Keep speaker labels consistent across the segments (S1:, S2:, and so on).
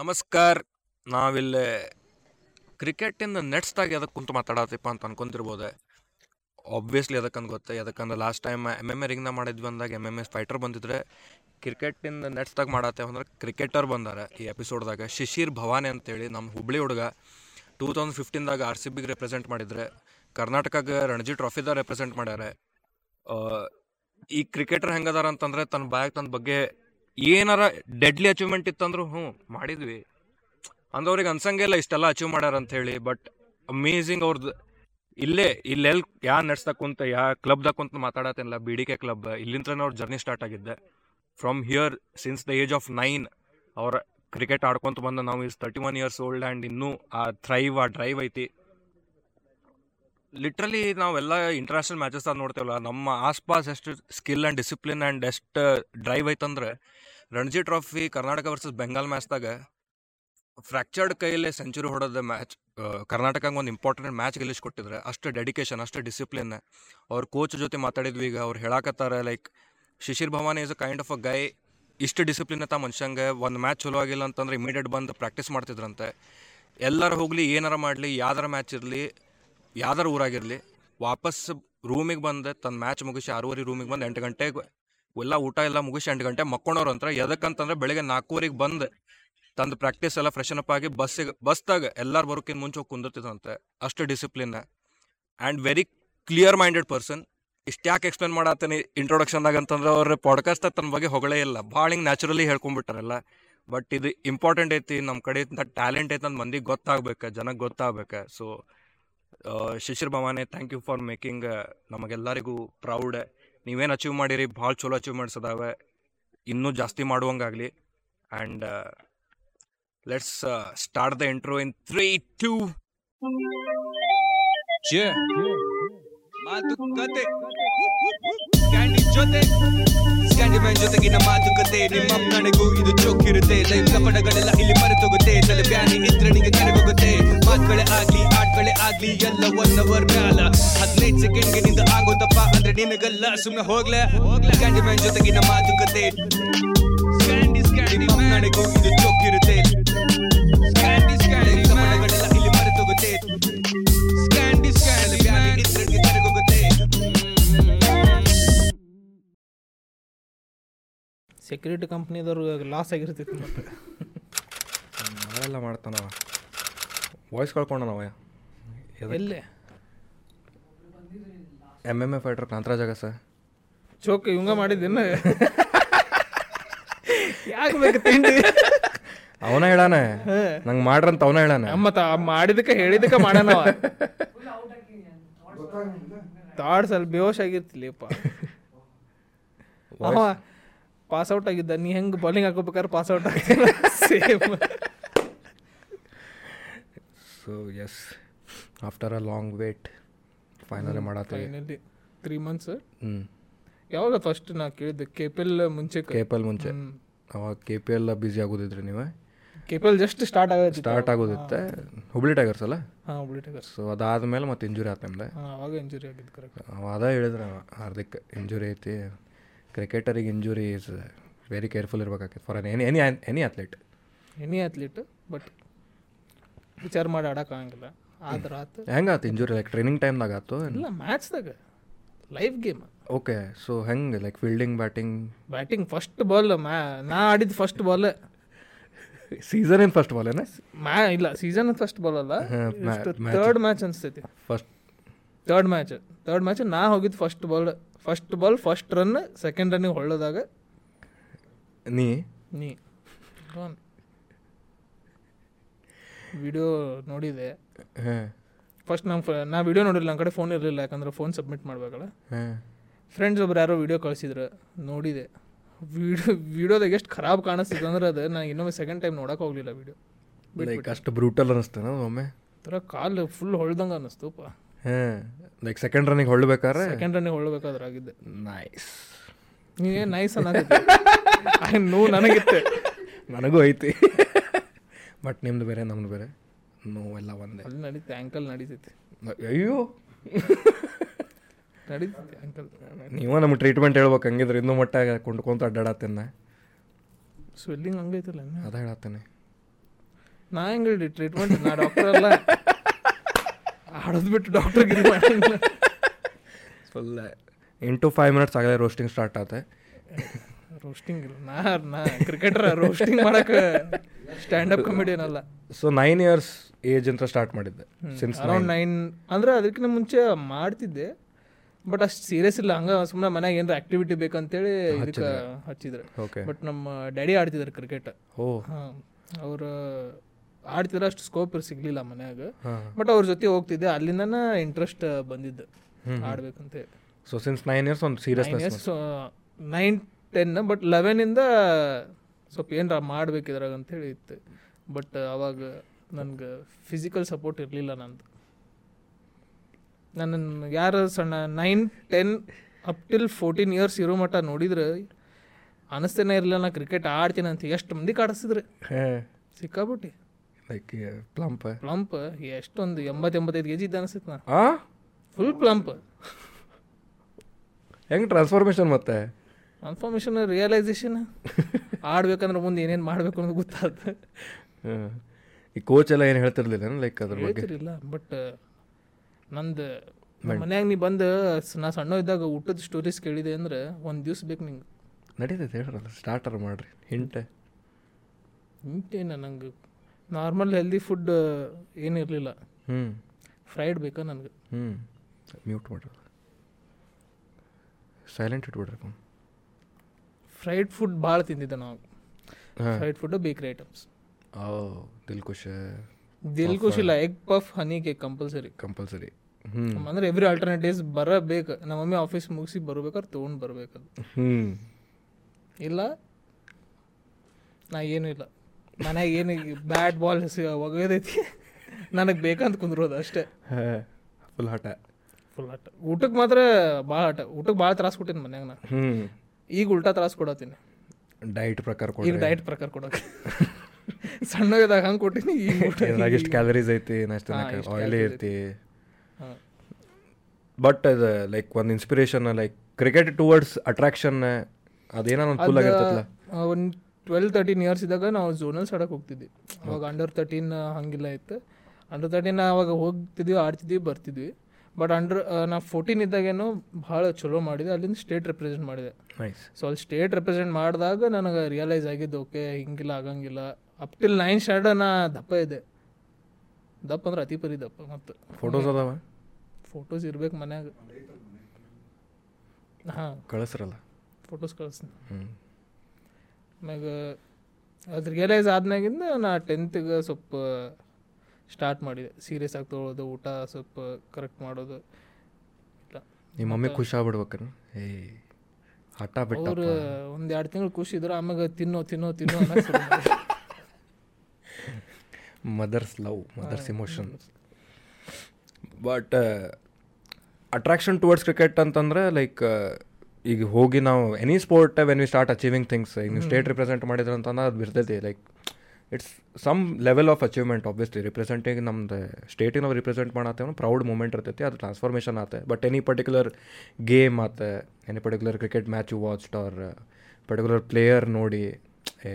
S1: ನಮಸ್ಕಾರ ನಾವಿಲ್ಲಿ ಕ್ರಿಕೆಟಿಂದ ನೆಟ್ಸ್ದಾಗ ಎದಕ್ಕೆ ಕುಂತು ಮಾತಾಡತ್ತಿಪ್ಪ ಅಂತ ಅನ್ಕೊಂತಿರ್ಬೋದು ಆಬ್ವಿಯಸ್ಲಿ ಅದಕ್ಕಂದು ಗೊತ್ತೆ ಯಾಕಂದ್ರೆ last time M M A ರಿಂಗ್ನ ಮಾಡಿದ್ವಿ ಅಂದಾಗ ಎಮ್ ಎಮ್ ಎಸ್ ಫೈಟರ್ ಬಂದಿದ್ರೆ ಕ್ರಿಕೆಟಿಂದ ನೆಟ್ಸ್ದಾಗ ಮಾಡತ್ತೇವೆ ಅಂದ್ರೆ ಕ್ರಿಕೆಟರ್ ಬಂದಾರ ಈ ಎಪಿಸೋಡ್ದಾಗ ಶಿಶಿರ್ ಭವಾನಿ ಅಂತೇಳಿ ನಮ್ಮ ಹುಬ್ಳಿ ಹುಡುಗ ಟೂ ತೌಸಂಡ್ ಫಿಫ್ಟೀನ್ದಾಗ ಆರ್ ಸಿ ಬಿಗೆ ರೆಪ್ರೆಸೆಂಟ್ ಮಾಡಿದ್ರೆ ಕರ್ನಾಟಕಕ್ಕೆ ರಣಜಿ ಟ್ರಾಫಿದಾಗ ರೆಪ್ರೆಸೆಂಟ್ ಮಾಡ್ಯಾರ ಆ, ಈ ಕ್ರಿಕೆಟರ್ ಹೆಂಗದಾರ ಅಂತಂದ್ರೆ ತನ್ನ ಬ್ಯಾಗ್ ತನ್ನ ಬಗ್ಗೆ ಏನಾರ ಡೆಡ್ಲಿ ಅಚೀವ್ಮೆಂಟ್ ಇತ್ತಂದ್ರೂ ಹ್ಞೂ ಮಾಡಿದ್ವಿ ಅಂದವ್ರಿಗೆ ಅನ್ಸಂಗಿಲ್ಲ ಇಷ್ಟೆಲ್ಲ ಅಚೀವ್ ಮಾಡ್ಯಾರ ಅಂತ ಹೇಳಿ ಬಟ್ ಅಮೇಝಿಂಗ್ ಅವ್ರದ್ದು ಇಲ್ಲೇ ಇಲ್ಲೆಲ್ ಯಾ ನಡ್ಸ್ದಾಗ ಕುಂತ ಯಾ ಕ್ಲಬ್ದಾಗ ಕುಂತ ಮಾತಾಡತ್ತೇನಲ್ಲ ಬಿ ಡಿ ಕೆ ಕ್ಲಬ್ ಇಲ್ಲಿಂತ್ರನೇ ಅವ್ರ ಜರ್ನಿ ಸ್ಟಾರ್ಟ್ ಆಗಿದ್ದೆ from here since the age of nine ಅವ್ರ ಕ್ರಿಕೆಟ್ ಆಡ್ಕೊಂತ ಬಂದ ನಾವು is thirty one years old and ಇನ್ನೂ ಆ ಥ್ರೈವ್ ಆ ಡ್ರೈವ್ ಐತಿ ಲಿಟ್ರಲಿ ನಾವೆಲ್ಲ ಇಂಟರ್ನ್ಯಾಷನಲ್ ಮ್ಯಾಚಸ್ ಅದು ನೋಡ್ತೇವಲ್ಲ ನಮ್ಮ ಆಸ್ಪಾಸ್ ಎಷ್ಟು ಸ್ಕಿಲ್ ಆ್ಯಂಡ್ ಡಿಸಿಪ್ಲಿನ್ ಆ್ಯಂಡ್ ಎಷ್ಟು ಡ್ರೈವ್ ಐತಂದ್ರೆ ರಣಜಿ ಟ್ರಾಫಿ ಕರ್ನಾಟಕ ವರ್ಸಸ್ ಬೆಂಗಾಲ್ ಮ್ಯಾಚ್ದಾಗ ಫ್ರ್ಯಾಕ್ಚರ್ಡ್ ಕೈಯಲ್ಲೇ ಸೆಂಚುರಿ ಹೊಡೆದ ಮ್ಯಾಚ್ ಕರ್ನಾಟಕಂಗೆ ಒಂದು ಇಂಪಾರ್ಟೆಂಟ್ ಮ್ಯಾಚ್ ಗೆಲ್ಲಿಸ್ಕೊಟ್ಟಿದ್ರೆ ಅಷ್ಟು ಡೆಡಿಕೇಶನ್ ಅಷ್ಟು ಡಿಸಿಪ್ಲಿನ್ ಅವ್ರ ಕೋಚ್ ಜೊತೆ ಮಾತಾಡಿದ್ವಿ ಈಗ ಅವ್ರು ಹೇಳಾಕತ್ತಾರೆ like Shishir Bhavani is a kind of a guy ಇಷ್ಟು ಡಿಸಿಪ್ಲಿನ್ ತಾ ಮನುಷ್ಯಂಗೆ ಒಂದು ಮ್ಯಾಚ್ ಚಲೋ ಆಗಿಲ್ಲ ಅಂತಂದ್ರೆ ಇಮಿಡಿಯೇಟ್ ಬಂದು ಪ್ರಾಕ್ಟೀಸ್ ಮಾಡ್ತಿದ್ರಂತೆ ಎಲ್ಲರ ಹೋಗಲಿ ಏನಾರ ಮಾಡಲಿ ಯಾವ್ದಾರ ಮ್ಯಾಚ್ ಇರಲಿ ಯಾವ್ದಾರ ಊರಾಗಿರಲಿ ವಾಪಸ್ ರೂಮಿಗೆ ಬಂದು ತನ್ನ ಮ್ಯಾಚ್ ಮುಗಿಸಿ ಆರೂವರೆ ರೂಮಿಗೆ ಬಂದು ಎಂಟು ಗಂಟೆಗೆ ಎಲ್ಲ ಊಟ ಎಲ್ಲ ಮುಗಿಸಿ ಎಂಟು ಗಂಟೆ ಮಕ್ಕೊಂಡವ್ರು ಅಂತ ಎದಕ್ಕಂತಂದ್ರೆ ಬೆಳಗ್ಗೆ ನಾಲ್ಕೂವರೆಗೆ ಬಂದು ತಂದು ಪ್ರಾಕ್ಟೀಸ್ ಎಲ್ಲ ಫ್ರೆಶನ್ ಅಪ್ ಆಗಿ ಬಸ್ಸಿಗೆ ಬಸ್ದಾಗ ಎಲ್ಲರೂ ಬರೋಕ್ಕಿಂತ ಮುಂಚೆ ಹೋಗಿ ಕುಂದಿರ್ತಿದ್ರಂತೆ ಅಷ್ಟು discipline and very clear minded person ಇಷ್ಟು ಯಾಕೆ ಎಕ್ಸ್ಪ್ಲೇನ್ ಮಾಡತ್ತೇನೆ ಇಂಟ್ರೊಡಕ್ಷನ್ದಾಗ ಅಂತಂದ್ರೆ ಅವ್ರ ಪಾಡ್ಕಾಸ್ಟ್ ತನ್ನ ಬಗ್ಗೆ ಹೊಗಳೇ ಇಲ್ಲ ಭಾಳ ಹಿಂಗೆ ನ್ಯಾಚುರಲಿ ಹೇಳ್ಕೊಂಡ್ಬಿಟ್ಟಾರಲ್ಲ ಬಟ್ ಇದು ಇಂಪಾರ್ಟೆಂಟ್ ಐತಿ ನಮ್ಮ ಕಡೆ ಟ್ಯಾಲೆಂಟ್ ಐತೆ ಅಂತ ಮಂದಿಗೆ ಗೊತ್ತಾಗ್ಬೇಕು ಜನಕ್ಕೆ ಗೊತ್ತಾಗ್ಬೇಕು so Shishir Bhavani thank you for making ನಮಗೆಲ್ಲರಿಗೂ ಪ್ರೌಡ್ ನೀವೇನು ಅಚೀವ್ ಮಾಡಿರಿ ಭಾಳ ಚಲೋ ಅಚೀವ್ ಮಾಡಿಸದಾವೆ ಇನ್ನೂ ಜಾಸ್ತಿ uh, ಮಾಡುವಂಗಾಗಲಿ and let's start the intro in three two
S2: ಮಾತುಕತೆ ಸ್ಕ್ಯಾಂಡಿ ಜೊತೆ ಸ್ಕ್ಯಾಂಡಿ ಮ್ಯಾನ್ ಜೊತೆಗಿನ ಮಾತುಕತೆ ನಿಮ್ಮ ನನಗೂ ಇದು ಚೊಕ್ಕಿರುತ್ತೆ ದೈವಿಕ ಪಡಗಳೆಲ್ಲ ಇಲ್ಲಿ ಮರೆತೋಗುತ್ತೆ ತಲೆ ಬ್ಯಾನಿ ನಿದ್ರಣಿಗೆ ಕರೆ ಹೋಗುತ್ತೆ ಮಾತುಗಳೇ ಆಗ್ಲಿ ಆಟಗಳೇ ಆಗ್ಲಿ ಎಲ್ಲ ಒನ್ ಅವರ್ ಮ್ಯಾಲ ಹದಿನೈದು ಸೆಕೆಂಡ್ಗೆ ನಿಂದ ಆಗೋದಪ್ಪ ಅಂದ್ರೆ ನಿನಗಲ್ಲ ಸುಮ್ನೆ ಹೋಗ್ಲೆ ಸ್ಕ್ಯಾಂಡಿ ಮ್ಯಾನ್ ಜೊತೆಗಿನ ಮಾತುಕತೆ ಸ್ಕ್ಯಾಂಡಿ ಸ್ಕ್ಯಾಂಡಿ ನಿಮ್ಮ ನನಗೂ ಇದು ಚೊಕ್ಕಿರುತ್ತೆ ಸ್ಕ್ಯಾಂಡಿ ಸ್ಕ್ಯಾಂಡಿ ದೈವಿಕ ಪಡಗಳೆಲ್ಲ ಇಲ್ಲಿ ಮರೆತೋಗುತ್ತೆ ಸ್ಕ್ಯಾಂಡಿ ಸ್ಕ್ಯಾಂಡಿ ಬ್ಯಾನಿ ಇದ್ರಿಗೆ ಕರಗೋಗುತ್ತೆ
S3: ಸೆಕ್ಯೂರಿಟಿ ಕಂಪ್ನಿದವ್ರಿಗೆ ಲಾಸ್ ಆಗಿರ್ತೈತಿ ಮತ್ತೆ
S1: ನಾವೆಲ್ಲ ಮಾಡ್ತಾನವ ವಾಯ್ಸ್ ಕಳ್ಕೊಂಡನವ
S3: ಎಲ್ಲಿ
S1: ಎಮ್ ಎಮ್ ಎ ಫೈಟರ್ ಕಾಂತರಾಜಾಗ ಸರ್
S3: ಚೋಕ್ ಇವಂಗ ಮಾಡಿದ್ದೇನು ಯಾಕೆ ಬೇಕು ತಿಂಡಿ
S1: ಅವನ ಹೇಳಾನೆ ನಂಗೆ ಮಾಡ್ರಂತ ಅವನ ಹೇಳಾನೆ
S3: ಮತ್ತ ಮಾಡಿದಕ್ಕೆ ಹೇಳಿದಕ್ಕೆ ಮಾಡ್ಯಾನವ ಥಾಟ್ಸ್ ಅಲ್ಲಿ ಬೇವಶ್ ಆಗಿರ್ತಿಲ್ಲಪ್ಪ ಅವ ಪಾಸ್ ಔಟ್ ಆಗಿದ್ದ ನೀ ಹೆಂಗೆ ಬೌಲಿಂಗ್ ಹಾಕೋಬೇಕಾದ್ರೆ ಪಾಸ್ ಔಟ್ ಆಗಿದ್ದ same
S1: so yes after a long wait finally ಮಾಡತ್ತೀವಿ
S3: ಫೈನಲಿ ತ್ರೀ ಮಂತ್ಸ್
S1: ಹ್ಞೂ
S3: ಯಾವಾಗ ಫಸ್ಟ್ ನಾ ಕೇಳಿದ್ದೆ ಕೆ ಪಿ ಎಲ್ ಮುಂಚೆ
S1: ಕೆ ಪಿ ಎಲ್ ಮುಂಚೆ ಅವಾಗ ಕೆ ಪಿ ಎಲ್ ಬ್ಯುಸಿ ಆಗೋದಿದ್ರಿ ನೀವೇ
S3: K P L just start ಆಗೋದಿತ್ತು
S1: ಸ್ಟಾರ್ಟ್ ಆಗೋದಿತ್ತೆ ಹುಬ್ಳಿ ಟೈಗರ್ಸ್ ಅಲ್ಲ
S3: ಹಾಂ ಉಳಿಟಗರ್ಸ್
S1: ಸೊ ಅದಾದಮೇಲೆ ಮತ್ತೆ ಇಂಜುರಿ ಆತ ನಿಮ್ದೆ
S3: ಹಾಂ ಅವಾಗ ಇಂಜುರಿ ಆಗಿದ್ದು ಕರೆಕ್ಟ್
S1: ಅವ ಅದ ಹೇಳಿದ್ರೆ ಅವ ಹಾರ್ದಿಕ್ ಇಂಜುರಿ ಐತಿ ಕ್ರಿಕೆಟರಿಗೆ ಇಂಜುರಿ ಇಸ್ ವೆರಿ ಕೇರ್ಫುಲ್ ಇರ್ಬೇಕಾಗ್ತದೆ for any any any athlete
S3: any athlete but ವಿಚಾರ ಮಾಡಿ ಆಡೋಕ್ಕಾಗಂಗಿಲ್ಲ ಆದ್ರೆ ಆತು
S1: ಹೆಂಗೆ ಆತು ಇಂಜುರಿ ಲೈಕ್ ಟ್ರೈನಿಂಗ್ ಟೈಮ್ದಾಗ ಆತು
S3: ಇಲ್ಲ ಮ್ಯಾಚ್ದಾಗ ಲೈವ್ ಗೇಮ್
S1: ಓಕೆ ಸೊ ಹೆಂಗೆ like fielding batting
S3: batting first ball ಮ್ಯಾ ನಾ ಆಡಿದ ಫಸ್ಟ್ ಬಾಲ್
S1: ಸೀಸನ್ ಏನು ಫಸ್ಟ್ ಬಾಲ್ ಏನ
S3: ಮ್ಯಾ ಇಲ್ಲ ಸೀಸನ್ ಫಸ್ಟ್ ಬಾಲ್ ಅಲ್ಲ
S1: ಹಾ, ಮ್ಯಾ- match.
S3: ಥರ್ಡ್ ಮ್ಯಾಚ್ ಅನಿಸ್ತೈತಿ
S1: first
S3: third match third match ನಾ ಹೋಗಿದ್ದು first ball first ball first run second ರನ್ನಿಗೆ ಹೊಳ್ಳೋದಾಗ
S1: ನೀ
S3: ನೀ ವಿಡಿಯೋ ನೋಡಿದೆ
S1: ಹಾಂ
S3: ಫಸ್ಟ್ ನಮ್ಮ ನಾ ವಿಡಿಯೋ ನೋಡಿಲ್ಲ ನಮ್ಮ ಕಡೆ ಫೋನ್ ಇರಲಿಲ್ಲ ಯಾಕಂದ್ರೆ ಫೋನ್ ಸಬ್ಮಿಟ್ ಮಾಡಬೇಕಲ್ಲ
S1: ಹಾಂ
S3: ಫ್ರೆಂಡ್ಸ್ ಒಬ್ರು ಯಾರೋ ವಿಡಿಯೋ ಕಳಿಸಿದ್ರು ನೋಡಿದೆ ವಿಡಿಯೋ ವಿಡಿಯೋದಾಗ ಎಷ್ಟು ಖರಾಬ್ ಕಾಣಿಸ್ತಿತ್ತು ಅಂದ್ರೆ ಅದು ನಾನು ಇನ್ನೊಮ್ಮೆ ಸೆಕೆಂಡ್ ಟೈಮ್ ನೋಡಕ್ಕೆ ಹೋಗಲಿಲ್ಲ ವಿಡಿಯೋ
S1: ಲೈಕ್ ಅಷ್ಟು ಬ್ರೂಟಲ್ ಅನ್ನಿಸ್ತೇನೆ ಒಮ್ಮೆ
S3: ಥರ ಕಾಲು ಫುಲ್ ಹೊಳ್ದಂಗೆ ಅನ್ನಿಸ್ತುಪ್ಪ
S1: ಹಾಂ ಲೈಕ್ ಸೆಕೆಂಡ್ ರನ್ನಿಗೆ ಹೊಳ್ಬೇಕಾದ್ರೆ
S3: ಸೆಕೆಂಡ್ ರನ್ನಿಗೆ ಹೊಳ್ಬೇಕಾದ್ರೆ ಆಗಿದ್ದೆ
S1: ನೈಸ್
S3: ನೀವೇ ನೈಸ್ ಅನ್ನೋದು ನೋವು ನನಗಿತ್ತೆ
S1: ನನಗೂ ಐತಿ ಬಟ್ ನಿಮ್ದು ಬೇರೆ ನಮ್ದು ಬೇರೆ ನೋವೆಲ್ಲ ಒಂದೇ
S3: ಅಲ್ಲಿ ನಡೀತೆ ಆ್ಯಂಕಲ್ ನಡೀತೈತಿ
S1: ಅಯ್ಯೋ
S3: ನಡೀತೈತಿ ಆ್ಯಂಕಲ್
S1: ನೀವ ನಮ್ಗೆ ಟ್ರೀಟ್ಮೆಂಟ್ ಹೇಳ್ಬೇಕು ಹಂಗಿದ್ರೆ ಇನ್ನೂ ಮಟ್ಟ ಕೊಂಡ್ಕೊಂತ ಅಡ್ಡಾಡತ್ತೇನೆ
S3: ಸ್ವೆಲ್ಲಿಂಗ್ ಹಂಗೈತಿಲ್ಲ
S1: ಅದ ಹೇಳತ್ತೇನೆ
S3: ನಾ ಹೆಂಗೆ ಟ್ರೀಟ್ಮೆಂಟ್ ನಾ ಡಾಕ್ಟರ್ ಅಲ್ಲ ಆಡೋದು ಬಿಟ್ಟು ಡಾಕ್ಟರ್ ಗಿರಿ ಮಾಡಂಗಿಲ್ಲ
S1: ಫುಲ್ ಇಂಟು ಫೈವ್ ಮಿನಿಟ್ಸ್ ಆಗಲೇ ರೋಸ್ಟಿಂಗ್ ಸ್ಟಾರ್ಟ್ ಆಗುತ್ತೆ
S3: ರೋಸ್ಟಿಂಗ್ ಇಲ್ಲ ನಾ ನಾ ಕ್ರಿಕೆಟರ್ ರೋಸ್ಟಿಂಗ್ ಮಾಡಕ್ಕೆ ಸ್ಟ್ಯಾಂಡಪ್ ಕಾಮಿಡಿಯನ್ ಅಲ್ಲ
S1: ಸೊ ನೈನ್ ಇಯರ್ಸ್ ಏಜ್ ಅಂತ ಸ್ಟಾರ್ಟ್ ಮಾಡಿದ್ದೆ ಸಿನ್ಸ್
S3: ಅರೌಂಡ್ ನೈನ್ ಅಂದ್ರೆ ಅದಕ್ಕಿಂತ ಮುಂಚೆ ಮಾಡ್ತಿದ್ದೆ ಬಟ್ ಅಷ್ಟು ಸೀರಿಯಸ್ ಇಲ್ಲ ಹಂಗೆ ಸುಮ್ಮನೆ ಮನ್ಯಾಗ ಏನಾರ ಆಕ್ಟಿವಿಟಿ ಬೇಕಂತೇಳಿ ಇದಕ್ಕೆ ಹಚ್ಚಿದ್ರು
S1: ಓಕೆ
S3: ಬಟ್ ನಮ್ಮ ಡ್ಯಾಡಿ ಆಡ್ತಿದ್ರು ಕ್ರಿಕೆಟ್
S1: ಓ
S3: ಹಾಂ ಅವರು ಆಡ್ತಿದ್ರೆ ಅಷ್ಟು ಸ್ಕೋಪ್ ಸಿಗ್ಲಿಲ್ಲ ಮನ್ಯಾಗ
S1: ಹಾಂ.
S3: ಬಟ್ ಅವ್ರ ಜೊತೆ ಹೋಗ್ತಿದ್ದೆ ಅಲ್ಲಿಂದನೇ ಇಂಟ್ರೆಸ್ಟ್ ಬಂದಿದ್ದು ಆಡ್ಬೇಕಂತ ಹೇಳಿ
S1: ಸೊ ಸಿನ್ಸ್ ನೈನ್ ಇಯರ್ಸ್ ಒಂದು ಸೀರಿಯಸ್ನೆಸ್
S3: ನೈನ್ ಟೆನ್ ಬಟ್ ಲೆವೆನಿಂದ ಸ್ವಲ್ಪ ಏನರ ಮಾಡ್ಬೇಕು ಇದ್ರಾಗ ಅಂತೇಳಿ ಇತ್ತು ಬಟ್ ಅವಾಗ ನನ್ಗೆ ಫಿಸಿಕಲ್ ಸಪೋರ್ಟ್ ಇರಲಿಲ್ಲ ನಂದು ನನ್ನ ಯಾರು ಸಣ್ಣ nine ten up till fourteen years ಇರೋ ಮಟ್ಟ ನೋಡಿದ್ರೆ ಅನಿಸ್ತೇನೆ ಇರಲಿಲ್ಲ ನಾ ಕ್ರಿಕೆಟ್ ಆಡ್ತೀನಿ ಅಂತ ಎಷ್ಟು ಮಂದಿ ಕಾಡಿಸಿದ್ರೆ ಸಿಕ್ಕಾಬಿಟ್ಟು
S1: ಲೈಕ್ ಪ್ಲಂಪ್
S3: ಪ್ಲಂಪ್ ಎಷ್ಟೊಂದು ಎಂಬತ್ತು ಎಂಬತ್ತೈದು ಕೆ ಜಿ ಇದ್ದ ಅನಿಸ್ತೈತೆ ನಾ
S1: ಆ
S3: ಫುಲ್ ಪ್ಲಂಪ್
S1: ಹೆಂಗೆ ಟ್ರಾನ್ಸ್ಫಾರ್ಮೇಷನ್ ಮತ್ತೆ
S3: ಕನ್ಫರ್ಮೇಷನ್ ರಿಯಲೈಸೇಷನ್ ಆಡ್ಬೇಕಂದ್ರೆ ಮುಂದೆ ಏನೇನು ಮಾಡಬೇಕು ಅನ್ನೋದು ಗೊತ್ತಾಗ್ತದೆ
S1: ಹ್ಮ್. ಈ ಕೋಚ್ ಎಲ್ಲ ಏನು ಹೇಳ್ತಿರ್ಲಿಲ್ಲ ಲೈಕ್ ಅದ್ರ ಬಗ್ಗೆ
S3: ಹೇಳ್ತಿರಲಿಲ್ಲ ಬಟ್ uh, ನಂದು ಮನ್ಯಾಗ ನೀ ಬಂದು ಸ್- ನಾ ಸಣ್ಣ ಇದ್ದಾಗ ಊಟದ ಸ್ಟೋರೀಸ್ ಕೇಳಿದೆ ಅಂದ್ರೆ ಒಂದು ದಿವ್ಸ ಬೇಕು ನಿಂಗೆ
S1: ನಡೀತೈತೆ ಹೇಳ್ರಲ್ಲ ಸ್ಟಾರ್ಟರ್ ಮಾಡ್ರಿ ಹಿಂಟೆ
S3: ಇಂಟೇನ ನಂಗೆ ನಾರ್ಮಲ್ ಹೆಲ್ದಿ ಫುಡ್ uh, ಏನಿರಲಿಲ್ಲ
S1: ಹ್ಞೂ
S3: ಫ್ರೈಡ್ ಬೇಕಾ ನನಗೆ
S1: ಹ್ಞೂ ಮ್ಯೂಟ್ ಮಾಡ್ರಲ್ಲ ಸೈಲೆಂಟ್ ಇಟ್ಬಿಡ್ರಿ phone.
S3: ಫ್ರೈಡ್ ಫುಡ್ ಭಾಳ ತಿಂದಿದ್ದೆ ನಾವು
S1: ಹಾಂ
S3: ಫ್ರೈಡ್ ಫುಡ್ ಬೇಕರಿ ಐಟಮ್ಸ್
S1: ಓ ದಿಲ್ ಖುಷ್
S3: ದಿಲ್ ಖುಷಿಲ್ಲ egg puff honey cake compulsory
S1: compulsory ಹ್ಞೂ
S3: ಅಂದ್ರೆ ಎವ್ರಿ ಆಲ್ಟರ್ನೇಟಿವ್ಸ್ ಬರಬೇಕು ನಮ್ಮ ಮಮ್ಮಿ ಆಫೀಸ್ ಮುಗಿಸಿ ಬರ್ಬೇಕಾದ್ರೆ ತೊಗೊಂಡು ಬರ್ಬೇಕದು
S1: ಹ್ಞೂ
S3: ಇಲ್ಲ ನಾ ಏನೂ ಇಲ್ಲ ಮನೆಗೆ ಏನು ಬ್ಯಾಟ್ ಬಾಲ್ ಒಗೆದೈತಿ ನನಗೆ ಬೇಕಂತ ಕುಂದ್ರೋದು ಅಷ್ಟೇ
S1: ಫುಲ್ ಹಠ
S3: ಫುಲ್ ಆಟ ಊಟಕ್ಕೆ ಮಾತ್ರ ಭಾಳ ಆಟ ಊಟಕ್ಕೆ ಭಾಳ ತ್ರಾಸ ಕೊಟ್ಟಿನಿ ಮನ್ಯಾಗ ನಾ
S1: ಹ್ಞೂ
S3: ಈಗ ಉಲ್ಟಾ ತ್ರಾಸ ಕೊಡತ್ತೀನಿ
S1: ಡಯಟ್ ಪ್ರಕಾರ
S3: ಈಗ
S1: ಕೊಡಿ
S3: ಡಯಟ್ ಪ್ರಕಾರ ಕೊಡೋಕೆ ಸಣ್ಣದಾಗ ಹಂಗೆ ಕೊಟ್ಟಿನಿ ಈಗ ಊಟ
S1: ಇದ್ರಾಗ ಇಷ್ಟು ಕ್ಯಾಲರೀಸ್ ಐತಿ ನಷ್ಟ
S3: ಹಾ, ಇಷ್ಟ್
S1: ಆಯಿಲಿ
S3: calories
S1: ಇರ್ತಿ
S3: ಹಾಂ
S1: ಬಟ್ ಅದು ಲೈಕ್ ಒಂದು inspiration like cricket towards attraction ಅದೇನೋ ಒಂದು ಕೂಲ್ ಆಗಿರ್ತಲ್ಲ
S3: ಒಂದು ಟ್ವೆಲ್ ತರ್ಟೀನ್ ಇಯರ್ಸ್ ಇದ್ದಾಗ ನಾವು ಝೋನಲ್ಲಿ ಸಡಕ್ಕೆ ಹೋಗ್ತಿದ್ವಿ ಅವಾಗ ಅಂಡರ್ ತರ್ಟೀನ್ ಹಂಗಿಲ್ಲ ಇತ್ತು ಅಂಡರ್ ತರ್ಟೀನ್ ಅವಾಗ ಹೋಗ್ತಿದ್ವಿ ಆಡ್ತಿದ್ವಿ ಬರ್ತಿದ್ವಿ ಬಟ್ ಅಂಡರ್ ನಾ ಫೋರ್ಟೀನ್ ಇದ್ದಾಗೇನೋ ಭಾಳ ಚಲೋ ಮಾಡಿದೆ ಅಲ್ಲಿಂದ ಸ್ಟೇಟ್ ರೆಪ್ರೆಸೆಂಟ್ ಮಾಡಿದೆ
S1: ನೈಸ್
S3: ಸೊ ಅಲ್ಲಿ ಸ್ಟೇಟ್ ರೆಪ್ರೆಸೆಂಟ್ ಮಾಡಿದಾಗ ನನಗೆ ರಿಯಲೈಸ್ ಆಗಿದ್ದು ಓಕೆ ಹಿಂಗಿಲ್ಲ ಆಗಂಗಿಲ್ಲ ಅಪ್ ಟಿಲ್ ನೈನ್ ಸ್ಟ್ಯಾಂಡ ನಾ ದಪ್ಪ ಇದೆ ದಪ್ಪ ಅಂದ್ರೆ ಅತಿ ಪರಿ ದಪ್ಪ ಮತ್ತು
S1: ಫೋಟೋಸ್ ಅದಾವ
S3: ಫೋಟೋಸ್ ಇರ್ಬೇಕು ಮನ್ಯಾಗ ಹಾಂ
S1: ಕಳಿಸ್ರಲ್ಲ
S3: ಫೋಟೋಸ್ ಕಳಿಸ್ತೀನಿ
S1: ಹ್ಞೂ
S3: ಆಮ್ಯಾಗ ಅದು ರಿಯಲೈಸ್ ಆದ್ಮ್ಯಾಗಿಂದ ನಾ ಟೆಂತ್ಗೆ ಸ್ವಲ್ಪ ಸ್ಟಾರ್ಟ್ ಮಾಡಿದೆ ಸೀರಿಯಸ್ ಆಗಿ ತೊಗೊಳೋದು ಊಟ ಸ್ವಲ್ಪ ಕರೆಕ್ಟ್ ಮಾಡೋದು ಇಲ್ಲ
S1: ನಿಮ್ಮ ಮಮ್ಮಿ ಖುಷಿ ಆಗ್ಬಿಡ್ಬೇಕನ್ ಏ ಹಠ ಬಿಟ್ಟ
S3: ಅವ್ರು ಒಂದು ಎರಡು ತಿಂಗಳು ಖುಷಿ ಇದ್ರು ಆಮ್ಯಾಗ ತಿನ್ನೋ ತಿನ್ನೋ ತಿನ್ನೋ ಅನ್ನೋಕ್ ಶುರು ಮಾಡಿದ್ರು.
S1: Mother's love mother's emotion but attraction towards cricket ಅಂತಂದ್ರೆ ಲೈಕ್ ಈಗ ಹೋಗಿ ನಾವು any sport when we start achieving things ಈಗ ನೀವು ಸ್ಟೇಟ್ ರಿಪ್ರೆಸೆಂಟ್ ಮಾಡಿದ್ರೆ ಅಂತಂದ್ರೆ ಅದು ಬಿರ್ತೈತಿ like it's some level of achievement obviously representing ನಮ್ದು ಸ್ಟೇಟಿಗೆ ನಾವು ರಿಪ್ರೆಸೆಂಟ್ ಮಾಡತ್ತೇವೆ ಪ್ರೌಡ್ ಮೂಮೆಂಟ್ ಇರ್ತೈತಿ ಅದು ಟ್ರಾನ್ಸ್ಫಾರ್ಮೇಷನ್ ಆತ ಬಟ್ ಎನಿ ಪರ್ಟಿಕ್ಯುಲರ್ ಗೇಮ್ ಆತ any particular cricket match you watched or particular player uh, ನೋಡಿ ಏ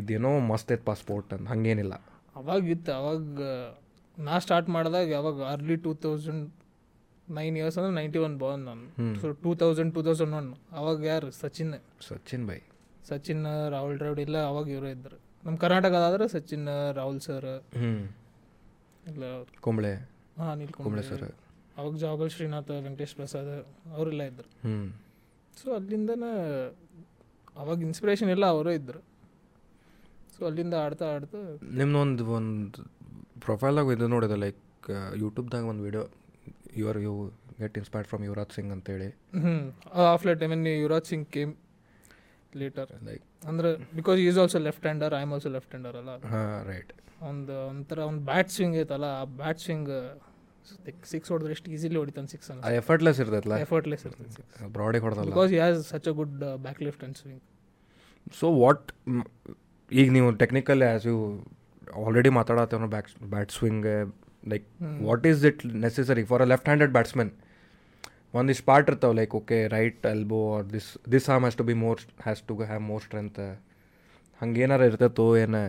S1: ಇದೇನೋ ಮಸ್ತ್ ಐತಪ್ಪ ಸ್ಪೋರ್ಟ್ ಅಂತ ಹಂಗೇನಿಲ್ಲ
S3: ಅವಾಗಿತ್ತು ಅವಾಗ ನಾ ಸ್ಟಾರ್ಟ್ ಮಾಡಿದಾಗ ಯಾವಾಗ early two thousand nine years ಅಂದ್ರೆ ನೈಂಟಿ ಒನ್ ಬಂದ್ ನಾನು so two thousand two thousand one ಅವಾಗ ಯಾರು ಸಚಿನ್
S1: ಸಚಿನ್ ಬೈ
S3: ಸಚಿನ್ ರಾಹುಲ್ ದ್ರಾವಿಡ್ ಎಲ್ಲ ಅವಾಗ ಇವರು ಇದ್ರು ನಮ್ಮ ಕರ್ನಾಟಕದಾದ್ರೆ ಸಚಿನ್ ರಾಹುಲ್ ಸರ್
S1: ಹ್ಞೂ
S3: ಇಲ್ಲ ಅವ್ರು
S1: ಕುಂಬಳೆ
S3: ಹಾಂ ಅನಿಲ್ ಕುಂಬ್ಳೆ
S1: ಸರ್
S3: ಅವಾಗ ಜಾಬಲ್ ಶ್ರೀನಾಥ ವೆಂಕಟೇಶ್ ಪ್ರಸಾದ್ ಅವರೆಲ್ಲ ಇದ್ದರು
S1: ಹ್ಞೂ
S3: ಸೊ ಅಲ್ಲಿಂದನೇ ಅವಾಗ ಇನ್ಸ್ಪಿರೇಷನ್ ಎಲ್ಲ ಅವರೇ ಇದ್ದರು ಸೊ ಅಲ್ಲಿಂದ ಆಡ್ತಾ ಆಡ್ತಾ
S1: ನಿಮ್ದೊಂದು ಒಂದು ಪ್ರೊಫೈಲಾಗ ಇದು ನೋಡಿದೆ ಲೈಕ್ ಯೂಟ್ಯೂಬ್ದಾಗ ಒಂದು video you are you get inspired from Yuvraj Singh ಅಂತೇಳಿ
S3: ಹ್ಞೂ ಆಫ್ಲೈಟ್ I mean Yuvraj Singh came later
S1: like
S3: ಅಂದ್ರೆ because is also left hander I am also left hander ಅಲ್ಲ
S1: ಹಾಂ ರೈಟ್
S3: ಒಂದು ಒಂಥರ ಒಂದು ಬ್ಯಾಟ್ ಸ್ವಿಂಗ್ ಐತಲ್ಲ ಆ ಬ್ಯಾಟ್ ಸ್ವಿಂಗ್ ಸಿಕ್ಸ್ ಹೊಡೆದ್ರೆ ಎಷ್ಟು ಈಸಿಲಿ ಹೊಡಿತಾನೆ ಸಿಕ್ಸ್ ಅನ್ನ
S1: ಅದು ಎಫರ್ಟ್ಲೆಸ್ ಇರ್ತೈತಲ್ಲ
S3: ಎಫರ್ಟ್ಲೆಸ್ ಇರ್ತದೆ ಸಿಕ್ಸ್
S1: ಬ್ರಾಡಿಗೆ ಹೊಡೆದಲ್ಲ
S3: because has such a good back lift and swing
S1: so what ಈಗ ನೀವು ಟೆಕ್ನಿಕಲ್ ಆ್ಯಸ್ ಯು ಆಲ್ರೆಡಿ ಮಾತಾಡತ್ತೇವೆ back bat swing like what is it necessary for a left handed batsman ಒಂದಿಷ್ಟು part ಇರ್ತಾವೆ like okay right elbow or this तो this ಹಾಮ್ has to be more has to have more strength ಹಂಗೇನಾರ ಇರ್ತೈತೋ ಏನು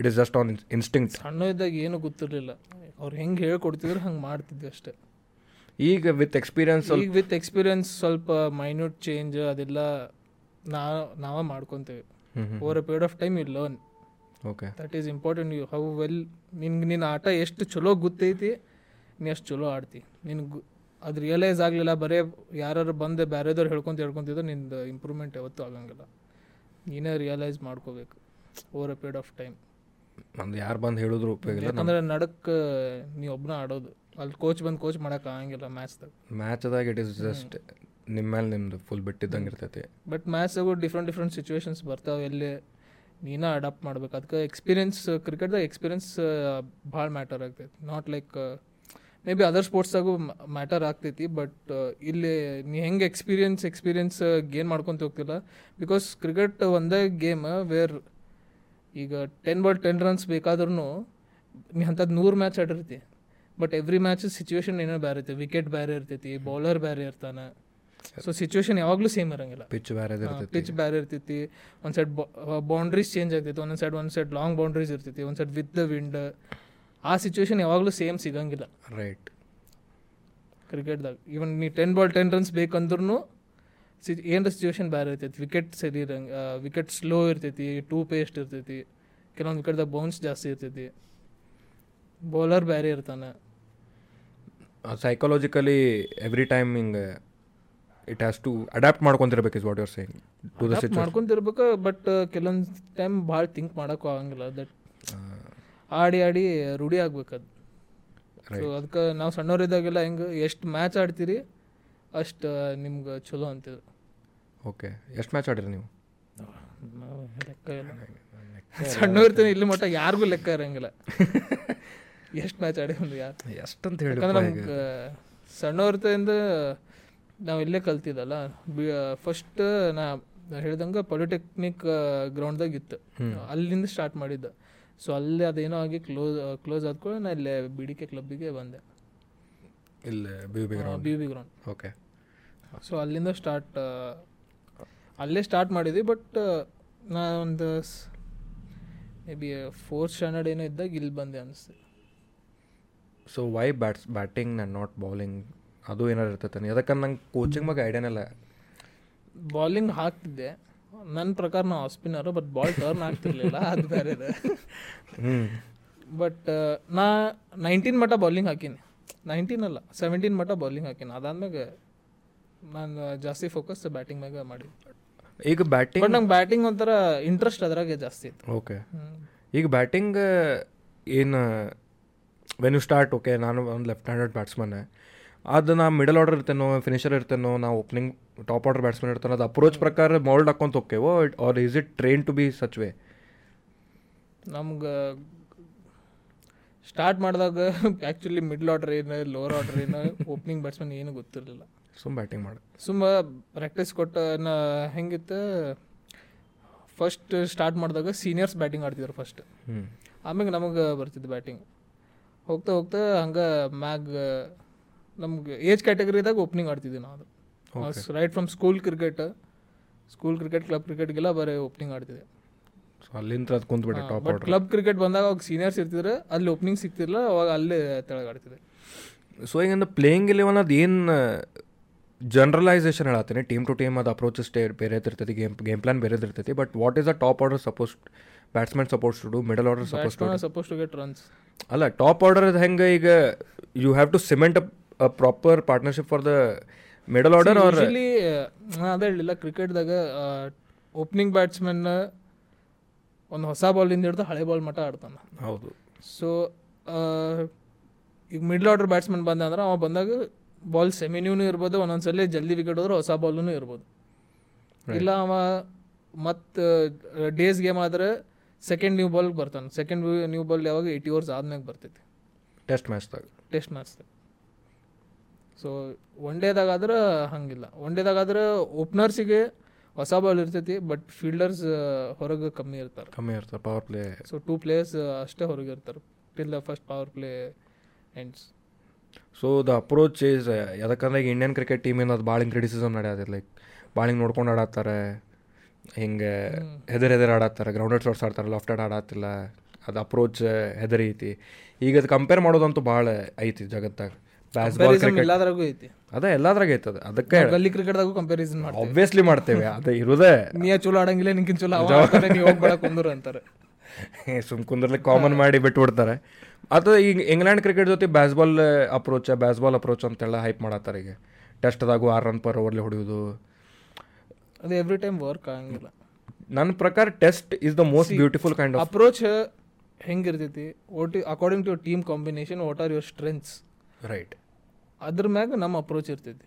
S1: it is just on instinct
S3: ಸಣ್ಣ ಇದ್ದಾಗ ಏನು ಗೊತ್ತಿರಲಿಲ್ಲ ಅವ್ರು ಹೆಂಗೆ ಹೇಳ್ಕೊಡ್ತಿದ್ರು ಹಂಗೆ ಮಾಡ್ತಿದ್ವಿ ಅಷ್ಟೇ
S1: ಈಗ ವಿತ್ ಎಕ್ಸ್ಪೀರಿಯನ್ಸ್
S3: ಈಗ ವಿತ್ ಎಕ್ಸ್ಪೀರಿಯನ್ಸ್ ಸ್ವಲ್ಪ ಮೈನ್ಯೂಟ್ ಚೇಂಜ್ ಅದೆಲ್ಲ ನಾ ನಾವೇ ಮಾಡ್ಕೊತೇವೆ over a period of time you learn
S1: okay
S3: that is important you how well ನಿನ್ಗೆ ನಿನ್ನ ಆಟ ಎಷ್ಟು ಚಲೋ ಗೊತ್ತೈತಿ ನೀ ಎಷ್ಟು ಚಲೋ ಆಡ್ತಿ ನಿನ್ಗೆ ಅದು ರಿಯಲೈಸ್ ಆಗಲಿಲ್ಲ ಬರೇ ಯಾರು ಬಂದು ಬೇರೆದವ್ರು ಹೇಳ್ಕೊಂತ ಹೇಳ್ಕೊಂತಿದ್ರು ನಿಂದು ಇಂಪ್ರೂವ್ಮೆಂಟ್ ಯಾವತ್ತೂ ಆಗಂಗಿಲ್ಲ ನೀನೇ ರಿಯಲೈಸ್ ಮಾಡ್ಕೋಬೇಕು over a period of time
S1: ನಮ್ದು ಯಾರು ಬಂದು ಹೇಳಿದ್ರು ಉಪಯೋಗ ಇಲ್ಲ
S3: ಯಾಕಂದ್ರೆ ನಡಕ್ ನೀ ಒಬ್ಬನ ಆಡೋದು ಅಲ್ಲಿ ಕೋಚ್ ಬಂದು ಕೋಚ್ ಮಾಡಕ್ ಆಗಂಗಿಲ್ಲ ಮ್ಯಾಚ್ದಾಗ
S1: ಮ್ಯಾಚದಾಗ ಇಟ್ ಇಸ್ ಜಸ್ಟ್ ನಿಮ್ಮ ಮೇಲೆ ನಿಮ್ದು ಫುಲ್ ಬಿಟ್ಟಿದ್ದಂಗೆ ಇರ್ತೈತಿ
S3: ಬಟ್ ಮ್ಯಾಚ್ದಾಗು ಡಿಫ್ರೆಂಟ್ ಡಿಫ್ರೆಂಟ್ ಸಿಚುವೇಶನ್ಸ್ ಬರ್ತಾವೆ ಎಲ್ಲಿ ನೀನ ಅಡಾಪ್ಟ್ ಮಾಡ್ಬೇಕು ಅದಕ್ಕೆ ಎಕ್ಸ್ಪೀರಿಯನ್ಸ್ ಕ್ರಿಕೆಟ್ದಾಗ ಎಕ್ಸ್ಪೀರಿಯನ್ಸ್ ಭಾಳ ಮ್ಯಾಟರ್ ಆಗ್ತೈತಿ not like may be other ಸ್ಪೋರ್ಟ್ಸ್ದಾಗೂ ಮ್ಯಾಟರ್ ಆಗ್ತೈತಿ ಬಟ್ ಇಲ್ಲಿ ನೀ ಹೆಂಗೆ ಎಕ್ಸ್ಪೀರಿಯನ್ಸ್ ಎಕ್ಸ್ಪೀರಿಯನ್ಸ್ ಗೇನ್ ಮಾಡ್ಕೊತ ಹೋಗ್ತಿಲ್ಲ ಬಿಕಾಸ್ ಕ್ರಿಕೆಟ್ ಒಂದೇ ಗೇಮ್ ವೇರ್ ಈಗ ಟೆನ್ ಬಾಲ್ ಟೆನ್ ರನ್ಸ್ ಬೇಕಾದ್ರೂ ನೀ ಅಂಥದ್ದು ನೂರು ಮ್ಯಾಚ್ ಆಡಿರ್ತಿ ಬಟ್ ಎವ್ರಿ ಮ್ಯಾಚ್ ಸಿಚುವೇಶನ್ ಏನೋ ಬೇರೆ ಇರ್ತೈತಿ ವಿಕೆಟ್ ಬೇರೆ ಇರ್ತೈತಿ ಬೌಲರ್ ಬೇರೆ ಇರ್ತಾನೆ ಸೊ ಸಿಚುವೇಶನ್ ಯಾವಾಗಲೂ ಸೇಮ್ ಇರಂಗಿಲ್ಲ
S1: ಪಿಚ್ ಬೇರೆ ಇರ್ತೈತಿ
S3: ಪಿಚ್ ಬೇರೆ ಇರ್ತೈತಿ ಒಂದು ಸೈಡ್ ಬೌಂಡ್ರೀಸ್ ಚೇಂಜ್ ಆಗ್ತೈತಿ ಒಂದೊಂದು ಸೈಡ್ ಒಂದು ಸೈಡ್ ಲಾಂಗ್ ಬೌಂಡ್ರೀಸ್ ಇರ್ತೈತಿ ಒಂದು ಸೈಡ್ ವಿತ್ ದ ವಿಂಡ್ ಆ ಸಿಚುವೇಶನ್ ಯಾವಾಗಲೂ ಸೇಮ್ ಸಿಗಂಗಿಲ್ಲ
S1: ರೈಟ್
S3: ಕ್ರಿಕೆಟ್ದಾಗ ಈವನ್ ನೀ ಟೆನ್ ಬಾಲ್ ಟೆನ್ ರನ್ಸ್ ಬೇಕಂದ್ರೂ ಸಿ ಏನರ ಸಿಚುವೇಶನ್ ಬೇರೆ ಇರ್ತೈತಿ ವಿಕೆಟ್ ಸರಿ ಇರಂಗ್ ವಿಕೆಟ್ ಸ್ಲೋ ಇರ್ತೈತಿ ಟೂ ಪೇಸ್ಟ್ ಇರ್ತೈತಿ ಕೆಲವೊಂದು ವಿಕೆಟ್ದಾಗ ಬೌನ್ಸ್ ಜಾಸ್ತಿ ಇರ್ತೈತಿ ಬೌಲರ್ ಬೇರೆ ಇರ್ತಾನೆ
S1: Uh, ಸೈಕಾಲಜಿಕಲಿ ಎವ್ರಿ ಟೈಮ್ ಹಿಂಗೆ ಇಟ್ ಹ್ಯಾಸ್ ಟು ಅಡ್ಯಾಪ್ಟ್ ಮಾಡ್ಕೊಂತಿರ್ಬೇಕು is what your saying to the
S3: Adapt ಮಾಡ್ಕೊಂತಿರ್ಬೇಕು ಬಟ್ ಕೆಲವೊಂದು ಟೈಮ್ ಭಾಳ ಥಿಂಕ್ ಮಾಡೋಕ್ಕೂ ಆಗಂಗಿಲ್ಲ ದಟ್
S1: Uh,
S3: ಆಡಿ ಆಡಿ ರೂಢಿ ಆಗ್ಬೇಕದು ಸೊ ಅದಕ್ಕೆ ನಾವು ಸಣ್ಣವರಿದ್ದಾಗೆಲ್ಲ ಹೆಂಗೆ ಎಷ್ಟು ಮ್ಯಾಚ್ ಆಡ್ತೀರಿ ಅಷ್ಟು ನಿಮ್ಗೆ ಚಲೋ ಅಂತಿದ್ರು
S1: ಓಕೆ ಎಷ್ಟು ಮ್ಯಾಚ್ ಆಡಿರಿ ನೀವು
S3: ನಾವು ಲೆಕ್ಕ ಇಲ್ಲ ಸಣ್ಣವರ್ತೇನೆ ಇಲ್ಲಿ ಮಟ್ಟ ಯಾರಿಗೂ ಲೆಕ್ಕ ಇರಂಗಿಲ್ಲ ಎಷ್ಟು ಮ್ಯಾಚ್ ಆಡಿದ್ರು ಯಾರು
S1: ಎಷ್ಟಂತ
S3: ಯಾಕಂದ್ರೆ
S1: ಹೇಳಿ
S3: ನಮ್ಗೆ ಸಣ್ಣವರ್ತದಿಂದ ನಾವು ಇಲ್ಲೇ ಕಲ್ತಿದ್ದಲ್ಲ ಫಸ್ಟ್ ನಾ ನಾ ಹೇಳ್ದಂಗೆ ಪಾಲಿಟೆಕ್ನಿಕ್ ಗ್ರೌಂಡ್ದಾಗ ಇತ್ತು ಅಲ್ಲಿಂದ ಸ್ಟಾರ್ಟ್ ಮಾಡಿದ್ದೆ ಸೊ ಅಲ್ಲಿ ಅದೇನೋ ಆಗಿ ಕ್ಲೋಸ್ ಕ್ಲೋಸ್ ಆದ್ಕೊಳ್ಳಿ ನಾ ಇಲ್ಲೇ ಬಿ ಡಿ ಕೆ ಕ್ಲಬ್ಬಿಗೆ ಬಂದೆ
S1: ಇಲ್ಲ B B
S3: B B ground
S1: okay
S3: so ಅಲ್ಲಿಂದ ಸ್ಟಾರ್ಟ್ ಅಲ್ಲೇ ಸ್ಟಾರ್ಟ್ ಮಾಡಿದ್ವಿ ಬಟ್ ನಾ ಒಂದು ಮೇ ಬಿ ಫೋರ್ತ್ ಸ್ಟ್ಯಾಂಡರ್ಡ್ ಏನೋ ಇದ್ದಾಗ ಇಲ್ಲಿ ಬಂದೆ ಅನಿಸ್ತು
S1: so why bats batting and not bowling ಅದು ಏನಾರು ಇರ್ತೈತೆ ಅದಕ್ಕೆ ನಂಗೆ ಕೋಚಿಂಗ್ ಬಗ್ಗೆ ಐಡಿಯಾನೇ ಇಲ್ಲ
S3: ಬಾಲಿಂಗ್ ಹಾಕ್ತಿದ್ದೆ ನನ್ನ ಪ್ರಕಾರ ನಾವು ಆಸ್ಪಿನರು ಬಟ್ ಬಾಲ್ ಟರ್ನ್ ಆಗ್ತಿರ್ಲಿಲ್ಲ ಅದು ಬೇರೆ
S1: ಹ್ಞೂ
S3: ಬಟ್ ನಾ ನೈನ್ಟೀನ್ ಮಟ್ಟ ಬಾಲಿಂಗ್ ಹಾಕೀನಿ ನೈನ್ಟೀನ್ ಅಲ್ಲ ಸೆವೆಂಟೀನ್ ಮಟ್ಟ ಬಾಲಿಂಗ್ ಹಾಕೀನಿ ಅದಾದ್ಮ್ಯಾಗ ನಾನು ಜಾಸ್ತಿ ಫೋಕಸ್ ಬ್ಯಾಟಿಂಗ್ ಮ್ಯಾಗ ಮಾಡಿ
S1: ಈಗ ಬ್ಯಾಟಿಂಗ್
S3: ಬಟ್ ನಂಗೆ ಬ್ಯಾಟಿಂಗ್ ಒಂಥರ ಇಂಟ್ರೆಸ್ಟ್ ಅದ್ರಾಗೆ ಜಾಸ್ತಿ ಇತ್ತು
S1: ಓಕೆ ಈಗ ಬ್ಯಾಟಿಂಗ್ ಏನು ವೆನ್ ಯು ಸ್ಟಾರ್ಟ್ ಓಕೆ ನಾನು ಒಂದು ಲೆಫ್ಟ್ ಹ್ಯಾಂಡೆಡ್ ಬ್ಯಾಟ್ಸ್ಮನ್ ಅದು ನಾ ಮಿಡಲ್ ಆರ್ಡರ್ ಇರ್ತೇನೋ ಫಿನಿಷರ್ ಇರ್ತೇನೋ ನಾ ಓಪನಿಂಗ್ ಟಾಪ್ ಆರ್ಡರ್ ಬ್ಯಾಟ್ಸ್ಮನ್ ಇರ್ತಾನೋ ಅದು ಅಪ್ರೋಚ್ ಪ್ರಕಾರ ಮೌಲ್ಡ್ ಹಾಕೊಂತ ಹೋಕ್ಕೇವೋ it are is it train to be such way
S3: ನಮ್ಗೆ ಸ್ಟಾರ್ಟ್ ಮಾಡಿದಾಗ ಆ್ಯಕ್ಚುಲಿ ಮಿಡ್ಲ್ ಆರ್ಡರ್ ಏನು ಲೋವರ್ ಆರ್ಡರ್ ಏನು ಓಪನಿಂಗ್ ಬ್ಯಾಟ್ಸ್ಮನ್ ಏನು ಗೊತ್ತಿರಲಿಲ್ಲ
S1: ಸುಮ್ ಬ್ಯಾಟಿಂಗ್ ಮಾಡಿ
S3: ಸುಮ್ಮ ಪ್ರಾಕ್ಟೀಸ್ ಕೊಟ್ಟ ನಾ ಹೆಂಗಿತ್ತು ಫಸ್ಟ್ ಸ್ಟಾರ್ಟ್ ಮಾಡಿದಾಗ ಸೀನಿಯರ್ಸ್ ಬ್ಯಾಟಿಂಗ್ ಆಡ್ತಿದ್ರು ಫಸ್ಟ್
S1: ಹ್ಞೂ
S3: ಆಮ್ಯಾಗ ನಮಗೆ ಬರ್ತಿದ್ದು ಬ್ಯಾಟಿಂಗ್ ಹೋಗ್ತಾ ಹೋಗ್ತಾ ಹಂಗೆ ಮ್ಯಾಗ್ ನಮ್ಗೆ ಏಜ್ ಕ್ಯಾಟಗರಿದಾಗ ಓಪನಿಂಗ್ ಆಡ್ತಿದ್ವಿ ನಾವು ಅದು right from school cricket school cricket club ಕ್ರಿಕೆಟ್ಗೆಲ್ಲ ಬರೀ ಓಪನಿಂಗ್ ಆಡ್ತಿದ್ದೆ
S1: ಸೊ ಅಲ್ಲಿಂದ ಅದು ಕುಂತ್ಬಿಟ್ಟೆ top
S3: but
S1: order
S3: club cricket ಬಂದಾಗ ಅವಾಗ ಸೀನಿಯರ್ಸ್ ಇರ್ತಿದ್ರೆ ಅಲ್ಲಿ ಓಪನಿಂಗ್ ಸಿಗ್ತಿರಲಿಲ್ಲ ಅವಾಗ ಅಲ್ಲೇ ತೆಳಗಾಡ್ತಿದ್ದೆ
S1: ಸೊ ಈಗ ಪ್ಲೇಯಿಂಗ್ ಇಲೆವನ್ ಅದು ಏನು ಜನರಲೈಸೇಷನ್ ಹೇಳತ್ತೀನಿ ಟೀಮ್ ಟು ಟೀಮ್ ಅದು ಅಪ್ರೋಚಸ್ ಬೇರೆ ಇರ್ತೈತಿ ಗೇಮ್ ಗೇಮ್ ಪ್ಲಾನ್ ಬೇರೆ ಇರ್ತೈತಿ but what is a top order suppose batsman suppose to do middle order suppose to
S3: suppose to get runs
S1: ಅಲ್ಲ ಟಾಪ್ ಆರ್ಡರ್ ಹೆಂಗೆ ಈಗ you have to cement a proper partnership for the middle order R
S3: usually ನಾ uh, ಅದೇ ಹೇಳಿಲ್ಲ ಕ್ರಿಕೆಟ್ದಾಗ opening batsman ಒಂದು ಹೊಸ ಬಾಲಿಂದ ಹಿಡಿದು ಹಳೆ ಬಾಲ್ ಮಟ್ಟ ಆಡ್ತಾನೆ
S1: ಹೌದು
S3: ಸೊ ಈಗ ಮಿಡ್ಲ್ ಆರ್ಡರ್ ಬ್ಯಾಟ್ಸ್ಮನ್ ಬಂದ ಅಂದ್ರೆ ಅವ ಬಂದಾಗ ಬಾಲ್ ಸೆಮಿನ್ಯೂನು ಇರ್ಬೋದು ಒಂದೊಂದು ಸಲ ಜಲ್ದಿ ವಿಕೆಟ್ ಹೋದ್ರೆ ಹೊಸ ಬಾಲೂ ಇರ್ಬೋದು ಇಲ್ಲ ಅವ ಮತ್ತು ಡೇಸ್ ಗೇಮ್ ಆದ್ರೆ ಸೆಕೆಂಡ್ ನ್ಯೂ ಬಾಲ್ಗೆ ಬರ್ತಾನೆ ಸೆಕೆಂಡ್ ನ್ಯೂ ಬಾಲ್ ಯಾವಾಗ ಏಯ್ಟಿ ಓವರ್ಸ್ ಆದ್ಮೇಲೆ ಬರ್ತೈತಿ
S1: ಟೆಸ್ಟ್ ಮ್ಯಾಚ್ದಾಗ
S3: ಟೆಸ್ಟ್ ಮ್ಯಾಚ್ದಾಗ ಸೊ ಒನ್ ಡೇದಾಗಾದ್ರೆ ಹಂಗಿಲ್ಲ ಒನ್ ಡೇದಾಗಾದ್ರೆ ಓಪ್ನರ್ಸಿಗೆ ಹೊಸ ಬಾಲ್ ಇರ್ತೈತಿ ಬಟ್ ಫೀಲ್ಡರ್ಸ್ ಹೊರಗೆ ಕಮ್ಮಿ ಇರ್ತಾರೆ
S1: ಕಮ್ಮಿ ಇರ್ತದೆ power play
S3: so two players ಅಷ್ಟೇ ಹೊರಗೆ ಇರ್ತಾರೆ till the first power play ends
S1: so the approach is ಯಾಕಂದ್ರೆ ಈಗ ಇಂಡಿಯನ್ ಕ್ರಿಕೆಟ್ ಟೀಮ್ ಏನು ಅದು ಭಾಳ ಹಿಂಗೆ ಕ್ರಿಟಿಸಿಸಮ್ ನಡೆಯೋದಿಲ್ಲ ಲೈಕ್ ಭಾಳ ಹಿಂಗೆ ನೋಡ್ಕೊಂಡು ಆಡತ್ತಾರೆ ಹಿಂಗೆ ಹೆದರ್ ಹೆದರ್ ಆಡತ್ತಾರೆ ಗ್ರೌಂಡೆಡ್ ಶಾಟ್ಸ್ ಆಡ್ತಾರೆ ಲೆಫ್ಟ್ ಹ್ಯಾಂಡ್ ಆಡತ್ತಿಲ್ಲ ಅದು ಅಪ್ರೋಚ್ ಹೆದರಿ ಐತಿ ಈಗ ಅದು ಕಂಪೇರ್ ಮಾಡೋದಂತೂ ಭಾಳ ಐತಿ ಜಗತ್ತಾಗ ಬ್ಯಾಸ್ಬಾಲ್ ಕ್ರಿಕೆಟ್
S3: ಎಲ್ಲಾದ್ರಾಗೂ ಐತಿ
S1: ಅದ ಎಲ್ಲಾದ್ರಾಗ ಐತಿ ಅದು ಅದಕ್ಕೆ
S3: ಗಲ್ಲಿ ಕ್ರಿಕೆಟ್ದಾಗೂ ಕಂಪ್ಯಾರಿಸನ್ ಮಾಡಿ
S1: ಆಬ್ವಿಯಸ್ಲಿ ಮಾಡ್ತೇವೆ ಅದ ಇರೋದೇ
S3: ನೀಯ ಚಲೋ ಆಡಂಗಿಲ್ಲ ನಿನ್ಕಿನ್ ಚಲೋ ಅವ ಆಡ್ತಾನೆ, ನೀ ಹೋಗ್ಬೇಡ ಕುಂದ್ರು ಅಂತಾರೆ
S1: ಸುಮ್ ಕುಂದ್ರಲ್ಲಿ ಕಾಮನ್ ಮಾಡಿ ಬಿಟ್ಬಿಡ್ತಾರೆ ಅದು ಈಗ ಇಂಗ್ಲೆಂಡ್ ಕ್ರಿಕೆಟ್ ಜೊತೆ ಬ್ಯಾಸ್ಬಾಲ್ ಅಪ್ರೋಚ್ ಬ್ಯಾಸ್ಬಾಲ್ ಅಪ್ರೋಚ್ ಅಂತೆಲ್ಲ ಹೈಪ್ ಮಾಡತ್ತಾರೆ ಈಗ ಟೆಸ್ಟ್ದಾಗೂ ಆರು ರನ್ ಪರ್ ಓವರ್ಲಿ ಹೊಡೆಯೋದು
S3: ಅದು ಎವ್ರಿ ಟೈಮ್ ವರ್ಕ್ ಆಗಂಗಿಲ್ಲ
S1: ನನ್ನ ಪ್ರಕಾರ test is the most beautiful kind of
S3: approach ಹೆಂಗಿರ್ತೈತಿ what according to team combination what are your strengths
S1: right
S3: ಅದ್ರ ಮ್ಯಾಗ ನಮ್ಮ ಅಪ್ರೋಚ್ ಇರ್ತೈತಿ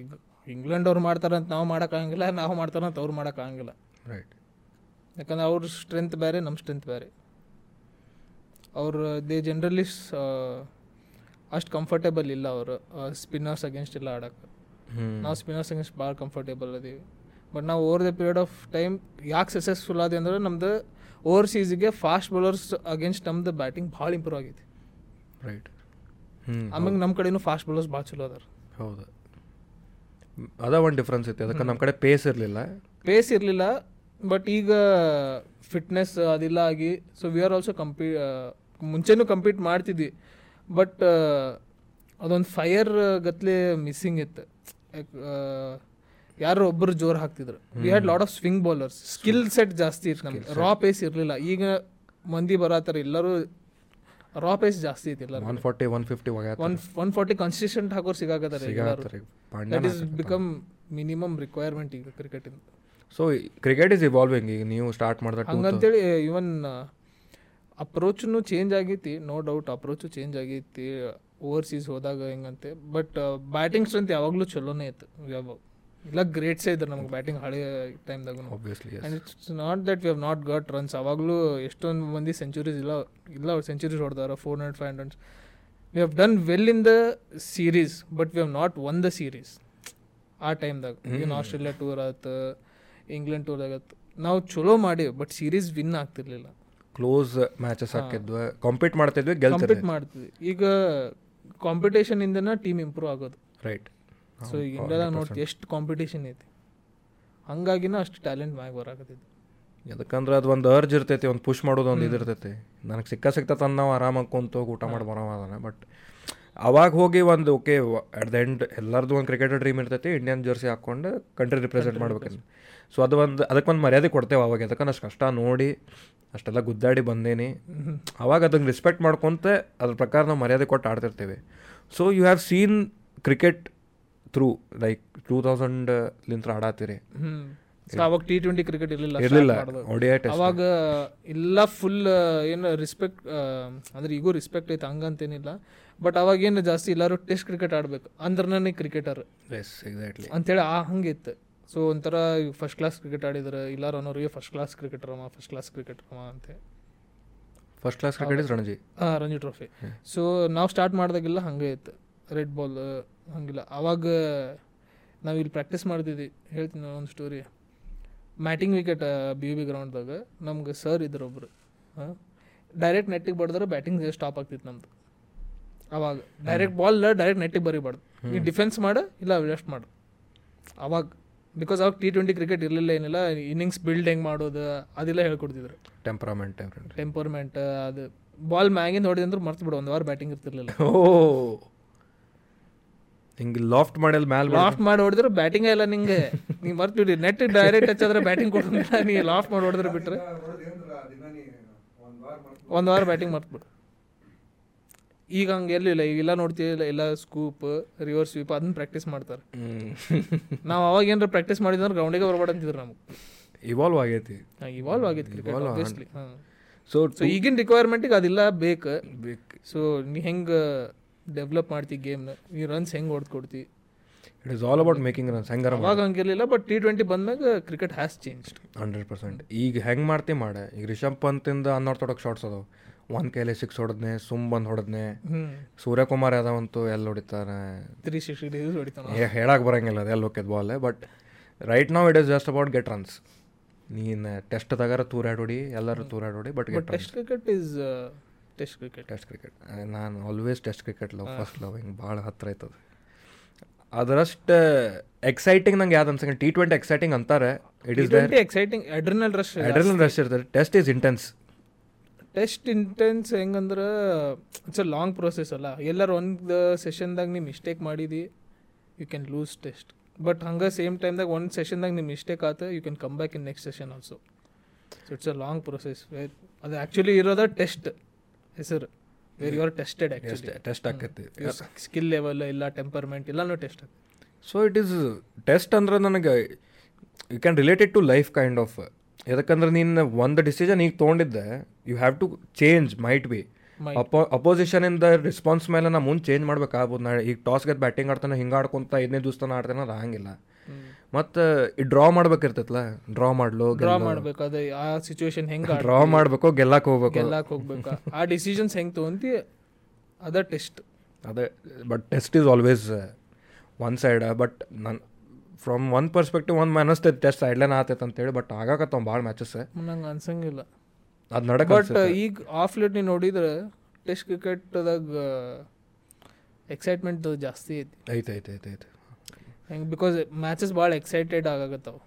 S3: ಈಗ ಇಂಗ್ಲೆಂಡ್ ಅವ್ರು ಮಾಡ್ತಾರಂತ ನಾವು ಮಾಡೋಕ್ಕಾಗಂಗಿಲ್ಲ ನಾವು ಮಾಡ್ತಾರಂತ ಅವ್ರು ಮಾಡೋಕ್ಕಾಗಂಗಿಲ್ಲ
S1: ರೈಟ್
S3: ಯಾಕಂದ್ರೆ ಅವ್ರ ಸ್ಟ್ರೆಂತ್ ಬೇರೆ ನಮ್ಮ ಸ್ಟ್ರೆಂತ್ ಬೇರೆ ಅವ್ರು ದೇ ಜನರಲಿ ಅಷ್ಟು ಕಂಫರ್ಟೇಬಲ್ ಇಲ್ಲ ಅವರು ಸ್ಪಿನ್ನರ್ಸ್ ಅಗೇನ್ಸ್ಟ್ ಎಲ್ಲ ಆಡೋಕೆ ನಾವು ಸ್ಪಿನ್ನರ್ಸ್ ಅಗೇನ್ಸ್ಟ್ ಭಾಳ ಕಂಫರ್ಟೇಬಲ್ ಅದೀವಿ ಬಟ್ ನಾವು over the period of time ಯಾಕೆ ಸಕ್ಸಸ್ಫುಲ್ ಆದಿ ಅಂದ್ರೆ ನಮ್ದು ಓವರ್ಸೀಸ್ಗೆ ಫಾಸ್ಟ್ ಬೌಲರ್ಸ್ ಅಗೇನ್ಸ್ಟ್ ನಮ್ದು ಬ್ಯಾಟಿಂಗ್ ಭಾಳ ಇಂಪ್ರೂವ್ ಆಗೈತಿ
S1: ರೈಟ್ ಹ್ಞೂ
S3: ಆಮೇಲೆ ನಮ್ಮ ಕಡೆನೂ ಫಾಸ್ಟ್ ಬೌಲರ್ಸ್ ಭಾಳ ಚಲೋ ಅದಾರ
S1: ಹೌದು ಮ್, ಅದ ಒಂದು ಡಿಫ್ರೆನ್ಸ್ ಐತಿ ಅದಕ್ಕೆ ನಮ್ಮ ಕಡೆ ಪೇಸ್ ಇರಲಿಲ್ಲ
S3: ಪೇಸ್ ಇರಲಿಲ್ಲ ಬಟ್ ಈಗ ಫಿಟ್ನೆಸ್ ಅದಿಲ್ಲ ಆಗಿ so we are also compete ಮುಂಚೆನೂ ಕಂಪೀಟ್ ಮಾಡ್ತಿದ್ವಿ ಬಟ್ ಅದೊಂದು ಫೈರ್ ಗತ್ಲೆ ಮಿಸ್ಸಿಂಗ್ ಇತ್ತು ಯಾಕ್- ಆ, ಯಾರೋ ಒಬ್ಬರು ಜೋರು ಹಾಕ್ತಿದ್ರು we had lot of swing bowlers skill set ಜಾಸ್ತಿ ಇತ್ತು ನಮ್ಗೆ ರಾ ಪೇಸ್ ಇರಲಿಲ್ಲ ಈಗ ಮಂದಿ ಬರತ್ತಾರ ಎಲ್ಲರೂ ರಾ ಪೇಸ್ ಜಾಸ್ತಿ ಐತಿ ಎಲ್ಲರೂ
S1: one forty one fifty
S3: one one forty consistent ಹಾಕೋರು ಸಿಗಾಕತ್ತಾರೆ ಎಲ್ಲರೂ that is become minimum requirement ಈಗ ಕ್ರಿಕೆಟಿಂದ
S1: ಸೊ ಕ್ರಿಕೆಟ್ ಇಸ್ ಇವಾಲ್ವಿಂಗ್ ಈಗ ನೀವು ಸ್ಟಾರ್ಟ್ ಮಾಡಿದ ಟೂ
S3: ಹಂಗಂತೇಳಿ ಇವನ್ ಅಪ್ರೋಚ್ನು ಚೇಂಜ್ ಆಗೈತಿ ನೋ ಡೌಟ್ ಅಪ್ರೋಚು ಚೇಂಜ್ ಆಗೈತಿ ಓವರ್ಸೀಸ್ ಹೋದಾಗ ಹೆಂಗಂತೆ ಬಟ್ ಬ್ಯಾಟಿಂಗ್ ಸ್ಟ್ರೆಂತ್ ಯಾವಾಗಲೂ ಚಲೋನೇ ಇತ್ತು ಯಾವಾಗ ಇಲ್ಲ ಗ್ರೇಟ್ಸೇ ಇದ್ರು ನಮ್ಗೆ ಬ್ಯಾಟಿಂಗ್ ಹಳೆ ಟೈಮ್ದಾಗ
S1: obviously
S3: and it's not that we have not got runs ಅವಾಗಲೂ ಎಷ್ಟೊಂದು ಮಂದಿ ಸೆಂಚುರೀಸ್ ಇಲ್ಲ ಇಲ್ಲ ಸೆಂಚುರೀಸ್ ಹೊಡೆದಾರ four hundred five hundreds we have done well in the series but we have not won the series ಆ ಟೈಮ್ದಾಗ ಏನು ಆಸ್ಟ್ರೇಲಿಯಾ ಟೂರ್ ಆಯ್ತು ಇಂಗ್ಲೆಂಡ್ ಟೂರ್ ಆಗತ್ತು ನಾವು ಚಲೋ ಮಾಡೀವಿ ಬಟ್ ಸೀರೀಸ್ ವಿನ್ ಆಗ್ತಿರ್ಲಿಲ್ಲ
S1: ಕ್ಲೋಸ್ ಮ್ಯಾಚಸ್ ಹಾಕಿದ್ವಿ ಕಾಂಪೀಟ್ ಮಾಡ್ತಿದ್ವಿ ಗೆಲ್ತಿದ್ವಿ
S3: ಕಾಂಪೀಟ್ ಮಾಡ್ತಿದ್ವಿ ಈಗ ಕಾಂಪಿಟೇಷನ್ ಇಂದನ ಟೀಮ್ ಇಂಪ್ರೂವ್ ಆಗೋದು
S1: ರೈಟ್
S3: ಸೊ ಈಗ ಇಂಡಿಯಾದಾಗ ನೋಡ್ತೀವಿ ಎಷ್ಟು ಕಾಂಪಿಟೇಷನ್ ಐತಿ ಹಂಗಾಗಿನ ಅಷ್ಟು ಟ್ಯಾಲೆಂಟ್ ಮ್ಯಾಗ ಬರಾಕತ್ತಿದ್ದು
S1: ಯಾಕಂದ್ರೆ ಅದು ಒಂದು ಅರ್ಜ್ ಇರ್ತೈತಿ ಒಂದು ಪುಷ್ ಮಾಡೋದು ಒಂದು ಇದಿರ್ತೈತಿ ನನಗೆ ಸಿಕ್ಕ ಸಿಕ್ತತ ನಾವು ಆರಾಮಾಗಿ ಕುಂತು ಹೋಗಿ ಊಟ ಮಾಡಿ ಬರೋ ಅದನ್ನ ಬಟ್ ಅವಾಗ ಹೋಗಿ ಒಂದು ಓಕೆ ಅಟ್ ದ ಎಂಡ್ ಎಲ್ಲರದ್ದು ಒಂದು ಕ್ರಿಕೆಟ್ ಡ್ರೀಮ್ ಇರ್ತೈತಿ ಇಂಡಿಯನ್ ಜರ್ಸಿ ಹಾಕ್ಕೊಂಡು ಕಂಟ್ರಿ ರಿಪ್ರೆಸೆಂಟ್ ಮಾಡ್ಬೇಕಂತ ಸೊ ಅದು ಒಂದು ಅದಕ್ಕೊಂದು ಮರ್ಯಾದೆ ಕೊಡ್ತೇವೆ ಅವಾಗ ಅದಕ್ಕೆ ಅಷ್ಟು ಕಷ್ಟ ನೋಡಿ ಅಷ್ಟೆಲ್ಲ ಗುದ್ದಾಡಿ ಬಂದೇನಿ ಅವಾಗ ಅದನ್ನು ರೆಸ್ಪೆಕ್ಟ್ ಮಾಡ್ಕೊಂತ ಅದ್ರ ಪ್ರಕಾರ ನಾವು ಮರ್ಯಾದೆ ಕೊಟ್ಟು ಆಡ್ತಿರ್ತೇವೆ so you have seen cricket through like two thousand ಲಿಂತ್ರ ಆಡಾತಿರಿ
S3: ಹ್ಮ್ ಸೊ ಅವಾಗ ಟಿ ಟ್ವೆಂಟಿ ಕ್ರಿಕೆಟ್ ಇರಲಿಲ್ಲ
S1: ಇರಲಿಲ್ಲ ಒಡಿಯಾ ಟೆಸ್ಟ್
S3: ಅವಾಗ ಎಲ್ಲ ಫುಲ್ ಏನು ರಿಸ್ಪೆಕ್ಟ್ ಅಂದ್ರೆ ಈಗೂ ರೆಸ್ಪೆಕ್ಟ್ ಐತೆ ಹಂಗಂತೇನಿಲ್ಲ ಬಟ್ ಅವಾಗ ಏನು ಜಾಸ್ತಿ ಎಲ್ಲರೂ ಟೆಸ್ಟ್ ಕ್ರಿಕೆಟ್ ಆಡ್ಬೇಕು ಅಂದ್ರೆ ನನಗೆ ಕ್ರಿಕೆಟರ್
S1: ಎಸ್ ಎಕ್ಸಾಕ್ಟ್ಲಿ
S3: ಅಂತೇಳಿ ಆ ಹಂಗಿತ್ತು ಸೊ ಒಂಥರ ಫಸ್ಟ್ ಕ್ಲಾಸ್ ಕ್ರಿಕೆಟ್ ಆಡಿದ್ರೆ ಇಲ್ಲಾರು ಅನ್ನೋರಿಗೆ ಫಸ್ಟ್ ಕ್ಲಾಸ್ ಕ್ರಿಕೆಟರ್ ಅಮ್ಮ ಫಸ್ಟ್ ಕ್ಲಾಸ್ ಕ್ರಿಕೆಟರ್ ಅಮ್ಮ ಅಂತ
S1: first class cricket is Ranji
S3: ಹಾಂ ರಂಜಿ ಟ್ರೋಫಿ ಸೊ ನಾವು ಸ್ಟಾರ್ಟ್ ಮಾಡಿದಾಗೆಲ್ಲ ಹಂಗೆ ಇತ್ತು ರೆಡ್ ಬಾಲ್ ಹಂಗಿಲ್ಲ ಅವಾಗ ನಾವು ಇಲ್ಲಿ ಪ್ರಾಕ್ಟೀಸ್ ಮಾಡ್ತಿದ್ವಿ ಹೇಳ್ತೀನಿ ಒಂದು story matting wicket B U B ಗ್ರೌಂಡ್ದಾಗ ನಮ್ಗೆ ಸರ್ ಇದ್ರು ಒಬ್ರು ಹಾಂ ಡೈರೆಕ್ಟ್ ನೆಟ್ಟಿಗೆ ಬಡಿದ್ರೆ ಬ್ಯಾಟಿಂಗ್ ಸ್ಟಾಪ್ ಆಗ್ತಿತ್ತು ನಮ್ದು ಅವಾಗ ಡೈರೆಕ್ಟ್ ಬಾಲ್ ಡೈರೆಕ್ಟ್ ನೆಟ್ಟಿಗೆ ಬರಿಬಾರ್ದು ನೀವು ಡಿಫೆನ್ಸ್ ಮಾಡು ಇಲ್ಲ ವೆಸ್ಟ್ ಮಾಡು ಅವಾಗ ಬಿಕಾಸ್ ಅವಾಗ ಟಿ ಟ್ವೆಂಟಿ ಕ್ರಿಕೆಟ್ ಇರಲಿಲ್ಲ ಏನಿಲ್ಲ ಇನ್ನಿಂಗ್ಸ್ ಬಿಲ್ಡ್ ಹೆಂಗೆ ಮಾಡೋದು ಅದೆಲ್ಲ ಹೇಳ್ಕೊಡ್ತಿದ್ರು
S1: ಟೆಂಪರಮೆಂಟ್ ಟೆಂಪರಮೆಂಟ್
S3: ಟೆಂಪರ್ಮೆಂಟ್ ಅದು ಬಾಲ್ ಮ್ಯಾಗಿಂದ ಹೊಡೆದಂದ್ರೆ ಮರ್ತು ಬಿಡು ಒಂದು ವಾರ ಬ್ಯಾಟಿಂಗ್ ಇರ್ತಿರ್ಲಿಲ್ಲ
S1: ಓ ಹಿಂಗೆ ಲಾಫ್ಟ್ ಮಾಡಲ್ ಮ್ಯಾಲ್
S3: ಲಾಫ್ಟ್ ಮಾಡಿ ಹೊಡೆದ್ರೆ ಬ್ಯಾಟಿಂಗ್ ಇಲ್ಲ ನಿಂಗೆ ನೀ ಮರ್ತು ಬಿಡಿ ನೆಟ್ ಡೈರೆಕ್ಟ್ ಟಚ್ ಆದ್ರೆ ಬ್ಯಾಟಿಂಗ್ ಕೊಡೋದಿಲ್ಲ ನೀ ಲಾಫ್ಟ್ ಮಾಡಿ ಹೊಡೆದ್ರೆ ಬಿಟ್ರೆ ಒಂದು ವಾರ ಬ್ಯಾಟಿಂಗ್ ಮರ್ತು ಬಿಡು ಈಗ ಹಂಗೆ ಎಲ್ಲಿಲ್ಲ ಈಗೆಲ್ಲ ನೋಡ್ತೀವಿ ಎಲ್ಲ ಸ್ಕೂಪ್ ರಿವರ್ಸ್ ಸ್ವೀಪ್ ಅದನ್ನ ಪ್ರಾಕ್ಟೀಸ್ ಮಾಡ್ತಾರೆ ನಾವು ಅವಾಗ ಏನಾರ ಪ್ರಾಕ್ಟೀಸ್ ಮಾಡಿದ್ರೆ ಗ್ರೌಂಡಿಗೆ ಬರಬೇಡ ಅಂತಿದ್ರು ನಮ್ಗೆ
S1: ಇವಾಲ್ವ್ ಆಗೈತಿ
S3: ಇವಾಲ್ವ್ ಆಗಿತ್ತು ಕ್ರಿಕೆಟ್ ಆಬ್ವಿಯಸ್ಲಿ ಹಾಂ
S1: ಸೊ
S3: ಸೊ ಈಗಿನ ರಿಕ್ವೈರ್ಮೆಂಟಿಗೆ ಅದೆಲ್ಲ ಬೇಕು ಸೊ ನೀ ಹೆಂಗೆ ಡೆವಲಪ್ ಮಾಡ್ತಿ ಗೇಮ್ನ ನೀ ರನ್ಸ್ ಹೆಂಗೆ ಹೊಡ್ದು ಕೊಡ್ತಿ
S1: it is all about making runs ಹೆಂಗಾರ
S3: ಅವಾಗ ಹಂಗಿರಲಿಲ್ಲ ಬಟ್ ಟಿ ಟ್ವೆಂಟಿ ಬಂದಾಗ cricket has changed
S1: hundred percent ಈಗ ಹೆಂಗೆ ಮಾಡ್ತಿ ಮಾಡೆ ಈಗ ರಿಷಬ್ ಪಂತಿಂದ ಅನ್ಆರ್ಥೋಡಕ್ ಶಾರ್ಟ್ಸ್ ಅದಾವ ಒಂದು ಕೈಲಿ ಸಿಕ್ಸ್ ಹೊಡೆದ್ನೆ ಸುಮ್ ಬಂದು ಹೊಡೆದ್ನೆ ಸೂರ್ಯಕುಮಾರ್ ಯಾದವಂತೂ ಎಲ್ಲಿ ಹೊಡಿತಾನೆ
S3: ತ್ರೀ ಸಿಕ್ಸ್ಟಿ ಡೇಸ್ ಹೊಡಿತಾನ
S1: ಹೇ- ಹೇಳಕ್ ಬರಂಗಿಲ್ಲ ಅದೆಲ್ಲ ಹೋಗ್ಯದ ಬಾಲ್ ಬಟ್ ರೈಟ್ ನಾವ್ it is just about get runs ನೀನು ಟೆಸ್ಟ್ ತಗಾರ ತೂರಾಡೋಡಿ ಎಲ್ಲರೂ ತೂರಾಡೋಡಿ but get runs
S3: test cricket is test cricket
S1: test cricket ನಾನು always test cricket love first love ಹಿಂಗೆ ಭಾಳ ಹತ್ರ ಆಯ್ತದ ಅದರಷ್ಟು ಎಕ್ಸೈಟಿಂಗ್ ನಂಗೆ ಯಾವ್ದು ಅನ್ಸಂಗ ಟಿ ಟ್ವೆಂಟಿ ಎಕ್ಸೈಟಿಂಗ್ ಅಂತಾರೆ it
S3: T
S1: is
S3: twenty exciting adrenaline rush
S1: adrenaline rush ಇರ್ತದೆ test is intense
S3: test intense ಹೆಂಗಂದ್ರೆ ಇಟ್ಸ್ ಅ ಲಾಂಗ್ ಪ್ರೊಸೆಸ್ ಅಲ್ಲ ಎಲ್ಲರೂ ಒಂದು ಸೆಷನ್ದಾಗ ನೀವು ಮಿಸ್ಟೇಕ್ ಮಾಡಿದಿ you can lose test but ಹಂಗೆ ಸೇಮ್ ಟೈಮ್ದಾಗ ಒಂದು ಸೆಷನ್ದಾಗ ನಿಮ್ಮ ಮಿಸ್ಟೇಕ್ ಆತ you can come back in next session also so it's a long process where ಅದು ಆ್ಯಕ್ಚುಲಿ ಇರೋದ ಟೆಸ್ಟ್ ಹೆಸರು where you are tested actually
S1: test ಆಕೈತಿ
S3: ಸ್ಕಿಲ್ ಲೆವೆಲ್ ಇಲ್ಲ ಟೆಂಪರ್ಮೆಂಟ್ ಎಲ್ಲನೂ ಟೆಸ್ಟ್ ಆಗುತ್ತೆ
S1: so it is test uh, ಅಂದ್ರೆ ನನಗೆ you can related to life kind of ಯಾಕಂದ್ರೆ ನೀನು ಒಂದು ಡಿಸಿಷನ್ ಈಗ ತೊಗೊಂಡಿದ್ದೆ you have to change might be
S3: Might.
S1: ಅಪೋ ಅಪೋಸಿಷನಿಂದ ರೆಸ್ಪಾನ್ಸ್ ಮೇಲೆ ನಾ ಮುಂದೆ ಚೇಂಜ್ ಮಾಡ್ಬೇಕಾಗ್ಬೋದು ನಾ ಈಗ ಟಾಸ್ ಗೆದ್ದು ಬ್ಯಾಟಿಂಗ್ ಆಡ್ತಾನೆ ಹಿಂಗೆ ಆಡ್ಕೊಂತ ಐದನೇ ದಿವಸ ತನಕ ಆಡ್ತಾನೆ ಅದು ಹಂಗಿಲ್ಲ ಮತ್ತು ಈ ಡ್ರಾ ಮಾಡ್ಬೇಕಿರ್ತೈತಲ್ಲ ಡ್ರಾ ಮಾಡ್ಲು
S3: ಡ್ರಾ ಮಾಡ್ಬೇಕು ಅದೇ ಆ ಸಿಚುವೇಶನ್ ಹೆಂಗೆ
S1: ಡ್ರಾ ಮಾಡಬೇಕು ಗೆಲ್ಲಕ್ಕೆ ಹೋಗ್ಬೇಕು
S3: ಗೆಲ್ಲಕ್ಕೆ ಹೋಗ್ಬೇಕು ಆ ಡಿಸಿಷನ್ಸ್ ಹೆಂಗೆ ತೊಗೊಂತಿ ಅದ ಟೆಸ್ಟ್
S1: ಅದೇ but test is always one side but ನನ್ನ ಫ್ರಮ್ ಒನ್ ಪರ್ಸ್ಪೆಕ್ಟಿವ್ ಒಂದು ಮನಸ್ತೈತೆ ಟೆಸ್ಟ್ ಸೈಡ್ಲೇನ ಆತೈತೆ ಅಂತೇಳಿ ಬಟ್ ಆಗಾಕತ್ತವ್ ಭಾಳ uh, ಮ್ಯಾಚಸ್
S3: ನಂಗೆ ಅನ್ಸಂಗಿಲ್ಲ
S1: ಅದು ನಡಕ
S3: ಬಟ್ ಈಗ ಆಫ್ ಲೇಟ್ ನೀವು ನೋಡಿದ್ರೆ ಟೆಸ್ಟ್ ಕ್ರಿಕೆಟ್ದಾಗ ಎಕ್ಸೈಟ್ಮೆಂಟ್ ಜಾಸ್ತಿ ಐತಿ
S1: ಐತೆ ಐತೆ ಐತೆ ಐತೆ
S3: ಹೆಂಗೆ ಬಿಕಾಸ್ ಮ್ಯಾಚಸ್ ಭಾಳ ಎಕ್ಸೈಟೆಡ್ ಆಗಾಗತ್ತಾವ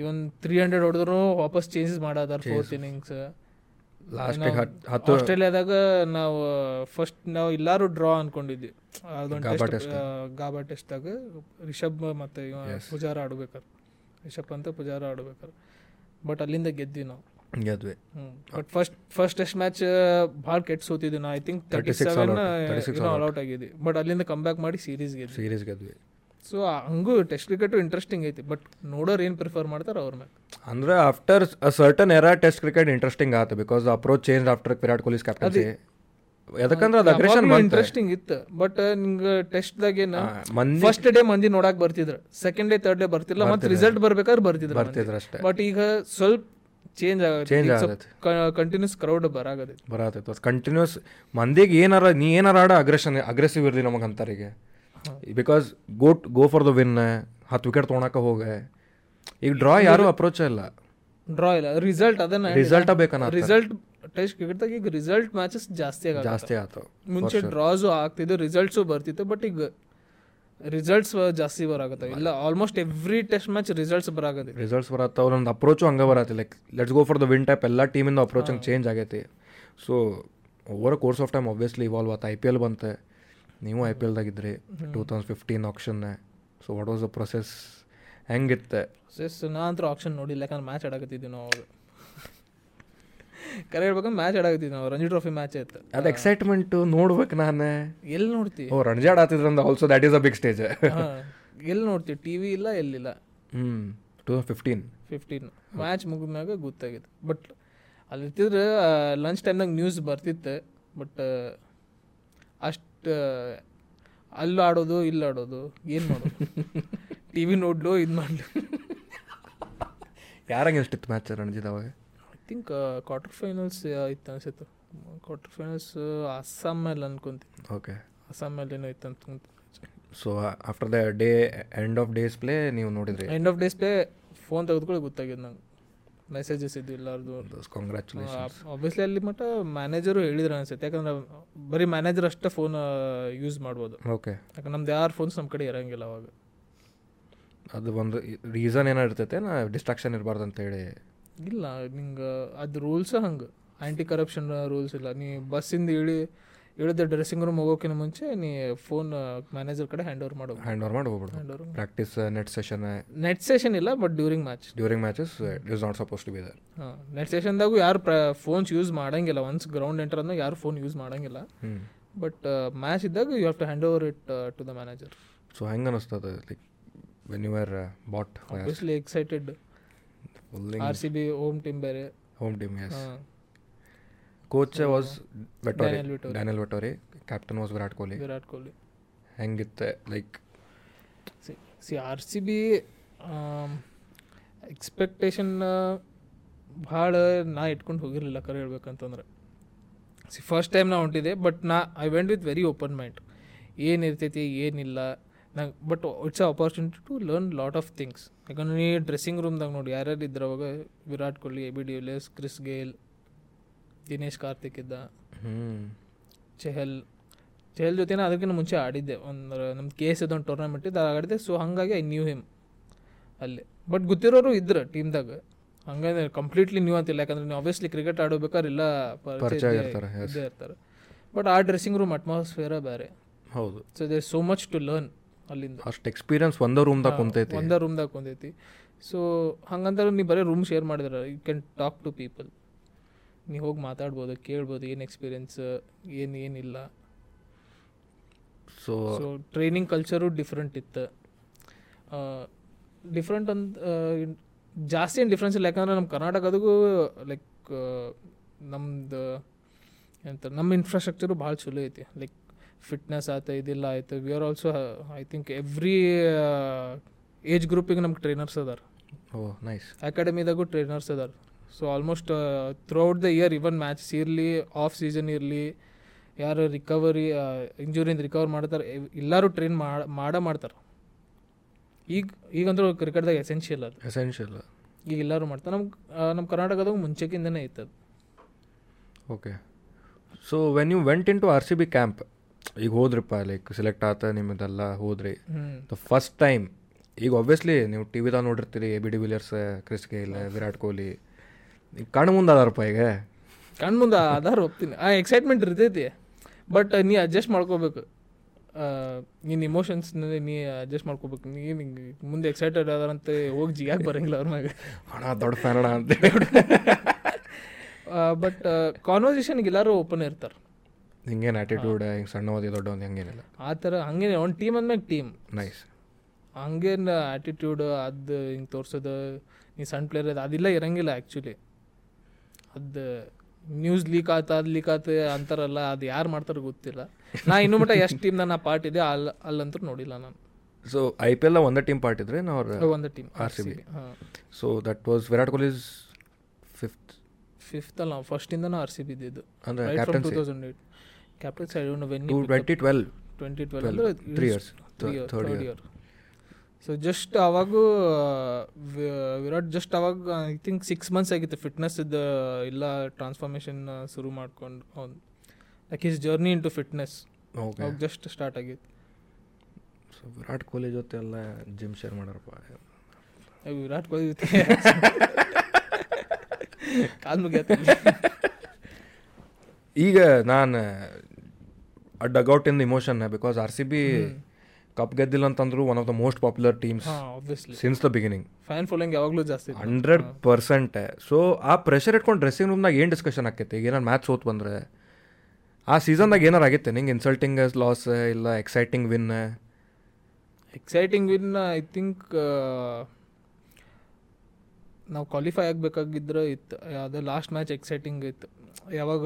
S3: ಇವನ್ ತ್ರೀ ಹಂಡ್ರೆಡ್ ಹೊಡೆದ್ರು ವಾಪಸ್ ಚೇಂಜಸ್ ಮಾಡಾದಾರ ಫೋರ್ತ್ ಇನ್ನಿಂಗ್ಸ್
S1: ಲಾಸ್ಟಿಗೆ ಹತ್ತು ಹತ್ತು
S3: ಆಸ್ಟ್ರೇಲಿಯಾದಾಗ ನಾವು ಫಸ್ಟ್ ನಾವು ಎಲ್ಲರೂ ಡ್ರಾ ಅನ್ಕೊಂಡಿದ್ವಿ ಅದೊಂದು
S1: ಗಾಬಾ
S3: ಟೆಸ್ಟ್ ಗಾಬಾ ಟೆಸ್ಟ್ದಾಗ ರಿಷಬ್ ಮತ್ತೆ ಇವ ಪುಜಾರ ಆಡ್ಬೇಕಾರೆ ರಿಷಬ್ ಅಂತ ಪುಜಾರ ಆಡ್ಬೇಕಾರೆ ಬಟ್ ಅಲ್ಲಿಂದ ಗೆದ್ವಿ ನಾವು
S1: ಗೆದ್ವಿ
S3: but first first test match ಭಾಳ ಕೆಟ್ಟ ಸೋತಿದ್ವಿ ನಾ I think thirty
S1: 36 all
S3: seven
S1: out, 36 all
S3: all out ಆಗಿದ್ವಿ ಬಟ್ ಅಲ್ಲಿಂದ ಕಮ್ ಬ್ಯಾಕ್ ಮಾಡಿ ಸೀರೀಸ್ ಗೆದ್ವಿ
S1: ಸೀರೀಸ್ ಗೆದ್ವಿ
S3: ಸೊ ಹಂಗೂ ಟೆಸ್ಟ್ ಕ್ರಿಕೆಟು ಇಂಟ್ರೆಸ್ಟಿಂಗ್ ಐತಿ ಬಟ್ ನೋಡೋರು ಏನು ಪ್ರಿಫರ್ ಮಾಡ್ತಾರೆ ಅವ್ರ ಮ್ಯಾಕ್
S1: ಅಂದ್ರೆ after a certain era test cricket interesting ಆತ because approach change after Virat Kohli's captaincy ಯಾಕಂದ್ರೆ ಅದು ಅಗ್ರೆಷನ್
S3: ಇಂಟ್ರೆಸ್ಟಿಂಗ್ ಇತ್ತು ಬಟ್ ನಿಂಗೆ ಟೆಸ್ಟ್ದಾಗ ಏನು
S1: ಮಂದಿ
S3: ಫಸ್ಟ್ ಡೇ ಮಂದಿ ನೋಡಕ್ ಬರ್ತಿದ್ರು ಸೆಕೆಂಡ್ ಡೇ ತರ್ಡ್ ಡೇ ಬರ್ತಿಲ್ಲ ಮತ್ತೆ ರಿಸಲ್ಟ್ ಬರ್ಬೇಕಾದ್ರೆ ಬರ್ತಿದ್ರು
S1: ಬರ್ತಿದ್ರು ಅಷ್ಟೇ
S3: ಬಟ್ ಈಗ ಸ್ವಲ್ಪ ಚೇಂಜ್
S1: Change
S3: ಆಗತ್ತೆ ಕಂಟಿನ್ಯೂಸ್ ಕ್ರೌಡ್ ಬರಾಗತ್ತೆ
S1: ಬರತೈತೆ ಅದು ಕಂಟಿನ್ಯೂಸ್ ಮಂದಿಗೆ ಏನಾರ ನೀ ಏನಾರ ಆಡ ಅಗ್ರೆಷನ್ ಅಗ್ರೆಸಿವ್ ಇರಲಿ ನಮಗೆ ಅಂತಾರಿಗೆ because go go for the win ಹತ್ತು ವಿಕೆಟ್ ತೊಗೊಳಕ್ಕೆ ಹೋಗ ಈಗ ಡ್ರಾ ಯಾರೂ ಅಪ್ರೋಚ್ ಇಲ್ಲ
S3: ಡ್ರಾ ಇಲ್ಲ ರಿಸಲ್ಟ್ ಅದನ್ನ
S1: ರಿಸಲ್ಟ ಬೇಕನ್ನ
S3: ರಿಸಲ್ಟ್ ಟೆಸ್ಟ್ ಕ್ರಿಕೆಟ್ದಾಗ ಈಗ ರಿಸಲ್ಟ್ ಮ್ಯಾಚಸ್ ಜಾಸ್ತಿ ಆಗ
S1: ಜಾಸ್ತಿ ಆಯ್ತು
S3: ಮುಂಚೆ ಡ್ರಾಸು ಆಗ್ತಿದ್ದು ರಿಸಲ್ಟ್ಸು ಬರ್ತಿತ್ತು ಬಟ್ ಈಗ ರಿಸಲ್ಟ್ಸ್ ಜಾಸ್ತಿ ಬರಾಗತ್ತೆ ಇಲ್ಲ almost every test match results ಬರಾಗತ್ತೆ
S1: ರಿಸಲ್ಟ್ಸ್ ಬರತ್ತಾವ ಒಂದು ಅಪ್ರೋಚು ಹಂಗೆ ಬರತ್ತೆ like let's go for the win type ಎಲ್ಲ ಟೀಮಿಂದ ಅಪ್ರೋಚ್ ಹಂಗೆ ಚೇಂಜ್ ಆಗೈತಿ so over course of time obviously evolve ಆಯ್ತು ಐ ಪಿ ಎಲ್ ಬಂತೆ ನೀವು ಐ ಪಿ ಎಲ್ದಾಗಿದ್ರಿ two thousand fifteen option so what was the process ಹೆಂಗಿತ್ತೆ
S3: ಸೆಸ್ ನಾ ಅಂತೂ ಆಪ್ಷನ್ ನೋಡಿಲ್ಲ ಯಾಕಂದ್ರೆ ಮ್ಯಾಚ್ ಆಡಕತ್ತಿದ್ವಿ ನಾವು ಅವಾಗ ಕರೆ ಹೇಳ್ಬೇಕಂದ್ರೆ ಮ್ಯಾಚ್ ಆಡಕತ್ತಿದ್ವಿ ನಾವು ರಂಜಿ ಟ್ರೋಫಿ ಮ್ಯಾಚ್ ಇತ್ತು
S1: ಅದು ಎಕ್ಸೈಟ್ಮೆಂಟು ನೋಡ್ಬೇಕು ನಾನೇ
S3: ಎಲ್ಲಿ ನೋಡ್ತಿ
S1: ಓ ರಣಜಾಡ್ ಆತಿದ್ರಂದ also that is a big stage
S3: ಎಲ್ಲಿ ನೋಡ್ತಿ ಟಿ ವಿ ಇಲ್ಲ ಎಲ್ಲಿಲ್ಲ
S1: ಹ್ಞೂ two thousand fifteen
S3: fifteen match ಮುಗಿದ್ಮ್ಯಾಗ ಗೊತ್ತಾಗಿತ್ತು ಬಟ್ ಅಲ್ಲಿ ಇರ್ತಿದ್ರೆ ಲಂಚ್ ಟೈಮ್ನಾಗ ನ್ಯೂಸ್ ಬರ್ತಿತ್ತು ಬಟ್ ಅಷ್ಟು ಅಲ್ಲಿ ಆಡೋದು ಇಲ್ಲಿ ಆಡೋದು ಏನು ಮಾಡೋದು ಟಿ ವಿ ನೋಡ್ಲು ಇದು ಮಾಡ್ಲು
S1: ಯಾರಂಗೆ ಎಷ್ಟಿತ್ತು ಮ್ಯಾಚ್ ರಣಜಿತ್ ಅವಾಗ
S3: ಐ ಥಿಂಕ್ ಕ್ವಾರ್ಟರ್ ಫೈನಲ್ಸ್ ಇತ್ತು ಅನಿಸಿತ್ತು ಕ್ವಾರ್ಟರ್ ಫೈನಲ್ಸ್ ಅಸ್ಸಾಂ ಮೇಲೆ ಅನ್ಕೊಂತೀನಿ
S1: ಓಕೆ
S3: ಅಸ್ಸಾಂ ಮೇಲೆ ಏನೋ ಇತ್ತು ಅಂತ
S1: so after the day end of days play ನೀವು ನೋಡಿದ್ರಿ
S3: end of days play phone ತೆಗೆದುಕೊಳ್ಳಿ ಗೊತ್ತಾಗಿದೆ ನಂಗೆ ಮೆಸೇಜಸ್ ಇದ್ದು ಎಲ್ಲರದು
S1: ಕಾಂಗ್ರ್ಯಾಚುಲೇಷನ್
S3: ಆಬ್ವಿಯಸ್ಲಿ ಅಲ್ಲಿ ಮಟ್ಟ ಮ್ಯಾನೇಜರು ಹೇಳಿದ್ರು ಅನ್ಸುತ್ತೆ ಯಾಕಂದ್ರೆ ಬರೀ ಮ್ಯಾನೇಜರ್ ಅಷ್ಟೇ ಫೋನ್ ಯೂಸ್ ಮಾಡ್ಬೋದು
S1: ಓಕೆ
S3: ಯಾಕಂದ್ರೆ ನಮ್ದು ಯಾರು ಫೋನ್ಸ್ ನಮ್ಮ ಕಡೆ ಇರಂಗಿಲ್ಲ ಅವಾಗ
S1: ಅದು ಒಂದು ರೀಸನ್ ಏನೋ ಇರ್ತೈತೆ ನಾ ಡಿಸ್ಟ್ರಾಕ್ಷನ್ ಇರಬಾರ್ದು ಅಂತೇಳಿ
S3: ಇಲ್ಲ ನಿಂಗೆ ಅದು ರೂಲ್ಸ್ ಹಂಗೆ ಆ್ಯಂಟಿ ಕರಪ್ಷನ್ ರೂಲ್ಸ್ ಇಲ್ಲ ನೀ ಬಸ್ಸಿಂದ ಇಳಿ ಇಳಿದ ಡ್ರೆಸ್ಸಿಂಗ್ ರೂಮ್ ಹೋಗೋಕ್ಕಿಂತ ಮುಂಚೆ ನೀ ಫೋನ್ ಮ್ಯಾನೇಜರ್ ಕಡೆ ಹ್ಯಾಂಡ್ ಓವರ್ ಮಾಡೋದು
S1: ಹ್ಯಾಂಡ್ ಓವರ್ ಮಾಡಿ uh, ಹೋಗ್ಬಿಡು
S3: hand over
S1: practice net session
S3: net session ಇಲ್ಲ but during match
S1: during matches it is not suppose to be there
S3: ಹಾಂ ನೆಟ್ ಸೆಷನ್ದಾಗೂ ಯಾರು ಪ್ರ ಫೋನ್ಸ್ ಯೂಸ್ ಮಾಡಂಗಿಲ್ಲ ಒನ್ಸ್ ಗ್ರೌಂಡ್ ಎಂಟರ್ ಅಂದ್ರೆ ಯಾರು ಫೋನ್ ಯೂಸ್ ಮಾಡಂಗಿಲ್ಲ
S1: ಹ್ಞೂ
S3: ಬಟ್ ಮ್ಯಾಚ್ ಇದ್ದಾಗ you have to hand over it to the manager
S1: so ಹೆಂಗೆ ಅನ್ನಿಸ್ತದೆ like when you are but
S3: obviously excited R C B home team ಬೇರೆ
S1: home team yes
S3: ಹಾಂ
S1: coach was Vettori
S3: Daniel Vettori.
S1: Daniel Vettori captain was Virat Kohli
S3: Virat Kohli
S1: ಹೆಂಗಿತ್ತೆ like
S3: see see R C B um, expectation uh, ಭಾಳ ನಾ ಇಟ್ಕೊಂಡು ಹೋಗಿರಲಿಲ್ಲ ಕರೆ ಹೇಳ್ಬೇಕಂತಂದ್ರೆ see first time ನಾ ಹೊಂಟಿದೆ ಬಟ್ ನಾ I went with very open mind ಏನಿರ್ತೈತಿ ಏನಿಲ್ಲ ನಂಗೆ but it's a opportunity to learn lot of things ಯಾಕಂದ್ರೆ ನೀ ಡ್ರೆಸ್ಸಿಂಗ್ ರೂಮ್ದಾಗ ನೋಡಿ ಯಾರ್ಯಾರು ಇದ್ರು ಅವಾಗ Virat Kohli A B de Villiers Chris Gayle Dinesh Karthik ಇದ್ದ
S1: ಹ್ಞೂ
S3: ಚೆಹಲ್ ಚೆಹಲ್ ಜೊತೆನ ಅದಕ್ಕಿಂತ ಮುಂಚೆ ಆಡಿದ್ದೆ ಒಂದು ನಮ್ಮ ಕೆ ಎಸ್ ಒಂದು ಟೂರ್ನಮೆಂಟ್ ಇದ್ದು ಆಡಿದ್ದೆ ಸೊ ಹಾಗಾಗಿ ಐ ನ್ಯೂ ಹಿಮ್ ಅಲ್ಲಿ ಬಟ್ ಗೊತ್ತಿರೋರು ಇದ್ರು ಟೀಮ್ದಾಗ ಹಂಗಂದ್ರೆ ಕಂಪ್ಲೀಟ್ಲಿ ನ್ಯೂ ಅಂತಿಲ್ಲ ಯಾಕಂದ್ರೆ ನೀವು ಆಬ್ವಿಯಸ್ಲಿ ಕ್ರಿಕೆಟ್ ಆಡಬೇಕಾದ್ರೆ ಎಲ್ಲ
S1: ಪರಿಚಯ
S3: ಪರಿಚಯ ಇದ್ದೇ-
S1: ಇರ್ತಾರೆ, yes.
S3: ಇದ್ದೇ ಇರ್ತಾರೆ ಬಟ್ ಆ ಡ್ರೆಸ್ಸಿಂಗ್ ರೂಮ್ ಅಟ್ಮಾಸ್ಫಿಯರ ಬೇರೆ
S1: ಹೌದು
S3: so there so much to learn ಅಲ್ಲಿಂದ
S1: ಅಷ್ಟು ಎಕ್ಸ್ಪೀರಿಯನ್ಸ್ ಒಂದೇ ರೂಮ್ದಾಗ ಕುಂತೈತಿ
S3: ಒಂದ ರೂಮ್ದಾಗ ಕುಂದೈತಿ ಸೊ ಹಂಗಂದ್ರೆ ನೀವು ಬರೀ ರೂಮ್ ಶೇರ್ ಮಾಡಿದ್ರೆ you can talk to people ನೀವು ಹೋಗಿ ಮಾತಾಡ್ಬೋದು ಕೇಳ್ಬೋದು ಏನು ಎಕ್ಸ್ಪೀರಿಯನ್ಸ್ ಏನು ಏನಿಲ್ಲ
S1: so
S3: so training culture different ಇತ್ತು ಡಿಫ್ರೆಂಟ್ ಅಂತ ಆ, ಇನ್- ಜಾಸ್ತಿ ಏನು ಡಿಫ್ರೆನ್ಸ್ ಇಲ್ಲ ಯಾಕಂದ್ರೆ ನಮ್ಮ ಕರ್ನಾಟಕದಾಗೂ ಲೈಕ್ ನಮ್ದು ಎಂತ ನಮ್ಮ ಇನ್ಫ್ರಾಸ್ಟ್ರಕ್ಚರು ಭಾಳ ಚಲೋ ಐತಿ ಲೈಕ್ ಫಿಟ್ನೆಸ್ ಆಯ್ತು ಇದಿಲ್ಲ ಆಯಿತು we are also I think every age ಗ್ರೂಪಿಗೆ ನಮ್ಗೆ ಟ್ರೈನರ್ಸ್ ಅದಾರ
S1: ಓ ನೈಸ್
S3: ಅಕಾಡೆಮಿದಾಗೂ ಟ್ರೈನರ್ಸ್ ಅದಾರ so almost throughout the year even matches ಇರಲಿ ಆಫ್ ಸೀಸನ್ ಇರಲಿ ಯಾರು uh, ರಿಕವರಿ ಇಂಜುರಿಯಿಂದ ರಿಕವರ್ ಮಾಡ್ತಾರೆ ಎವ್- ಎಲ್ಲರೂ ಟ್ರೈನ್ ಮಾಡ ಮಾಡ್ತಾರೆ ಈಗ ಈಗಂದ್ರೂ ಕ್ರಿಕೆಟ್ದಾಗ ಎಸೆನ್ಷಿಯಲ್ ಅದು
S1: ಎಸೆನ್ಷಿಯಲ್
S3: ಈಗ ಎಲ್ಲರೂ ಮಾಡ್ತಾರೆ ನಮ್ಮ ನಮ್ಮ ಕರ್ನಾಟಕದಾಗ ಮುಂಚೆಕಿಂದನೇ ಇತ್ತು ಅದು
S1: okay so when you went in to R C B camp ಈಗ ಹೋದ್ರಿಪ್ಪ ಲೈಕ್ ಸೆಲೆಕ್ಟ್ ಆತ ನಿಮ್ಮದೆಲ್ಲ ಹೋದ್ರಿ
S3: ಹ್ಞೂ
S1: ದ ಫಸ್ಟ್ ಟೈಮ್ ಈಗ ಆಬ್ವಿಯಸ್ಲಿ ನೀವು ಟಿ ವಿದಾಗ ನೋಡಿರ್ತೀರಿ A B de Villiers Chris Gayle Virat Kohli ಈಗ ಕಣ್ಣು ಮುಂದೆ ಅದಾರಪ್ಪ ಈಗ
S3: ಕಣ್ಣು ಮುಂದೆ ಆಧಾರ ಹೋಗ್ತೀನಿ ಆ ಎಕ್ಸೈಟ್ಮೆಂಟ್ ಇರ್ತೈತಿ ಬಟ್ ನೀ ಅಡ್ಜಸ್ಟ್ ಮಾಡ್ಕೋಬೇಕು ನಿನ್ನ ಇಮೋಷನ್ಸ್ ನೀ ಅಡ್ಜಸ್ಟ್ ಮಾಡ್ಕೋಬೇಕು ನೀ ನಿಂಗ್ ಮುಂದೆ ಎಕ್ಸೈಟೆಡ್ ಅದಾರಂತ ಹೋಗಿ ಜಿಗಾಕ್ ಬರಂಗಿಲ್ಲ ಅವ್ರ ಮ್ಯಾಗ
S1: ಅಣ್ಣ ದೊಡ್ಡ ಫ್ಯಾನ್ ಅಣ್ಣ ಅಂತ
S3: ಬಟ್ ಕಾನ್ವರ್ಸೇಷನ್ಗೆ ಎಲ್ಲರೂ ಓಪನ್ ಇರ್ತಾರೆ
S1: ಹಿಂಗೇನು ಆ್ಯಟಿಟ್ಯೂಡ್ ಹಿಂಗೆ ಸಣ್ಣವದಿ ದೊಡ್ಡವದು ಹಂಗೇನಿಲ್ಲ
S3: ಆ ಥರ ಹಂಗೇನೆ ಒಂದು ಟೀಮ್ ಅಂದ್ಮ್ಯಾಗ ಟೀಮ್
S1: ನೈಸ್
S3: ಹಂಗೇನು ಆ್ಯಟಿಟ್ಯೂಡ್ ಅದು ಹಿಂಗೆ ತೋರ್ಸೋದು ನೀ ಸಣ್ಣ ಪ್ಲೇಯರ್ ಅದು ಅದೆಲ್ಲ ಇರಂಗಿಲ್ಲ ಆ್ಯಕ್ಚುಲಿ ಅದು ನ್ಯೂಸ್ ಲೀಕ್ ಆತ ಅದು ಲೀಕ್ ಆತ ಅಂತಾರಲ್ಲ ಅದು ಯಾರು ಮಾಡ್ತಾರೋ ಗೊತ್ತಿಲ್ಲ ನಾ ಇನ್ನೂ ಮಟ್ಟ ಎಷ್ಟು ಟೀಮ್ ನನ್ನ ಪಾರ್ಟ್ ಇದೆ ಅಲ್ಲಿ ಅಲ್ಲಂತೂ ನೋಡಿಲ್ಲ ನಾನು
S1: ಸೊ ಐ ಪಿ ಎಲ್ ಒಂದೇ ಟೀಮ್ ಪಾರ್ಟ್ ಇದ್ರೆ ನಾವು
S3: ಒಂದು ಟೀಮ್
S1: ಆರ್ ಸಿ ಬಿ
S3: ಹಾಂ
S1: so that was Virat Kohli's fifth
S3: fifth ಅಲ್ಲ ಫಸ್ಟಿಂದನೂ ಆರ್ ಸಿ ಬಿ ಇದ್ದಿದ್ದು
S1: ಅಂದ್ರೆ
S3: right from two
S1: captaincy
S3: thousand eight captain side when
S1: to twenty twelve
S3: twenty twelve
S1: twelve
S3: ಅಂದ್ರೆ
S1: three years
S3: third
S1: third year
S3: year so just ಅವಾಗೂ ವಿ- Virat just ಅವಾಗ I think six months ಆಗಿತ್ತು fitness ಇದ್ದ ಎಲ್ಲ transformation ಶುರು ಮಾಡ್ಕೊಂಡು ಅವ್ನು like his journey in to fitness
S1: okay
S3: ಅವಾಗ ಜಸ್ಟ್ ಸ್ಟಾರ್ಟ್ ಆಗಿತ್ತು
S1: ಸೊ ವಿರಾಟ್ ಕೊಹ್ಲಿ ಜೊತೆ ಎಲ್ಲ ಜಿಮ್ ಶೇರ್ ಮಾಡಾರಪ್ಪ
S3: ಏ, ವಿರಾಟ್ ಕೊಹ್ಲಿ ಜೊತೆ ಕಾಲ್ ಮುಗಿಯತ್ತ
S1: ಈಗ ನಾನು dugout in emotion because R C B cup ಗೆದ್ದಿಲ್ಲ ಅಂತಂದ್ರು one of the most popular teams
S3: ಹಾಂ obviously
S1: since the beginning
S3: fan following ಯಾವಾಗಲೂ ಜಾಸ್ತಿ ಇತ್ತು.
S1: ಹಂಡ್ರೆಡ್ ಪರ್ಸೆಂಟ್ ಸೊ ಆ ಪ್ರೆಷರ್ ಇಟ್ಕೊಂಡು ಡ್ರೆಸ್ಸಿಂಗ್ ರೂಮ್ನಾಗ ಏನು ಡಿಸ್ಕಷನ್ ಆಕೈತಿ ಈಗ ಏನಾರು ಮ್ಯಾಚ್ ಸೋತ್ ಬಂದ್ರೆ ಆ ಸೀಸನ್ದಾಗ ಏನಾರು ಆಗೈತೆ ನಿಂಗೆ ಇನ್ಸಲ್ಟಿಂಗ್ ಲಾಸ್ ಇಲ್ಲ exciting win
S3: exciting win I think uh, ನಾವು ಕ್ವಾಲಿಫೈ ಆಗಬೇಕಾಗಿದ್ರೆ ಇತ್ತು ಅದು ಲಾಸ್ಟ್ ಮ್ಯಾಚ್ ಎಕ್ಸೈಟಿಂಗ್ ಇತ್ತು ಯಾವಾಗ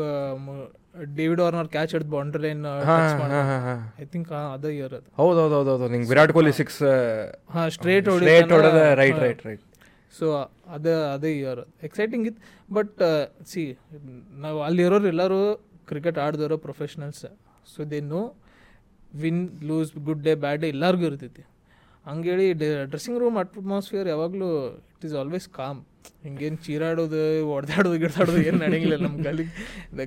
S3: ಡೇವಿಡ್ ವಾರ್ನರ್ ಕ್ಯಾಚ್ ಹಿಡಿದು ಬೌಂಡ್ರಿ ಲೈನ್ ಐ ಥಿಂಕ್ ಅದ ಇಯರ್ ಅದು
S1: ಹೌದು ಹೌದು ಹೌದು ಹೌದು ನಿಂಗೆ ವಿರಾಟ್ ಕೊಹ್ಲಿ ಸಿಕ್ಸ್
S3: ಹಾಂ ಸ್ಟ್ರೇಟ್
S1: ಸ್ಟ್ರೇಟ್ ಹೊಡೆದ ರೈಟ್ ರೈಟ್ ರೈಟ್
S3: ಸೊ ಅದ ಅದೇ ಇಯರ್ ಎಕ್ಸೈಟಿಂಗ್ ಇತ್ತು ಬಟ್ ಸಿ ನಾವು ಅಲ್ಲಿರೋರು ಎಲ್ಲರೂ ಕ್ರಿಕೆಟ್ ಆಡ್ದಿರೋ professionals so they know win lose good day bad day ಎಲ್ಲರಿಗೂ ಇರ್ತೈತಿ ಹಂಗೇಳಿ ಡ್ರೆಸ್ಸಿಂಗ್ ರೂಮ್ ಅಟ್ಮಾಸ್ಫಿಯರ್ ಯಾವಾಗಲೂ ಇಟ್ ಈಸ್ ಆಲ್ವೇಸ್ ಕಾಮ್ ಹಿಂಗೇನು ಚೀರಾಡೋದು ಹೊಡೆದಾಡೋದು ಗಿಡದಾಡೋದು ಏನು ನಡೆಯಂಗಿಲ್ಲ ನಮ್ಮ ಗಲ್ಲಿ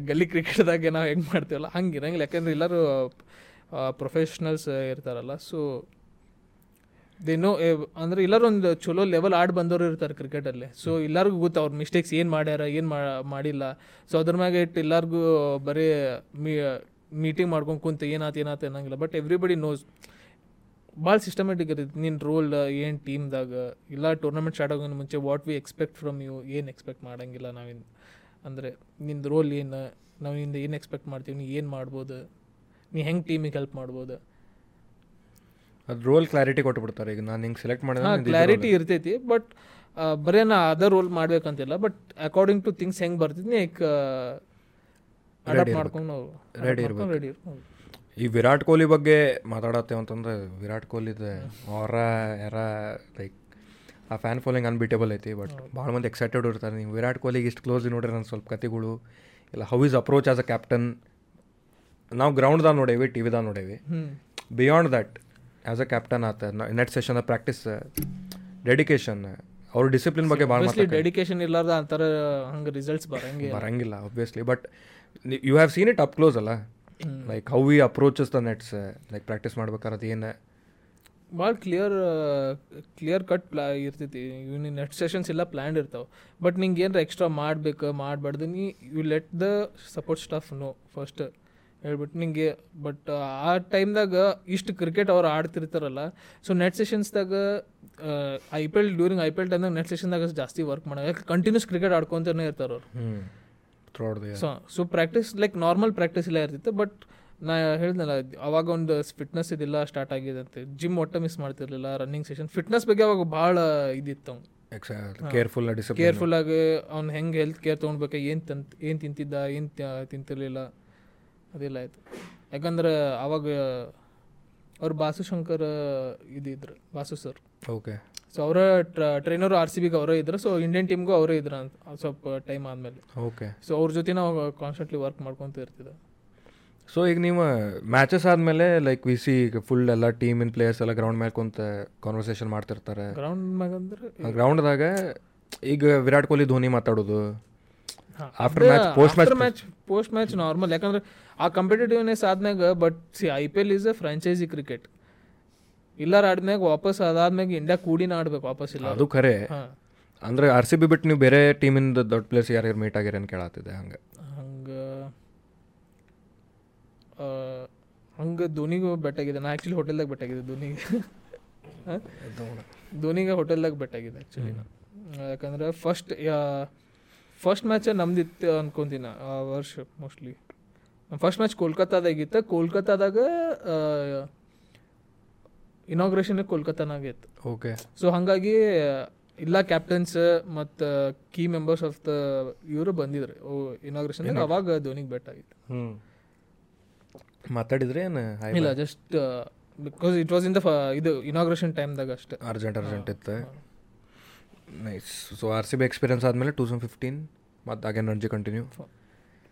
S3: ಗಲ್ಲಿ ಕ್ರಿಕೆಟ್ದಾಗ ನಾವು ಹೆಂಗೆ ಮಾಡ್ತೀವಲ್ಲ ಹಂಗೆ ಇರಂಗಿಲ್ಲ ಯಾಕಂದ್ರೆ ಎಲ್ಲರೂ ಪ್ರೊಫೆಷ್ನಲ್ಸ್ ಇರ್ತಾರಲ್ಲ ಸೊ ದೇನೋ eh, ಅಂದ್ರೆ ಎಲ್ಲರೂ ಒಂದು ಚಲೋ ಲೆವೆಲ್ ಆಡ್ ಬಂದವರು ಇರ್ತಾರೆ ಕ್ರಿಕೆಟಲ್ಲಿ ಸೊ ಎಲ್ಲರಿಗೂ ಗೊತ್ತು ಅವ್ರ ಮಿಸ್ಟೇಕ್ಸ್ ಏನು ಮಾಡ್ಯಾರ ಏನು ಮಾಡಿಲ್ಲ ಸೊ ಅದ್ರ ಮ್ಯಾಗ ಇಟ್ಟು ಎಲ್ಲರಿಗೂ ಬರೀ ಮೀ ಮೀಟಿಂಗ್ ಮಾಡ್ಕೊಂಡು ಕುಂತು ಏನಾತ ಏನಾತ ಅನ್ನಂಗಿಲ್ಲ ಬಟ್ ಎವ್ರಿಬಡಿ ನೋಸ್ ಭಾಳ ಸಿಸ್ಟಮೆಟಿಕ್ ಇರ್ತೈತಿ ನಿನ್ನ ರೋಲ್ ಏನು ಟೀಮ್ದಾಗ ಇಲ್ಲ ಟೂರ್ನಮೆಂಟ್ ಸ್ಟಾರ್ಟ್ ಆಗೋದು ಮುಂಚೆ what we expect from you ಏನು ಎಕ್ಸ್ಪೆಕ್ಟ್ ಮಾಡಂಗಿಲ್ಲ ನಾವಿನ್ ಅಂದರೆ ನಿನ್ನ ರೋಲ್ ಏನು ನಾವಿಂದ ಏನು ಎಕ್ಸ್ಪೆಕ್ಟ್ ಮಾಡ್ತೀವಿ ನೀ ಏನು ಮಾಡ್ಬೋದು ನೀ ಹೆಂಗೆ ಟೀಮಿಗೆ ಹೆಲ್ಪ್ ಮಾಡ್ಬೋದು
S1: ಅದು ರೋಲ್ ಕ್ಲಾರಿಟಿ ಕೊಟ್ಬಿಡ್ತಾರೆ ಈಗ ನಾನು ಹಿಂಗೆ ಸೆಲೆಕ್ಟ್ ಮಾಡಿದ್ರೆ
S3: ಹಾಂ ಕ್ಲಾರಿಟಿ ಇರ್ತೈತಿ ಬಟ್ ಬರೇ ನಾ ಅದ ರೋಲ್ ಮಾಡ್ಬೇಕಂತಿಲ್ಲ ಬಟ್ ಅಕಾರ್ಡಿಂಗ್ ಟು ಥಿಂಗ್ಸ್ ಹೆಂಗೆ ಬರ್ತಿದ್ನಿ ಲೈಕ್ ಅಡಾಪ್ಟ್ ಮಾಡ್ಕೊಂಡು
S1: Ready
S3: ರೆಡಿ
S1: ಈ ವಿರಾಟ್ ಕೊಹ್ಲಿ ಬಗ್ಗೆ ಮಾತಾಡತ್ತೇವೆ ಅಂತಂದ್ರೆ ವಿರಾಟ್ ಕೊಹ್ಲಿದ ಅವರ ಯಾರ ಲೈಕ್ ಆ ಫ್ಯಾನ್ ಫಾಲೋಯಿಂಗ್ ಅನ್ಬಿಟೇಬಲ್ ಐತಿ ಬಟ್ ಭಾಳ ಮಂದಿ ಎಕ್ಸೈಟೆಡ್ ಇರ್ತಾರೆ ನೀವು ವಿರಾಟ್ ಕೊಹ್ಲಿಗೆ ಇಷ್ಟು ಕ್ಲೋಸ್ ನೋಡ್ರಿ ನನ್ನ ಸ್ವಲ್ಪ ಕತೆಗಳು ಇಲ್ಲ how is approach as a captain ನಾವು ಗ್ರೌಂಡ್ದಾಗ ನೋಡೇವಿ ಟಿ ವಿದಾಗ ನೋಡೇವಿ
S3: ಹ್ಞೂ
S1: beyond that as a captain ಆತ ನೆಟ್ ಸೆಷನ್ ಪ್ರಾಕ್ಟೀಸ್ ಡೆಡಿಕೇಶನ್ ಅವ್ರ ಡಿಸಿಪ್ಲಿನ್ ಬಗ್ಗೆ ಭಾಳ
S3: ಆಬ್ವಿಯಸ್ಲಿ
S1: ಮಾತಾಡ್ತಾರೆ
S3: ಡೆಡಿಕೇಶನ್ ಇರ್ಲಾರ್ದ ಅಂತಾರ ಹಂಗೆ ರಿಸಲ್ಟ್ಸ್ ಬರಂಗೆ ಇಲ್ಲ.
S1: ಬರಂಗಿಲ್ಲ obviously but you have seen it up uh, close ಅಲ್ಲ like how we approaches the nets like practice ಮಾಡ್ಬೇಕಾದ್ರೆ ಏನು
S3: ಭಾಳ ಕ್ಲಿಯರ್ ಕ್ಲಿಯರ್ ಕಟ್ ಪ್ಲಾ ಇರ್ತೈತಿ ಇವ್ ನಿನ್ನ ನೆಟ್ ಸೆಷನ್ಸ್ ಎಲ್ಲ ಪ್ಲ್ಯಾಂಡ್ ಇರ್ತಾವೆ ಬಟ್ ನಿಂಗೆ ಏನಾರ ಎಕ್ಸ್ಟ್ರಾ ಮಾಡ್ಬೇಕು ಮಾಡಬಾರ್ದು ನೀ you let the support staff know first ಹೇಳ್ಬಿಟ್ಟು ನಿಂಗೆ ಬಟ್ ಆ ಟೈಮ್ದಾಗ ಇಷ್ಟು ಕ್ರಿಕೆಟ್ ಅವ್ರು ಆಡ್ತಿರ್ತಾರಲ್ಲ ಸೊ ನೆಟ್ ಸೆಷನ್ಸ್ದಾಗ I P L during I P L ಟೈಮ್ದಾಗ ನೆಟ್ ಸೆಷನ್ದಾಗ ಜಾಸ್ತಿ ವರ್ಕ್ ಮಾಡೋ ಯಾಕೆ ಕಂಟಿನ್ಯೂಸ್ ಕ್ರಿಕೆಟ್ ಆಡ್ಕೊತಾನೆ ಇರ್ತಾರೆ ಅವ್ರು
S1: ಹ್ಞೂ ಥ್ರೋಡ್
S3: so so practice like normal practice ಎಲ್ಲ ಇರ್ತಿತ್ತು ಬಟ್ ನಾ ಹೇಳ್ದಲ್ಲ ಅವಾಗ ಒಂದು ಫಿಟ್ನೆಸ್ ಇದೆಲ್ಲ ಸ್ಟಾರ್ಟ್ ಆಗಿದಂತೆ ಜಿಮ್ ಒಟ್ಟ ಮಿಸ್ ಮಾಡ್ತಿರ್ಲಿಲ್ಲ ರನ್ನಿಂಗ್ ಸೆಷನ್ ಫಿಟ್ನೆಸ್ ಬಗ್ಗೆ ಅವಾಗ ಭಾಳ ಇದಿತ್ತು ಅವ್ನು
S1: ಎಕ್ಸ ಕೇರ್ಫುಲ್ ಡಿಸಿಪ್ಲಿನ್
S3: ಕೇರ್ಫುಲ್ ಆಗಿ ಅವ್ನು ಹೆಂಗೆ ಹೆಲ್ತ್ ಕೇರ್ ತೊಗೊಳ್ಬೇಕು ಏನು ತನ್ ಏನು ತಿಂತಿದ್ದ ಏನು ತಿಂತಿರ್ಲಿಲ್ಲ ಅದೆಲ್ಲ ಆಯಿತು ಯಾಕಂದ್ರೆ ಅವಾಗ ಅವ್ರು ಬಾಸು ಶಂಕರ್ ಇದಿದ್ರು ಬಾಸು ಸರ್
S1: ಓಕೆ
S3: ಸೊ ಅವರ ಟ್ರೈನರು ಆರ್ ಸಿ ಬಿಗೆ ಅವರೇ ಇದ್ರು ಸೊ ಇಂಡಿಯನ್ ಟೀಮ್ಗೂ ಅವರೇ ಇದ್ರು ಅಂತ ಸ್ವಲ್ಪ ಟೈಮ್ ಆದಮೇಲೆ
S1: ಓಕೆ
S3: ಸೊ ಅವ್ರ ಜೊತೆ ನಾವು ಕಾನ್ಸ್ಟೆಂಟ್ಲಿ ವರ್ಕ್ ಮಾಡ್ಕೊತ ಇರ್ತಿದ್ದೆ
S1: ಸೊ ಈಗ ನೀವು uh, ಮ್ಯಾಚಸ್ ಆದಮೇಲೆ ಲೈಕ್ ವಿ ಸಿ ಈಗ ಫುಲ್ ಎಲ್ಲ ಟೀಮ್ ಇನ್ ಪ್ಲೇಯರ್ಸ್ ಎಲ್ಲ ಗ್ರೌಂಡ್ ಮೇಲೆ ಕುಂತ ಕಾನ್ವರ್ಸೇಷನ್ ಮಾಡ್ತಿರ್ತಾರೆ
S3: ಗ್ರೌಂಡ್ ಮ್ಯಾಗ ಅಂದ್ರೆ
S1: ಗ್ರೌಂಡ್ದಾಗ ಈಗ ವಿರಾಟ್ ಕೊಹ್ಲಿ ಧೋನಿ ಮಾತಾಡೋದು
S3: हाँ,
S1: after match post
S3: after
S1: match
S3: match post match normal ಯಾಕಂದ್ರೆ ಆ ಕಾಂಪಿಟೇಟಿವ್ನೆಸ್ ಆದ್ಮ್ಯಾಗ but see I P L is a franchise cricket ಇಲ್ಲಾರ ಆಡ್ಮ್ಯಾಗ ವಾಪಸ್ ಅದಾದ್ಮ್ಯಾಗ ಇಂಡಿಯಾ ಕೂಡಿನ ಆಡ್ಬೇಕು ವಾಪಸ್ ಇಲ್ಲ
S1: ಅದು ಖರೆ
S3: ಹಾ
S1: ಅಂದ್ರೆ ಆರ್ ಸಿ ಬಿ ಬಿಟ್ಟು ನೀವು ಬೇರೆ ಟೀಮಿಂದ ದೊಡ್ಡ ಪ್ಲೇಸ್ ಯಾರ್ಯಾರು ಮೀಟ್ ಆಗಿರಿ ಅಂತ ಕೇಳತ್ತಿದೆ ಹಂಗೆ
S3: ಹಂಗೆ ಹಂಗೆ ಧೋನಿಗೂ ಬೆಟ್ಟಾಗಿದೆ ನಾ ಆ್ಯಕ್ಚುಲಿ ಹೋಟೆಲ್ದಾಗ ಬೆಟ್ಟಾಗಿದೆ ಧೋನಿಗೆ ಹಾ? ಧೋನಿಗೆ ಹೋಟೆಲ್ದಾಗ ಬೆಟ್ಟಾಗಿದೆ ಆ್ಯಕ್ಚುಲಿ ಯಾಕಂದ್ರೆ ಫಸ್ಟ್ ಫಸ್ಟ್ ಮ್ಯಾಚ ನಮ್ದಿತ್ತು ಅನ್ಕೊಂತೀನಿ ನಾ, ಆ ವರ್ಷ ಮೋಸ್ಟ್ಲಿ ಫಸ್ಟ್ ಮ್ಯಾಚ್ ಕೋಲ್ಕತ್ತಾದಾಗಿತ್ತು ಕೋಲ್ಕತ್ತಾದಾಗ ಇನಾಗ್ರೇಷನ್ ಕೋಲ್ಕತ್ತಾನಾಗಿತ್ತು
S1: ಓಕೆ
S3: ಸೊ ಹಾಗಾಗಿ ಎಲ್ಲ ಕ್ಯಾಪ್ಟನ್ಸ್ ಮತ್ತು ಕೀ ಮೆಂಬರ್ಸ್ ಆಫ್ ದ ಇವರು ಬಂದಿದ್ರು ಇನಾಗ್ರೇಷನ್ ಅವಾಗ ಧೋನಿಗೆ ಬೆಟ್ ಆಗಿತ್ತು
S1: ಹ್ಞೂ ಮಾತಾಡಿದ್ರೆ ಏನು
S3: ಇಲ್ಲ just because it was in the ಇದು ಇನಾಗ್ರೇಷನ್ ಟೈಮ್ದಾಗ ಅಷ್ಟೇ
S1: ಅರ್ಜೆಂಟ್ ಅರ್ಜೆಂಟ್ ಇತ್ತು nice so R C B experience ಆದಮೇಲೆ ಟೂ ತೌಸಂಡ್ ಫಿಫ್ಟೀನ್ ಮತ್ತು again Ranji continue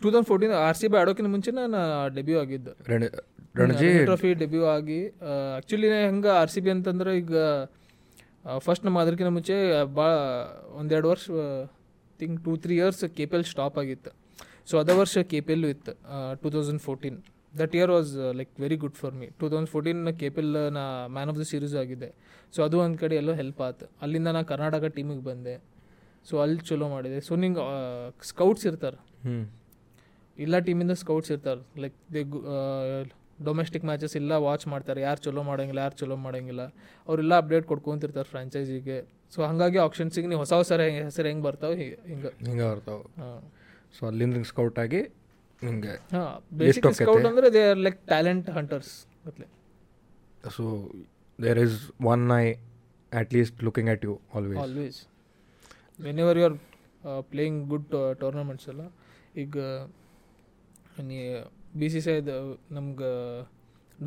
S3: two thousand fourteen R C B ಆಡೋಕ್ಕಿಂತ ಮುಂಚೆ ನಾನು ಡೆಬ್ಯೂ ಆಗಿದ್ದು
S1: ರಣಜಿ
S3: ಟ್ರೋಫಿ ಡೆಬ್ಯೂ ಆಗಿ ಆ್ಯಕ್ಚುಲಿ ಹೆಂಗೆ ಆರ್ ಸಿ ಬಿ ಅಂತಂದ್ರೆ ಈಗ ಫಸ್ಟ್ ನಮ್ಮ ಅದಕ್ಕಿಂತ ಮುಂಚೆ ಬಾ ಒಂದೆರಡು ವರ್ಷ think two three years K P L stop ಆಗಿತ್ತು ಸೊ ಅದೇ ವರ್ಷ ಕೆ ಪಿ ಎಲ್ ಇತ್ತು two thousand fourteen that year was like very good for me two thousand fourteen K P L ನಾ ಮ್ಯಾನ್ ಆಫ್ ದ ಸೀರೀಸ್ ಆಗಿದೆ so ಅದು ಒಂದು ಕಡೆ ಎಲ್ಲೋ help ಆಯ್ತು ಅಲ್ಲಿಂದ ನಾನು ಕರ್ನಾಟಕ ಟೀಮಿಗೆ ಬಂದೆ ಸೊ ಅಲ್ಲಿ ಚಲೋ ಮಾಡಿದೆ ಸೊ ನಿಂಗೆ ಸ್ಕೌಟ್ಸ್ ಇರ್ತಾರೆ
S1: ಹ್ಞೂ
S3: ಎಲ್ಲ ಟೀಮಿಂದ ಸ್ಕೌಟ್ಸ್ ಇರ್ತಾರೆ ಲೈಕ್ ದೇ ಡೊಮೆಸ್ಟಿಕ್ ಮ್ಯಾಚಸ್ ಎಲ್ಲ ವಾಚ್ ಮಾಡ್ತಾರೆ ಯಾರು ಚಲೋ ಮಾಡೋಂಗಿಲ್ಲ ಯಾರು ಚಲೋ ಮಾಡೋಂಗಿಲ್ಲ ಅವರೆಲ್ಲ ಅಪ್ಡೇಟ್ ಕೊಡ್ಕೊಂತಿರ್ತಾರೆ ಫ್ರಾಂಚೈಸಿಗೆ ಸೊ ಹಾಗಾಗಿ ಆಪ್ಷನ್ಸಿಗೆ ನೀವು ಹೊಸ ಹೊಸ ಹೆಂಗೆ ಹೆಸರು ಹೆಂಗೆ ಬರ್ತಾವೆ ಹಿಂಗೆ
S1: ಹಿಂಗೆ ಬರ್ತಾವೆ ಸೊ ಅಲ್ಲಿಂದ ಸ್ಕೌಟ್ ಆಗಿ ನಿಮಗೆ
S3: ಹಾಂ ಬೇಸಿಕ್
S1: ಆಕ್ಕೈತೆ?
S3: ಸ್ಕೌಟ್ ಅಂದರೆ they are like talent hunters ಗತ್ಲೆ
S1: so there is one I at least looking at you always
S3: always whenever you are playing good tournaments uh, ಎಲ್ಲ ಈಗ uh, ನೀ ಬಿ ಸಿ ಸಿ ಐದು ನಮ್ಗೆ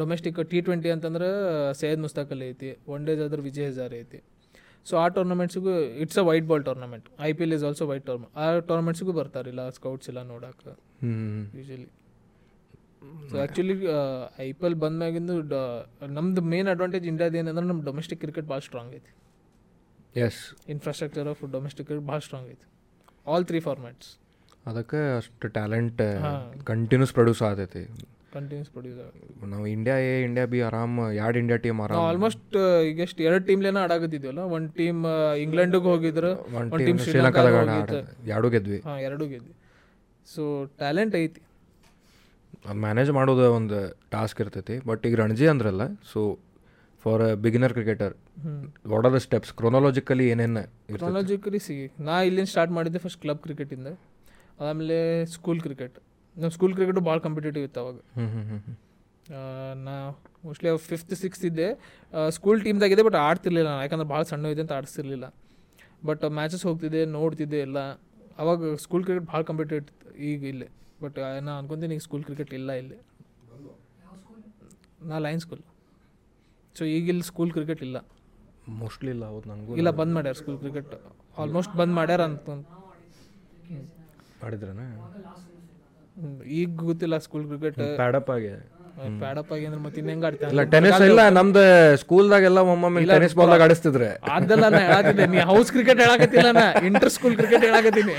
S3: domestic T twenty ಅಂತಂದ್ರೆ ಸೈಯದ್ ಮುಸ್ತಾಕ್ ಅಲಿ ಐತಿ one days ಆದ್ರೆ ವಿಜಯ್ ಹಜಾರೆ ಐತಿ ಸೊ ಆ ಟೂರ್ನಮೆಂಟ್ಸಿಗೂ it's a white ball tournament I P L is also white tournament ಆ ಟೂರ್ನಮೆಂಟ್ಸಿಗೂ ಬರ್ತಾರೆ ಇಲ್ಲ ಸ್ಕೌಟ್ಸ್ ಎಲ್ಲ ನೋಡಕ್ಕೆ
S1: ಹ್ಞೂ
S3: usually so actually I P L ಬಂದ್ಮ್ಯಾಗಿಂದು ನಮ್ದು ಮೇನ್ ಅಡ್ವಾಂಟೇಜ್ ಇಂಡಿಯಾದ ಏನಂದ್ರೆ ನಮ್ಮ ಡೊಮೆಸ್ಟಿಕ್ ಕ್ರಿಕೆಟ್ ಭಾಳ ಸ್ಟ್ರಾಂಗ್ ಐತಿ
S1: ಎಸ್
S3: ಇನ್ಫ್ರಾಸ್ಟ್ರಕ್ಚರ್ ಆಫ್ ಡೊಮೆಸ್ಟಿಕ್ ಭಾಳ ಸ್ಟ್ರಾಂಗ್ ಐತಿ ಆಲ್ ತ್ರೀ ಫಾರ್ಮ್ಯಾಟ್ಸ್
S1: ಅದಕ್ಕೆ ಅಷ್ಟು ಟ್ಯಾಲೆಂಟ್
S3: ಹಾ.
S1: ಕಂಟಿನ್ಯೂಸ್ ಪ್ರೊಡ್ಯೂಸ್ ಆಗತೈತಿ
S3: ಕಂಟಿನ್ಯೂಸ್ ಪ್ರೊಡ್ಯೂಸ್ ಆಗುತ್ತೆ
S1: ನಾವು ಇಂಡಿಯಾ ಎ ಇಂಡಿಯಾ ಬಿ ಆರಾಮ್ ಯಾರ್ಡ್ ಇಂಡಿಯಾ ಟೀಮ್
S3: ನಾವು
S1: ಆರಾಮ್
S3: ಆಲ್ಮೋಸ್ಟ್ ಈಗ ಎಷ್ಟು ಎರಡು ಟೀಮ್ಲೇನ ಆಡಾಗತ್ತಿದ್ವಲ್ಲ ಒಂದು ಟೀಮ್ ಇಂಗ್ಲೆಂಡಿಗೆ ಹೋಗಿದ್ರು
S1: ಒನ್
S3: ಒಂದು
S1: ಟೀಮ್
S3: ಟೀಮ್
S1: ಶ್ರೀಲಂಕಾದಾಗ
S3: ಶ್ರೀಲಂಕಾದಾಗ
S1: ಆಡ-
S3: ಹೋಗಿತ್ತು.
S1: ಆಡ- ಎರಡೂ ಗೆದ್ವಿ
S3: ಹಾಂ ಎರಡೂ ಗೆದ್ದಿ ಸೊ ಟ್ಯಾಲೆಂಟ್ ಐತಿ
S1: ಅದು ಮ್ಯಾನೇಜ್ ಮಾಡೋದು ಒಂದು ಟಾಸ್ಕ್ ಇರ್ತೈತಿ ಬಟ್ ಈಗ ರಣಜಿ ಅಂದ್ರಲ್ಲ so for a beginner cricketer what are the steps chronologically ಏನೇನು ಇರ್ತೈತಿ
S3: ಟೆಕ್ನಾಲಜಿಕಲಿ ಸಿಗಿ ನಾ ಇಲ್ಲಿಂದ ಸ್ಟಾರ್ಟ್ ಮಾಡಿದ್ದೆ ಫಸ್ಟ್ ಕ್ಲಬ್ ಕ್ರಿಕೆಟಿಂದ ಆಮೇಲೆ ಸ್ಕೂಲ್ ಕ್ರಿಕೆಟ್ ನಮ್ಮ ಸ್ಕೂಲ್ ಕ್ರಿಕೆಟು ಭಾಳ ಕಾಂಪಿಟೇಟಿವ್ ಇತ್ತು ಅವಾಗ
S1: ಹ್ಞೂ ಹ್ಞೂ ಹ್ಞೂ
S3: ಆ, ನಾ ಮೋಸ್ಟ್ಲಿ ಫಿಫ್ತ್ ಸಿಕ್ಸ್ತ್ ಇದ್ದೆ ಸ್ಕೂಲ್ ಟೀಮ್ದಾಗಿದೆ ಬಟ್ ಆಡ್ತಿರ್ಲಿಲ್ಲ ನಾನು ಯಾಕಂದ್ರೆ ಭಾಳ ಸಣ್ಣ ಇದೆ ಅಂತ ಆಡಿಸ್ತಿರ್ಲಿಲ್ಲ ಬಟ್ ಮ್ಯಾಚಸ್ ಹೋಗ್ತಿದ್ದೆ ನೋಡ್ತಿದ್ದೆ ಎಲ್ಲ ಅವಾಗ ಸ್ಕೂಲ್ ಕ್ರಿಕೆಟ್ ಭಾಳ ಕಾಂಪಿಟೇಟ್ ಈಗ ಇಲ್ಲೇ ಬಟ್ ನಾ ಅನ್ಕೊಂತೀನಿ ಈಗ ಸ್ಕೂಲ್ ಕ್ರಿಕೆಟ್ ಇಲ್ಲ ಇಲ್ಲೇ ನಾ ಲೈನ್ ಸ್ಕೂಲ್ ಸೊ ಈಗ ಇಲ್ಲಿ ಸ್ಕೂಲ್ ಕ್ರಿಕೆಟ್ ಇಲ್ಲ
S1: ಮೋಸ್ಟ್ಲಿ ಇಲ್ಲ ಹೌದು ನನಗೂ
S3: ಇಲ್ಲ ಬಂದ್ ಮಾಡ್ಯಾರ ಸ್ಕೂಲ್ ಕ್ರಿಕೆಟ್ ಆಲ್ಮೋಸ್ಟ್ ಬಂದ್ ಮಾಡ್ಯಾರ ಅಂತ
S1: ಮಾಡಿದ್ರನ
S3: ಹ್ಮ್. ಈಗ ಗೊತ್ತಿಲ್ಲ ಸ್ಕೂಲ್ ಕ್ರಿಕೆಟ್
S1: ಪ್ಯಾಡಪ್ ಆಗಿ
S3: ಪ್ಯಾಡಪ್ ಆಗಿ ಅಂದ್ರೆ ಮತ್ತೆ ಇನ್ನ್ ಹೆಂಗ್ ಆಡ್ತಾರೆ
S1: ಇಲ್ಲ ಟೆನಿಸ್ ಇಲ್ಲ ನಮ್ದು ಸ್ಕೂಲ್ದಾಗೆಲ್ಲ ಒಮ್ಮೊಮ್ಮೆ ಟೆನಿಸ್ ಬಾಲ್ದಾಗ ಆಡಿಸ್ತಿದ್ರೆ
S3: ಅದಲ್ಲ ನಾ ಹೇಳಾಕತ್ತೀನಿ ನೀ ಹೌಸ್ ಕ್ರಿಕೆಟ್ ಹೇಳಾಕತ್ತಿಲ್ಲ ನಾ ಇಂಟರ್ ಸ್ಕೂಲ್ ಕ್ರಿಕೆಟ್ ಹೇಳಾಕತ್ತೀನಿ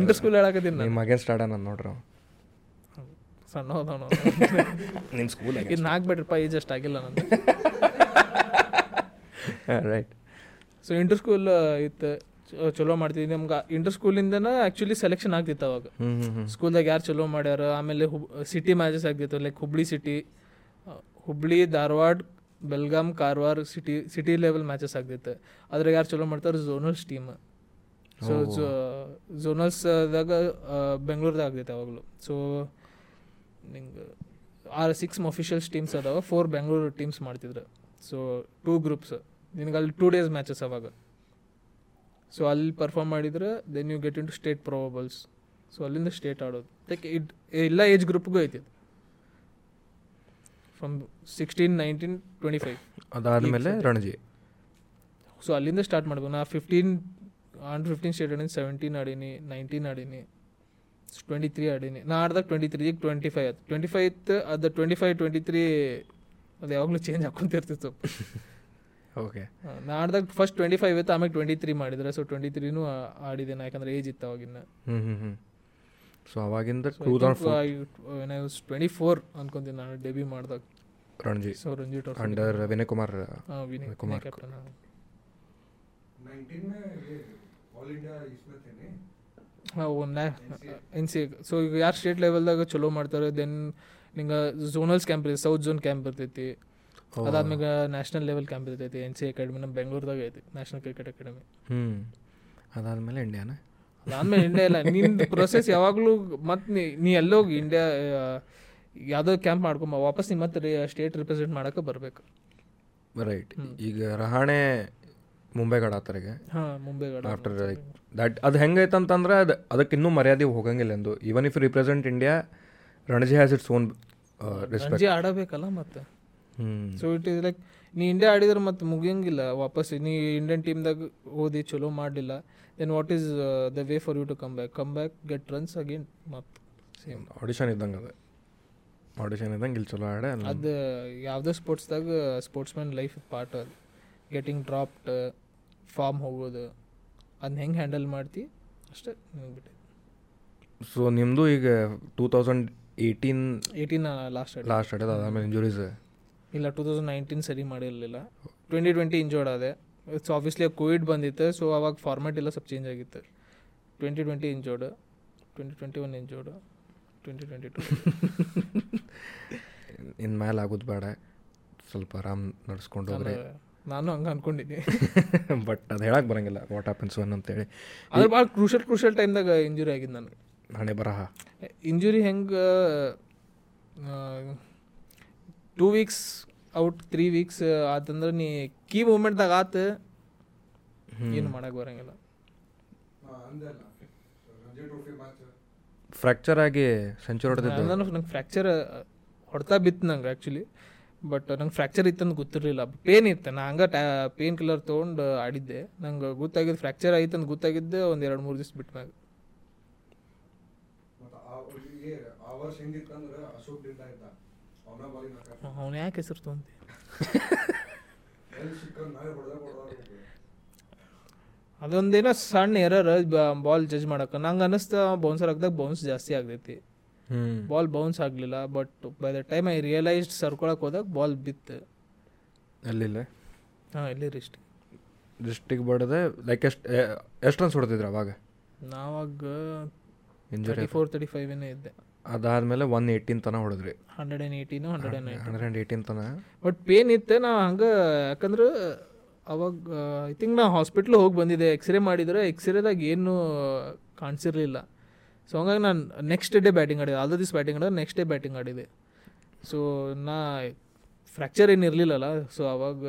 S3: ಇಂಟರ್ ಸ್ಕೂಲ್ ಹೇಳಾಕತ್ತೀನಿ ನಾನು
S1: ನಿಮ್ಮ ಅಗೇನ್ಸ್ಟ್ ಆಡ ನಾನು ನೋಡ್ರಿ
S3: ಸೊ ಸಣ್ಣ ಹೋದವ
S1: ನಿಮ್ಮ ಸ್ಕೂಲ್
S3: ಇದನ್ನ ಹಾಕ್ಬೇಡ್ರಪ್ಪ ಏಜ್ ಅಷ್ಟು ಆಗಿಲ್ಲ ನಂದು
S1: ರೈಟ್
S3: ಸೊ ಇಂಟರ್ ಸ್ಕೂಲ್ ಇತ್ತು uh, ಚ- ಚಲೋ ಮಾಡ್ತಿದ್ವಿ ನಮ್ಗೆ ಇಂಟರ್ ಸ್ಕೂಲಿಂದನ ಆ್ಯಕ್ಚುಲಿ ಸೆಲೆಕ್ಷನ್ ಆಗ್ತಿತ್ತು ಅವಾಗ
S1: ಹ್ಮ್ ಹ್ಮ್ ಹ್ಮ್
S3: ಸ್ಕೂಲ್ದಾಗ ಯಾರು ಚಲೋ ಮಾಡ್ಯಾರ ಆಮೇಲೆ ಹುಬ್ ಸಿಟಿ ಮ್ಯಾಚಸ್ ಆಗ್ತಿತ್ತು like Hubli city uh, Hubli Dharwad Belgaum Karwar city city level matches ಆಗ್ತಿತ್ತು ಅದ್ರಾಗ ಯಾರು ಚಲೋ ಮಾಡ್ತಾರೆ ಝೋನಲ್ಸ್ ಟೀಮ್ ಸೊ ಝೋನಲ್ಸ್ದಾಗ uh, ಬೆಂಗಳೂರ್ದಾಗ ಆಗ್ತೈತೆ ಅವಾಗಲೂ ಸೊ ನಿಂಗೆ ಆರ್ ಸಿಕ್ಸ್ ಅಫಿಷಿಯಲ್ಸ್ ಟೀಮ್ಸ್ ಅದಾವ ಫೋರ್ ಬೆಂಗಳೂರು ಟೀಮ್ಸ್ ಮಾಡ್ತಿದ್ರು ಸೊ ಟೂ ಗ್ರೂಪ್ಸ್ ನಿನಗೆ ಅಲ್ಲಿ ಟೂ ಡೇಸ್ ಮ್ಯಾಚಸ್ ಅವಾಗ ಸೊ ಅಲ್ಲಿ ಪರ್ಫಾರ್ಮ್ ಮಾಡಿದ್ರೆ then you get in to state probables so ಅಲ್ಲಿಂದ ಸ್ಟೇಟ್ ಆಡೋದು ಲೈಕ್ ಇಟ್ ಎಲ್ಲ ಏಜ್ ಗ್ರೂಪ್ಗೂ ಐತಿ ಅದು from sixteen nineteen twenty five
S1: ಅದಾದ್ಮೇಲೆ ರಣಜಿ
S3: ಸೊ ಅಲ್ಲಿಂದ ಸ್ಟಾರ್ಟ್ ಮಾಡ್ಬೇಕು ನಾ ಫಿಫ್ಟೀನ್ ಆನ್ ಫಿಫ್ಟೀನ್ ಸ್ಟೇಟ್ ಆಡೀನಿ ಸೆವೆಂಟೀನ್ ಆಡೀನಿ ನೈನ್ಟೀನ್ ಆಡೀನಿ ಟ್ವೆಂಟಿ ತ್ರೀ ಆಡೀನಿ ನಾ ಆಡ್ದಾಗ ಟ್ವೆಂಟಿ ತ್ರೀ ಈಗ ಟ್ವೆಂಟಿ ಫೈವ್ ಆಯ್ತು ಟ್ವೆಂಟಿ ಫೈವ್ ಇತ್ತು ಅದು ಟ್ವೆಂಟಿ ಫೈವ್ ಟ್ವೆಂಟಿ ತ್ರೀ ಅದು ಯಾವಾಗಲೂ ಚೇಂಜ್ ಹಾಕೊಂತಿರ್ತಿತ್ತು
S1: ಓಕೆ
S3: ಹಾ, ನಾ ಆಡ್ದಾಗ ಫಸ್ಟ್ ಟ್ವೆಂಟಿ ಫೈವ್ ಇತ್ತು ಆಮೇಲೆ ಟ್ವೆಂಟಿ ತ್ರೀ ಮಾಡಿದ್ರೆ ಸೊ ಟ್ವೆಂಟಿ ತ್ರೀನೂ ಆಡಿದೆ ನಾ ಯಾಕಂದ್ರೆ ಏಜ್ ಇತ್ತು ಅವಾಗಿನ್ನ
S1: ಹ್ಮ್ ಹ್ಮ್ ಹ್ಮ್ ಸೊ ಅವಾಗಿಂದ
S3: So, I
S1: two thousand
S3: think I- when I was 24 ಅನ್ಕೊಂತೀನಿ ನಾನು ಡೆಬ್ಯೂ ಮಾಡಿದಾಗ
S1: Ranji
S3: so Ranji trophy.
S1: Under Vinay Kumar
S3: ಹಾ, ವಿನಯ್- ವಿನಯ್
S1: ಕುಮಾರ್
S3: captain, ಹಾ. ಹಾ, ಒಂದ್ ಎನ್ ಸಿ ಸೊ ಈಗ ಯಾರು ಸ್ಟೇಟ್ ಲೆವೆಲ್ದಾಗ ಚಲೋ ಮಾಡ್ತಾರೆ ದೆನ್ ನಿಂಗೆ ಝೋನಲ್ಸ್ ಕ್ಯಾಂಪ್ ಇರ್ತೈತಿ ಸೌತ್ ಝೋನ್ ಕ್ಯಾಂಪ್ ಇರ್ತೈತಿ ಅದಾದ್ಮೇಲೆ ನ್ಯಾಷನಲ್ ಲೆವೆಲ್ ಕ್ಯಾಂಪ್ ಇರ್ತೈತಿ ಎನ್ ಸಿ ಅಕಾಡೆಮಿ ನಮ್ಮ ಬೆಂಗಳೂರ್ದಾಗ ಐತಿ ನ್ಯಾಷನಲ್ ಕ್ರಿಕೆಟ್ ಅಕಾಡೆಮಿ
S1: ಹ್ಮ್ ಅದಾದ್ಮೇಲೆ ಇಂಡಿಯಾನ
S3: ಅದಾದ್ಮೇಲೆ ಇಂಡಿಯಾ ಇಲ್ಲ ನಿಂದು ಪ್ರೊಸೆಸ್ ಯಾವಾಗಲೂ ಮತ್ತೆ ನೀ ನೀ ಎಲ್ಲೋಗಿ ಇಂಡಿಯಾ ಯಾವುದೋ ಕ್ಯಾಂಪ್ ಮಾಡ್ಕೊಂಬ ವಾಪಸ್ ನೀ ಮತ್ತೆ ಸ್ಟೇಟ್ ರಿಪ್ರೆಸೆಂಟ್ ಮಾಡಕ್ಕೆ ಬರಬೇಕು
S1: ರೈಟ್ ಈಗ ರಹಾಣೆ ಮುಂಬೈಗೆ ಆಡತ್ತಾರ ಈಗ
S3: ಹಾಂ ಮುಂಬೈಗಡ
S1: ಆಫ್ಟರ್ ದಟ್ ಅದು ಹೆಂಗೈತಂತಂದ್ರೆ ಅದು ಅದಕ್ಕೆ ಇನ್ನೂ ಮರ್ಯಾದೆ ಹೋಗಂಗಿಲ್ಲ ಎಂದು even if represent India Ranji has its own respect
S3: Ranji ಆಡಬೇಕಲ್ಲ ಮತ್ತೆ
S1: uh, hmm
S3: so it is like ನೀ ಇಂಡಿಯಾ ಆಡಿದ್ರೆ ಮತ್ತೆ ಮುಗಿಯಂಗಿಲ್ಲ ವಾಪಸ್ ನೀ ಇಂಡಿಯನ್ ಟೀಮ್ದಾಗ ಓದಿ ಚಲೋ ಮಾಡಲಿಲ್ಲ then what is the way for you to come back come back get runs again ಮತ್ತೆ ಸೇಮ್
S1: ಆಡಿಷನ್ ಇದ್ದಂಗೆ ಅದು ಆಡಿಷನ್ ಇದ್ದಂಗೆ ಇಲ್ಲಿ ಚಲೋ ಆಡ
S3: ಅದು ಯಾವುದೇ ಸ್ಪೋರ್ಟ್ಸ್ದಾಗ ಸ್ಪೋರ್ಟ್ಸ್ಮನ್ ಲೈಫ್ ಪಾರ್ಟ್ ಅದು ಗೆಟಿಂಗ್ ಡ್ರಾಪ್ಡ್ ಫಾರ್ಮ್ uh, ಹೋಗೋದು ಅದನ್ನ ಹೆಂಗೆ ಹ್ಯಾಂಡಲ್ ಮಾಡ್ತಿ ಅಷ್ಟೇ ನಿಮಗೆ ಬಿಟ್ಟೆ
S1: ಸೊ ನಿಮ್ಮದು ಈಗ two thousand eighteen
S3: eighteen last ಆಡಿ
S1: ಲಾಸ್ಟ್ ಆಡೋದು ಅದಾದ್ಮೇಲೆ ಇಂಜುರೀಸ್
S3: ಇಲ್ಲ ಟೂ ತೌಸಂಡ್ ನೈನ್ಟೀನ್ ಸರಿ ಮಾಡಿರಲಿಲ್ಲ ಟ್ವೆಂಟಿ ಟ್ವೆಂಟಿ ಇಂಜೋರ್ಡ್ ಆದೆ ಇಟ್ಸ್ ಆಬ್ವಿಯಸ್ಲಿ ಕೋವಿಡ್ ಬಂದಿತ್ತು ಸೊ ಅವಾಗ ಫಾರ್ಮ್ಯಾಟ್ ಎಲ್ಲ ಸ್ವಲ್ಪ ಚೇಂಜ್ ಆಗಿತ್ತು twenty twenty injured twenty twenty one injured twenty twenty two
S1: in ಮೇಲೆ ಆಗೋದು ಬೇಡ ಸ್ವಲ್ಪ ಆರಾಮ್ ನಡ್ಸ್ಕೊಂಡು ಹೋಗ್ರಿ
S3: ನಾನು ಹಂಗೆ ಅನ್ಕೊಂಡಿನಿ
S1: ಬಟ್ ಅದು ಹೇಳಕ್ಕೆ ಬರಂಗಿಲ್ಲ ವಾಟ್ ಹ್ಯಾಪನ್ಸ್ ಒನ್ ಅಂತೇಳಿ
S3: ಅದು ಭಾಳ ಕ್ರೂಷಲ್ ಕ್ರೂಷಲ್ ಟೈಮ್ದಾಗ ಇಂಜುರಿ ಆಗಿದ್ದು ನನಗೆ
S1: ಹಣೆ ಬರಹ
S3: ಇಂಜುರಿ ಹೆಂಗೆ two weeks out three weeks ಆತಂದ್ರೆ ನೀ ಕೀ ಮೂಮೆಂಟ್ದಾಗ ಆತ ಏನು ಮಾಡಕ್ಕೆ ಬರಂಗಿಲ್ಲ
S1: ಫ್ರ್ಯಾಕ್ಚರ್ ಆಗಿ ಸೆಂಚುರಿ ಹೊಡೆದಿದ್ದು
S3: ನಾನು ನಂಗೆ ಫ್ರ್ಯಾಕ್ಚರ್ ಹೊಡ್ತಾ ಬಿತ್ತು ನಂಗೆ ಆ್ಯಕ್ಚುಲಿ ಬಟ್ ನಂಗೆ ಫ್ರ್ಯಾಕ್ಚರ್ ಇತ್ತಂದು ಗೊತ್ತಿರಲಿಲ್ಲ ಪೇನ್ ಇತ್ತು ನಾ ಹಂಗೆ ಟ್ಯಾ ಪೇನ್ ಕಿಲ್ಲರ್ ತೊಗೊಂಡು ಆಡಿದ್ದೆ ನಂಗೆ ಗೊತ್ತಾಗಿದ್ದು ಫ್ರ್ಯಾಕ್ಚರ್ ಆಯ್ತು ಅಂತ ಗೊತ್ತಾಗಿದ್ದೆ ಒಂದು ಎರಡು ಮೂರು ದಿವಸ ಬಿಟ್ಟಾಗ ಅವ್ನು ಯಾಕೆ ಹೆಸರು ತೊಗೊಂತಿ ಅದೊಂದೇನೋ ಸಣ್ಣ ಎರರ್ ಬಾಲ್ ಜಜ್ ಮಾಡಕ್ಕೆ ನಂಗೆ ಅನ್ನಿಸ್ತು ಬೌನ್ಸರ್ ಹಾಕ್ದಾಗ ಬೌನ್ಸ್ ಜಾಸ್ತಿ ಆಗ್ತೈತಿ
S1: ಹ್ಮ್
S3: ಬಾಲ್ ಬೌನ್ಸ್ ಆಗಲಿಲ್ಲ but by the time I realised ಸರ್ಕೊಳಕ್ಕೆ ಹೋದಾಗ ಬಾಲ್ ಬಿತ್ತು
S1: ಅಲ್ಲಿಲ್ಲ
S3: ಹಾಂ ಇಲ್ಲಿ ರಿಸ್ಟ್
S1: ಡಿಸ್ಟ್ರಿಕ್ಟ್ ಬಡದೆ ಲೈಕ್ ಎಷ್ಟು ಎಷ್ಟು ರನ್ಸ್ ಹೊಡೆದಿದ್ರು ಅವಾಗ
S3: ನಾವಾಗ
S1: injury
S3: thirty four thirty five ಏನೋ ಇದ್ದೆ
S1: ಅದಾದ್ಮೇಲೆ ಒನ್ ಏಯ್ಟೀನ್ ತನ ಹೊಡೆದ್ರಿ
S3: hundred and eighteen hundred and nine
S1: hundred eighteen ತನ
S3: ಬಟ್ ಪೇನ್ ಇತ್ತು ನಾ ಹಂಗೆ ಯಾಕಂದ್ರೆ ಅವಾಗ ಐ ಥಿಂಕ್ ನಾ ಹಾಸ್ಪಿಟ್ಲ್ ಹೋಗಿ ಬಂದಿದ್ದೆ ಎಕ್ಸ್ರೇ ಮಾಡಿದ್ರೆ ಎಕ್ಸ್ರೇದಾಗ ಏನು ಕಾಣಿಸಿರ್ಲಿಲ್ಲ ಸೊ ಹಂಗಾಗಿ ನಾನು ನೆಕ್ಸ್ಟ್ ಡೇ ಬ್ಯಾಟಿಂಗ್ ಆಡಿದೆ ಅದ ದಿವಸ ಬ್ಯಾಟಿಂಗ್ ಆಡಿದ್ರೆ ನೆಕ್ಸ್ಟ್ ಡೇ ಬ್ಯಾಟಿಂಗ್ ಆಡಿದೆ ಸೊ ನಾ ಫ್ರ್ಯಾಕ್ಚರ್ ಏನು ಇರಲಿಲ್ಲಲ್ಲ ಸೊ ಅವಾಗ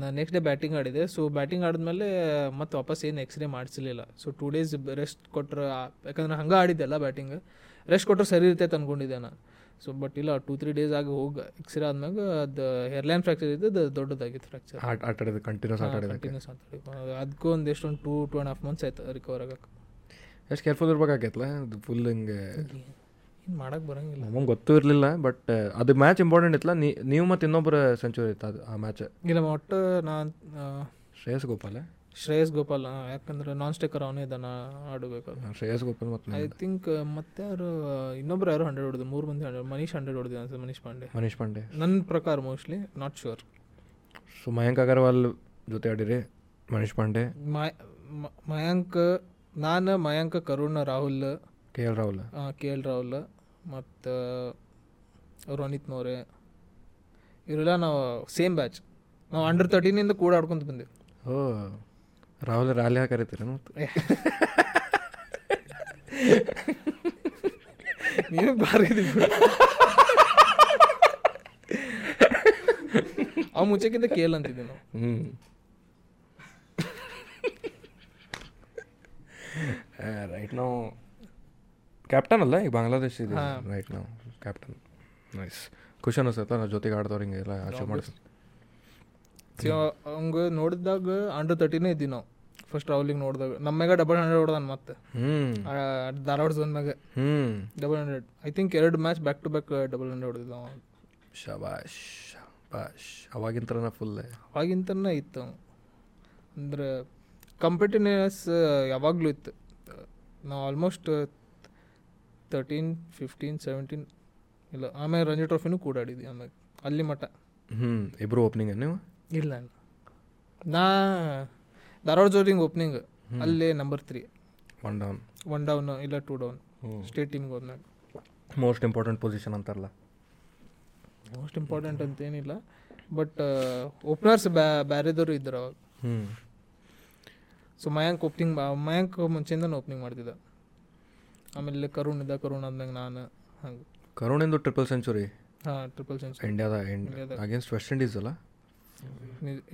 S3: ನಾ ನೆಕ್ಸ್ಟ್ ಡೇ ಬ್ಯಾಟಿಂಗ್ ಆಡಿದೆ ಸೊ ಬ್ಯಾಟಿಂಗ್ ಆಡಿದ್ಮೇಲೆ ಮತ್ತೆ ವಾಪಸ್ ಏನು ಎಕ್ಸ್ರೇ ಮಾಡಿಸಲಿಲ್ಲ ಸೊ ಟೂ ಡೇಸ್ ರೆಸ್ಟ್ ಕೊಟ್ಟರೆ ಯಾಕಂದ್ರೆ ಹಂಗೆ ಆಡಿದ್ದೆಲ್ಲ ಬ್ಯಾಟಿಂಗ್ ರೆಸ್ಟ್ ಕೊಟ್ಟರೆ ಸರಿ ಇರ್ತೈತೆ ಅಂದ್ಕೊಂಡಿದ್ದೆ ನಾನು ಸೊ ಬಟ್ ಇಲ್ಲ ಟೂ ತ್ರೀ ಡೇಸ್ ಆಗಿ ಹೋಗಿ ಎಕ್ಸ್ರೇ ಆದ್ಮ್ಯಾಗ ಅದು ಹೇರ್ಲೈನ್ ಫ್ರ್ಯಾಕ್ಚರ್ ಇದ್ದದ್ದು ದೊಡ್ಡದಾಗಿತ್ತು ಫ್ರ್ಯಾಕ್ಚರ್
S1: ಆಟ ಆಟಾಡಿದ್ದು ಕಂಟಿನ್ಯೂಸ್ ಆಟಾಡಿದ್ದಕ್ಕೆ
S3: ಕಂಟಿನ್ಯೂಸ್ ಅಂತ ಅದಕ್ಕೂ ಒಂದು ಎಷ್ಟೊಂದು two two and half months ಆಯ್ತು ರಿಕವರ್ ಆಗಕ್ಕೆ
S1: ಎಷ್ಟು ಕೇರ್ಫುಲ್ ಇರ್ಬೇಕಾಗೈತಲ್ಲ ಇದು ಫುಲ್ ಹಿಂಗೆ
S3: ಏನು ಮಾಡಕ್ಕೆ ಬರೋಂಗಿಲ್ಲ
S1: ನಮಗೆ ಗೊತ್ತೂ ಇರಲಿಲ್ಲ ಬಟ್ ಅದು ಮ್ಯಾಚ್ ಇಂಪಾರ್ಟೆಂಟ್ ಇತ್ತಲ್ಲ ನೀ- ನೀವು ಮತ್ತು ಇನ್ನೊಬ್ಬರ ಸೆಂಚುರಿ ಇತ್ತು ಅದು ಆ ಮ್ಯಾಚ್
S3: ಇಲ್ಲ ಒಟ್ಟು ನಾನು
S1: ಶ್ರೇಯಸ್ ಗೋಪಾಲ
S3: ಶ್ರೇಯಸ್ ಗೋಪಾಲ್ ಆ, ಯಾಕಂದ್ರೆ ನಾನ್ ಸ್ಟಿಕ್ಕರ್ ಅವನೇ ಇದ್ದಾನ ಆಡಬೇಕು
S1: ಶ್ರೇಯಸ್ ಗೋಪಾಲ್ ಮತ್ತು
S3: ಐ ಥಿಂಕ್ uh, ಮತ್ತೆ ಯಾರು uh, ಇನ್ನೊಬ್ರು ಯಾರು ಹಂಡ್ರೆಡ್ ಹೊಡೆದು ಮೂರು ಮಂದಿ ಹಂಡ್ರೆಡ್ ಮನೀಶ್ ಹಂಡ್ರೆಡ್ ಹೊಡೆದು ಅನ್ಸುತ್ತೆ ಮನೀಶ್ ಪಾಂಡೆ
S1: ಮನೀಶ್ ಪಾಂಡೆ
S3: ನನ್ನ ಪ್ರಕಾರ mostly not sure
S1: so Mayank Agarwal ಜೊತೆ ಆಡಿರಿ ಮನೀಶ್ ಪಾಂಡೆ
S3: ಮಯಾಂಕ್ ನಾನು Mayank Karun Rahul
S1: K L Rahul
S3: K L Rahul ಮತ್ತು ರೋನಿತ್ ನೋರೆ ಇವರೆಲ್ಲ ನಾವು ಸೇಮ್ ಬ್ಯಾಚ್ ನಾವು ಅಂಡರ್ ತರ್ಟೀನಿಂದ ಕೂಡ ಆಡ್ಕೊಂತ ಬಂದೆವು
S1: ಓ ರಾಹುಲ್ ರಾಲಿ ಹಾಕರಿತೀರೇನು ಮತ್ತು
S3: ನೀವೇ ಭಾರಿ ಇದೀರಿ ಬಿಡು. ಅವ್ ಮುಂಚೆಕ್ಕಿಂತ ಕೆ ಎಲ್ ಅಂತಿದ್ದೆ ನಾವು
S1: ಹ್ಞೂ ರೈಟ್ ನಾವು ಕ್ಯಾಪ್ಟನ್ ಅಲ್ಲ ಈಗ ಬಾಂಗ್ಲಾದೇಶ ಇದೆ ರೈಟ್ ನಾವು ಕ್ಯಾಪ್ಟನ್ ನೈಸ್ ಖುಷಿ ಅನ್ನಿಸ್ತೈತೆ ನಾವು ಜೊತೆಗೆ ಆಡ್ದವ್ರು ಹಿಂಗೆಲ್ಲ ಆಚೆ ಮಾಡಿಸ್
S3: ಸೊ ಅವಂಗ ನೋಡಿದಾಗ ಅಂಡರ್ ತರ್ಟಿನೇ ಇದ್ದೀವಿ ನಾವು ಫಸ್ಟ್ ರಾಹುಲಿಗೆ ನೋಡಿದಾಗ ನಮ್ಮ ಮ್ಯಾಗ ಡಬಲ್ ಹಂಡ್ರೆಡ್ ಹೊಡ್ದಾನ ಮತ್ತೆ
S1: ಹ್ಞೂ
S3: ಆ, ಧಾರವಾಡ ಝೋನ್ ಮ್ಯಾಗ
S1: ಹ್ಞೂ
S3: ಡಬಲ್ ಹಂಡ್ರೆಡ್ ಐ ಥಿಂಕ್ ಎರಡು match back to back double hundred ಹೊಡೆದಿದ್ದ ಅವ
S1: ಶಬಾಷ್ ಶಬಾಷ್ ಅವಾಗಿನ ಥರನ ಫುಲ್
S3: ಅವಾಗಿಂತನೇ ಇತ್ತು ಅವ ಅಂದ್ರೆ ಕಂಪಿಟಿವ್ನೆಸ್ ಯಾವಾಗಲೂ ಇತ್ತು ನಾವು ಆಲ್ಮೋಸ್ಟ್ ತರ್ಟೀನ್ ಫಿಫ್ಟೀನ್ ಸೆವೆಂಟೀನ್ ಇಲ್ಲ ಆಮೇಲೆ ರಂಜಿ ಟ್ರೋಫಿನೂ ಕೂಡ ಆಡಿದ್ವಿ ಆಮೇಲೆ ಅಲ್ಲಿ ಮಟ್ಟ
S1: ಹ್ಞೂ ಇಬ್ಬರು ಓಪನಿಂಗ್ ನೀವು
S3: ಇಲ್ಲ ಅಣ್ಣ. ನಾ ಧಾರವಾಡ ಜೋರಿಂಗ್ ಓಪನಿಂಗ್ ಅಲ್ಲೇ number three
S1: one down
S3: one down ಇಲ್ಲ ಟೂ ಡೌನ್ ಸ್ಟೇಟ್ ಟೀಮ್ಗೆ ಹೋದ್ಮ್ಯಾಗ
S1: ಮೋಸ್ಟ್ ಇಂಪಾರ್ಟೆಂಟ್ ಪೊಸಿಷನ್ ಅಂತಾರಲ್ಲ
S3: ಮೋಸ್ಟ್ ಇಂಪಾರ್ಟೆಂಟ್ ಅಂತ ಏನಿಲ್ಲ uh, ಬಟ್ ಓಪನರ್ಸ್ ಬ್ಯಾ ಬ್ಯಾರೆದವರು ಇದ್ರು ಅವಾಗ
S1: ಹ್ಞೂ
S3: ಸೊ ಮಯಾಂಕ್ ಓಪನಿಂಗ್ ಮಯಾಂಕ್ ಮುಂಚೆಯಿಂದನೂ ಓಪನಿಂಗ್ ಮಾಡ್ತಿದ್ದ ಆಮೇಲೆ ಕರುಣ್ ಇದ್ದ ಕರುಣ್ ಆದ್ಮ್ಯಾಗ ನಾನು ಹಂಗೆ
S1: ಕರುಣಿಂದು ಟ್ರಿಪಲ್ ಸೆಂಚುರಿ
S3: ಹಾಂ ಟ್ರಿಪಲ್ ಸೆಂಚುರಿ
S1: ಇಂಡಿಯಾದ ಇಂಡ್ ಅಗೇನ್ಸ್ಟ್ ವೆಸ್ಟ್ ಇಂಡೀಸ್ ಅಲ್ಲ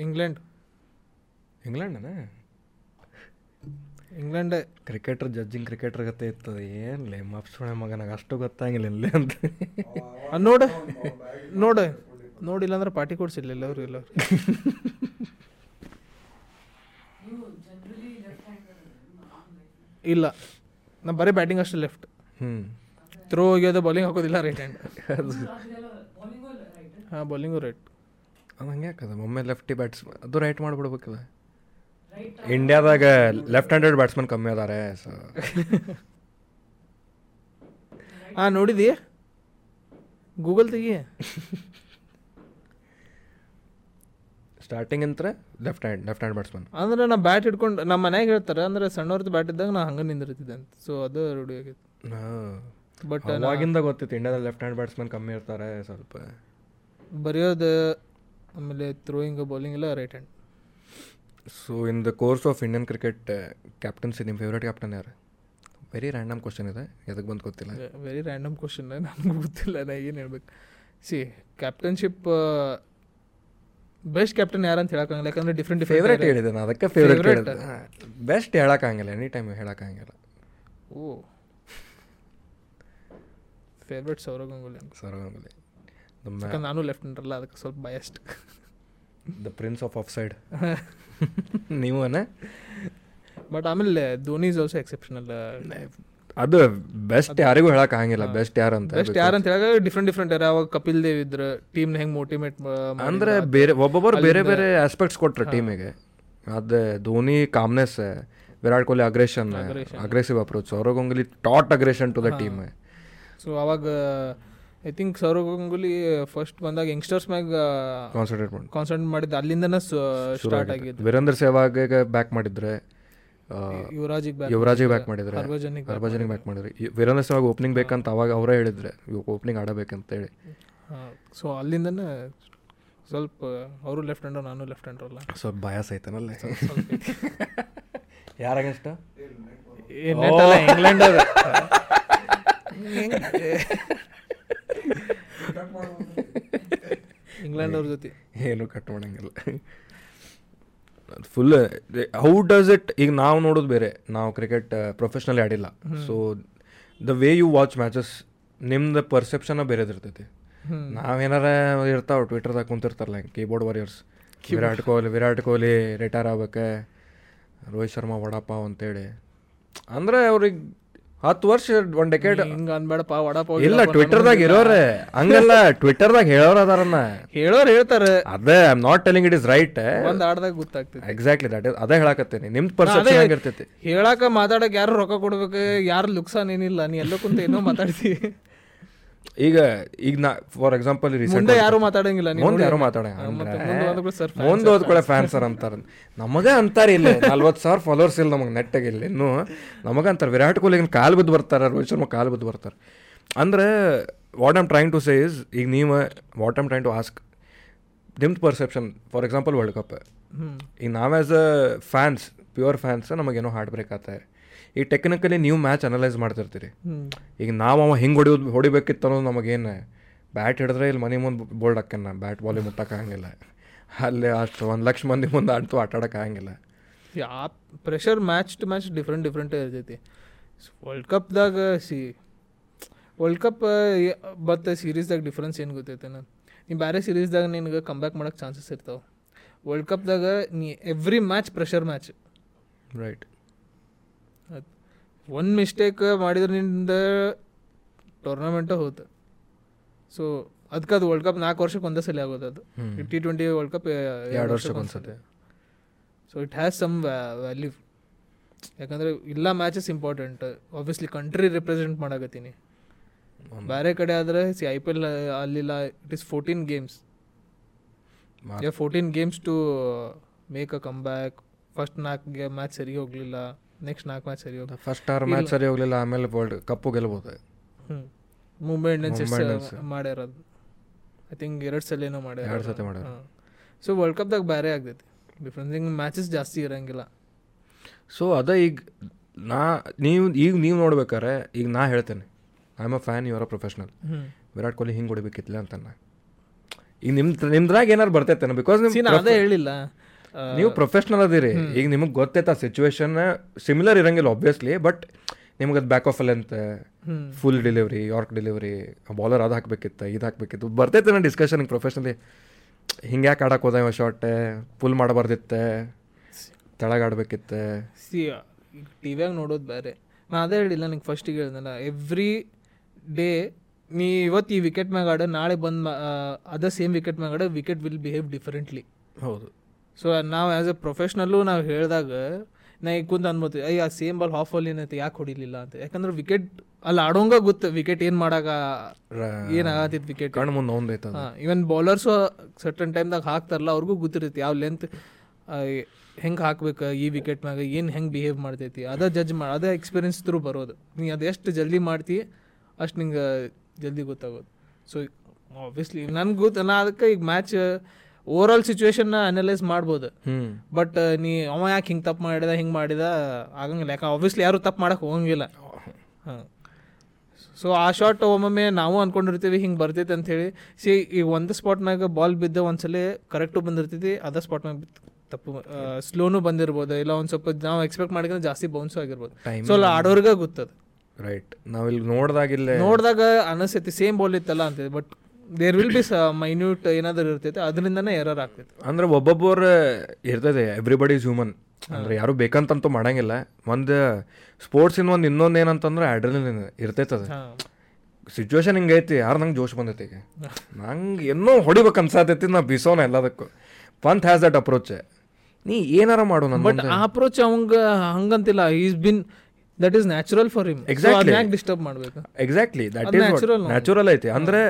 S3: ಇಂಗ್ಲೆಂಡ್
S1: ಇಂಗ್ಲೆಂಡನೇ
S3: ಇಂಗ್ಲೆಂಡೇ
S1: ಕ್ರಿಕೆಟರ್ ಜಡ್ಜಿಂಗ್ ಕ್ರಿಕೆಟರ್ ಗತೆ ಇರ್ತದೆ ಏನು ಲೇ ಮಪ್ಸುಣೆ ಮಗ ನಂಗೆ ಅಷ್ಟು ಗೊತ್ತಾಗಿಲ್ಲ ಇಲ್ಲಿ ಅಂತ
S3: ಅದ್ ನೋಡು ನೋಡು ನೋಡಿಲ್ಲ ಅಂದ್ರೆ ಪಾರ್ಟಿ ಕೊಡ್ಸಿಲ್ಲ ಎಲ್ಲರೂ ಎಲ್ಲರೂ ಇಲ್ಲ ನಾ ಬರೀ ಬ್ಯಾಟಿಂಗ್ ಅಷ್ಟೇ ಲೆಫ್ಟ್
S1: ಹ್ಞೂ
S3: ಥ್ರೋ ಒಗೆಯೋದು ಬೌಲಿಂಗ್ ಹಾಕೋದಿಲ್ಲ ರೈಟ್ ಹ್ಯಾಂಡ್ ಹಾಂ ಬೌಲಿಂಗು ರೈಟ್
S1: ಅದು ಹಂಗೆ ಹಾಕದ ಒಮ್ಮೆ ಲೆಫ್ಟಿ ಬ್ಯಾಟ್ಸ್ ಅದು ರೈಟ್ ಮಾಡ್ಬಿಡ್ಬೇಕದ ಇಂಡಿಯಾದಾಗ ಲೆಫ್ಟ್ ಹ್ಯಾಂಡೆಡ್ ಬ್ಯಾಟ್ಸ್ಮನ್ ಕಮ್ಮಿ ಅದಾರೆ ಸೊ
S3: ಹಾಂ ನೋಡಿದಿ ಗೂಗಲ್ ತೆಗಿ
S1: ಸ್ಟಾರ್ಟಿಂಗ್ ಅಂತ left hand left hand batsman
S3: ಅಂದ್ರೆ ನಾ ಬ್ಯಾಟ್ ಹಿಡ್ಕೊಂಡು ನಮ್ಮ ಮನ್ಯಾಗ ಹೇಳ್ತಾರೆ ಅಂದ್ರೆ ಸಣ್ಣವ್ರದ್ದು ಬ್ಯಾಟ್ ಇದ್ದಾಗ ನಾ ಹಂಗೆ ನಿಂದಿರ್ತಿದ್ದೆ ಅಂತ ಸೊ ಅದು ರೂಢಿ ಆಗೈತೆ ಬಟ್
S1: ಅವಾಗಿಂದ ಗೊತ್ತಿತ್ತು ಇಂಡಿಯಾದಲ್ಲಿ ಲೆಫ್ಟ್ ಹ್ಯಾಂಡ್ ಬ್ಯಾಟ್ಸ್ಮನ್ ಕಮ್ಮಿ ಇರ್ತಾರೆ ಸ್ವಲ್ಪ
S3: ಬರೆಯೋದು ಆಮೇಲೆ ಥ್ರೋಯಿಂಗ್ ಬೌಲಿಂಗ್ ಎಲ್ಲ right hand
S1: so in the course of Indian cricket captaincy ನಿಮ್ಮ ಫೇವ್ರೇಟ್ ಕ್ಯಾಪ್ಟನ್ ಯಾರು ವೆರಿ ರ್ಯಾಂಡಮ್ ಕ್ವಶನ್ ಇದೆ ಎದಕ್ಕೆ ಬಂದು ಗೊತ್ತಿಲ್ಲ
S3: ವೆರಿ ರ್ಯಾಂಡಮ್ ಕ್ವಶನ್ ನನಗೂ ಗೊತ್ತಿಲ್ಲ ನಾ ಏನು ಹೇಳ್ಬೇಕು ಸಿ ಕ್ಯಾಪ್ಟನ್ಶಿಪ್ ಬೆಸ್ಟ್ ಕ್ಯಾಪ್ಟನ್ ಯಾರು ಅಂತ ಹೇಳೋಕ್ಕಾಗಲ್ಲ ಯಾಕಂದ್ರೆ ಡಿಫ್ರೆಂಟ್
S1: ಫೇವ್ರೇಟ್
S3: ಡಿಫ್ರೆಂಟ್
S1: ಹೇಳಿದೆ ನಾನು ಅದಕ್ಕೆ ಫೇವ್ರೇಟ್
S3: Favourite?
S1: ಹೇಳಿದೆ ಬೆಸ್ಟ್ ಹೇಳೋಕ್ಕಾಗಲ್ಲ ಎನಿ ಟೈಮ್ ಹೇಳೋಕ್ಕಾಗಲ್ಲ
S3: ಓ ಫೇವ್ರೇಟ್ ಸೌರವ್ ಗಂಗೂಲಿ ಅಂತ
S1: ಸರ್ ಗಂಗುಲಿ ದ
S3: ಯಾಕಂದ್ರೆ ನಾನು ಲೆಫ್ಟ್ ಹ್ಯಾಂಡ್ರಲ್ಲ ಅದಕ್ಕೆ ಸ್ವಲ್ಪ biased
S1: the prince of off side ನೀವನ
S3: but ಆಮೇಲೆ ಧೋನಿ ಇಸ್ ಆಲ್ಸೋ ಎಕ್ಸೆಪ್ಷನಲ್
S1: ಅದು ಬೆಸ್ಟ್ ಯಾರಿಗೂ ಹೇಳೋಕ್ಕಾಗಂಗಿಲ್ಲ ಬೆಸ್ಟ್ ಯಾರು ಅಂತ
S3: ಬೆಸ್ಟ್ ಯಾರು ಅಂತ ಹೇಳಾಗ ಡಿಫ್ರೆಂಟ್ ಡಿಫ್ರೆಂಟ್ ಯಾರು ಅವಾಗ ಕಪಿಲ್ ದೇವ್ ಇದ್ರು ಟೀಮ್ನ ಹೆಂಗೆ ಮೋಟಿವೇಟ್
S1: ಅಂದರೆ ಬೇರೆ ಒಬ್ಬೊಬ್ಬರು ಬೇರೆ ಬೇರೆ ಆಸ್ಪೆಕ್ಟ್ಸ್ ಕೊಟ್ರು ಟೀಮಿಗೆ ಅದು Dhoni calmness Virat Kohli aggression aggressive approach Sourav Ganguly taught aggression to the team
S3: so ಅವಾಗ I think Sourav Ganguly first ಬಂದಾಗ ಯಂಗ್ಸ್ಟರ್ಸ್ ಮ್ಯಾಗ
S1: ಕಾನ್ಸಂಟ್ರೇಟ್ ಮಾಡಿ
S3: ಕಾನ್ಸಂಟ್ರೇಟ್ ಮಾಡಿದ್ದು ಅಲ್ಲಿಂದನೇ ಸ್ಟಾರ್ಟ್ ಆಗಿದ್ದು
S1: ವೀರೇಂದ್ರ ಸೆಹ್ವಾಗ್ಗೆ ಬ್ಯಾಕ್ ಮಾಡಿದ್ರೆ ಆ,
S3: ಯುವರಾಜಿಗೆ ಬ್ಯಾಕ್
S1: ಯುವರಾಜಿಗೆ ಬ್ಯಾಕ್ ಮಾಡಿದ್ರೆ
S3: ಹರ್ಭಜನ್ಗೆ
S1: ಹರ್ಭಜನ್ಗೆ ಬ್ಯಾಕ್ ಮಾಡಿದ್ರೆ ಯು- ವೀರೇಂದ್ರ ಸೆಹ್ವಾಗ್ ಓಪನಿಂಗ್ ಬೇಕಂತ ಅವಾಗ ಅವರೇ ಹೇಳಿದ್ರೆ ಓಪನಿಂಗ್ ಆಡಬೇಕಂತ ಹೇಳಿ
S3: ಸೊ ಅಲ್ಲಿಂದನೇ ಸ್ವಲ್ಪ ಅವರು ಲೆಫ್ಟ್ ಹ್ಯಾಂಡರ್ ನಾನು ಲೆಫ್ಟ್ ಹ್ಯಾಂಡರ್ ಅಲ್ಲ
S1: ಸ್ವಲ್ಪ ಬಯಾಸ್ ಐತನಲ್ಲ ಯಾರಾಗಷ್ಟ
S3: ಇಂಗ್ಲೆಂಡ್ ಇಂಗ್ಲೆಂಡ್ ಅವ್ರ ಜೊತೆ
S1: ಏನು ಕಟ್ ಮಾಡಂಗಿಲ್ಲ ಫುಲ್ ಹೌ ಡಸ್ ಇಟ್ ಈಗ ನಾವು ನೋಡೋದು ಬೇರೆ ನಾವು ಕ್ರಿಕೆಟ್ ಪ್ರೊಫೆಷ್ನಲಿ ಆಡಿಲ್ಲ so the way you watch matches ನಿಮ್ದು ಪರ್ಸೆಪ್ಷನ ಬೇರೆದಿರ್ತೈತಿ ನಾವೇನಾರ ಇರ್ತಾವ ಟ್ವಿಟರ್ದಾಗ ಕುಂತಿರ್ತಾರಲ್ಲ keyboard warriors Virat Kohli Virat Kohli retire ಆಗ್ಬೇಕೆ ರೋಹಿತ್ ಶರ್ಮಾ ವಡಪ್ಪ ಅಂತೇಳಿ ಅಂದರೆ ಅವ್ರಿಗೆ ಹತ್ತು ವರ್ಷ ಒಂದ್ ಡೆಕೆಟ್
S3: ಹಿಂಗ ಅನ್ಬೇಡಪ್ಪ ವಡಾಪಾವ್
S1: ಇಲ್ಲ ಟ್ವಿಟರ್ದಾಗ ಇರೋರೆ ಹಂಗಲ್ಲ ಟ್ವಿಟರ್ದಾಗ ಹೇಳೋರ್ ಅದಾರನ್ನ
S3: ಹೇಳೋರು ಹೇಳ್ತಾರೆ
S1: ಅದೇ I am not telling it is right
S3: ಒಂದ್ ಆಡ್ದಾಗ ಗೊತ್ತಾಗ್ತದೆ
S1: ಎಕ್ಸಾಕ್ಟ್ಲಿ ದಟ್ ಅದೇ ಹೇಳಕತ್ತೇನೆ ನಿಮ್ದು ಪರ್ಸೆಪ್ಷನ್ ಹಂಗಿರ್ತೈತಿ
S3: ಹೇಳಾಕ ಮಾತಾಡಕ್ ಯಾರು ರೊಕ್ಕ ಕೊಡ್ಬೇಕು ಯಾರು ಲುಕ್ಸಾನ್ ಏನಿಲ್ಲ ನೀ ಎಲ್ಲೋ ಕುಂತ ಏನೋ ಮಾತಾಡ್ತಿ
S1: ಈಗ ಈಗ ನಾ ಫಾರ್ ಎಕ್ಸಾಂಪಲ್ ರೀಸೆಂಟ್
S3: ಮುಂದೆ ಯಾರು ಮಾತಾಡಂಗಿಲ್ಲ ನೀ
S1: ಮುಂದೆ
S3: ನೋಡಿ.
S1: ಯಾರು ಮಾತಾಡ
S3: ಮತ್ತೆ ಮುಂದೆ ಹೋದ್ಕೊಳ್ಳೋ sir fans,
S1: ಮುಂದೆ ಓದ್ಕೊಳ್ಳೋ ಫ್ಯಾನ್ಸ್ ಸರ್ ಅಂತಾರ ನಮಗ ಅಂತಾರೆ ಇಲ್ಲಿ ನಲ್ವತ್ತು ಸಾವಿರ ಫಾಲೋವರ್ಸ್ ಇಲ್ಲ ನಮಗೆ ನೆಟ್ಟಾಗ ಇಲ್ಲಿ ಇನ್ನು ನಮಗ ಅಂತಾರೆ ವಿರಾಟ್ ಕೊಹ್ಲಿಗಿನ ಕಾಲು ಬಿದ್ದು ಬರ್ತಾರೆ ರೋಹಿತ್ ಶರ್ಮಾ ಕಾಲು ಬಿದ್ದು ಬರ್ತಾರೆ ಅಂದ್ರೆ what am trying to say is ಈಗ ನೀವು what am trying to ask ನಿಮ್ದು perception for example world cup ಈಗ ನಾವು as a fans pure fans ನಮಗೇನೋ ಹಾರ್ಟ್ ಬ್ರೇಕ್ ಆತ ಈಗ ಟೆಕ್ನಿಕಲಿ ನೀವು ಮ್ಯಾಚ್ ಅನಲೈಸ್ ಮಾಡ್ತಿರ್ತೀರಿ
S3: ಹ್ಮ್.
S1: ಈಗ ನಾವು ಅವ ಹಿಂಗೆ ಹೊಡಿಯೋದು ಹೊಡಿಬೇಕಿತ್ತು ಅನ್ನೋದು ನಮಗೇನು ಬ್ಯಾಟ್ ಹಿಡಿದ್ರೆ ಇಲ್ಲಿ ಮನೆ ಮುಂದೆ ಬೋಲ್ಡ್ ಹಾಕ್ಯಾನ ಬ್ಯಾಟ್ ಬಾಲಿ ಮುಟ್ಟಕ್ಕಾಗಂಗಿಲ್ಲ ಅಲ್ಲಿ ಅಷ್ಟು ಒಂದು ಲಕ್ಷ ಮಂದಿ ಮುಂದೆ ಆಡ್ತು ಆಟ ಆಡೋಕ್ಕಾಗಂಗಿಲ್ಲ
S3: ಯಾ pressure match to match different different ಇರ್ತೈತಿ ವರ್ಲ್ಡ್ ಕಪ್ದಾಗ ಸಿ ವರ್ಲ್ಡ್ ಕಪ್ ಮತ್ತು ಸೀರೀಸ್ದಾಗ ಡಿಫ್ರೆನ್ಸ್ ಏನು ಗೊತ್ತೈತೇನ ನೀ ಬೇರೆ ಸೀರೀಸ್ದಾಗ ನಿನಗೆ ಕಮ್ಬ್ಯಾಕ್ ಮಾಡೋಕೆ ಚಾನ್ಸಸ್ ಇರ್ತಾವೆ ವರ್ಲ್ಡ್ ಕಪ್ದಾಗ ನೀ every match pressure match
S1: right
S3: ಒಂದು ಮಿಸ್ಟೇಕ್ ಮಾಡಿದ್ರಿಂದ ಟೂರ್ನಮೆಂಟೇ ಹೋಯ್ತು ಸೊ ಅದಕ್ಕೆ ಅದು ವರ್ಲ್ಡ್ ಕಪ್ ನಾಲ್ಕು ವರ್ಷಕ್ಕೆ ಒಂದೇ ಸಲ ಆಗೋದು ಅದು ಟಿ ಟ್ವೆಂಟಿ ವರ್ಲ್ಡ್ ಕಪ್
S1: ಎರಡು ವರ್ಷಕ್ಕೆ ಒಂದ್ಸತಿ
S3: so it has some value ಯಾಕಂದರೆ ಇಲ್ಲ matches important obviously country represent ಮಾಡಾಕತ್ತೀನಿ ಬೇರೆ ಕಡೆ ಆದರೆ ಸಿ ಐ ಪಿ ಎಲ್ ಅಲ್ಲಿಲ್ಲ ಇಟ್ ಇಸ್ ಫೋರ್ಟೀನ್ ಗೇಮ್ಸ್
S1: ಮಾ-
S3: ಯಾ fourteen games to make a comeback first ನಾಲ್ಕು ಮ್ಯಾಚ್ ಸರಿ ಹೋಗಲಿಲ್ಲ ನೆಕ್ಸ್ಟ್ ನಾಲ್ಕು ಮ್ಯಾಚ್ ಸರಿ ಹೋಗ
S1: ಫಸ್ಟ್ ಆರ್ ಮ್ಯಾಚ್ ಸರಿ ಹೋಗಲಿಲ್ಲ ಆಮೇಲೆ ವರ್ಲ್ಡ್ ಕಪ್ಪು ಗೆಲ್ಬೋದು
S3: ಹ್ಞೂ ಮುಂಬೈ ಇಂಡಿಯನ್ಸ್
S1: ಮುಂಬೈ Indians.
S3: ಎಷ್ಟು ಮಾಡ್ಯಾರದು ಐ ಥಿಂಕ್ ಎರಡು ಸಲ ಏನೋ ಮಾಡ್ಯಾರ
S1: ಎರಡ್ ಸತಿ ಮಾಡ್ಯಾರ.
S3: ಸೊ ವರ್ಲ್ಡ್ ಕಪ್ದಾಗ ಬೇರೆ ಆಗ್ತೈತಿ ಡಿಫ್ರೆನ್ಸ್ ಹಿಂಗೆ ಮ್ಯಾಚಸ್ ಜಾಸ್ತಿ ಇರಂಗಿಲ್ಲ
S1: ಸೊ ಅದೇ ಈಗ ನಾ ನೀವು ಈಗ ನೀವು ನೋಡ್ಬೇಕಾರೆ ಈಗ ನಾ ಹೇಳ್ತೇನೆ ಐ ಆಮ್ ಅ ಫ್ಯಾನ್ ಇವರ ಪ್ರೊಫೆಷನಲ್
S3: ಹ್ಞೂ
S1: ವಿರಾಟ್ ಕೊಹ್ಲಿ ಹಿಂಗೆ ಹೊಡಿಬೇಕಿತ್ತಲ್ಲ ಅಂತ ನಾ ಈಗ ನಿಮ್ದು ನಿಮ್ದ್ರಾಗ ಏನಾರು ಬರ್ತೈತೆ ಬಿಕಾಸ್
S3: ಸಿ
S1: ನಿಮ್ಮ
S3: ನಾ ಅದೇ ಹೇಳಿಲ್ಲ ಆ,
S1: ನೀವು ಪ್ರೊಫೆಷ್ನಲ್ ಅದಿರಿ ಈಗ ನಿಮಗೆ ಗೊತ್ತೈತೆ ಆ ಸಿಚುವೇಶನ್ ಸಿಮಿಲರ್ ಇರಂಗಿಲ್ಲ ಆಬ್ವಿಯಸ್ಲಿ ಬಟ್ ನಿಮ್ಗೆ ಅದು ಬ್ಯಾಕ್ ಆಫ್ ಅಂತ
S3: ಹ್ಮ್.
S1: Full delivery York delivery bowler ಅದು ಹಾಕ್ಬೇಕಿತ್ತು ಇದು ಹಾಕ್ಬೇಕಿತ್ತು ಬರ್ತೈತೆ ನಾನು ಡಿಸ್ಕಷನ್ ಪ್ರೊಫೆಷ್ನಲಿ ಹಿಂಗೆ ಯಾಕೆ ಆಡಕ್ಕೆ ಹೋದ ಇವ ಶಾರ್ಟ್ ಫುಲ್ ಮಾಡಬಾರ್ದಿತ್ತೆ ತೆಳಗೆ ಆಡ್ಬೇಕಿತ್ತೆ
S3: ಸಿ ಟಿ ವ್ಯಾಗ ನೋಡೋದು ಬೇರೆ ನಾ ಅದೇ ಹೇಳಿಲ್ಲ ನನಗೆ ಫಸ್ಟಿಗೆ ಹೇಳಿದ್ನಲ್ಲ ಎವ್ರಿ ಡೇ ನೀ ಇವತ್ತು ಈ ವಿಕೆಟ್ ಮ್ಯಾಗ ಆಡ ನಾಳೆ ಬಂದು ಅದ ಸೇಮ್ ವಿಕೆಟ್ ಮ್ಯಾಗ ಆಡ ವಿಕೆಟ್ ವಿಲ್ ಬಿಹೇವ್ ಡಿಫರೆಂಟ್ಲಿ
S1: ಹೌದು
S3: ಸೊ ನಾವು ಆ್ಯಸ್ ಎ ಪ್ರೊಫೆಷ್ನಲ್ಲು ನಾವು ಹೇಳಿದಾಗ ನಾ ಈಗ ಕುಂತ ಅನ್ಬೋತೀವಿ ಅಯ್ಯ ಸೇಮ್ ಬಾಲ್ ಹಾಫ್ ಬಾಲ್ ಏನೈತೆ ಯಾಕೆ ಹೊಡಿಲಿಲ್ಲ ಅಂತ ಯಾಕಂದ್ರೆ ವಿಕೆಟ್ ಅಲ್ಲಿ ಆಡೋಂಗ ಗೊತ್ತು ವಿಕೆಟ್ ಏನು ಮಾಡಾಗ ಏನಾಗತ್ತಿತ್ತು ವಿಕೆಟ್
S1: ಕಣ್ಣು ಮುಂದೆ ಒಂದೈತದ
S3: ಇವನ್ ಬೌಲರ್ಸು ಸರ್ಟನ್ ಟೈಮ್ದಾಗ ಹಾಕ್ತಾರಲ್ಲ ಅವ್ರಿಗೂ ಗೊತ್ತಿರುತ್ತೆ ಯಾವ ಲೆಂತ್ ಹೆಂಗೆ ಹಾಕ್ಬೇಕು ಈ ವಿಕೆಟ್ ಮ್ಯಾಗ ಏನು ಹೆಂಗೆ ಬಿಹೇವ್ ಮಾಡ್ತೈತಿ ಅದ ಜಡ್ಜ್ ಮಾಡಿ ಅದೇ ಎಕ್ಸ್ಪೀರಿಯನ್ಸ್ ಥ್ರೂ ಬರೋದು ನೀ ಅದು ಎಷ್ಟು ಜಲ್ದಿ ಮಾಡ್ತಿ ಅಷ್ಟು ನಿಂಗೆ ಜಲ್ದಿ ಗೊತ್ತಾಗೋದು ಸೊ ಆಬ್ವಿಯಸ್ಲಿ ನನ್ಗೆ ಗೊತ್ತು ನಾ ಅದಕ್ಕೆ ಈಗ ಮ್ಯಾಚ್ ಓವರ್ ಆಲ್ ಸಿಚುವೇಶನ್ನ ಅನಲೈಸ್ ಮಾಡ್ಬೋದು
S1: ಹ್ಞೂ
S3: ಬಟ್ uh, ನೀ ಅವ ಯಾಕೆ ಹಿಂಗೆ ತಪ್ಪು ಮಾಡಿದ ಹಿಂಗೆ ಮಾಡಿದ ಆಗಂಗಿಲ್ಲ ಯಾಕೆ ಆಬ್ವಿಯಸ್ಲಿ ಯಾರು ತಪ್ಪು ಮಾಡಕ್ಕೆ ಹೋಗಂಗಿಲ್ಲ ಹಾಂ ಸೊ ಆ ಶಾಟ್ ಒಮ್ಮೊಮ್ಮೆ ನಾವು ಅಂದ್ಕೊಂಡಿರ್ತೀವಿ ಹಿಂಗೆ ಬರ್ತೈತೆ ಅಂಥೇಳಿ ಸಿ ಈ ಒಂದು ಸ್ಪಾಟ್ನಾಗ ಬಾಲ್ ಬಿದ್ದ ಒಂದ್ಸಲ ಕರೆಕ್ಟು ಬಂದಿರ್ತೈತಿ ಅದ ಸ್ಪಾಟ್ನಾಗ ತಪ್ಪು ಸ್ಲೋನು ಬಂದಿರ್ಬೋದು ಇಲ್ಲ ಒಂದು ಸ್ವಲ್ಪ ನಾವು ಎಕ್ಸ್ಪೆಕ್ಟ್ ಮಾಡಿದ್ರೆ ಜಾಸ್ತಿ ಬೌನ್ಸು ಆಗಿರ್ಬೋದು
S1: Timing
S3: ಸೊ ಅಲ್ಲಿ ಆಡೋರ್ಗೆ ಗೊತ್ತದ
S1: ರೈಟ್ ನಾವಿಲ್ಲಿ ನೋಡ್ದಾಗಿಲ್ಲೇ
S3: ನೋಡಿದಾಗ ಅನಿಸ್ತೈತಿ ಸೇಮ್ ಬೌಲ್ ಇತ್ತಲ್ಲ ಅಂತೇಳಿ but there will be a minute ಏನಾದರೂ ಇರ್ತೈತೆ ಅದರಿಂದನೇ ಎರರ್ ಆಗ್ತೈತೆ
S1: ಅಂದ್ರೆ ಒಬ್ಬೊಬ್ಬರು ಇರ್ತದೆ ಎವ್ರಿಬಡಿ ಇಸ್ ಹ್ಯೂಮನ್ ಅಂದ್ರೆ ಯಾರು ಬೇಕಂತಂತೂ ಮಾಡಂಗಿಲ್ಲ ಒಂದು ಸ್ಪೋರ್ಟ್ಸಿನ ಒಂದು ಇನ್ನೊಂದು ಏನಂತಂದ್ರೆ ಅಡ್ರಲಿನ್ ಇರ್ತೈತೆ ಅದು
S3: ಹಾಂ
S1: ಸಿಚುವೇಶನ್ ಹಿಂಗೈತಿ ಯಾರು ನಂಗೆ ಜೋಶ್ ಬಂದೈತಿ ಈಗ ನಂಗೆ ಏನೋ ಹೊಡಿಬೇಕು ಅನ್ಸಾತೈತಿ ನಾ ಬಿಸೋನ ಎಲ್ಲದಕ್ಕೂ ಪಂತ್ ಹ್ಯಾಸ್ ದಟ್ ಅಪ್ರೋಚ್ ನೀ ಏನಾರ ಮಾಡು ನನ್ನ
S3: ಬಟ್ ಆ ಅಪ್ರೋಚ್ ಅವಂಗ ಹಂಗಂತಿಲ್ಲ is been that is natural for him
S1: Exactly.
S3: ಯಾಕೆ ಡಿಸ್ಟರ್ಬ್ ಮಾಡ್ಬೇಕು
S1: ಎಕ್ಸಾಕ್ಟ್ಲಿ ದಟ್
S3: ಅದ್
S1: ಈಸ್
S3: natural ನಾವು.
S1: ನ್ಯಾಚುರಲ್ ಐತಿ ಅಂದ್ರೆ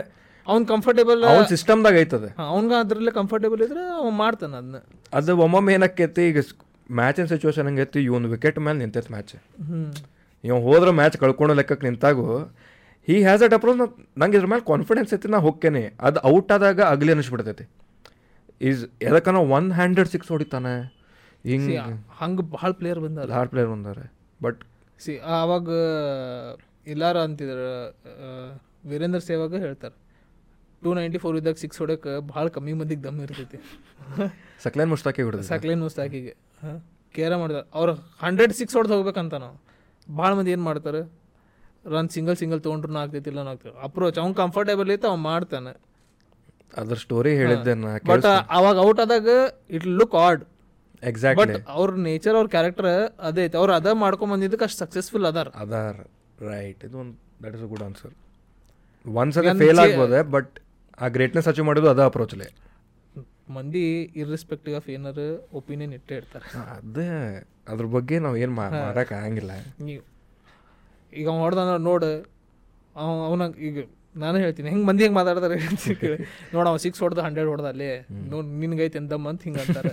S3: ಅವ್ನ್ ಕಂಫರ್ಟೇಬಲ್
S1: ಅವನ ಸಿಸ್ಟಮ್ದಾಗ ಐತದೆ
S3: ಅವ್ನ್ಗ ಅದ್ರಲ್ಲೇ ಕಂಫರ್ಟೇಬಲ್ ಇದ್ರೆ ಅವ ಮಾಡ್ತಾನೆ ಅದನ್ನ
S1: ಅದು ಒಮ್ಮೊಮ್ಮೆ ಏನಕ್ಕೈತಿ ಈಗ ಮ್ಯಾಚಿನ ಸಿಚುವೇಶನ್ ಹಂಗೈತಿ ಇವನ್ ವಿಕೆಟ್ ಮೇಲೆ ನಿಂತೈತೆ ಮ್ಯಾಚ್
S3: ಹ್ಮ್
S1: ಇವ್ ಹೋದ್ರೆ ಮ್ಯಾಚ್ ಕಳ್ಕೊಂಡು ಲೆಕ್ಕಕ್ಕೆ ನಿಂತಾಗು ಈ ಹ್ಯಾಸ್ ಅಟ್ ಅಪ್ರೋಚ್ ನಂಗೆ ಇದ್ರ ಮೇಲೆ ಕಾನ್ಫಿಡೆನ್ಸ್ ಐತಿ ನಾ ಹೋಗ್ತೇನೆ ಅದು ಔಟ್ ಆದಾಗ ಅಗ್ಲಿ ಅನಿಸ್ಬಿಡ್ತೈತಿ ಈಸ್ ಎದಕ್ಕನ ಒನ್ ಹ್ಯಾಂಡ್ರೆಡ್ ಸಿಕ್ಸ್ ಹೊಡಿತಾನೆ ಹಿಂಗೆ
S3: ಹಂಗ ಬಹಳ ಪ್ಲೇಯರ್ ಬಂದಲ್ಲ
S1: ಲಾರ್ ಪ್ಲೇಯರ್ ಬಂದಾರೆ ಬಟ್
S3: ಸಿ ಅವಾಗ ಎಲ್ಲಾರ ಅಂತಿದ್ರ ಆ, ವೀರೇಂದ್ರ ಸೇವಾಗ ಹೇಳ್ತಾರೆ ಟೂ ನೈಂಟಿ ಫೋರ್ ಇದ್ದಾಗ ಸಿಕ್ಸ್ ಹೊಡಕ್ಕೆ ಭಾಳ ಕಮ್ಮಿ ಮಂದಿಗೆ ದಮ್ ಇರ್ತೈತಿ
S1: ಸಕ್ಲೇನ್ ಮುಷ್ತಾಕಿ ಬಿಡುತ್ತೆ
S3: ಸಕ್ಲೇನ್ ಮುಸ್ತಾಕಿಗೆ ಕೇರ ಮಾಡಿದಾರೆ ಅವ್ರು ಹಂಡ್ರೆಡ್ ಸಿಕ್ಸ್ ಹೊಡೆದು ಹೋಗ್ಬೇಕಂತ ನಾವು ಭಾಳ ಮಂದಿ ಏನು ಮಾಡ್ತಾರೆ ರನ್ ಸಿಂಗಲ್ ಸಿಂಗಲ್ ತೊಗೊಂಡ್ರೂ ಆಗ್ತೈತಿಲ್ಲ ಆಗ್ತದೆ ಅಪ್ರೋಚ್ ಅವ್ನು ಕಂಫರ್ಟೇಬಲ್ ಐತೆ ಅವ್ನು ಮಾಡ್ತಾನೆ
S1: ಅದ್ರ ಸ್ಟೋರಿ ಹೇಳಿದ್ದೆ ನಾ
S3: ಬಟ್ ಅವಾಗ ಔಟ್ ಆದಾಗ it look odd but
S1: exactly
S3: ಅವ್ರ ನೇಚರ್ ಅವ್ರ ಕ್ಯಾರೆಕ್ಟರ್ ಅದೇ ಐತೆ ಅವ್ರು ಅದ ಮಾಡ್ಕೊಂಡ್ ಬಂದಿದ್ದಕ್ಕೆ ಅಷ್ಟು ಸಕ್ಸಸ್ಫುಲ್ ಅದಾರ
S1: ಅದಾರ ರೈಟ್ ಇದು ಒಂದು that is a good answer ಒಂದ್ಸಲ ಫೇಲ್ ಆಗ್ಬೋದೆ ಬಟ್ ಆ ಗ್ರೇಟ್ನೆಸ್ ಅಚೀವ್ ಮಾಡೋದು ಅದ ಅಪ್ರೋಚ್ಲೆ
S3: ಮಂದಿ ಇರ್ರೆಸ್ಪೆಕ್ಟಿವ್ ಆಫ್ ಏನಾರ ಒಪಿನಿಯನ್ ಇಟ್ಟೇ ಇರ್ತಾರೆ
S1: ಅದೇ ಅದ್ರ ಬಗ್ಗೆ ನಾವು ಏನು ಮಾಡೋಕೆ ಆಗಂಗಿಲ್ಲ
S3: ನೀವು ಈಗ ಅವ್ನು ಹೊಡೆದ ನೋಡು ಅವ ಅವನ ಈಗ ನಾನು ಹೇಳ್ತೀನಿ ಹೆಂಗೆ ಮಂದಿ ಹೆಂಗೆ ಮಾತಾಡ್ತಾರೆ ಅಂತ ಕೇಳಿ ನೋಡು ಅವ್ನು ಸಿಕ್ಸ್ ಹೊಡೆದ ಹಂಡ್ರೆಡ್ ಹೊಡೆದ ಅಲ್ಲಿ ನೋಡಿ ನಿನ್ಗೈತೆ ದಮ್ ಅಂತ ಹಿಂಗೆ ಅಂತಾರೆ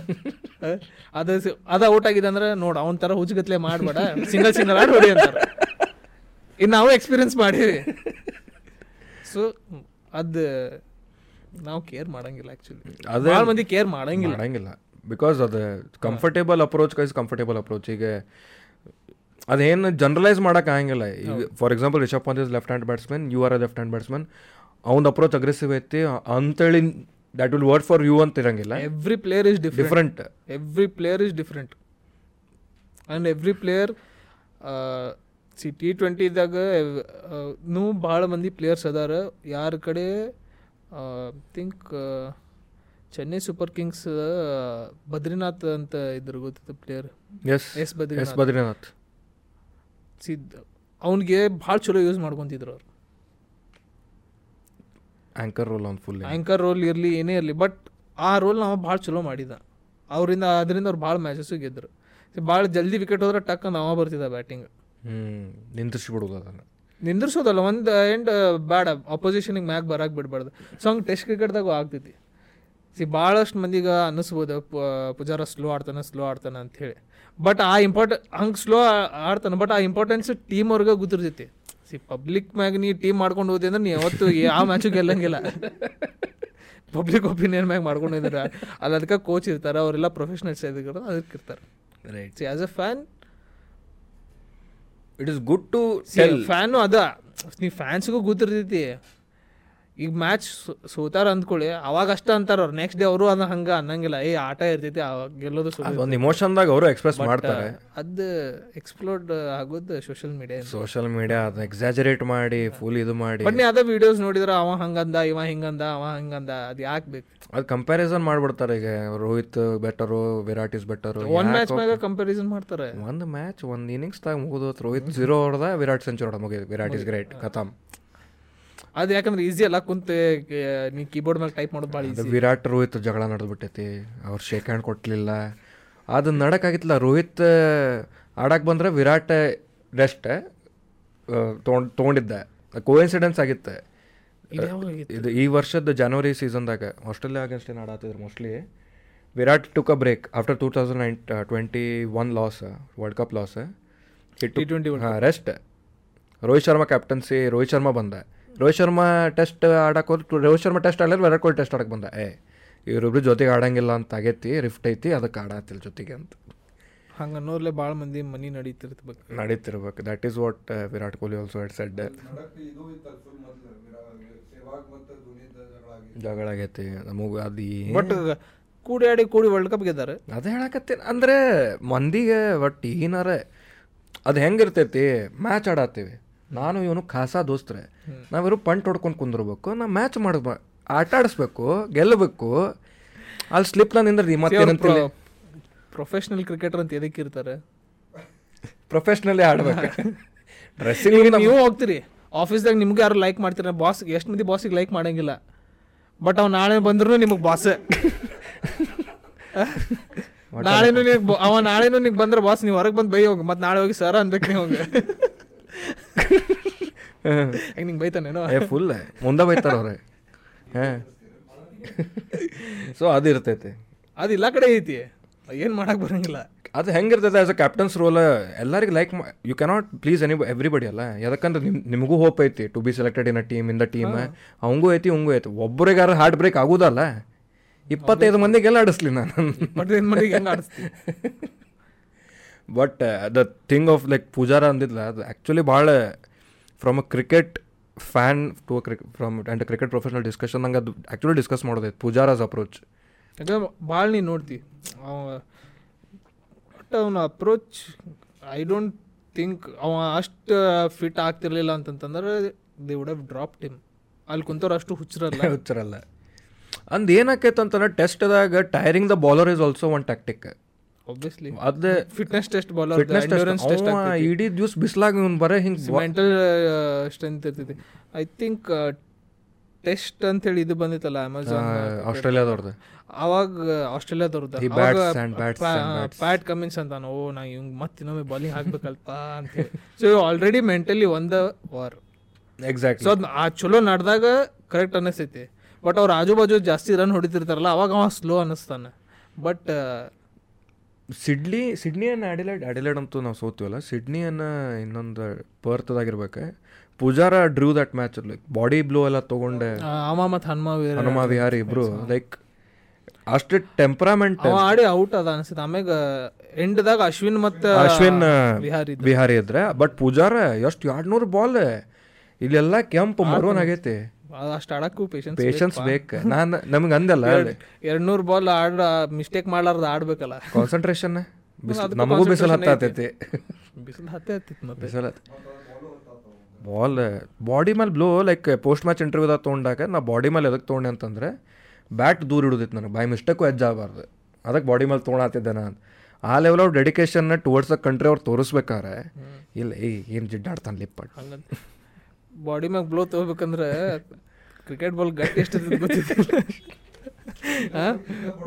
S3: ಆ, ಅದು ಸ- ಅದು ಔಟ್ ಆಗಿದೆ ಅಂದ್ರೆ ನೋಡು ಅವ್ನ ಥರ ಹುಚ್ಚುಗತ್ಲೆ ಮಾಡಬೇಡ ಸಿಂಗಲ್ ಸಿಂಗಲ್ ಆಡಿ ಹೊಡಿ ಅಂತಾರೆ ಇನ್ನು ನಾವು ಎಕ್ಸ್ಪೀರಿಯನ್ಸ್ ಮಾಡೀವಿ ಸೊ ಅದು ನಾವು ಕೇರ್ ಮಾಡಂಗಿಲ್ಲ ಆ್ಯಕ್ಚುಲಿ
S1: ಅದೇ
S3: ಭಾಳ ಮಂದಿ ಕೇರ್ ಮಾಡಂಗಿಲ್ಲ
S1: ಮಾಡಂಗಿಲ್ಲ ಬಿಕಾಸ್ ಅದು ಕಂಫರ್ಟೇಬಲ್ ಅಪ್ರೋಚ್ ಕೈಸ್ ಕಂಫರ್ಟೇಬಲ್ ಅಪ್ರೋಚ್ ಈಗ ಅದೇನು ಜನರಲೈಸ್ ಮಾಡೋಕೆ ಆಗಂಗಿಲ್ಲ ಈಗ for example Rishabh Pant is left hand batsman you are a left hand batsman ಅವ್ನ ಅಪ್ರೋಚ್ ಅಗ್ರೆಸಿವ್ ಐತಿ ಅಂತೇಳಿ that will word for you ಅಂತ ಇರಂಗಿಲ್ಲ
S3: every player is different
S1: different
S3: every player is different and every player uh, C T ಟ್ವೆಂಟಿದಾಗ ನೂ uh, ಭಾಳ ಮಂದಿ players ಅದಾರ ಯಾರ ಕಡೆ uh, think Chennai Super Kings uh, Badrinath ಅಂತ ಇದ್ರ ಗೊತ್ತಿತ್ತು player
S1: S
S3: S Badrinath
S1: S Badrinath
S3: ಸಿದ್ ಅವ್ನಿಗೆ ಭಾಳ ಚಲೋ ಯೂಸ್ ಮಾಡ್ಕೊತಿದ್ರು ಅವ್ರು
S1: ಆಂಕರ್ ರೋಲ್ ಅವ್ನು ಫುಲ್
S3: ಆ್ಯಂಕರ್ ರೋಲ್ ಇರಲಿ ಏನೇ ಇರಲಿ ಬಟ್ ಆ ರೋಲ್ ನಾವು ಭಾಳ ಚಲೋ ಮಾಡಿದ ಅವರಿಂದ ಅದರಿಂದ ಅವ್ರು ಭಾಳ ಮ್ಯಾಚಸ್ಸು ಗೆದ್ದರು ಭಾಳ ಜಲ್ದಿ ವಿಕೆಟ್ ಹೋದ್ರೆ ಟಕ್ ನಾವ ಬರ್ತಿದ್ದ ಬ್ಯಾಟಿಂಗ್
S1: ಹ್ಞೂ ನಿಂತ್ರಿಸ್ಬಿಡೋದು ಅದನ್ನು
S3: ನಿಂದ್ರಿಸೋದಲ್ಲ ಒಂದು ಎಂಡ್ ಬೇಡ ಅಪೋಸಿಷನಿಗೆ ಮ್ಯಾಕ್ ಬರಾಕ್ ಬಿಡಬಾರ್ದು ಸೊ ಹಂಗೆ ಟೆಸ್ಟ್ ಕ್ರಿಕೆಟ್ದಾಗೂ ಆಗ್ತೈತಿ ಸಿ ಭಾಳಷ್ಟು ಮಂದಿಗೆ ಅನ್ನಿಸ್ಬೋದು ಪ- ಪುಜಾರ ಸ್ಲೋ ಆಡ್ತಾನೆ ಸ್ಲೋ ಆಡ್ತಾನೆ ಅಂಥೇಳಿ ಬಟ್ ಆ ಇಂಪಾರ್ಟೆ ಹಂಗೆ ಸ್ಲೋ ಆಡ್ತಾನೆ ಬಟ್ ಆ ಇಂಪಾರ್ಟೆನ್ಸ್ ಟೀಮ್ ಅವ್ರಿಗೆ ಗೊತ್ತಿರ್ತೈತಿ ಸಿ ಪಬ್ಲಿಕ್ ಮ್ಯಾಗ ನೀ ಟೀಮ್ ಮಾಡ್ಕೊಂಡು ಹೋದಿ ಅಂದ್ರೆ ನೀ ಯಾವತ್ತು ಯಾವ ಮ್ಯಾಚು ಗೆಲ್ಲಂಗಿಲ್ಲ ಪಬ್ಲಿಕ್ ಒಪಿನಿಯನ್ ಮ್ಯಾಗ ಮಾಡ್ಕೊಂಡು ಹೋದ್ರೆ ಅಲ್ಲಿ ಅದಕ್ಕೆ ಕೋಚ್ ಇರ್ತಾರೆ ಅವರೆಲ್ಲ ಪ್ರೊಫೆಷನಲ್ಸ್ ಇದ್ದಾರೆ ಅದಕ್ಕೆ ಇರ್ತಾರೆ
S1: right
S3: see as a fan
S1: it is good to
S3: fan ಅದ ನೀವು ಫ್ಯಾನ್ಸ್ಗೂ ಗೊತ್ತಿರ್ತೈತಿ ಈಗ ಮ್ಯಾಚ್ ಸೋತಾರ ಅಂದ್ಕೊಳ್ಳಿ ಅವಾಗ ಅಷ್ಟ ಅಂತಾರ ಅವ್ರು ನೆಕ್ಸ್ಟ್ ಡೇ ಅವರು ಅದನ್ನ ಹಂಗೆ ಅನ್ನಂಗಿಲ್ಲ ಏ ಆಟ ಇರ್ತೈತಿ ಅವಾಗ ಗೆಲ್ಲೋದು ಸೋಲೋದು.
S1: ಒಂದು ಇಮೋಷನ್ದಾಗ ಅವರು ಎಕ್ಸ್ಪ್ರೆಸ್
S3: But, uh,
S1: ಮಾಡ್ತಾರೆ
S3: ಅದು ಎಕ್ಸ್ಪ್ಲೋರ್ಡ್ ಆಗೋದು ಸೋಷಿಯಲ್ ಮೀಡಿಯಾ
S1: ಸೋಷಿಯಲ್ ಮೀಡಿಯಾ ಅದನ್ನ ಎಕ್ಸಾಜರೇಟ್ ಮಾಡಿ ಫುಲ್ ಇದು ಮಾಡಿ
S3: ಬಟ್ ನೀ ಅದ ವಿಡಿಯೋಸ್ ನೋಡಿದ್ರ ಅವ ಹಂಗಂದ ಇವ ಹಿಂಗಂದ ಅವ ಹಂಗಂದ ಅದು ಯಾಕೆ ಬೇಕು
S1: ಅದು ಕಂಪ್ಯಾರಿಸನ್ ಮಾಡ್ಬಿಡ್ತಾರೆ ಈಗ Rohit better Virat is better
S3: one match ಮ್ಯಾಗ ಕಂಪ್ಯಾರಿಸನ್ ಮಾಡ್ತಾರೆ
S1: ಒಂದು ಮ್ಯಾಚ್ ಒಂದು ಇನ್ನಿಂಗ್ಸ್ ತಾಗ ಮುಗಿದೋತ್ ರೋಹಿತ್ ಜೀರೋ ಹೊಡೆದ ವಿರಾಟ್ ಸೆಂಚುರಿ ಹೊಡೆದ ಮುಗಿದ ವಿರಾಟ್ ಇಸ್ ಗ್ರೇಟ್ ಖತಮ್
S3: ಅದು ಯಾಕಂದ್ರೆ ಈಸಿ ಅಲ್ಲ ಕುಂತ ನೀ ಕೀಬೋರ್ಡ್ ಮ್ಯಾಗ ಟೈಪ್ ಮಾಡೋದು ಭಾಳ
S1: ಅದು
S3: ಈಸಿ
S1: ವಿರಾಟ್ ರೋಹಿತ್ ಜಗಳ ನಡೆದ್ಬಿಟ್ಟೈತಿ ಅವ್ರು ಶೇಕ್ ಹ್ಯಾಂಡ್ ಕೊಟ್ಟಲಿಲ್ಲ ಅದು ನಡಕ್ಕಾಗಿತ್ತಲ್ಲ ರೋಹಿತ್ ಆಡಕ್ಕೆ ಬಂದ್ರೆ ವಿರಾಟ್ ರೆಸ್ಟ್ ತೊಗೊಂಡು ತೊಗೊಂಡಿದ್ದ ಕೋಇನ್ಸಿಡೆನ್ಸ್ ಆಗಿತ್ತು ಇದು ಈ ವರ್ಷದ ಜನವರಿ ಸೀಸನ್ದಾಗ ಆಸ್ಟ್ರೇಲಿಯಾ ಆಗಸ್ಟ್ ಏನು ಆಡಾತಿದ್ರು mostly Virat took a break after two thousand nine twenty one loss world cup loss
S3: T20
S1: ಹಾಂ ರೆಸ್ಟ್ ರೋಹಿತ್ ಶರ್ಮಾ ಕ್ಯಾಪ್ಟನ್ಸಿ ರೋಹಿತ್ ಶರ್ಮಾ ಬಂದ ರೋಹಿತ್ ಶರ್ಮಾ ಟೆಸ್ಟ್ ಆಡಕ್ಕೆ ಹೋದ್ರೆ ರೋಹಿತ್ ಶರ್ಮಾ ಟೆಸ್ಟ್ ಆಡಲಿಲ್ಲ ವಿರಾಟ್ ಕೊಹ್ಲಿ ಟೆಸ್ಟ್ ಆಡಕ್ಕೆ ಬಂದ ಏ ಇವರಿಬ್ರು ಜೊತೆಗೆ ಆಡಂಗಿಲ್ಲ ಅಂತ ಆಗೈತಿ ರಿಫ್ಟ್ ಐತಿ ಅದಕ್ಕೆ ಆಡಾತಿಲ್ಲ ಜೊತೆಗೆ ಅಂತ
S3: ಹಂಗ ಅನ್ನೋರ್ಲೆ ಭಾಳ ಮಂದಿ ಮನಿ ನಡೀತಿರ್ತಬೇಕು
S1: ನಡೀತಿರ್ಬೇಕು that is what uh, Virat Kohli also had said ಜಗಳ ಆಗೈತಿ ನಮಗೆ ಅದು ಏನ್-
S3: ಬಟ್ ಕೂಡಿ ಆಡಿ ಕೂಡಿ ವರ್ಲ್ಡ್ ಕಪ್ ಗೆದ್ದಾರೆ
S1: ಅದೇ ಹೇಳಕತ್ತೇನೆ ಅಂದರೆ ಮಂದಿಗೆ ಒಟ್ಟು ಏನಾರ ಅದು ಹೆಂಗಿರ್ತೈತಿ ಮ್ಯಾಚ್ ಆಡತ್ತೀವಿ ನಾನು ಇವನು ಖಾಸಾ ದೋಸ್ತ್ರೆ ನಾವಿರು ಪಂಟ್ ಹೊಡ್ಕೊಂಡು ಕುಂದಿರ್ಬೇಕು ನಾ ಮ್ಯಾಚ್ ಮಾಡ್ಬ ಆಟ ಆಡಿಸ್ಬೇಕು ಗೆಲ್ಲಬೇಕು ಅಲ್ಲಿ ಸ್ಲಿಪ್ ನಾನು ನಿಂದ್ರಿ ಮತ್ತೇನಂತಿಲ್ಲ
S3: ಪ್ರೊಫೆಷನಲ್ ಕ್ರಿಕೆಟರ್ ಅಂತ ಎದಕ್ಕೆ ಇರ್ತಾರೆ
S1: ಪ್ರೊಫೆಷ್ನಲ್ಲೇ ಆಡ್ಬೇಕು ಡ್ರೆಸ್ಸಿಂಗ್
S3: ನೀವು ಹೋಗ್ತೀರಿ ಆಫೀಸ್ದಾಗ ನಿಮ್ಗೆ ಯಾರು ಲೈಕ್ ಮಾಡ್ತೀರ ಬಾಸ್ ಎಷ್ಟು ಮಂದಿ ಬಾಸಿಗೆ ಲೈಕ್ ಮಾಡಂಗಿಲ್ಲ ಬಟ್ ಅವ್ ನಾಳೆ ಬಂದ್ರು ನಿಮಗೆ ಬಾಸ್ ನಾಳೆನು ನಿಮಗೆ ಅವ ನಾಳೆನು ನಿಮ್ಗೆ ಬಂದ್ರೆ ಬಾಸ್ ನೀವು ಹೊರಗೆ ಬಂದು ಬೈ ಹೋಗಿ ಮತ್ತೆ ನಾಳೆ ಹೋಗಿ ಸರ್ ಅನ್ಬೇಕು ನೀವು ಹೋಗಿ ಹೆಂಗೆ ನಿಂಗೆ ಬೈತಾನೇನೋ
S1: ಏ ಫುಲ್ ಮುಂದೆ ಬೈತಾರ ಅವ್ರೆ ಹಾಂ ಸೊ ಅದು ಇರ್ತೈತಿ
S3: ಅದು ಇಲ್ಲ ಕಡೆ ಐತಿ ಏನು ಮಾಡಕ್ ಬರಂಗಿಲ್ಲ
S1: ಅದು ಹೆಂಗಿರ್ತದೆ ಆಸ್ ಅ ಕ್ಯಾಪ್ಟನ್ಸ್ ರೋಲ್ ಎಲ್ಲರಿಗೆ like you cannot please any everybody ಅಲ್ಲ ಯಾಕಂದ್ರೆ ನಿಮ್ ನಿಮಗೂ ಹೋಪ್ ಐತಿ to be selected in a team in the team ಅವಂಗೂ ಐತಿ ಹಂಗೂ ಐತಿ ಒಬ್ಬರಿಗಾರ ಹಾರ್ಟ್ ಬ್ರೇಕ್ ಆಗೋದಲ್ಲ ಇಪ್ಪತ್ತೈದು ಮಂದಿಗೆಲ್ಲ ಆಡಿಸ್ಲಿ ನಾನು
S3: ಬಟ್ ಏನು ಮಾಡಿ ಹೆಂಗೆ ಆಡಿಸ್ತೀವಿ
S1: but the thing of like Pujara ಅಂದಿದ್ಲ ಅದು ಆ್ಯಕ್ಚುಲಿ ಭಾಳ from a cricket fan to a ಕ್ರಿಕ್ from and cricket professional discussion ನಂಗೆ ಅದು ಆ್ಯಕ್ಚುಲಿ ಡಿಸ್ಕಸ್ ಮಾಡೋದೈತೆ ಪೂಜಾರಾಸ್ ಅಪ್ರೋಚ್
S3: ಯಾಕಂದ್ರೆ ಭಾಳ ನೀ ನೋಡ್ತಿ ಅವ ಬಟ್ ಅವನ ಅಪ್ರೋಚ್ ಐ ಡೋಂಟ್ ಥಿಂಕ್ ಅವ ಅಷ್ಟು ಫಿಟ್ ಆಗ್ತಿರ್ಲಿಲ್ಲ ಅಂತಂತಂದ್ರೆ they would have drop him ಅಲ್ಲಿ ಕುಂತವ್ರು ಅಷ್ಟು ಹುಚ್ಚರಲ್ಲ
S1: ಹುಚ್ಚರಲ್ಲ ಅಂದ್ ಏನಾಕೈತೆ ಅಂತಂದ್ರೆ ಟೆಸ್ಟ್ದಾಗ tiring the bowler is also one tactic
S3: obviously
S1: ಅದೇ
S3: fitness test bowler
S1: fitness
S3: endurance test
S1: ಇಡೀ ದಿವಸ ಬಿಸ್ಲಾಗ ಇವ್ನು ಬರೇ ಹಿಂಗೆ
S3: ಮೆಂಟಲ್ ಸ್ಟ್ರೆಂತ್ ಇರ್ತೈತಿ ಐ ಥಿಂಕ್ ಟೆಸ್ಟ್ ಅಂತ ಹೇಳಿ ಇದು ಬಂದಿತ್ತಲ್ಲ ಅಮೆಝಾನ್
S1: ಆಸ್ಟ್ರೇಲಿಯಾದವ್ರದ್ದು
S3: ಅವಾಗ ಆಸ್ಟ್ರೇಲಿಯಾದವ್ರದ್ದು
S1: He
S3: ಅವಾಗ
S1: bats and bats and bats.
S3: Pat Cummins ಅಂತ ಓ ನಾ ಇವಂಗ್ ಮತ್ತೆ ಇನ್ನೊಮ್ಮೆ ಬಾಲಿಂಗ್ ಹಾಕ್ಬೇಕಲ್ಪ ಅಂತ ಸೊ ಆಲ್ರೆಡಿ ಮೆಂಟಲಿ ಒಂದ ವಾರ್ ಸೊ
S1: ಎಕ್ಸಾಕ್ಟ್ಲಿ
S3: ಅದ್ ಆ ಚಲೋ ನಡೆದಾಗ ಕರೆಕ್ಟ್ ಅನಿಸ್ತೈತಿ ಬಟ್ ಅವ್ರ ಆಜು ಬಾಜು ಜಾಸ್ತಿ ರನ್ ಹೊಡಿತಿರ್ತಾರಲ್ಲ ಅವಾಗ ಅವ ಸ್ಲೋ ಅನಿಸ್ತಾನೆ ಬಟ್
S1: ಸಿಡ್ಲಿ ಸಿಡ್ನಿ ಅನ್ನ ಅಡಿಲೈಡ್ ಅಡಿಲೈಡ್ ಅಂತೂ ನಾವು ಸೋತೀವಲ್ಲ ಸಿಡ್ನಿ ಅನ್ನ ಇನ್ನೊಂದು ಪರ್ತ್ದಾಗಿರ್ಬೇಕು Pujara drew that match like body blow ಎಲ್ಲ ತೊಗೊಂಡೆ
S3: ಅವ ಮತ್ತು ಹನುಮ ವೀರ
S1: ಹನುಮ ವಿಹಾರಿ ಇಬ್ರು ಲೈಕ್ ಅಷ್ಟು ಟೆಂಪರಾಮೆಂಟ್
S3: ಅವ ಆಡಿ ಔಟ್ ಅದ ಅನ್ಸುತ್ತೆ ಆಮ್ಯಾಗ ಎಂಡ್ದಾಗ ಅಶ್ವಿನ್ ಮತ್ತು
S1: ಅಶ್ವಿನ್
S3: ವಿಹಾರಿ
S1: ವಿಹಾರಿ ಇದ್ರೆ ಬಟ್ ಪೂಜಾರ ಎಷ್ಟು ಎರಡ್ನೂರು ಬಾಲ್ ಇಲ್ಲೆಲ್ಲ ಕೆಂಪು ಮರುವನ್ ಆಗೈತಿ
S3: ಅಷ್ಟು ಆಡಕ್ಕೂ ಪೇಷನ್ಸ್
S1: ಪೇಷನ್ಸ್ ಬೇಕು ನಾನು ನಮ್ಗೆ ಅಂದಲ್ಲ
S3: ಎರಡ್ ನೂರು ಬಾಲ್ ಆಡ ಮಿಸ್ಟೇಕ್ ಮಾಡ್ಲಾರ್ದ ಆಡ್ಬೇಕಲ್ಲ
S1: ಕಾನ್ಸಂಟ್ರೇಷನ್ ನಮಗೂ ಬಿಸಿಲು ಹತ್ತೈತಿ
S3: ಬಿಸಿಲು ಹತ್ತೆ ಹತ್ತಿತ್ತು ಮತ್ತೆ
S1: ಬಿಸಿಲು ಬಾಲ್ ಬಾಡಿ ಮೇಲೆ ಬ್ಲೋ ಲೈಕ್ ಪೋಸ್ಟ್ ಮ್ಯಾಚ್ ಇಂಟರ್ವ್ಯೂದಾಗ ತೊಗೊಂಡಾಗ ನಾ ಬಾಡಿ ಮೇಲೆ ಎದಕ್ಕೆ ತೊಗೊಂಡೆ ಅಂತಂದ್ರೆ ಬ್ಯಾಟ್ ದೂರ ಹಿಡಿದಿತ್ತು ನನಗೆ ಬೈ ಮಿಸ್ಟೇಕು ಎಜ್ ಆಗಬಾರ್ದು ಅದಕ್ಕೆ ಬಾಡಿ ಮೇಲೆ ತೊಗೊಳತ್ತಿದ್ದೆ ನಾನು ಆ ಲೆವೆಲ್ ಆಫ್ ಡೆಡಿಕೇಶನ್ನ ಟುವರ್ಡ್ಸ್ ಅ ಕಂಟ್ರಿ ಅವ್ರು ತೋರಿಸ್ಬೇಕಾರೆ ಇಲ್ಲ ಏನು ಜಿಡ್ಡಾಡ್ತಾನೆ ಲಿಪ್ಪಟ್
S3: ಹಂಗಂತ ಬಾಡಿ ಮ್ಯಾಗ ಬ್ಲೋ ತಗೋಬೇಕಂದ್ರೆ ಕ್ರಿಕೆಟ್ ಬಾಲ್ ಗಟ್ಟಿ ಎಷ್ಟು ಗೊತ್ತಿಲ್ಲ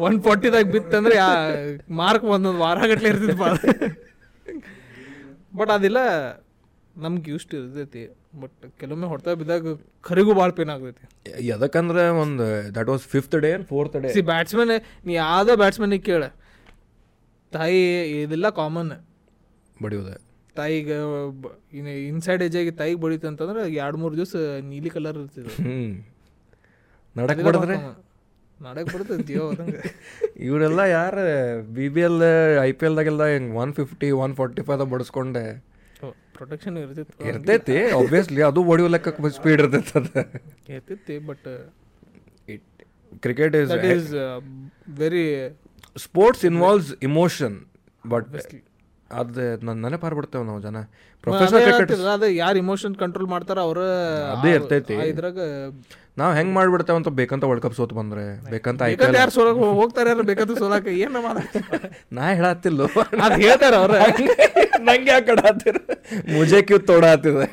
S3: ಒನ್ ಫಾರ್ಟಿದಾಗ ಬಿತ್ತಂದ್ರೆ ಯಾ ಮಾರ್ಕ್ ಒಂದೊಂದು ವಾರ ಗಟ್ಲೆ ಇರ್ತಿತ್ತು ಬಾಲ್ ಬಟ್ ಅದಿಲ್ಲ ನಮ್ಗೆ ಯೂಸ್ ಇರ್ತೈತಿ ಬಟ್ ಕೆಲವೊಮ್ಮೆ ಹೊಡ್ತಾ ಬಿದ್ದಾಗ ಖರಿಗೂ ಭಾಳ ಪೇನ್ ಆಗ್ತೈತಿ
S1: ಎದಕ್ಕಂದ್ರೆ ಒಂದು that was fifth day and fourth day
S3: see batsman ನೀ ಯಾವ್ದೇ ಬ್ಯಾಟ್ಸ್ಮನಿಗೆ ಕೇಳ ತಾಯಿ ಇದೆಲ್ಲ ಕಾಮನ್
S1: ಬಡಿಯೋದೆ
S3: ತಾಯಿಗೆ ಬ- ಇನ್ನು ಇನ್ಸೈಡ್ ಆಗಿ ತಾಯಿಗೆ ಬಡಿತು ಅಂತಂದ್ರೆ ಎರಡು ಮೂರು ದಿವಸ ನೀಲಿ ಕಲರ್ ಇರ್ತದೆ
S1: ಹ್ಞೂ ನಡಕ್ಕೆ ಬಡಿದ್ರೆ
S3: ನಾಡಕ್ ಬರ್ತದೆ ದೇವ್ ಅದಂಗೆ
S1: ಇವರೆಲ್ಲ ಯಾರು B B L I P ಎಲ್ದಾಗೆಲ್ಲ ಹಿಂಗೆ one fifty one forty five ಬಡಿಸ್ಕೊಂಡೆ
S3: ಪ್ರೊಟೆಕ್ಷನ್ ಇರ್ತಿತ್ತು
S1: ಇರ್ತೈತಿ ಒಬ್ವಿಯಸ್ಲಿ ಅದು ಹೊಡಿಯೋ ಲೆಕ್ಕ ಸ್ಪೀಡ್ ಇರ್ತೈತೆ ಅದು
S3: ಇರ್ತಿತ್ತು uh, but
S1: it cricket is
S3: that is very
S1: sports involves emotion but ಅದು ನನ್ನ ನೆನಪಾರ್ ಬಿಡ್ತೇವೆ ನಾವು ಜನ ಪ್ರೊಫೆಷನಲ್ ಕ್ರಿಕೆಟ್
S3: ಅದೇ ಯಾರು ಇಮೋಷನ್ ಕಂಟ್ರೋಲ್ ಮಾಡ್ತಾರ ಅವ್ರ
S1: ಅದೇ ಇರ್ತೈತಿ.
S3: ಆ ಇದ್ರಾಗ
S1: ನಾವು ಹೆಂಗೆ ಮಾಡಿಬಿಡ್ತೇವೆ ಅಂತ ಬೇಕಂತ ವರ್ಲ್ಡ್ ಕಪ್ ಸೋತ್ ಬಂದ್ರೆ ಬೇಕಂತ ಐ ಪಿ
S3: ಬೇಕಂತ
S1: ಎಲ್
S3: ಯಾರು ಸೋಲಕ್ ಹೋಗ್ತಾರೆ ಯಾರು ಬೇಕಂತ ಸೋಲಕ ಏನ್ ಮಾತಾಡ್ತಾರೆ
S1: ನಾ ಹೇಳತ್ತಿಲ್ಲ
S3: ಅದ್ ಹೇಳ್ತಾರ ಅವ್ರ
S1: ನಂಗೆ ಯಾಕೆ ಕಡಾತಿರ ಮುಜೆ ಕ್ಯೂ ತೋಡಾತಿದೆ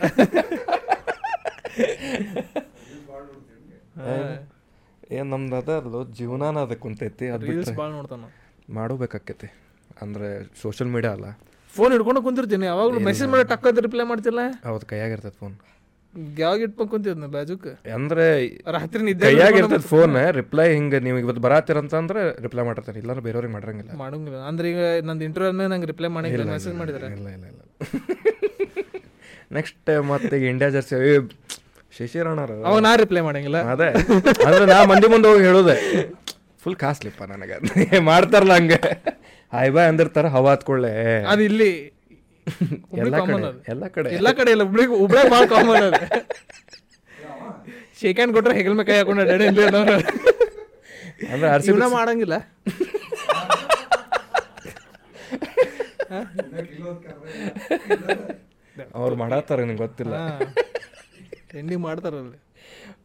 S1: ಏನ್ ನಮ್ದು ಅದ ಅಲ್ಲೋ ಜೀವನಾನ ಅದಕ್ಕೆ ಕುಂತೈತಿ ಅದು
S3: ರೀಲ್ಸ್
S1: ಬಿಟ್ರೆ
S3: ಭಾಳ ನೋಡ್ತಾನ
S1: ಮಾಡಬೇಕಾಕೈತಿ ಅಂದ್ರೆ ಸೋಷಿಯಲ್ ಮೀಡಿಯಾ ಅಲ್ಲ
S3: ಫೋನ್ ಹಿಡ್ಕೊಂಡು ಕುಂತಿರ್ತೀನಿ ಯಾವಾಗ್ಲೂ ಮೆಸೇಜ್ ಮಾಡಿ ಟಕ್ಕ ರಿಪ್ಲೈ ಮಾಡ್ತಿಲ್ಲ
S1: ಅವ್ರ ಕೈಯಾಗಿರ್ತೈತಿ ಫೋನ್
S3: ಯಾವಾಗ ಇಟ್ಕೊಂಡ್ ಕುಂತಿದ್ನ ಬಾಜುಕ್
S1: ಅಂದ್ರೆ
S3: ರಾತ್ರಿ ನಿದ್ದೆ
S1: ಕೈಯಾಗಿರ್ತೈತಿ ಫೋನ್ ರಿಪ್ಲೈ ಹಿಂಗೆ ನೀವು ಇವತ್ತು ಬರಾತಿರಂತ ಅಂದ್ರೆ ರಿಪ್ಲೈ ಮಾಡಿರ್ತಾರೆ ಇಲ್ಲಾಂದ್ರೆ ಬೇರೆಯವ್ರಿಗೆ ಮಾಡಿರಂಗಿಲ್ಲ
S3: ಮಾಡಂಗಿಲ್ಲ ಅಂದ್ರೆ ಈಗ ನಂದು ಇಂಟರ್ವ್ಯೂ ಮೇಲೆ ನಂಗೆ ರಿಪ್ಲೈ ಮಾಡಂಗಿಲ್ಲ ಮೆಸೇಜ್ ಮಾಡಿದ್ರೆ
S1: ಇಲ್ಲ ಇಲ್ಲ ಇಲ್ಲ ನೆಕ್ಸ್ಟ್ ಮತ್ತೆ ಇಂಡಿಯಾ ಜರ್ಸಿ ಶಶಿರಣ್ಣರು
S3: ಅವಾಗ ನಾ ರಿಪ್ಲೈ ಮಾಡಂಗಿಲ್ಲ
S1: ಅದೇ ಅಂದ್ರೆ ನಾ ಮಂದಿ ಮುಂದೆ ಹೋಗಿ ಹೇಳೋದೆ ಫುಲ್ ಕಾಸ್ಟ್ಲಿಪ್ಪ ನನಗೆ ಅದ್ ಮಾಡ್ತಾರಲ್ಲ ಹಂಗೆ ಹಾಯ್ ಬಾಯ್ ಅಂದಿರ್ತಾರ ಹವಾ ಹತ್ಕೊಳ್ಳೆ
S3: ಅದು ಇಲ್ಲಿ
S1: ಎಲ್ಲ
S3: ಕಾಮನ್
S1: ಕಡೆ
S3: ಅದು
S1: ಎಲ್ಲ ಕಡೆ
S3: ಎಲ್ಲ ಕಡೆ ಇಲ್ಲ ಹುಬ್ಳಿಗೆ ಹುಬ್ಳ್ಯಾಗ ಭಾಳ ಕಾಮನ್ ಅದು ಶೇಕ್ ಹ್ಯಾಂಡ್ ಕೊಟ್ರೆ ಹೆಗಲ್ ಮೇಲೆ ಕೈ ಹಾಕೊಂಡು ಅಡ್ಡಾಡಿ ಇಲ್ಲಿ ಅನ್ನೋರು.
S1: ಅಂದ್ರೆ ಆರ್ ಸಿ
S3: ಇವ್ನ ಮಾಡಂಗಿಲ್ಲ
S1: ಅವ್ರು ಮಾಡತ್ತಾರ ನಿಂಗೆ ಗೊತ್ತಿಲ್ಲ
S3: ಎಂಡಿಂಗ್ ಮಾಡ್ತಾರಲ್ಲಿ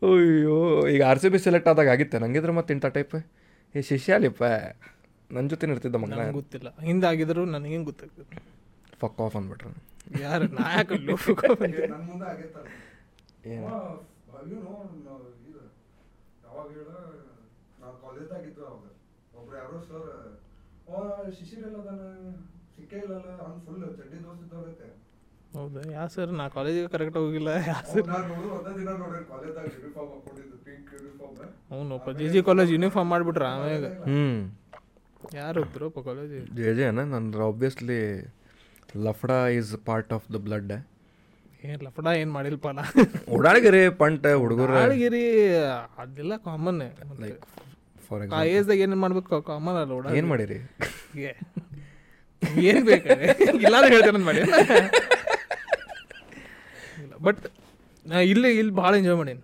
S1: ಅಯ್ಯೋ ಈಗ ಆರ್ ಸಿ ಬಿ ಸೆಲೆಕ್ಟ್ ಆದಾಗ ಆಗಿತ್ತೆ ನಂಗಿದ್ರೆ ಮತ್ತೆ ಇಂಥ ಟೈಪ್ ಏ ಶಿಷ್ಯಾಲಿಪ್ಪ ನನ್ನ ಜೊತೆ ಇರ್ತಿದ್ದ ಮಗನ
S3: ನಂಗೆ ಗೊತ್ತಿಲ್ಲ ಹಿಂದಾಗಿದ್ರು ನನಗೇನು ಗೊತ್ತಾಗ್ತದೆ
S1: ಫಕ್ ಆಫ್ ಅಂದ್ಬಿಟ್ರು
S3: ಯಾರು ನಾ ಯಾಕೆ
S1: ಏನು
S4: ಯಾವಾಗ ಹೇಳ ನಾವು ಕಾಲೇಜ್ದಾಗಿತ್ತು ಅವಾಗ ಒಬ್ರು ಯಾರೋ ಸರ್ ಅವ ಶಿಶಿರ್ ಎಲ್ಲ ಅದಾನ ಸಿಕ್ಕೇ ಇಲ್ಲಲ್ಲ ಅವ್ನು ಫುಲ್ ಚಡ್ಡಿ ದೋಸ್ ಇದ್ದವ್ರೈತೆ
S3: ಹೌದಾ ಯಾ ಸರ್ ನಾ ಕಾಲೇಜಿಗೆ ಕರೆಕ್ಟ್ ಹೋಗಿಲ್ಲ ಯಾ ಸರ್
S4: ಅವ್ನ್ ನಾನ್ ನೋಡು ಒಂದ ದಿನ ನೋಡಿರಿ ಕಾಲೇಜ್ದಾಗ ಯೂನಿಫಾರ್ಮ್ ಹಾಕೊಂಡಿದ್ದು ಪಿಂಕ್ ಯೂನಿಫಾರ್ಮ್
S3: ಅವನಪ್ಪ ಜಿ ಜಿ ಕಾಲೇಜ್ ಯೂನಿಫಾರ್ಮ್ ಮಾಡಿಬಿಟ್ರ ಆಮ್ಯಾಗ
S1: ಹ್ಞೂ
S3: ಯಾರು ಒಬ್ಬರಪ್ಪ ಕಾಲೇಜ್
S1: ಜೆ ಜೆ ಅನ್ನ ನಂದು ಆಬ್ವಿಯಸ್ಲಿ ಲಫ್ಡಾ is part of the blood
S3: ಏನ್ ಲಫಡ ಏನ್ ಮಾಡಿಲ್ಪ ನಾ
S1: ಓಡಾಡ್ಗಿರಿ ಪಂಟ ಹುಡುಗರು
S3: ದಾಳಿಗಿರಿ ಅದೆಲ್ಲ common
S1: like for
S3: a
S1: example
S3: ಏಜ್ದಾಗ ಏನೇನು ಮಾಡ್ಬೇಕು ಕಾಮನ್ ಅಲ್ಲ ಓಡಾಡಿ
S1: ಏನು ಮಾಡಿರಿ
S3: ಏನ್ ಬೇಕಾದ್ರೆ ಇಲ್ಲಾದ್ರೂ ಹೇಳ್ತೇನೆ ಅಂತ ಮಾಡಿ ಬಟ್ ನಾ ಇಲ್ಲಿ ಇಲ್ಲಿ ಭಾಳ ಎಂಜಾಯ್ ಮಾಡೀನಿ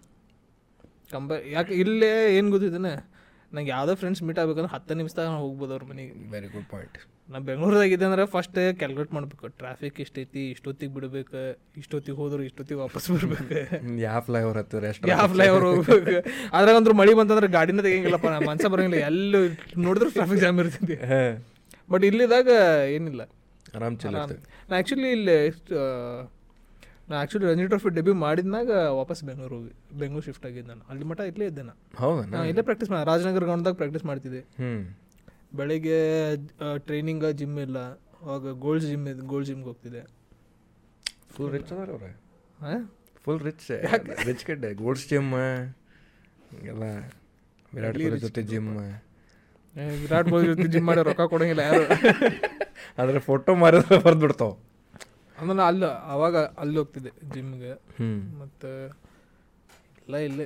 S3: ಕಂಬ ಯಾಕೆ ಇಲ್ಲೇ ಏನು ಗೊತ್ತಿದ್ದೇನೆ ನಂಗೆ ಯಾವುದೋ ಫ್ರೆಂಡ್ಸ್ ಮೀಟ್ ಆಗ್ಬೇಕಂದ್ರೆ ಹತ್ತು ನಿಮಿಷದಾಗ ನಾನು ಹೋಗ್ಬೋದು ಅವ್ರ ಮನೆಗೆ
S1: ವೆರಿ ಗುಡ್ ಪಾಯಿಂಟ್
S3: ನಾ ಬೆಂಗಳೂರ್ದಾಗ ಇದ್ದೆ ಅಂದ್ರೆ ಫಸ್ಟ್ ಕ್ಯಾಲ್ಕುಲೇಟ್ ಮಾಡ್ಬೇಕು ಟ್ರಾಫಿಕ್ ಎಷ್ಟೈತಿ ಇಷ್ಟೊತ್ತಿಗೆ ಬಿಡ್ಬೇಕು ಇಷ್ಟೊತ್ತಿಗೆ ಹೋದ್ರೆ ಇಷ್ಟೊತ್ತಿಗೆ ವಾಪಸ್ ಬರ್ಬೇಕು
S1: ಯಾವ ಫ್ಲೈ ಓವರ್ ಹತ್ತಿರ ಎಷ್ಟು
S3: ಯಾವ ಫ್ಲೈಓವರ್ ಹೋಗ್ಬೇಕು ಅದ್ರಾಗ ಅಂದ್ರೆ ಮಳಿ ಬಂತಂದ್ರೆ ಗಾಡಿನ ತೆಗಿಯಂಗಿಲ್ಲಪ್ಪ ನಾ ಮನ್ಸ ಬರಂಗಿಲ್ಲ ಎಲ್ಲೂ ನೋಡಿದ್ರೆ ಟ್ರಾಫಿಕ್ ಜಾಮ್ ಇರ್ತೈತಿ ಬಟ್ ಇಲ್ಲಿದಾಗ ಏನಿಲ್ಲ
S1: ಆರಾಮ್ ಚಿಲ್ಲ
S3: ನಾನು ನಾ ಆ್ಯಕ್ಚುಲಿ ಇಲ್ಲಿ ಎಷ್ಟು, ಆ, ನಾ ಆ್ಯಕ್ಚುಲಿ ರಂಜಿ ಟ್ರೋಫಿ ಡೆಬ್ಯೂ ಮಾಡಿದ್ನಾಗ ವಾಪಸ್ ಬೆಂಗಳೂರು ಹೋಗಿ ಬೆಂಗಳೂರು ಶಿಫ್ಟ್ ಆಗಿದ್ದೆ ನಾನು ಅಲ್ಲಿ ಮಟ್ಟ ಇಲ್ಲೇ ಇದ್ದೆ ನಾ
S1: ಹೌದಾ
S3: ನಾ ಇಲ್ಲೇ ಪ್ರಾಕ್ಟೀಸ್ ಮಾಡಿ ರಾಜನಗರ ಗ್ರೌಂಡ್ದಾಗ ಪ್ರಾಕ್ಟೀಸ್ ಮಾಡ್ತಿದ್ದೆ
S1: ಹ್ಞೂ
S3: ಬೆಳಿಗ್ಗೆ ಟ್ರೈನಿಂಗ ಜಿಮ್ ಇಲ್ಲ ಅವಾಗ ಗೋಲ್ಡ್ ಜಿಮ್ ಇದೆ ಗೋಲ್ಡ್ ಜಿಮ್ಗೆ ಹೋಗ್ತಿದ್ದೆ
S1: ಫುಲ್ ರಿಚ್ ಅದಾರ ಅವ್ರೆ
S3: ಹಾಂ
S1: ಫುಲ್ ರಿಚ್ ರಿಚ್ ಕಡ್ಡೆ ಗೋಲ್ಡ್ಸ್ ಜಿಮ್ ಎಲ್ಲ ವಿರಾಟ್ ಕೊಹ್ಲಿ ಜೊತೆ ಜಿಮ್
S3: ವಿರಾಟ್ ಕೊಹ್ಲಿ ಜೊತೆ ಜಿಮ್ ಮಾಡಿ ರೊಕ್ಕ ಕೊಡೋಂಗಿಲ್ಲ ಯಾರು
S1: ಆದರೆ ಫೋಟೋ ಮಾರಿದ್ರೆ ಬರ್ದು ಬಿಡ್ತಾವ
S3: ಅಂದ್ರೆ ಅಲ್ಲ ಅವಾಗ ಅಲ್ಲಿ ಹೋಗ್ತಿದ್ದೆ ಜಿಮ್ಗೆ
S1: ಹ್ಞೂ
S3: ಮತ್ತು ಇಲ್ಲ ಇಲ್ಲೇ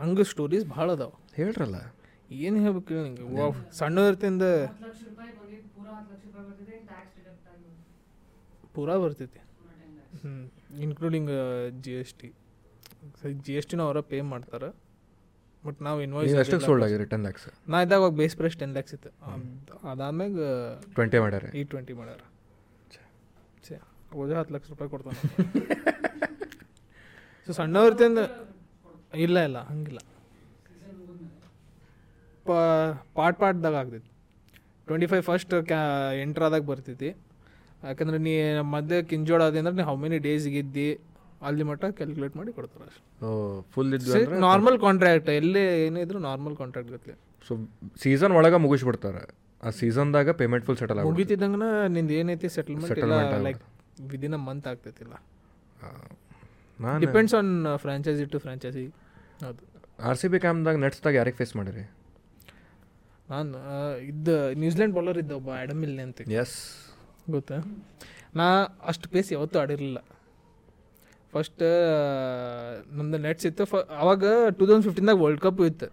S3: ಹಂಗೆ ಸ್ಟೋರೀಸ್ ಭಾಳ ಅದಾವ
S1: ಹೇಳ್ರಲ್ಲ
S3: ಏನು ಹೇಳ್ಬೇಕು ಹೇಳಿ ನಿಂಗೆ ವಾ ಸಣ್ಣವ್ರತಿಂದ ಪೂರಾ ಬರ್ತೈತಿ ಹ್ಞೂ including G S T G S ಟಿನ ಅವರ ಪೇ ಮಾಡ್ತಾರೆ ಬಟ್ ನಾವು
S1: ನೀವು ಎಷ್ಟಕ್ಕೆ ಸೋಲ್ಡ್
S3: ಇನ್ವಾಯ್ಸ್
S1: ಆಗಿದೆ ಟೆನ್ ಲ್ಯಾಕ್ಸ್
S3: ನಾ ಇದ್ದಾಗ ಅವಾಗ ಬೇಸ್ ಪ್ರೈಸ್ ಟೆನ್ ಲ್ಯಾಕ್ಸ್ ಇತ್ತು ಅದ್- ಅದಾದ್ಮ್ಯಾಗ
S1: ಟ್ವೆಂಟಿ ಮಾಡ್ಯಾರ
S3: ಏಯ್ಟ್ ಟ್ವೆಂಟಿ ಮಾಡ್ಯಾರ ಛೆ, ಹೋದ್ರೆ ಹತ್ತು ಲಕ್ಷ ರೂಪಾಯಿ ಕೊಡ್ತಾನೆ ಸೊ ಸಣ್ಣವ್ರದಿಂದ ಇಲ್ಲ ಇಲ್ಲ ಹಂಗಿಲ್ಲ ಪ ಪಾಟ್ ಪಾಟ್ದಾಗ ಆಗ್ತೈತಿ ಟ್ವೆಂಟಿ ಫೈವ್ ಫಸ್ಟ್ ಕ್ಯಾ ಎಂಟ್ರಾದಾಗ ಬರ್ತೈತಿ ಯಾಕಂದ್ರೆ ನೀ ಮಧ್ಯೆ ಕಿಂಜೋಳ ಅದೇ ಅಂದ್ರೆ ನೀವು ಹೌ ಮೆನಿ ಡೇಸ್ ಗೆದ್ದಿ ಅಲ್ಲಿ ಮಟ್ಟ ಕ್ಯಾಲ್ಕುಲೇಟ್ ಮಾಡಿ ಕೊಡ್ತಾರೆ ಅಷ್ಟೇ
S1: ಓ ಫುಲ್ ಇದ್ವಿ ಅಂದ್ರೆ
S3: ನಾರ್ಮಲ್ ಕಾಂಟ್ರಾಕ್ಟ್ ಎಲ್ಲೇ ಏನಿದ್ರು ನಾರ್ಮಲ್ ಕಾಂಟ್ರಾಕ್ಟ್ ಗತ್ಲೆ
S1: ಸೊ ಸೀಸನ್ ಒಳಗೆ ಮುಗಿಸ್ಬಿಡ್ತಾರೆ ಆ ಸೀಸನ್ದಾಗ ಪೇಮೆಂಟ್ ಫುಲ್ ಸೆಟಲ್ ಆಗಿ
S3: ಮುಗಿತಿದ್ದಂಗನ ನಿಂದ ಏನೈತಿ ಸೆಟಲ್ಮೆಂಟ್ ಇಲ್ಲ
S1: Settlement ಆಗೋದು.
S3: ಲೈಕ್ ವಿದಿನ್ ಅ ಮಂತ್ ಆಗ್ತೈತಿಲ್ಲ
S1: ನಾನು
S3: depends on franchise to franchise ಹೌದು
S1: ಆರ್ ಸಿ ಬಿ ಕ್ಯಾಮ್ದಾಗ ನೆಟ್ಸ್ದಾಗ ಯಾರಿಗೆ ಫೇಸ್ ಮಾಡಿರಿ
S3: ನಾನು ಆ, ಇದ್ದ ನ್ಯೂಜಿಲೆಂಡ್ ಬೌಲರ್ ಇದ್ದ ಒಬ್ಬ ಆ್ಯಡಮ್ ಇಲ್ಲೆ ಅಂತ
S1: ಎಸ್
S3: ಗೊತ್ತಾ ನಾ ಅಷ್ಟು ಪೇಸ್ ಯಾವತ್ತೂ ಆಡಿರಲಿಲ್ಲ ಫಸ್ಟ್ ನಮ್ದು ನೆಟ್ಸ್ ಇತ್ತು ಫ ಅವಾಗ ಟೂ ತೌಸಂಡ್ ಫಿಫ್ಟೀನ್ದಾಗ ವರ್ಲ್ಡ್ ಕಪ್ ಇತ್ತು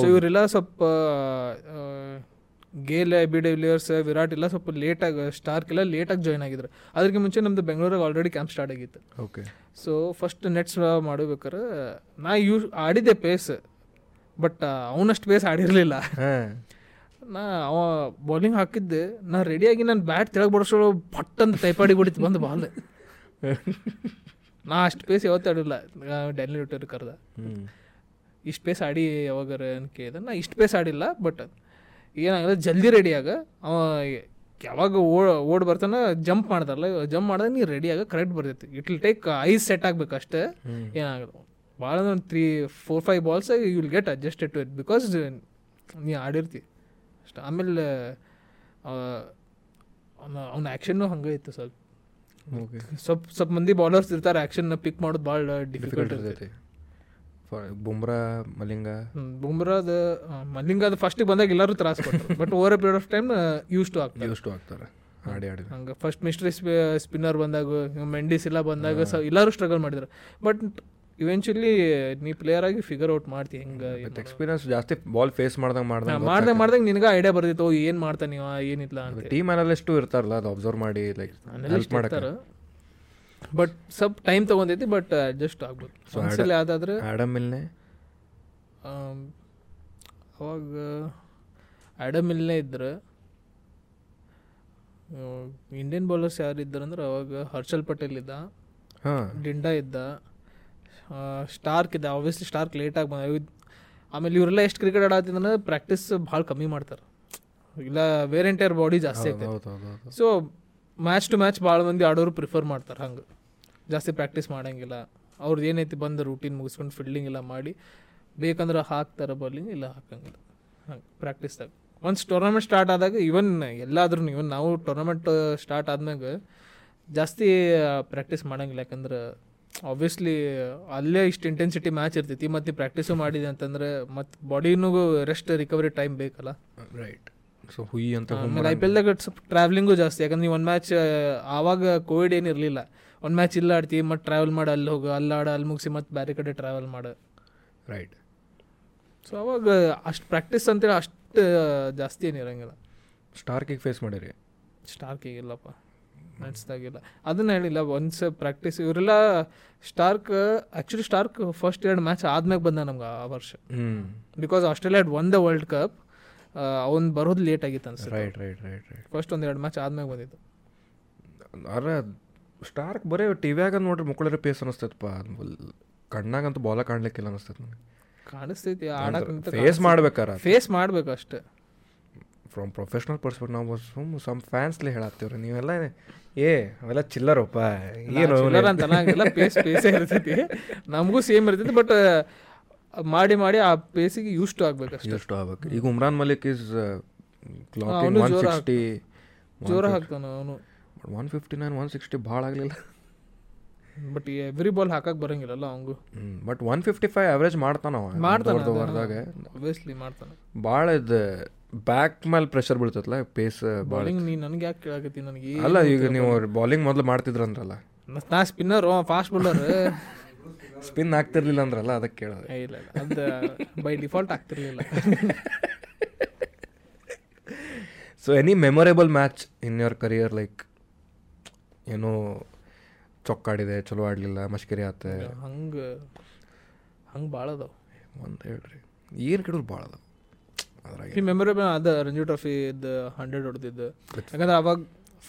S3: ಸೊ ಇವರೆಲ್ಲ ಸ್ವಲ್ಪ ಗೇಲ್ ಬಿ ಡಿವಿಲಿಯರ್ಸ್ ವಿರಾಟ್ ಎಲ್ಲ ಸ್ವಲ್ಪ ಲೇಟಾಗಿ ಸ್ಟಾರ್ಕೆಲ್ಲ ಲೇಟಾಗಿ ಜಾಯ್ನ್ ಆಗಿದ್ರು ಅದಕ್ಕೆ ಮುಂಚೆ ನಮ್ಮದು ಬೆಂಗಳೂರಾಗ ಆಲ್ರೆಡಿ ಕ್ಯಾಂಪ್ ಸ್ಟಾರ್ಟ್ ಆಗಿತ್ತು
S1: ಓಕೆ
S3: ಸೊ ಫಸ್ಟ್ ನೆಟ್ಸ್ ಮಾಡಬೇಕಾರೆ ನಾ ಯೂಸ್ ಆಡಿದ್ದೆ ಪೇಸ್ ಬಟ್ ಅವನಷ್ಟು ಪೇಸ್ ಆಡಿರಲಿಲ್ಲ
S1: ಹಾಂ
S3: ನಾ ಅವ ಬೌಲಿಂಗ್ ಹಾಕಿದ್ದೆ ನಾ ರೆಡಿಯಾಗಿ ನಾನು ಬ್ಯಾಟ್ ತೆಳಗೆ ಬಡಿಸೋ ಪಟ್ ಅಂತ ಟೈಪಾಡಿ ಬಿಡಿತು ಬಂದು ಬಾಲ್ ನಾ ಅಷ್ಟು ಪೇಸ್ ಯಾವತ್ತೂ ಆಡಿಲ್ಲ ಡೆಲ್ಲಿ ಯುಟರ್ ಕರೆದ
S1: ಹ್ಞೂ
S3: ಇಷ್ಟು ಪೇಸ್ ಆಡಿ ಯಾವಾಗಾರ ಅಂತ ಕೇಳಿದೆ ನಾ ಇಷ್ಟು ಪೇಸ್ ಆಡಿಲ್ಲ ಬಟ್ ಏನಾಗಲ್ಲ ಜಲ್ದಿ ರೆಡಿಯಾಗ ಅವ ಯಾವಾಗ ಓಡ್ ಓಡ್ ಬರ್ತಾನ ಜಂಪ್ ಮಾಡ್ದಲ್ಲ ಜಂಪ್ ಮಾಡಿದಾಗ ನೀ ರೆಡಿಯಾಗ ಕರೆಕ್ಟ್ ಬರ್ತೈತಿ it will take eyes set ಆಗ್ಬೇಕು ಅಷ್ಟೇ ಏನಾಗಲ್ಲ ಭಾಳ ಅಂದ್ರೆ ಒಂದು three four five balls you will get adjusted to it because ನೀ ಆಡಿರ್ತಿ ಅಷ್ಟೇ ಆಮೇಲೆ ಅವನ ಆ್ಯಕ್ಷನ್ನು ಹಂಗೆ ಇತ್ತು ಸ್ವಲ್ಪ
S1: ಓಕೆ
S3: ಸ್ವಲ್ಪ ಸ್ವಲ್ಪ ಮಂದಿ ಬೌಲರ್ಸ್ ಇರ್ತಾರೆ ಆ್ಯಕ್ಷನ್ನ ಪಿಕ್ ಮಾಡೋದು ಭಾಳ ಡಿಫಿಕಲ್ಟ್
S1: ಡಿಫಿಕಲ್ಟ್
S3: ಇರ್ತೈತಿ
S1: ಇರ್ತೈತಿ ಬುಮ್ರಾ ಮಲಿಂಗ
S3: ಹ್ಮ್, ಬುಮ್ರಾದ ಆ, ಮಲಿಂಗದ ಫಸ್ಟಿಗೆ ಬಂದಾಗ ಎಲ್ಲರೂ ತ್ರಾಸ ಕೊಟ್ಟರು but over period of time used to ಆಗ್ತಾರೆ
S1: ಯೂಸ್ ಟು ಆಗ್ತಾರೆ ಆಡಿ ಆಡಿ
S3: ಹಂಗೆ ಫಸ್ಟ್ ಮಿಸ್ಟ್ರಿ ಸ್ಪಿನ್ನರ್ ಬಂದಾಗ ಮೆಂಡಿಸ್ ಎಲ್ಲ ಬಂದಾಗ ಸ ಎಲ್ಲರೂ ಸ್ಟ್ರಗಲ್ ಮಾಡಿದ್ರು ಬಟ್ ಇವೆಂಚುಲಿ ನೀ ಪ್ಲೇಯರ್ ಆಗಿ ಫಿಗರ್ ಔಟ್ ಮಾಡ್ತಿ ಹೆಂಗೆ
S1: ವಿತ್ ಎಕ್ಸ್ಪೀರಿಯನ್ಸ್ ಜಾಸ್ತಿ ಬಾಲ್ ಫೇಸ್ ಮಾಡ್ದಂಗೆ
S3: ಮಾಡ್ದಂಗೆ
S1: ಮಾಡ್ದಂಗೆ
S3: ಮಾಡ್ದಂಗೆ ನಿನಗೆ ಐಡಿಯಾ ಬರ್ದಿತ್ತು ಓ ಏನು ಮಾಡ್ತಾನೆ ಇವ ಏನಿಲ್ಲ ಅಂತ
S1: ಟೀಮ್ ಅನಲಿಸ್ಟು ಇರ್ತಾರಲ್ಲ ಅದು ಅಬ್ಸರ್ವ್ ಮಾಡಿ ಲೈಕ್ ಹೆಲ್ಪ್ ಮಾಡಕ್ಕೆ
S3: ಬಟ್ ಸ್ವಲ್ಪ ಟೈಮ್ ತೊಗೊಂಡೈತಿ ಬಟ್ ಅಡ್ಜಸ್ಟ್ ಆಗ್ಬೋದು
S1: So,
S3: ಒಂದ್ಸಲ ಯಾವ್ದಾದ್ರೆ
S1: ಆಡಮ್ ಇಲ್ನೇ
S3: ಆಮ್, ಅವಾಗ ಆ್ಯಡಮ್ ಇಲ್ಲೇ ಇದ್ರೆ ಇಂಡಿಯನ್ ಬೌಲರ್ಸ್ ಯಾರು ಇದ್ರಂದ್ರೆ ಅವಾಗ ಹರ್ಷಲ್ ಪಟೇಲ್ ಇದ್ದ
S1: ಹಾಂ
S3: ಡಿಂಡಾ ಇದ್ದ ಆ, ಸ್ಟಾರ್ಕ್ ಇದ್ದ ಆಬ್ವಿಯಸ್ಲಿ ಸ್ಟಾರ್ಕ್ ಲೇಟಾಗಿ ಬಂದ ಇವ್- ಆಮೇಲೆ ಇವರೆಲ್ಲ ಎಷ್ಟು ಕ್ರಿಕೆಟ್ ಆಡತ್ತಿದ್ರೆ ಪ್ರಾಕ್ಟೀಸ್ ಭಾಳ ಕಮ್ಮಿ ಮಾಡ್ತಾರೆ ಇಲ್ಲ ವೇರ್ ಆ್ಯಂಡ್ ಟೈರ್ ಬಾಡಿ ಜಾಸ್ತಿ
S1: ಹೌದು
S3: ಆಗ್ತದೆ
S1: ಹೌದು ಹೌದು
S3: ಸೊ ಮ್ಯಾಚ್ ಟು ಮ್ಯಾಚ್ ಭಾಳ ಮಂದಿ ಆಡೋರು ಪ್ರಿಫರ್ ಮಾಡ್ತಾರೆ ಹಂಗೆ ಜಾಸ್ತಿ ಪ್ರಾಕ್ಟೀಸ್ ಮಾಡಂಗಿಲ್ಲ ಅವ್ರದ್ದು ಏನೈತಿ ಬಂದು ರೂಟೀನ್ ಮುಗಿಸ್ಕೊಂಡು ಫೀಲ್ಡಿಂಗ್ ಎಲ್ಲ ಮಾಡಿ ಬೇಕಂದ್ರೆ ಹಾಕ್ತಾರೆ ಬೌಲಿಂಗ್ ಇಲ್ಲ ಹಾಕಂಗಿಲ್ಲ ಹಂಗೆ ಪ್ರಾಕ್ಟೀಸ್ದಾಗ ಒನ್ಸ್ ಟೂರ್ನಮೆಂಟ್ ಸ್ಟಾರ್ಟ್ ಆದಾಗ ಇವನ್ ಎಲ್ಲಾದ್ರೂ ಇವನ್ ನಾವು ಟೂರ್ನಮೆಂಟ್ ಸ್ಟಾರ್ಟ್ ಆದ್ಮ್ಯಾಗ ಜಾಸ್ತಿ ಪ್ರಾಕ್ಟೀಸ್ ಮಾಡಂಗಿಲ್ಲ ಯಾಕಂದ್ರೆ ಆಬ್ವಿಯಸ್ಲಿ ಅಲ್ಲೇ ಇಷ್ಟು ಇಂಟೆನ್ಸಿಟಿ ಮ್ಯಾಚ್ ಇರ್ತೈತಿ ಮತ್ತು ಪ್ರಾಕ್ಟೀಸು ಮಾಡಿದೆ ಅಂತಂದ್ರೆ ಮತ್ತು ಬಾಡಿನೂ ರೆಸ್ಟ್ ರಿಕವರಿ ಟೈಮ್ ಬೇಕಲ್ಲ
S1: ರೈಟ್ ಸೊ ಹುಯಿ ಅಂತ
S3: ಆಮೇಲೆ ಐ ಪಿ ಎಲ್ದಾಗ ಸ್ವಲ್ಪ ಟ್ರಾವೆಲಿಂಗು ಜಾಸ್ತಿ ಯಾಕಂದ್ರೆ ನೀವು ಒಂದು ಮ್ಯಾಚ್ ಆವಾಗ ಕೋವಿಡ್ ಏನಿರಲಿಲ್ಲ ಒಂದು ಮ್ಯಾಚ್ ಇಲ್ಲ ಆಡ್ತೀವಿ ಮತ್ತು ಟ್ರಾವೆಲ್ ಮಾಡಿ ಅಲ್ಲಿ ಹೋಗು ಅಲ್ಲಿ ಆಡ ಅಲ್ಲಿ ಮುಗಿಸಿ ಮತ್ತು ಬೇರೆ ಕಡೆ ಟ್ರಾವೆಲ್ ಮಾಡು
S1: ರೈಟ್
S3: ಸೊ ಅವಾಗ ಅಷ್ಟು ಪ್ರಾಕ್ಟೀಸ್ ಅಂತೇಳಿ ಅಷ್ಟು ಜಾಸ್ತಿ ಏನಿರಂಗಿಲ್ಲ
S1: ಸ್ಟಾರ್ಕಿಗೆ ಫೇಸ್ ಮಾಡಿರಿ
S3: ಸ್ಟಾರ್ಕ್ ಈಗಿಲ್ಲಪ್ಪ ನಡ್ಸ್ದಾಗಿಲ್ಲ ಅದನ್ನ ಹೇಳಿಲ್ಲ ಒಂದ್ಸ ಪ್ರಾಕ್ಟೀಸ್ ಇವರೆಲ್ಲ ಸ್ಟಾರ್ಕ್ ಆ್ಯಕ್ಚುಲಿ ಸ್ಟಾರ್ಕ್ ಫಸ್ಟ್ ಎರಡು ಮ್ಯಾಚ್ ಆದ್ಮೇಲೆ ಬಂದ ನಮ್ಗೆ ಆ ವರ್ಷ
S1: ಹ್ಞೂ
S3: because Australia had won the world cup ಅವ್ನು ಬರೋದು ಲೇಟ್ ಆಗಿತ್ತು ಅನ್ಸುತ್ತೆ
S1: right right right right
S3: first ಒಂದು ಎರಡು ಮ್ಯಾಚ್ ಆದ್ಮೇಲೆ ಬಂದಿತ್ತು
S1: ಅರೆ ಸ್ಟಾರ್ಕ್ ಬರೀ ಟಿ ವ್ಯಾಗ ನೋಡ್ರಿ ಮುಕ್ಕಳರ ಪೇಸ್ ಅನಿಸ್ತೈತಪ್ಪ ಕಣ್ಣಾಗಂತೂ ಬಾಲ ಕಾಣ್ಲಿಕ್ಕಿಲ್ಲ ಅನಿಸ್ತೈತೆ ನನಗೆ
S3: ಕಾಣಿಸ್ತೈತಿ ಆಡಕ್
S1: ಫೇಸ್ ಮಾಡ್ಬೇಕಾರ
S3: ಫೇಸ್ ಮಾಡ್ಬೇಕು ಅಷ್ಟೇ
S1: ಫ್ರಮ್ ಪ್ರೊಫೆಷ್ನಲ್ ಪರ್ಸ್ಪೆಕ್ಟ್ ನಾವು ಸುಮ್ ಸಮ್ ಫ್ಯಾನ್ಸ್ಲಿ ಹೇಳತ್ತೀವ್ರಿ ನೀವೆಲ್ಲ ಏ ಅವೆಲ್ಲ ಚಿಲ್ಲರಪ್ಪ ಏನು
S3: ಚಿಲ್ಲರ್ ಅಂತ ಅನ್ನಂಗಿಲ್ಲ ಪೇಸ್ ಪೇಸೇ ಇರ್ತೈತಿ ನಮಗೂ ಸೇಮ್ ಇರ್ತೈತಿ ಬಟ್ ಮಾಡಿ ಮಾಡಿ ಆ ಪೇಸಿಗೆ ಯೂಸ್ ಟು ಆಗ್ಬೇಕಷ್ಟೇ
S1: ಎಷ್ಟು ಆಗ್ಬೇಕು ಈಗ Umran Malik uh, is clocking
S3: ಅವ್ನು
S1: ಒನ್
S3: ಜೋರ
S1: ಸಿಕ್ಸ್ಟಿ
S3: ಜೋರ ಹಾಕ್ತಾನ ಅವನು
S1: one fifty nine one sixty ಭಾಳ ಆಗಲಿಲ್ಲ
S3: ಬಟ್ ಎವ್ರಿ ಬಾಲ್ ಹಾಕಕ್ ಬರಂಗಿಲ್ಲಲ್ಲ ಅವಂಗು
S1: but one fifty five average ಮಾಡ್ತಾನವ
S3: ಮಾಡ್ತಾನ
S1: ಓವರ್ದಾಗ
S3: ಒಬ್ವಿಯಸ್ಲಿ ಮಾಡ್ತಾನ
S1: ಭಾಳ ಇದು ಬ್ಯಾಕ್ ಮೇಲೆ ಪ್ರೆಷರ್ ಬೀಳ್ತೈತಲ್ಲ ಪೇಸ್ ಭಾಳ
S3: ಬಾಲಿಂಗ್ ನೀ ನನಗೆ ಯಾಕೆ ಕೇಳಾಕತ್ತಿ ನನಗೆ ಏನ್
S1: ಅಲ್ಲ ಈಗ ನೀವು ಬೌಲಿಂಗ್ ಮೊದಲು ಮಾಡ್ತಿದ್ರಂದ್ರಲ್ಲ
S3: ನ- ನಾ ಸ್ಪಿನ್ನರ್ ಫಾಸ್ಟ್ ಬೌಲರ್
S1: ಸ್ಪಿನ್ ಆಗ್ತಿರ್ಲಿಲ್ಲ ಅಂದ್ರಲ್ಲ ಅದಕ್ಕೆ ಕೇಳಿದೆ
S3: ಇಲ್ಲ ಇಲ್ಲ ಅದ ಬೈ ಡಿಫಾಲ್ಟ್ ಆಗ್ತಿರ್ಲಿಲ್ಲ
S1: so any memorable match in your career like ಏನೋ ಚೊಕ್ಕಾಡಿದೆ ಚಲೋ ಆಡಲಿಲ್ಲ ಮಶ್ಕರಿ ಆತೆ
S3: ಹಂಗ ಹಂಗ ಭಾಳ ಅದಾವ
S1: ಒಂದು ಹೇಳ್ರಿ ಏನು ಕೆಡೋರು ಭಾಳ ಅದಾವ ಅದ್ರಾಗ
S3: ಈ ಮೆಮೊರೇಬಲ್ ಅದ ರಂಜು ಟ್ರೋಫಿ ಇದ್ದ ಹಂಡ್ರೆಡ್ ಹೊಡೆದಿದ್ದು ಯಾಕಂದ್ರೆ ಅವಾಗ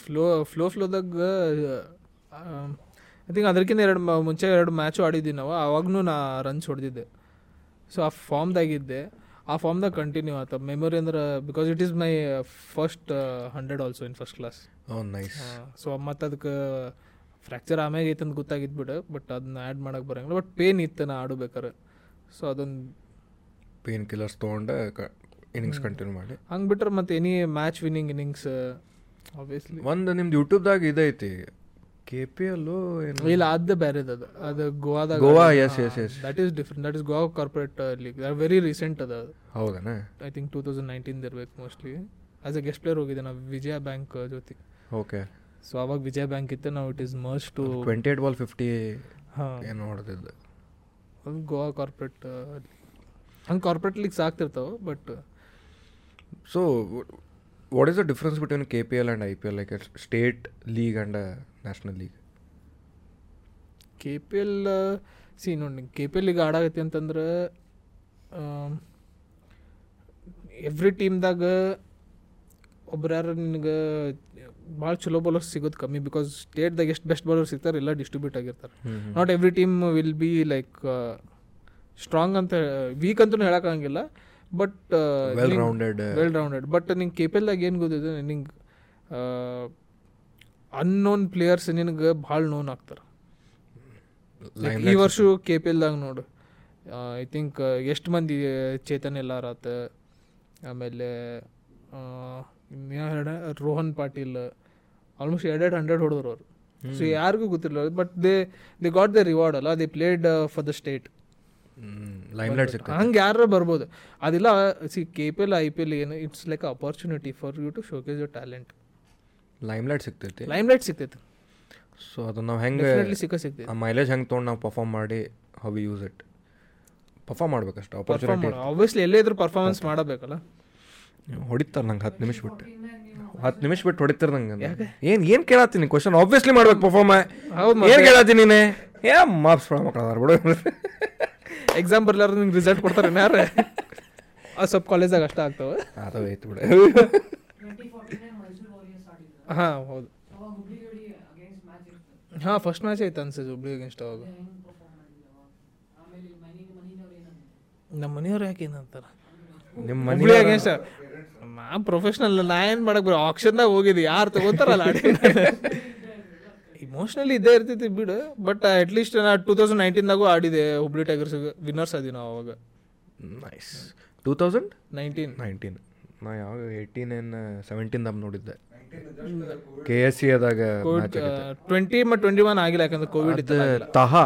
S3: ಫ್ಲೋ ಫ್ಲೋ ಫ್ಲೋದಾಗ ಐ ತಿಂಕ್ ಅದಕ್ಕಿಂತ ಎರಡು ಮ- ಮುಂಚೆ ಎರಡು ಮ್ಯಾಚು ಆಡಿದ್ವಿ ನಾವು ಅವಾಗೂ ನಾ ರನ್ಸ್ ಹೊಡೆದಿದ್ದೆ ಸೊ ಆ ಫಾರ್ಮ್ದಾಗಿದ್ದೆ ಆ ಫಾರ್ಮ್ದಾಗ ಕಂಟಿನ್ಯೂ ಆತ ಮೆಮೊರಿ ಅಂದ್ರೆ because it is my first hundred also in first class
S1: O nice
S3: so ಮತ್ತು ಅದಕ್ಕೆ ಫ್ರ್ಯಾಕ್ಚರ್ ಆಮ್ಯಾಗ ಐತೆ ಅಂತ ಗೊತ್ತಾಗಿದ್ದು ಬಿಡು ಬಟ್ ಅದನ್ನ ಆ್ಯಡ್ ಮಾಡೋಕೆ ಬರಂಗಿಲ್ಲ ಬಟ್ ಪೇನ್ ಇತ್ತು ನಾ ಆಡಬೇಕಾರೆ ಸೊ ಅದೊಂದು
S1: ಪೇನ್ ಕಿಲ್ಲರ್ಸ್ ತೊಗೊಂಡು ಇನ್ನಿಂಗ್ಸ್ ಕಂಟಿನ್ಯೂ ಮಾಡಿ
S3: ಹಂಗೆ ಬಿಟ್ರೆ ಮತ್ತು any match winning innings obviously
S1: ಒಂದು ನಿಮ್ದು ಯೂಟ್ಯೂಬ್ದಾಗ ಇದೈತಿ ಕೆ ಪಿ ಎಲ್ಲು ಏನು
S3: ಇಲ್ಲ ಅದು ಬೇರೆದು ಅದು ಅದು ಗೋವಾದಾಗ
S1: Goa, yes, yes, yes.
S3: That is different that is Goa corporate league very recent ಅದ
S1: ಹೌದನಾ
S3: I think two thousand nineteen ಇರ್ಬೇಕು mostly as a guest player ಹೋಗಿದ್ದೆ ನಾವು ವಿಜಯ ಬ್ಯಾಂಕ್ uh, ಜೊತೆ
S1: ಓಕೆ
S3: ಸೊ ಅವಾಗ ವಿಜಯ ಬ್ಯಾಂಕ್ ಇತ್ತು ನಾವು it is MERS to
S1: twenty eight ball fifty
S3: ಹಾಂ
S1: ಏನು ಹೊಡೆದಿದ್ದು
S3: ಗೋವಾ ಕಾರ್ಪೊರೇಟ್ ಹಂಗೆ ಕಾರ್ಪೊರೇಟ್ ಲೀಗ್ಸ್ ಆಗ್ತಿರ್ತಾವೆ but
S1: so what is the difference between K P L and I P L like state league and national league
S3: K P L see ನೋಡಿ K P L ಈಗ ಆಡಾಗತ್ತೆ ಅಂತಂದ್ರೆ every ಟೀಮ್ದಾಗ ಒಬ್ರ್ಯಾರು ನಿನಗೆ ಭಾಳ ಚಲೋ bowlers ಸಿಗೋದು ಕಮ್ಮಿ ಬಿಕಾಸ್ ಸ್ಟೇಟ್ದಾಗ ಎಷ್ಟು ಬೆಸ್ಟ್ ಬೌಲರ್ ಸಿಗ್ತಾರೆ ಎಲ್ಲ ಡಿಸ್ಟ್ರಿಬ್ಯೂಟ್ ಆಗಿರ್ತಾರೆ not every team will be like strong ಅಂತ ವೀಕ್ ಅಂತಲೂ ಹೇಳೋಕ್ಕಾಗಿಲ್ಲ but
S1: well rounded
S3: well rounded but ನಿಂಗೆ ಕೆ ಪಿ ಎಲ್ದಾಗ ಏನು ಗೊತ್ತಿದೆ ನಿಂಗೆ ಅನ್ನೋನ್ ಪ್ಲೇಯರ್ಸ್ ನಿನಗೆ ಭಾಳ ನೋನ್ ಆಗ್ತಾರೆ Like ಈ ವರ್ಷ ಕೆ ಪಿ ಎಲ್ದಾಗ ನೋಡು ಐ ಥಿಂಕ್ ಎಷ್ಟು ಮಂದಿ ಚೇತನ್ ಎಲ್ಲಾರ್ ಆತ ಆಮೇಲೆ ಆ, ಇನ್ಯಾ ಹೇಳ ರೋಹನ್ ಪಾಟೀಲ್ ಆಲ್ಮೋಸ್ಟ್ ಎರಡೆರಡು ಹಂಡ್ರೆಡ್ ಹೊಡೆದ್ರು ಅವರು ಸೊ ಯಾರಿಗೂ ಗೊತ್ತಿರಲಿಲ್ಲ but they they got the reward ಅಲ್ಲ they played for the state
S1: limelight mm, ಸಿಗ್ತದೆ
S3: ಹಂಗೆ ಯಾರು ಬರ್ಬೋದು ಅದಿಲ್ಲ see K P L I P L ಏನು it's like opportunity for you to showcase your talent
S1: limelight ಸಿಗ್ತೈತಿ
S3: ಲೈಮ್ಲೈಟ್ ಸಿಗ್ತೈತೆ
S1: so ಅದು ನಾವು ಹೆಂಗೆ
S3: ಡೆಫಿನೆಟ್ಲಿ ಸಿಕ್ಕ ಸಿಗ್ತೈತೆ
S1: ಆ ಮೈಲೇಜ್ ಹೆಂಗೆ ತೊಗೊಂಡು ನಾವು ಪರ್ಫಾರ್ಮ್ ಮಾಡಿ how we use it perform ಮಾಡ್ಬೇಕಷ್ಟು
S3: ಪರ್ಫಾರ್ಮ್
S1: ಆಪರ್ಚುನಿಟಿ
S3: ಮಾಡ ಆಬ್ವಿಯಸ್ಲಿ ಎಲ್ಲೇ ಇದ್ರೂ ಪರ್ಫಾರ್ಮೆನ್ಸ್ ಮಾಡಬೇಕಲ್ಲ
S1: ಹೊಡಿತಾರೆ ನಂಗೆ ಹತ್ತು ನಿಮಿಷ ಬಿಟ್ಟು ಹತ್ತು ನಿಮಿಷ ಬಿಟ್ಟು ಹೊಡಿತಾರೆ ನಂಗೆ ಏನು ಏನು ಕೇಳತ್ತೀನಿ ಕ್ವಶನ್ ಆಬ್ವಿಯಸ್ಲಿ ಮಾಡ್ಬೇಕು ಪರ್ಫಾರ್ಮ್
S3: ಹೌದ್
S1: ಏನು ಕೇಳತ್ತೀನಿ ನೀನೆ ಏ ಮಾಪ್ಸ್ ಮಕ್ಕಳ ಅದಾರ ಬಿಡು
S3: ಎಕ್ಸಾಮ್ ಬರ್ಲಾರ ನಿಂಗೆ ರಿಸಲ್ಟ್ ಕೊಡ್ತಾರೆ ಯಾರು ಆ ಸ್ವಲ್ಪ ಕಾಲೇಜಾಗ ಅಷ್ಟ ಆಗ್ತಾವೆ
S1: ಅದು ಐತೆ ಬಿಡು
S3: ಹಾಂ ಹೌದು ಹಾಂ ಫಸ್ಟ್ ಮ್ಯಾಚ್ ಐತೆ ಅನ್ಸುತ್ತೆ ಹುಬ್ಳಿ ಅಗೇನ್ಸ್ಟ್ ಅವಾಗ ನಮ್ಮ ಮನೆಯವ್ರು ಯಾಕೆ ಏನಂತಾರೆ
S1: ನಿಮ್ಮ
S3: ಹುಬ್ಳಿ
S1: ಮನೆ
S3: ಅಗೇನ್ಸ್ಟ್ ನಾ ಪ್ರೊಫೆಷನಲ್ ನಾ ಏನು ಮಾಡಕ್ ಬರೋ ಆಕ್ಷನ್ದಾಗ ಹೋಗಿದ್ದು ಯಾರು ತಗೋತಾರಲ್ಲ ಇಮೋಷ್ನಲಿ ಇದ್ದೇ ಇರ್ತೈತಿ ಬಿಡು ಬಟ್ ಅಟ್ಲೀಸ್ಟ್ ನಾ ಟೂ ತೌಸಂಡ್ ನೈನ್ಟೀನ್ದಾಗೂ ಆಡಿದೆ ಹುಬ್ಳಿ ಟೈಗರ್ಸ್ ವಿನ್ನರ್ಸ್ ಆದಿ ನಾವು ಅವಾಗ
S1: nice two thousand
S3: nineteen
S1: nineteen ನಾ ಯಾವ ಏಯ್ಟೀನ್ ಏನ್ ಸೆವೆಂಟೀನ್ದಾಗ uh, ನೋಡಿದ್ದೆ ಕೆ ಎಸ್ ಸಿ ಅದಾಗ
S3: ಕೋವಿಡ್ ಟ್ವೆಂಟಿ ಮತ್ತು ಟ್ವೆಂಟಿ ಒನ್ ಆಗಿಲ್ಲ ಯಾಕಂದ್ರೆ ಕೋವಿಡ್ ಇತ್ತು
S1: ತಹಾ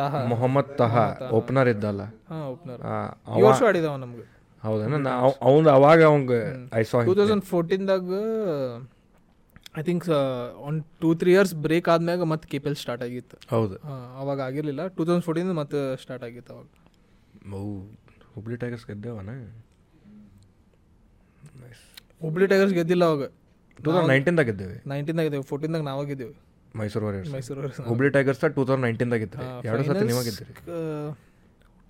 S3: ತಾಹ
S1: ಮೊಹಮ್ಮದ್ ತಹಾ ಓಪನರ್ ಇದ್ದಲ್ಲ
S3: ಹಾಂ ಓಪನರ್
S1: ಆ,
S3: ಈ
S1: ಅವ
S3: ವರ್ಷ ಆಡಿದವ ನಮ್ಗೆ
S1: ಹೌದನ ಅವನ್ ಅವಾಗ ಅವಂಗ ಐ ಸಾ
S3: ಟೂ ತೌಸಂಡ್ ಫೋರ್ಟೀನ್ದಾಗ I think one two three years break ಆದ್ಮ್ಯಾಗ ಮತ್ತೆ ಕೆ ಪಿ ಎಲ್ ಸ್ಟಾರ್ಟ್ ಆಗಿತ್ತು
S1: ಹೌದು
S3: ಹಾ, ಅವಾಗ ಆಗಿರಲಿಲ್ಲ ಟೂ ತೌಸಂಡ್ ಫೋರ್ಟೀನ್ ಮತ್ತೆ ಸ್ಟಾರ್ಟ್ ಆಗಿತ್ತು ಅವಾಗ
S1: ಮೌ ಹುಬ್ಳಿ ಟೈಗರ್ಸ್ ಗೆದ್ದೇವನ
S3: ಹುಬ್ಳಿ ಟೈಗರ್ಸ್ ಗೆದ್ದಿಲ್ಲ ಅವಾಗ
S1: ಟೂ ತೌಸಂಡ್ ನೈನ್ಟೀನ್ದಾಗ ಗೆದ್ದೇವೆ
S3: ನೈನ್ಟೀನ್ದಾಗ ಇದ್ದೇವೆ ಫೋರ್ಟೀನ್ದಾಗ ನಾವಾಗಿದ್ದೇವೆ
S1: Mysuru warriors
S3: Mysuru warriors.
S1: Hubli tigers two thousand ನೈನ್ಟೀನ್ದಾಗ ಇದ್ರಿ
S3: ಆ,
S1: ಎರಡು ಸತಿ
S3: finals,
S1: ನೀವಾಗಿದ್ದೀರಿ
S3: ಆ,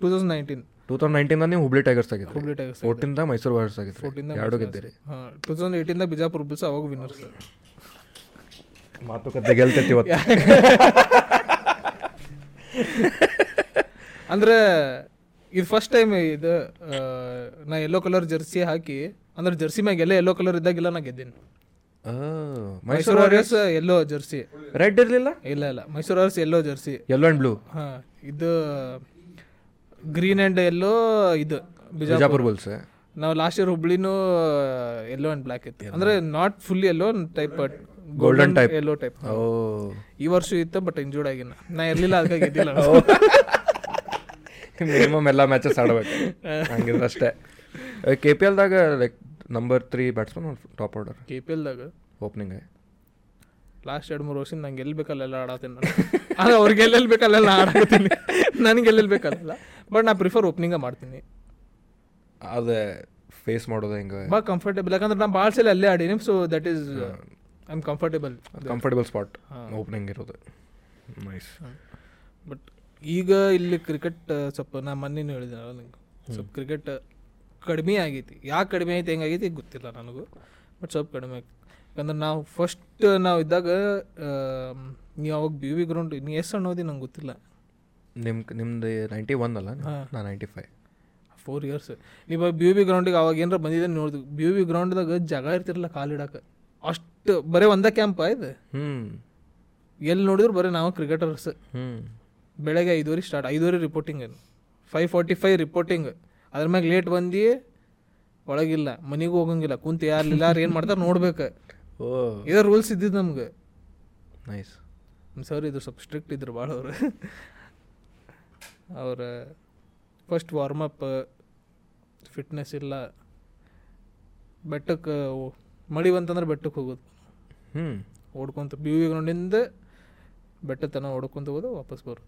S3: 2019
S1: ಟೂ ತೌಸಂಡ್ ನೈನ್ಟೀನ್ದಾಗ ನೀವು ಹುಬ್ಳಿ ಟೈಗರ್ಸ್ ಆಗಿದ್ರಿ
S3: ಹುಬ್ಳಿ ಟೈಗರ್ಸ್
S1: ಫೋರ್ಟೀನ್ದಾಗ ಮೈಸೂರು ವಾರಿಯರ್ಸ್ ಆಗಿದ್ರಿ
S3: ಫೋರ್ಟೀನ್ದಾಗ
S1: ಎರಡು ಗೆದ್ದೀರಿ
S3: ಹಾಂ ಟೂ ತೌಸಂಡ್ ಏಯ್ಟೀನ್ದಾಗ ಬಿಜಾಪುರ ಬುಲ್ಸ್ ಅವಾಗ ವಿನ್ನರ್ಸ್
S1: ಮಾತುಕತೆ ಗೆಲ್ತೈತಿ ಇವತ್ತು
S3: ಅಂದ್ರೆ ಇದು ಫಸ್ಟ್ ಟೈಮ್ ಇದು ಆ, ನಾ ಯೆಲ್ಲೋ ಕಲರ್ ಜರ್ಸಿ ಹಾಕಿ ಅಂದ್ರೆ ಜರ್ಸಿ ಮ್ಯಾಗ ಎಲ್ಲ ಯೆಲ್ಲೋ ಕಲರ್ ಇದ್ದಾಗೆಲ್ಲ ನಾ ಗೆದ್ದೀನಿ Mysuru
S1: Mysuru
S3: Warriors yellow jersey
S1: red ಇರಲಿಲ್ಲ
S3: ಇಲ್ಲ ಇಲ್ಲ Mysuru Warriors yellow jersey
S1: yellow and blue
S3: ಹಾ ಇದು ಗ್ರೀನ್ ಆ್ಯಂಡ್ ಎಲ್ಲೋ ಇದು ಬಿಜಾಪುರ
S1: ಬಿಜಾಪುರ್ ಬುಲ್ಸ್
S3: ನಾವು ಲಾಸ್ಟ್ ಇಯರ್ ಹುಬ್ಳಿನೂ ಎಲ್ಲೋ ಆ್ಯಂಡ್ ಬ್ಲ್ಯಾಕ್ ಇತ್ತು ಅಂದ್ರೆ not full yellow type
S1: Golden type.
S3: Yellow type
S1: ಓ
S3: ಈ ವರ್ಷ ಇತ್ತು ಬಟ್ ಇಂಜೂರ್ಡ್ ಆಗಿನ ನಾ ಇರ್ಲಿಲ್ಲ ಅದಕ್ಕೆ ಗೆದ್ದಿಲ್ಲ
S1: ಮಿನಿಮಮ್ ಎಲ್ಲ ಮ್ಯಾಚಸ್ ಆಡ್ಬೇಕು ಹಂಗಿದ್ರೆ ಅಷ್ಟೇ ಕೆ ಪಿ ಎಲ್ದಾಗ like number three batsman top order
S3: K P ಎಲ್ದಾಗ
S1: ಓಪನಿಂಗ್
S3: ಲಾಸ್ಟ್ ಎರಡು ಮೂರು ವರ್ಷದಿಂದ ನಂಗೆ ಎಲ್ಲಿ ಬೇಕಲ್ಲೆಲ್ಲ ಆಡಾತೀನಿ ನಾನು ಆದ್ರೆ ಅವ್ರಿಗೆ ಎಲ್ಲೆಲ್ಲಿ ಬೇಕಲ್ಲೆಲ್ಲ ಆಡಾತೀನಿ ನನಗೆ ಎಲ್ಲೆಲ್ಲಿ ಬೇಕಲ್ಲ ಬಟ್ ನಾ ಪ್ರಿಫರ್ ಓಪನಿಂಗ ಮಾಡ್ತೀನಿ
S1: ಅದೇ ಫೇಸ್ ಮಾಡೋದು ಹೆಂಗೆ
S3: ಭಾಳ ಕಂಫರ್ಟೇಬಲ್ ಯಾಕಂದ್ರೆ ನಾ ಭಾಳ ಸಲ ಅಲ್ಲೇ ಆಡೀನಿ so that is I am comfortable
S1: comfortable spot opening ಇರೋದು ನೈಸ್
S3: ಬಟ್ ಈಗ ಇಲ್ಲಿ ಕ್ರಿಕೆಟ್ ಸ್ವಲ್ಪ ನಾ ಮೊನ್ನೆನೂ ಹೇಳಿದೆ ನಂಗೆ ಸ್ವಲ್ಪ ಕ್ರಿಕೆಟ್ ಕಡಿಮೆ ಆಗೈತಿ ಯಾಕೆ ಕಡಿಮೆ ಐತಿ ಹೆಂಗಾಗೈತಿ ಗೊತ್ತಿಲ್ಲ ನನಗೂ ಬಟ್ ಸ್ವಲ್ಪ ಕಡಿಮೆ ಆಗ್ತಿ ಯಾಕಂದ್ರೆ ನಾವು ಫಸ್ಟ್ ನಾವು ಇದ್ದಾಗ ನೀವು ಅವಾಗ ಬಿ ವಿ ಗ್ರೌಂಡ್ ನೀ ಎಷ್ಟು ಅನ್ನೋದಿ ನಂಗೆ ಗೊತ್ತಿಲ್ಲ
S1: ನಿಮ್ ನಿಮ್ದು ನೈಂಟಿ ಒನ್ ಅಲ್ಲ ನಾ ನೈಂಟಿ ಫೈವ್
S3: ಫೋರ್ ಇಯರ್ಸ್ ನೀವು ಬಿ ಯು ಬಿ ಗ್ರೌಂಡಿಗೆ ಅವಾಗ ಏನಾರ ಬಂದಿದ್ದೆ ನೋಡಿದ್ವಿ ಬಿ ಯು ಬಿ ಗ್ರೌಂಡ್ದಾಗ ಜಾಗ ಇರ್ತಿರಲ್ಲ ಕಾಲಿಡಕ್ಕೆ ಅಷ್ಟು ಬರೀ ಒಂದೇ ಕ್ಯಾಂಪ್ ಇದು
S1: ಹ್ಞೂ
S3: ಎಲ್ಲಿ ನೋಡಿದ್ರು ಬರೀ ನಾವು ಕ್ರಿಕೆಟರ್ಸ್
S1: ಹ್ಞೂ
S3: ಬೆಳಗ್ಗೆ ಐದುವರೆ ಸ್ಟಾರ್ಟ್ ಐದುವರೆ reporting five forty five reporting ಅದ್ರ ಮ್ಯಾಗ ಲೇಟ್ ಬಂದು ಒಳಗಿಲ್ಲ ಮನೆಗೂ ಹೋಗಂಗಿಲ್ಲ ಕುಂತು ಯಾರು ಇಲ್ಲಾರು ಏನು ಮಾಡ್ತಾರೆ ನೋಡ್ಬೇಕು
S1: ಓ
S3: ಇದೇ ರೂಲ್ಸ್ ಇದ್ದಿದ್ದು ನಮ್ಗೆ
S1: ನೈಸ್
S3: ಸರ್ ಇದ್ರು ಸ್ವಲ್ಪ ಸ್ಟ್ರಿಕ್ಟ್ ಇದ್ರು ಭಾಳ ಅವರು ಅವ್ರ ಫಸ್ಟ್ ವಾರ್ಮಪ್ ಫಿಟ್ನೆಸ್ ಇಲ್ಲ ಬೆಟ್ಟಕ್ಕೆ ಓ- ಮಳಿ ಬಂತಂದ್ರೆ ಬೆಟ್ಟಕ್ಕೆ ಹೋಗೋದು
S1: ಹ್ಞೂ
S3: ಓಡ್ಕೊಂತ ಬಿ ವಿ ಗ್ರೌಂಡಿಂದ ಬೆಟ್ಟ ತನ ಓಡ್ಕೊಂತ ಹೋಗೋದು ವಾಪಸ್ ಬರೋದು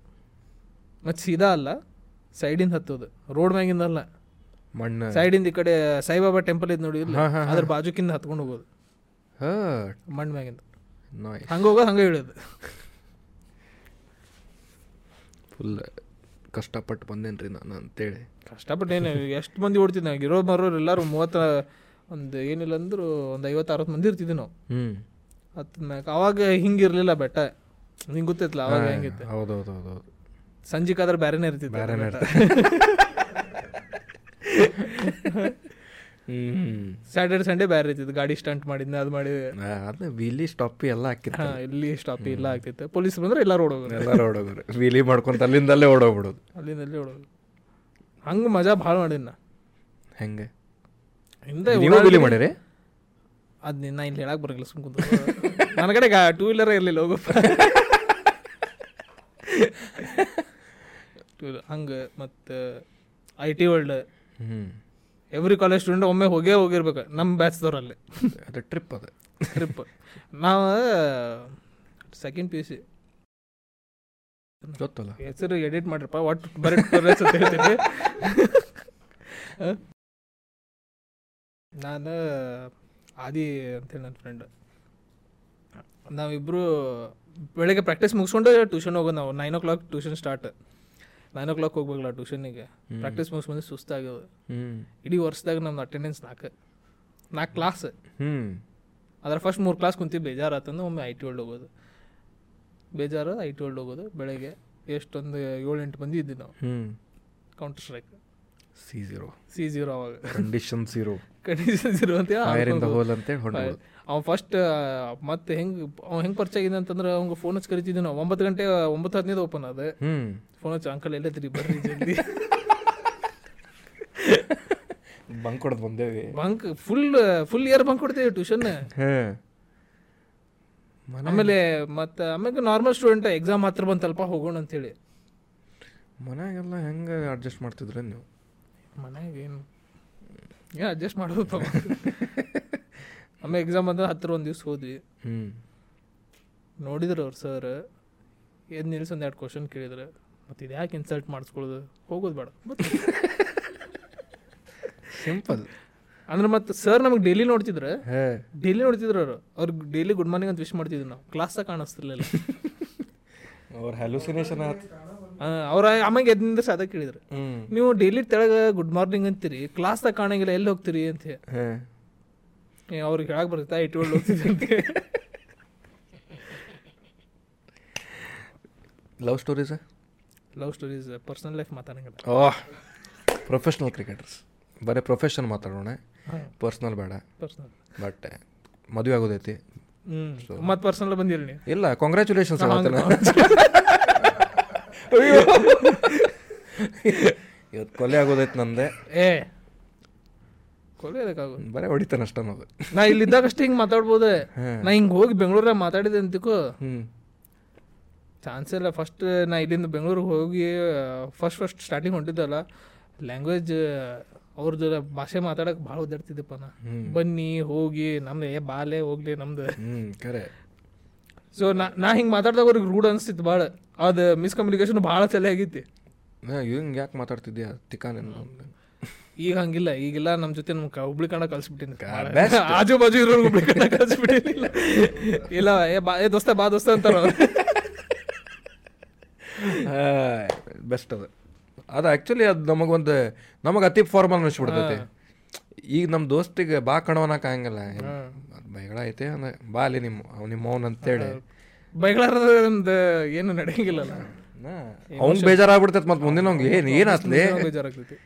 S3: ಮತ್ತು ಸೀದಾ ಅಲ್ಲ ಸೈಡಿಂದ ಹತ್ತೋದು ರೋಡ್ ಮ್ಯಾಗಿಂದ ಅಲ್ಲ
S1: ಮಣ್ಣು
S3: ಸೈಡಿಂದ ಈ ಕಡೆ ಸಾಯಿಬಾಬಾ ಟೆಂಪಲ್ ಇದು ನೋಡಿದಿಲ್ಲ ಅದ್ರ ಬಾಜುಕಿಂದ ಹತ್ಕೊಂಡು ಹೋಗೋದು
S1: ಹರ್ಟ್
S3: ಮಣ್ಣ್ ಮ್ಯಾಗಿಂದ
S1: ನಾಯ್ಸ್
S3: ಹಂಗೆ ಹೋಗೋದು ಹಂಗೆ ಇಳೋದು
S1: ಫುಲ್ ಕಷ್ಟಪಟ್ಟು ಬಂದೇನ್ರಿ ನಾನು ಅಂತೇಳಿ
S3: ಕಷ್ಟಪಟ್ಟು ಏನು ಎಷ್ಟು ಮಂದಿ ಓಡ್ತಿದ್ದೆ ನಾವು ಇರೋ ಮರೋರು ಎಲ್ಲರೂ ಮೂವತ್ತ ಒಂದು ಏನಿಲ್ಲ ಅಂದರೂ ಒಂದು ಐವತ್ತು ಅರವತ್ತು ಮಂದಿ ಇರ್ತಿದ್ವಿ ನಾವು
S1: ಹ್ಞೂ
S3: ಹತ್ತು ಮ್ಯಾಗ ಅವಾಗ ಹಿಂಗಿರಲಿಲ್ಲ ಬೆಟ್ಟ ನಿಂಗೆ ಗೊತ್ತಿತ್ತಲ್ಲ ಅವಾಗ ಹೆಂಗಿತ್ತು
S1: ಹೌದೌದು ಹೌದೌದು
S3: ಸಂಜೆಗಾದ್ರೆ ಬೇರೆನೇ ಇರ್ತಿತ್ತು
S1: ಬೇರೆನೇ
S3: ಬೆಟ್ಟ.
S1: ಹ್ಞೂ
S3: ಸ್ಯಾಟರ್ಡೆ ಸಂಡೇ ಬೇರೆ ಇರ್ತಿತ್ತು ಗಾಡಿ ಸ್ಟಂಟ್ ಮಾಡಿದ್ನ ಅದು ಮಾಡಿ
S1: ಅದೇ ವೀಲಿ ಸ್ಟಾಪ್ ಎಲ್ಲ
S3: ಹಾ
S1: ಹಾಕಿರ್ತಾರೆ
S3: ಇಲ್ಲಿ ಸ್ಟಾಪ್ ಇಲ್ಲ ಆಗ್ತಿತ್ತು ಪೊಲೀಸ್ ಬಂದ್ರೆ ಎಲ್ಲರೂ ಓಡೋಗೋದು
S1: ಎಲ್ಲರೂ ಓಡೋಗೋರು ವೀಲಿ ಮಾಡ್ಕೊಂತ ಅಲ್ಲಿಂದಲ್ಲೇ ಓಡೋಗ್ಬಿಡೋದು
S3: ಅಲ್ಲಿಂದ ಅಲ್ಲಿ ಓಡೋಗೋದು ಹಂಗೆ ಮಜಾ ಭಾಳ ಮಾಡಿನ
S1: ಹೆಂಗೆ
S3: ಹಿಂದೆ
S1: ನೀವು ವೀಲಿ ಮಾಡಿರಿ
S3: ಅದು ನಿನ್ನ ಇಲ್ಲಿ ಹೇಳಕ್ ಬರಂಗಿಲ್ಲ ಸುಮ್ ಕುಂತ ನನ್ನ ಕಡೆ ಗಾ ಟೂ ವೀಲರ್ ಇರಲಿಲ್ಲ ಹೋಗಪ್ಪ ಟೂ ವೀಲರ್ ಹಂಗೆ ಮತ್ತು ಐ ಟಿ ವರ್ಲ್ಡ್
S1: ಹ್ಞೂ
S3: ಎವ್ರಿ ಕಾಲೇಜ್ ಸ್ಟೂಡೆಂಟ್ ಒಮ್ಮೆ ಹೋಗೇ ಹೋಗಿರ್ಬೇಕು ನಮ್ಮ ಬ್ಯಾಚ್ದವ್ರಲ್ಲಿ
S1: ಅದು ಟ್ರಿಪ್ ಅದು
S3: ಟ್ರಿಪ್ ನಾವು ಸೆಕೆಂಡ್ ಪಿ ಯು ಸಿ
S1: ಗೊತ್ತಲ್ಲ
S3: ಹೆಸರು ಎಡಿಟ್ ಮಾಡ್ರಪ್ಪ ಒಟ್ಟು ಬರೀ ಟೂರಿಸ್ಟ್ ಅಂತ ಹೇಳ್ತೀನಿ ನಾನು ಆದಿ ಅಂತೇಳಿ ನನ್ನ ಫ್ರೆಂಡ್ ನಾವಿಬ್ಬರು ಬೆಳಗ್ಗೆ ಪ್ರಾಕ್ಟೀಸ್ ಮುಗಿಸ್ಕೊಂಡು ಟ್ಯೂಷನ್ ಹೋಗೋದು ನಾವು nine o'clock tuition start nine o'clock ಹೋಗ್ಬೇಕಲ್ಲ ಟ್ಯೂಷನಿಗೆ ಪ್ರಾಕ್ಟೀಸ್ ಮುಗಿಸ್ಕೊಂಡು ಸುಸ್ತಾಗ್ಯದ
S1: ಹ್ಞೂ
S3: ಇಡೀ ವರ್ಷದಾಗ ನಮ್ಮ ಅಟೆಂಡೆನ್ಸ್ ನಾಲ್ಕು ನಾಲ್ಕು ಕ್ಲಾಸ್
S1: ಹ್ಞೂ
S3: ಅದ್ರ ಫಸ್ಟ್ ಮೂರು ಕ್ಲಾಸ್ ಕುಂತು ಬೇಜಾರು ಆತಂದ್ರೆ ಒಮ್ಮೆ ಐ ಟಿ ವರ್ಲ್ಡ್ ಹೋಗೋದು ಬೇಜಾರು ಐ ಟಿ ವರ್ಲ್ಡ್ ಹೋಗೋದು ಬೆಳಗ್ಗೆ ಎಷ್ಟೊಂದು ಏಳು ಎಂಟು ಮಂದಿ ಇದ್ವಿ ನಾವು
S1: ಹ್ಞೂ
S3: counter strike
S1: C zero
S3: C zero ಅವಾಗ
S1: ಕಂಡೀಷನ್ ಝೀರೋ
S3: ಕಂಡೀಷನ್ ಜೀರೋ ಅಂತ
S1: ಫೈರ್ ಇನ್ ದ ಹೋಲ್ ಅಂತೇಳಿ ಹೊಂಡೋದು
S3: ಅವ ಫಸ್ಟ್ ಮತ್ತೆ ಹೆಂಗೆ ಅವ ಹೆಂಗೆ ಪರಿಚಯ ಆಗಿದೆ ಅಂತಂದ್ರೆ ಅವ್ಗೆ ಫೋನ್ ಹಚ್ಚಿ ಕರಿತಿದ್ವಿ ನಾವು ಒಂಬತ್ತು ಗಂಟೆ ಒಂಬತ್ತು ಹದಿನೈದು ಓಪನ್ ಅದು
S1: ಹ್ಞೂ
S3: ಫೋನ್ ಹಚ್ಚಿ ಅಂಕಲ್ ಎಲ್ಲೈತ್ರಿ ಬರ್ರಿ ಜಲ್ದಿ
S1: ಬಂಕ್ ಹೊಡೆದು ಬಂದೇವಿ
S3: bunk full full year bunk ಕೊಡ್ತೀವಿ ಟ್ಯೂಷನ್
S1: ಹಾಂ
S3: ಆಮೇಲೆ ಮತ್ತೆ ಆಮೇಲೆ ನಾರ್ಮಲ್ ಸ್ಟೂಡೆಂಟ್ ಎಕ್ಸಾಮ್ ಹತ್ರ ಬಂತಲ್ಪ ಹೋಗೋಣ ಅಂತೇಳಿ
S1: ಮನ್ಯಾಗೆಲ್ಲ ಹೆಂಗೆ ಅಡ್ಜಸ್ಟ್ ಮಾಡ್ತಿದ್ರಿ ನೀವು
S3: ಮನ್ಯಾಗ ಏನು ಏ ಅಡ್ಜಸ್ಟ್ ಮಾಡೋದು ಪಾಪ ಆಮೇಲೆ ಎಕ್ಸಾಮ್ ಅಂದ್ರೆ ಹತ್ತಿರ ಒಂದು ದಿವ್ಸ ಹೋದ್ವಿ
S1: ಹ್ಞೂ
S3: ನೋಡಿದ್ರು ಅವ್ರು ಸರ್ ಎದ್ದು ನಿಲ್ಸಿ ಒಂದು ಎರಡು ಕ್ವಶನ್ ಕೇಳಿದ್ರು ಮತ್ತು ಇದು ಯಾಕೆ ಇನ್ಸಲ್ಟ್ ಮಾಡಿಸ್ಕೊಳ್ಳೋದು ಹೋಗೋದು ಬೇಡ ಮತ್ತೆ
S1: ಸಿಂಪಲ್
S3: ಅಂದ್ರೆ ಮತ್ತು ಸರ್ ನಮಗೆ ಡೈಲಿ ನೋಡ್ತಿದ್ರು
S1: ಹೇ
S3: ಡೈಲಿ ನೋಡ್ತಿದ್ರು ಅವರು ಅವ್ರಿಗೆ ಡೈಲಿ ಗುಡ್ ಮಾರ್ನಿಂಗ್ ಅಂತ ವಿಶ್ ಮಾಡ್ತಿದ್ರು ನಾವು ಕ್ಲಾಸಾಗ ಕಾಣಿಸ್ತಿರ್ಲಿಲ್ಲ
S1: ಅವ್ರ ಹ್ಯಾಲುಸಿನೇಷನ್ ಆಯ್ತು
S3: ಆ, ಅವ್ರ ಆಮೇಲೆ ಎದ್ದು ನಿಂದ್ರೆ ಸಾಧ ಕೇಳಿದ್ರು
S1: ಹ್ಞೂ
S3: ನೀವು ಡೈಲಿ ತೆಳಗೆ ಗುಡ್ ಮಾರ್ನಿಂಗ್ ಅಂತೀರಿ ಕ್ಲಾಸ್ದಾಗ ಕಾಣಂಗಿಲ್ಲ ಎಲ್ಲಿ ಹೋಗ್ತೀರಿ ಅಂತ ಹೇಳಿ.
S1: ಹಾಂ
S3: ಏ, ಅವ್ರಿಗೆ ಹೇಳಕ್ಕೆ ಬರುತ್ತಾ ಇಟ್ಕೊಂಡು ಹೋಗ್ತಿದ್ರು ಅಂತ ಹೇಳಿ.
S1: Love stories
S3: love stories personal life ಮಾತಾಡಂಗಿಲ್ಲ
S1: ಓಹ್ ಪ್ರೊಫೆಷ್ನಲ್ ಕ್ರಿಕೆಟರ್ಸ್ ಬರೀ ಪ್ರೊಫೆಷನ್ ಮಾತಾಡೋಣ ಪರ್ಸ್ನಲ್ ಬೇಡ
S3: ಪರ್ಸನಲ್
S1: ಬಟ್ ಮದುವೆ ಆಗೋದೈತಿ
S3: ಹ್ಞೂ ಮತ್ತು ಪರ್ಸನಲ್ ಬಂದಿರಿ ನೀವು
S1: ಇಲ್ಲ ಕಾಂಗ್ರ್ಯಾಚುಲೇಷನ್ಸ್ ಇವತ್ತು ಕೊಲೆ ಆಗೋದೈತಿ ನಂದೆ
S3: ಏ ಕೊಲೆ ಅದಕ್ಕಾಗೋ
S1: ಬರೀ ಹೊಡಿತಾನೆ ಅಷ್ಟೇ ಅನ್ನೋದು
S3: ನಾ ಇಲ್ಲಿದ್ದಾಗಷ್ಟೇ ಹಿಂಗೆ ಮಾತಾಡ್ಬೋದು ನಾ ಹಿಂಗೆ ಹೋಗಿ ಬೆಂಗಳೂರಾಗ ಮಾತಾಡಿದೆ ಅಂತಿಕೋ
S1: ಹ್ಞೂ
S3: ಚಾನ್ಸ್ ಇಲ್ಲ ಫಸ್ಟ್ ನಾ ಇಲ್ಲಿಂದ ಬೆಂಗಳೂರಿಗೆ ಹೋಗಿ ಫಸ್ಟ್ ಫಸ್ಟ್ ಸ್ಟಾರ್ಟಿಂಗ್ ಹೊಂಟಿದ್ದಲ್ಲ ಲ್ಯಾಂಗ್ವೇಜ್ ಅವ್ರದ್ದು ಭಾಷೆ ಮಾತಾಡಕ್ಕೆ ಭಾಳ ಒದ್ದಾಡ್ತಿದ್ದಪ್ಪ ನಾ ಬನ್ನಿ ಹೋಗಿ ನಮ್ದು ಏ ಬಾಲೆ ಹೋಗ್ಲಿ ನಮ್ದು
S1: ಹ್ಞೂ ಕರೆ
S3: ಸೊ ನಾ ನಾ ಹಿಂಗೆ ಮಾತಾಡ್ದಾಗ ಅವ್ರಿಗೆ ರೂಢ ಅನಿಸ್ತಿತ್ತು ಭಾಳ ಅದು ಮಿಸ್ಕಮ್ಯುನಿಕೇಶನ್ ಭಾಳ ತಲೆ ಆಗೈತಿ
S1: ಹಿಂಗೆ ಯಾಕೆ ಮಾತಾಡ್ತಿದ್ಯಾ ತಿಕ್ಕಾನೆ
S3: ಈಗ ಹಂಗಿಲ್ಲ ಈಗೆಲ್ಲ ನಮ್ಮ ಜೊತೆ ನಮ್ಮ ಕ- ಹುಬ್ಳಿ ಕನ್ನಡ ಕಲ್ಸ್ಬಿಟ್ಟಿನಿ
S1: ಕಾ- best.
S3: ಆಜು ಬಾಜು ಇರೋರು ಹುಬ್ಳಿ ಕನ್ನಡ ಕಲ್ಸ್ಬಿಟ್ಟಿಲ್ಲ ಇಲ್ಲ ಏ ಬಾ ಏ ದೋಸ್ತ ಬಾ ದೋಸ್ತ ಅಂತಾರ
S1: ಬೆಸ್ಟ್ ಅದು ಅದು ಆ್ಯಕ್ಚುಲಿ ಅದು ನಮಗೊಂದು ನಮಗೆ ಅತಿ ಫಾರ್ಮಲ್ ಅನಿಸ್ಬಿಡ್ತೈತಿ ಈಗ ನಮ್ಮ ದೋಸ್ತಿಗೆ ಬಾ ಕಣವನಕ್ಕೆ ಆಗಂಗಿಲ್ಲ ಬೈಗಳ ಐತೆ ಅಂದ್ರೆ ಬಾ ಅಲ್ಲಿ ನಿಮ್ಮ ಅವ್ ನಿಮ್ಮ ಅವ್ನು ಅಂತೇಳಿ
S3: ಬೈಗಳಾರದ ನಮ್ದು ಏನು ನಡೆಯಂಗಿಲ್ಲ
S1: ಅವ್ನು ಬೇಜಾರಾಗ್ಬಿಡ್ತೈತೆ ಮತ್ತೆ ಮುಂದಿನ ಅವ್ನಿಗೆ ಏನು ಏನಾತ್ಲಿ
S3: ಬೇಜಾರಾಗ್ತೈತಿ